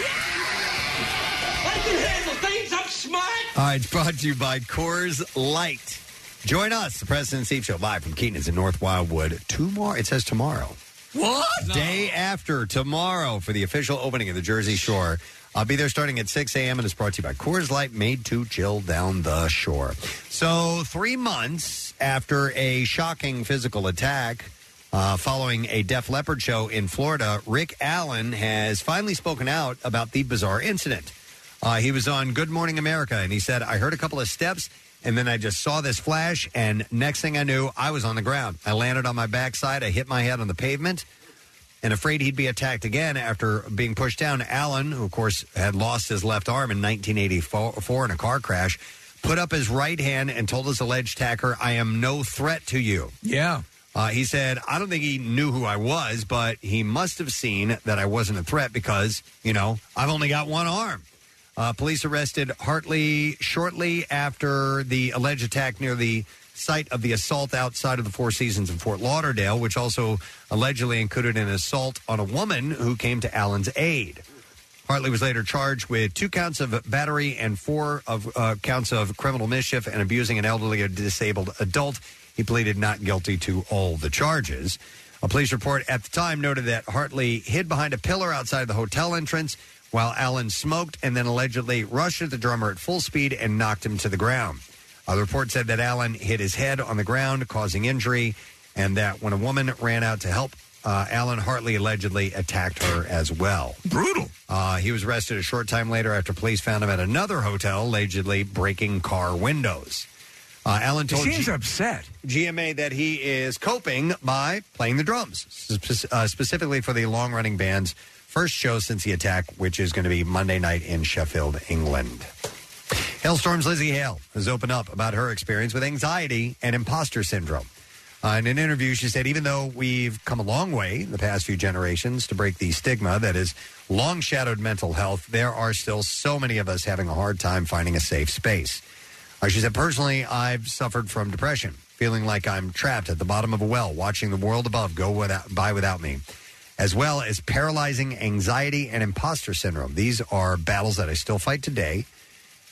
Speaker 14: I can handle things. I'm smart.
Speaker 3: All right, it's brought to you by Coors Light. Join us, the President and Steve Show, live from Keaton's in North Wildwood tomorrow. It says tomorrow.
Speaker 14: What?
Speaker 3: Day after tomorrow for the official opening of the Jersey Shore. I'll be there starting at 6 a.m. and it's brought to you by Coors Light, made to chill down the shore. So, three months after a shocking physical attack uh, following a Def Leppard show in Florida, Rick Allen has finally spoken out about the bizarre incident. Uh, he was on Good Morning America and he said, I heard a couple of steps and then I just saw this flash. And next thing I knew, I was on the ground. I landed on my backside. I hit my head on the pavement and afraid he'd be attacked again after being pushed down. Allen, who of course had lost his left arm in 1984 in a car crash, put up his right hand and told his alleged attacker, I am no threat to you.
Speaker 6: Yeah.
Speaker 3: Uh, he said, I don't think he knew who I was, but he must have seen that I wasn't a threat because, you know, I've only got one arm. Uh, police arrested Hartley shortly after the alleged attack near the site of the assault outside of the Four Seasons in Fort Lauderdale, which also allegedly included an assault on a woman who came to Allen's aid. Hartley was later charged with two counts of battery and four of uh, counts of criminal mischief and abusing an elderly or disabled adult. He pleaded not guilty to all the charges. A police report at the time noted that Hartley hid behind a pillar outside the hotel entrance while Allen smoked and then allegedly rushed at the drummer at full speed and knocked him to the ground. A report said that Allen hit his head on the ground, causing injury, and that when a woman ran out to help, uh, Allen Hartley allegedly attacked her as well.
Speaker 6: Brutal.
Speaker 3: Uh, he was arrested a short time later after police found him at another hotel, allegedly breaking car windows. Uh, Allen told
Speaker 6: Seems
Speaker 3: G-
Speaker 6: upset.
Speaker 3: GMA that he is coping by playing the drums, spe- uh, specifically for the long running band's first show since the attack, which is going to be Monday night in Sheffield, England. Hailstorm's Lizzie Hale has opened up about her experience with anxiety and imposter syndrome. Uh, in an interview, she said, even though we've come a long way in the past few generations to break the stigma that is long shadowed mental health, there are still so many of us having a hard time finding a safe space. Uh, she said, personally, I've suffered from depression, feeling like I'm trapped at the bottom of a well, watching the world above go without, by without me, as well as paralyzing anxiety and imposter syndrome. These are battles that I still fight today.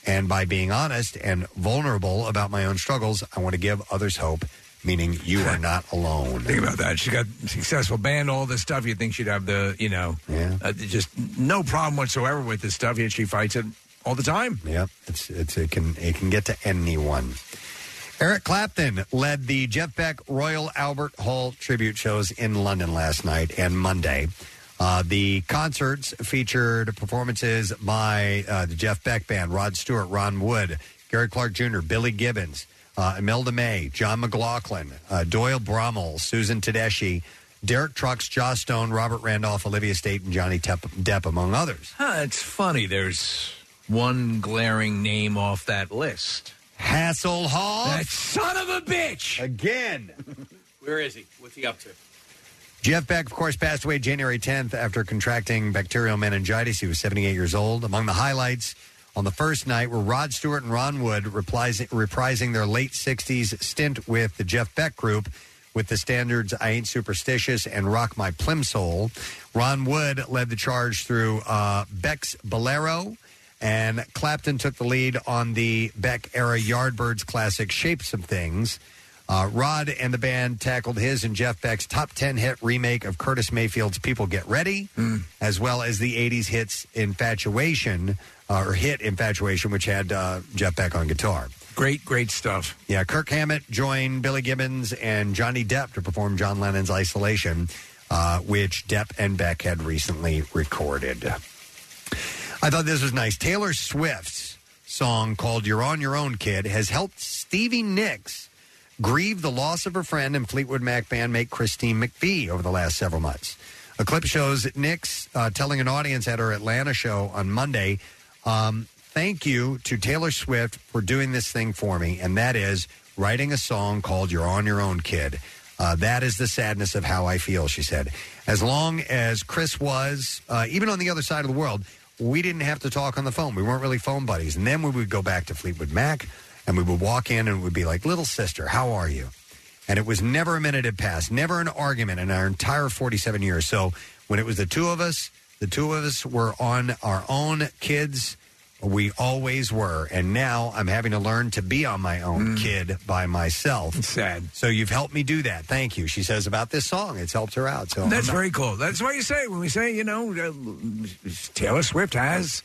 Speaker 3: And by being honest and vulnerable about my own struggles, I want to give others hope, meaning you are not alone.
Speaker 6: Think about that. She got successful band, all this stuff. You think she'd have the, you know, uh, just no problem whatsoever with this stuff. Yet she fights it all the time.
Speaker 3: Yep, it's, it's it can it can get to anyone. Eric Clapton led the Jeff Beck Royal Albert Hall tribute shows in London last night and Monday. Uh, the concerts featured performances by uh, the Jeff Beck Band, Rod Stewart, Ron Wood, Gary Clark Jr., Billy Gibbons, uh, Imelda May, John McLaughlin, uh, Doyle Brommel, Susan Tedeschi, Derek Trucks, Josh Stone, Robert Randolph, Olivia State, and Johnny Tep- Depp, among others.
Speaker 6: Huh, it's funny. There's one glaring name off that list.
Speaker 3: Hassel Hall.
Speaker 6: That son of a bitch.
Speaker 3: Again.
Speaker 5: Where is he? What's he up to?
Speaker 3: Jeff Beck, of course, passed away January 10th after contracting bacterial meningitis. He was 78 years old. Among the highlights on the first night were Rod Stewart and Ron Wood reprising, reprising their late 60s stint with the Jeff Beck Group with the standards I Ain't Superstitious and Rock My Plimsoll. Ron Wood led the charge through uh, Beck's Bolero, and Clapton took the lead on the Beck era Yardbirds classic Shape Some Things. Uh, Uh, Rod and the band tackled his and Jeff Beck's top 10 hit remake of Curtis Mayfield's People Get Ready,
Speaker 6: Hmm.
Speaker 3: as well as the 80s hits Infatuation, uh, or hit Infatuation, which had uh, Jeff Beck on guitar.
Speaker 6: Great, great stuff.
Speaker 3: Yeah, Kirk Hammett joined Billy Gibbons and Johnny Depp to perform John Lennon's Isolation, uh, which Depp and Beck had recently recorded. I thought this was nice. Taylor Swift's song called You're On Your Own Kid has helped Stevie Nicks grieve the loss of her friend and Fleetwood Mac bandmate Christine McVie over the last several months. A clip shows Nicks uh, telling an audience at her Atlanta show on Monday, um, Thank you to Taylor Swift for doing this thing for me, and that is writing a song called You're On Your Own Kid. Uh, that is the sadness of how I feel, she said. As long as Chris was, uh, even on the other side of the world, we didn't have to talk on the phone. We weren't really phone buddies. And then we would go back to Fleetwood Mac and we would walk in and it would be like, Little sister, how are you? And it was never a minute had passed, never an argument in our entire 47 years. So when it was the two of us, the two of us were on our own kids. We always were. And now I'm having to learn to be on my own
Speaker 6: Mm.
Speaker 3: kid by myself. sad. So you've helped me do that. Thank you. She says about this song. It's helped her out. So
Speaker 6: That's
Speaker 3: I'm not-
Speaker 6: very cool. That's why you say when we say you know uh, Taylor Swift has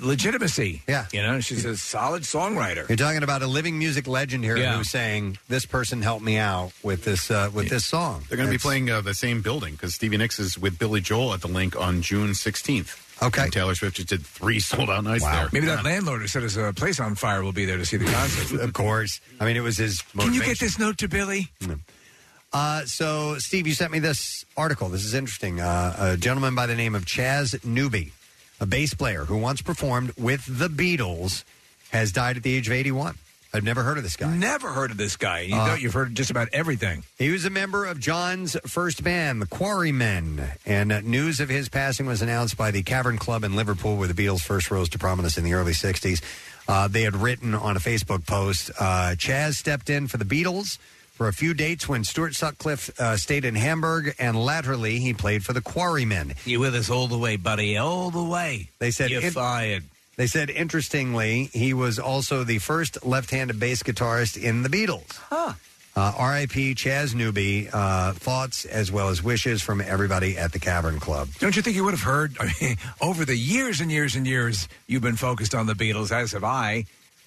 Speaker 6: legitimacy.
Speaker 3: Yeah,
Speaker 6: you know she's a solid songwriter.
Speaker 3: You're talking about a living music legend here
Speaker 6: Yeah.
Speaker 3: who's saying this person helped me out with this uh, with this song.
Speaker 8: They're going to be
Speaker 3: That's-
Speaker 8: playing uh, the same building because Stevie Nicks is with Billy Joel at the link on June 16th.
Speaker 3: Okay.
Speaker 8: And Taylor Swift just did three sold out nights there.
Speaker 6: Maybe that landlord who set his uh, place on fire will be there to see the concert.
Speaker 3: of course. I mean, it was his.
Speaker 6: Can you
Speaker 3: motivation.
Speaker 6: get this note to Billy?
Speaker 3: Uh, so, Steve, you sent me this article. This is interesting. Uh, a gentleman by the name of Chaz Newby, a bass player who once performed with the Beatles, has died at the age of 81. I've never heard of this guy.
Speaker 6: Never heard of this guy. You
Speaker 3: Uh,
Speaker 6: know, you've heard just about everything.
Speaker 3: He was a member of John's first band, the Quarrymen, and uh, news of his passing was announced by the Cavern Club in Liverpool, where the Beatles first rose to prominence in the early 60s. Uh, they had written on a Facebook post uh, Chaz stepped in for the Beatles for a few dates when Stuart Sutcliffe uh, stayed in Hamburg, and laterally he played for the Quarrymen.
Speaker 6: You're with us all the way, buddy, all the way.
Speaker 3: They said
Speaker 6: You're fired.
Speaker 3: They said interestingly, he was also the first left-handed bass guitarist in the Beatles. Huh. Uh, R.I.P. Chaz Newby. Uh, thoughts as well as wishes from everybody at the Cavern Club.
Speaker 6: Don't you think you would have heard? I mean, over the years and years and years, you've been focused on the Beatles, as have I.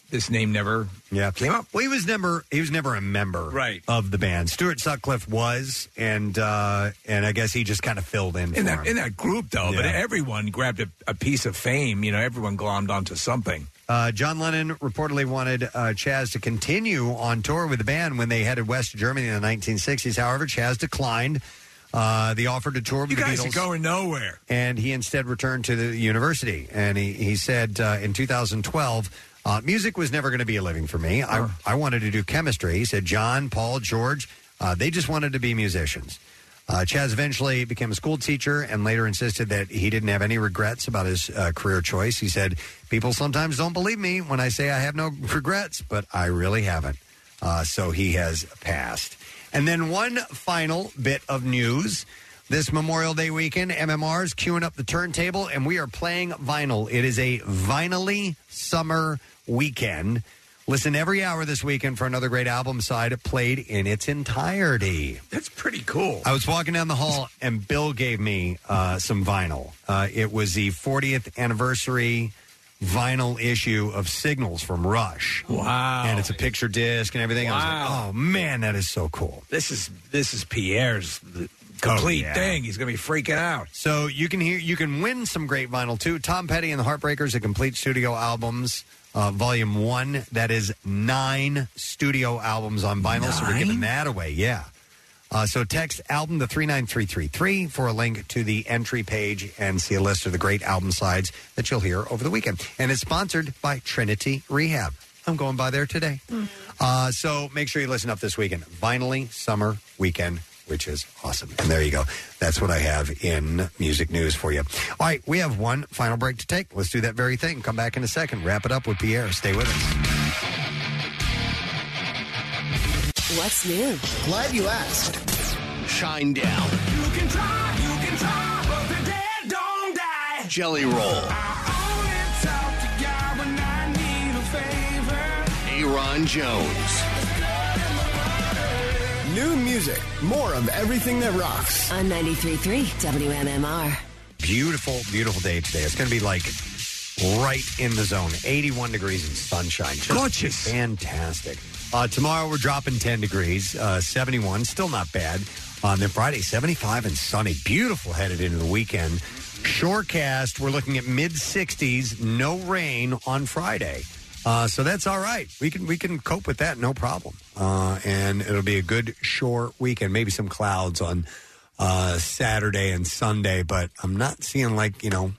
Speaker 6: This name never
Speaker 3: Yeah,
Speaker 6: came up.
Speaker 3: Well, he was never he was never a member right. of the band. Stuart Sutcliffe was, and uh, and I guess he just kind of filled in for
Speaker 6: in that
Speaker 3: him.
Speaker 6: in that group though. But
Speaker 3: Yeah.
Speaker 6: everyone grabbed a, a piece of fame. You know, everyone glommed onto something.
Speaker 3: Uh, John Lennon reportedly wanted uh, Chaz to continue on tour with the band when they headed west to Germany in the 1960s. However, Chaz declined uh, the offer to tour with
Speaker 6: You
Speaker 3: the
Speaker 6: guys
Speaker 3: Beatles.
Speaker 6: are going nowhere.
Speaker 3: and he instead returned to the university. And he, he said uh, in 2012, uh, music was never going to be a living for me. I, I wanted to do chemistry. He said, John, Paul, George, uh, they just wanted to be musicians. Uh, Chaz eventually became a school teacher and later insisted that he didn't have any regrets about his uh, career choice. He said, People sometimes don't believe me when I say I have no regrets, but I really haven't. Uh, so he has passed. And then one final bit of news. This Memorial Day weekend, MMR's queuing up the turntable, and we are playing vinyl. It is a vinily summer weekend. Listen every hour this weekend for another great album side played in its entirety.
Speaker 6: That's pretty cool.
Speaker 3: I was walking down the hall, and Bill gave me uh, some vinyl. Uh, it was the 40th anniversary vinyl issue of Signals from Rush.
Speaker 6: Wow!
Speaker 3: And it's a picture disc and everything. I was
Speaker 6: Wow.
Speaker 3: like, oh man, that is so cool.
Speaker 6: This is this is Pierre's complete
Speaker 3: Oh, yeah.
Speaker 6: thing. He's gonna be freaking out.
Speaker 3: So you can hear, you can win some great vinyl too. Tom Petty and the Heartbreakers, a complete studio albums, uh, volume one. That is nine studio albums on vinyl. So we're giving that away. Yeah. Uh, so text album to 39333 for a link to the entry page and see a list of the great album sides that you'll hear over the weekend. And it's sponsored by Trinity Rehab. I'm going by there today. Uh, so make sure you listen up this weekend. Finally, summer weekend, which is awesome. And there you go. That's what I have in music news for you. All right, we have one final break to take. Let's do that very thing. Come back in a second. Wrap it up with Pierre. Stay with us.
Speaker 9: What's new?
Speaker 10: Glad you asked. Shine down.
Speaker 14: You can try, you can try, but the dead don't die.
Speaker 10: Jelly roll.
Speaker 14: Talk to God when I need a favor.
Speaker 10: Aaron Jones.
Speaker 9: music, more of everything that rocks.
Speaker 26: On 93.3 WMMR.
Speaker 3: Beautiful, beautiful day today. It's going to be like right in the zone. 81 degrees and sunshine. Just Gorgeous. Fantastic. Uh, tomorrow we're dropping 10 degrees, uh, 71, still not bad. On then Friday, 75 and sunny. Beautiful headed into the weekend. Shorecast, we're looking at mid 60s, no rain on Friday. Uh, so that's all right. We can we can cope with that, no problem. Uh, and it'll be a good short weekend. Maybe some clouds on uh, Saturday and Sunday, but I'm not seeing like you know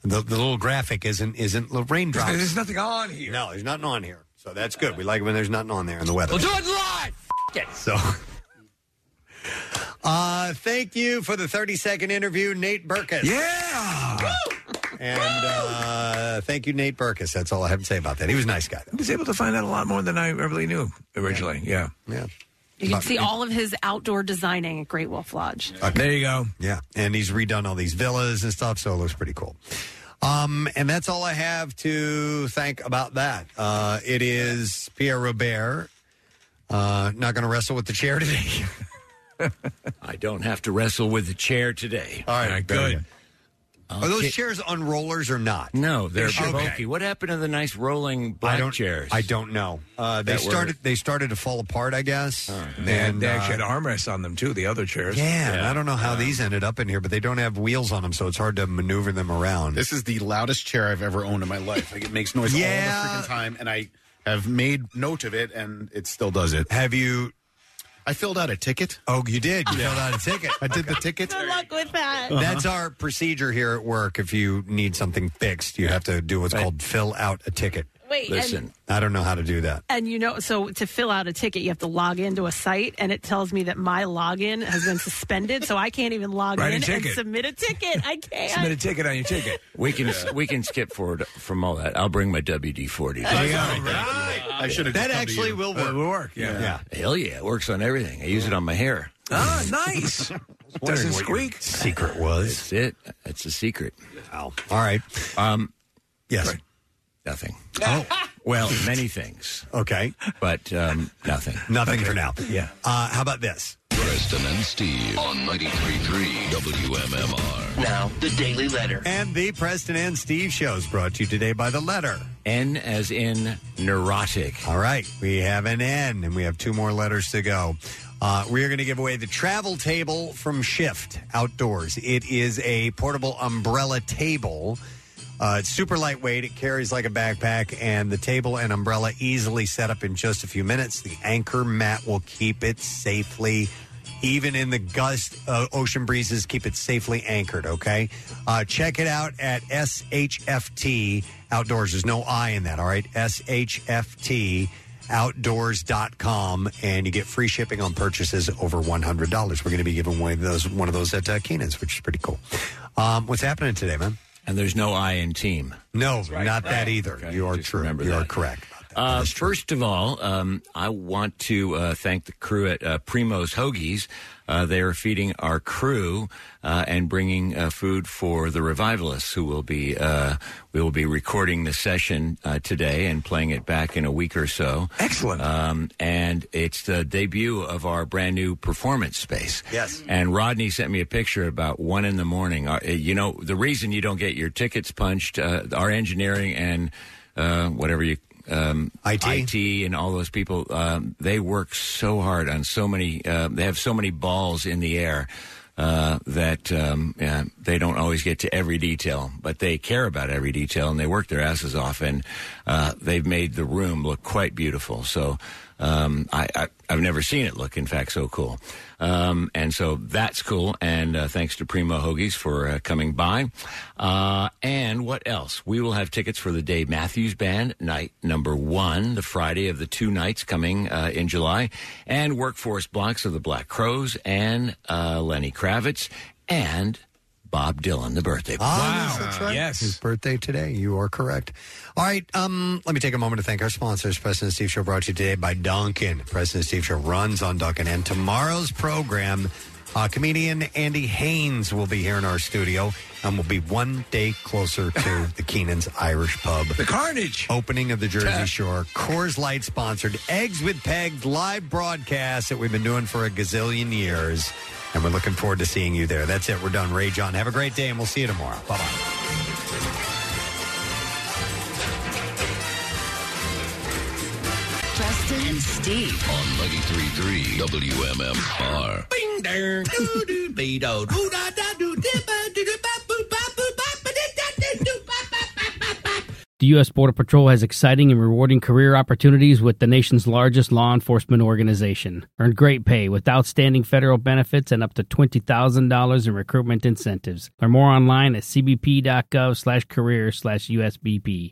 Speaker 3: the, the little graphic isn't isn't little raindrops.
Speaker 6: There's nothing on here.
Speaker 3: No, there's nothing on here. So that's good. We like it when there's nothing on there in the weather.
Speaker 6: We'll do it live.
Speaker 3: F- it. So. Uh, thank you for the 30 second interview, Nate Burkus.
Speaker 6: Yeah.
Speaker 3: And uh, thank you, Nate Burkus. That's all I have to say about that. He was a nice guy, though.
Speaker 6: I was able to find out a lot more than I really knew originally. Yeah.
Speaker 3: Yeah.
Speaker 4: You can see all of his outdoor designing at Great Wolf Lodge.
Speaker 6: There you go.
Speaker 3: Yeah. And he's redone all these villas and stuff, so it looks pretty cool. Um, and that's all I have to thank about that. Uh, it is Pierre Robert. Uh, not going to wrestle with the chair today.
Speaker 14: I don't have to wrestle with the chair today.
Speaker 3: All right, very good. Are those
Speaker 14: Okay.
Speaker 3: chairs on rollers or not?
Speaker 14: No, they're
Speaker 3: sure-
Speaker 14: bulky.
Speaker 3: okay.
Speaker 14: What happened to the nice rolling black
Speaker 3: I don't,
Speaker 14: chairs?
Speaker 3: I don't know. Uh, they
Speaker 14: That were-
Speaker 3: started. They started to fall apart. I guess.
Speaker 6: They, had, they
Speaker 3: uh,
Speaker 6: actually had armrests on them too. The other chairs.
Speaker 3: yeah, and I don't know how these ended up in here, but they don't have wheels on them, so it's hard to maneuver them around.
Speaker 8: This is the loudest chair I've ever owned in my life. Like it makes noise all
Speaker 3: Yeah.
Speaker 8: the freaking time, and I have made note of it, and it still does it.
Speaker 3: Have you?
Speaker 8: I filled out a ticket.
Speaker 3: Oh, you did. You filled out a ticket.
Speaker 8: I did the ticket.
Speaker 4: Good luck with that.
Speaker 14: Uh-huh.
Speaker 3: Uh-huh. That's our procedure here at work. If you need something fixed, you have to do what's called fill out a ticket.
Speaker 4: Wait, Listen. and-
Speaker 3: I don't know how to do that.
Speaker 4: And you know, so to fill out a ticket, you have to log into a site, and it tells me that my login has been suspended, so I can't even log
Speaker 14: Write a
Speaker 4: in and
Speaker 14: ticket.
Speaker 4: submit a ticket. I can't.
Speaker 14: Submit a ticket on your ticket. We can we can skip forward from all that. I'll bring my WD forty.
Speaker 8: I should have.
Speaker 14: That actually
Speaker 3: will
Speaker 14: work.
Speaker 6: will work.
Speaker 14: Yeah. Hell yeah, it works on everything. I use it on my hair.
Speaker 6: Ah, nice. Doesn't squeak.
Speaker 3: Secret was.
Speaker 14: That's it. That's the secret.
Speaker 3: Wow. All right.
Speaker 14: Um.
Speaker 3: Yes.
Speaker 14: Nothing. Oh. Well, many things.
Speaker 3: Okay.
Speaker 14: But um, nothing.
Speaker 3: Nothing for now.
Speaker 14: Yeah.
Speaker 3: Uh, how about this?
Speaker 2: Preston and Steve on 93.3 WMMR.
Speaker 14: Now, the Daily Letter.
Speaker 3: And the Preston and Steve shows brought to you today by the letter
Speaker 14: N as in neurotic.
Speaker 3: All right, we have an N, and we have two more letters to go. Uh, we are going to give away the travel table from Shift Outdoors. It is a portable umbrella table. Uh, it's super lightweight. It carries like a backpack, and the table and umbrella easily set up in just a few minutes. The anchor mat will keep it safely even in the gust uh, ocean breezes keep it safely anchored okay uh, check it out at shft outdoors there's no i in that all right shft outdoors.com and you get free shipping on purchases over $100 we're going to be giving away those one of those at uh, keenan's which is pretty cool um, what's happening today man
Speaker 14: And there's no I in team.
Speaker 3: no
Speaker 14: right,
Speaker 3: not
Speaker 14: right.
Speaker 3: that either you are true you are correct
Speaker 14: Uh, first of all, um, I want to uh, thank the crew at uh, Primo's Hoagies. Uh, they are feeding our crew uh, and bringing uh, food for the revivalists, who will be uh, we will be recording the session uh, today and playing it back in a week or so.
Speaker 6: Excellent.
Speaker 14: Um, and it's the debut of our brand new performance space.
Speaker 3: Yes.
Speaker 14: And Rodney sent me a picture about one in the morning. Uh, You know, the reason you don't get your tickets punched, uh, our engineering and uh, whatever you. Um, IT? and all those people, um, they work so hard on so many, uh, they have so many balls in the air uh, that um, yeah, they don't always get to every detail, but they care about every detail and they work their asses off, and uh, they've made the room look quite beautiful. So um, I, I, I've never seen it look, in fact, so cool. Um, and so that's cool. And uh, thanks to Primo Hoagies for uh, coming by. Uh, and what else? We will have tickets for the Dave Matthews Band night number one, the Friday of the two nights coming uh, in July, and workforce blocks of the Black Crows and uh, Lenny Kravitz and Bob Dylan, the birthday.
Speaker 3: Ah, yes, that's right. His birthday today. You are correct. All right. Um, let me take a moment to thank our sponsors. President Steve Show brought to you today by Duncan. President Steve Show runs on Duncan. And tomorrow's program Uh, comedian Andy Haynes will be here in our studio, and we'll be one day closer to the Keenan's Irish Pub. The
Speaker 14: carnage.
Speaker 3: Opening of the Jersey Shore. Coors Light sponsored Eggs with Pegs live broadcast that we've been doing for a gazillion years. And we're looking forward to seeing you there. That's it. We're done. Ray John, have a great day, and we'll see you tomorrow. Bye bye.
Speaker 9: Preston and Steve.
Speaker 2: On 93.3 WMMR.
Speaker 10: Bing there. Doo doo be do. Doo da da doo dip a doo doo ba boo ba boo ba ba dip da dip doo ba ba.
Speaker 27: The U.S. Border Patrol has exciting and rewarding career opportunities with the nation's largest law enforcement organization. Earn great pay with outstanding federal benefits and up to $20,000 in recruitment incentives. Learn more online at cbp.gov slash career slash USBP.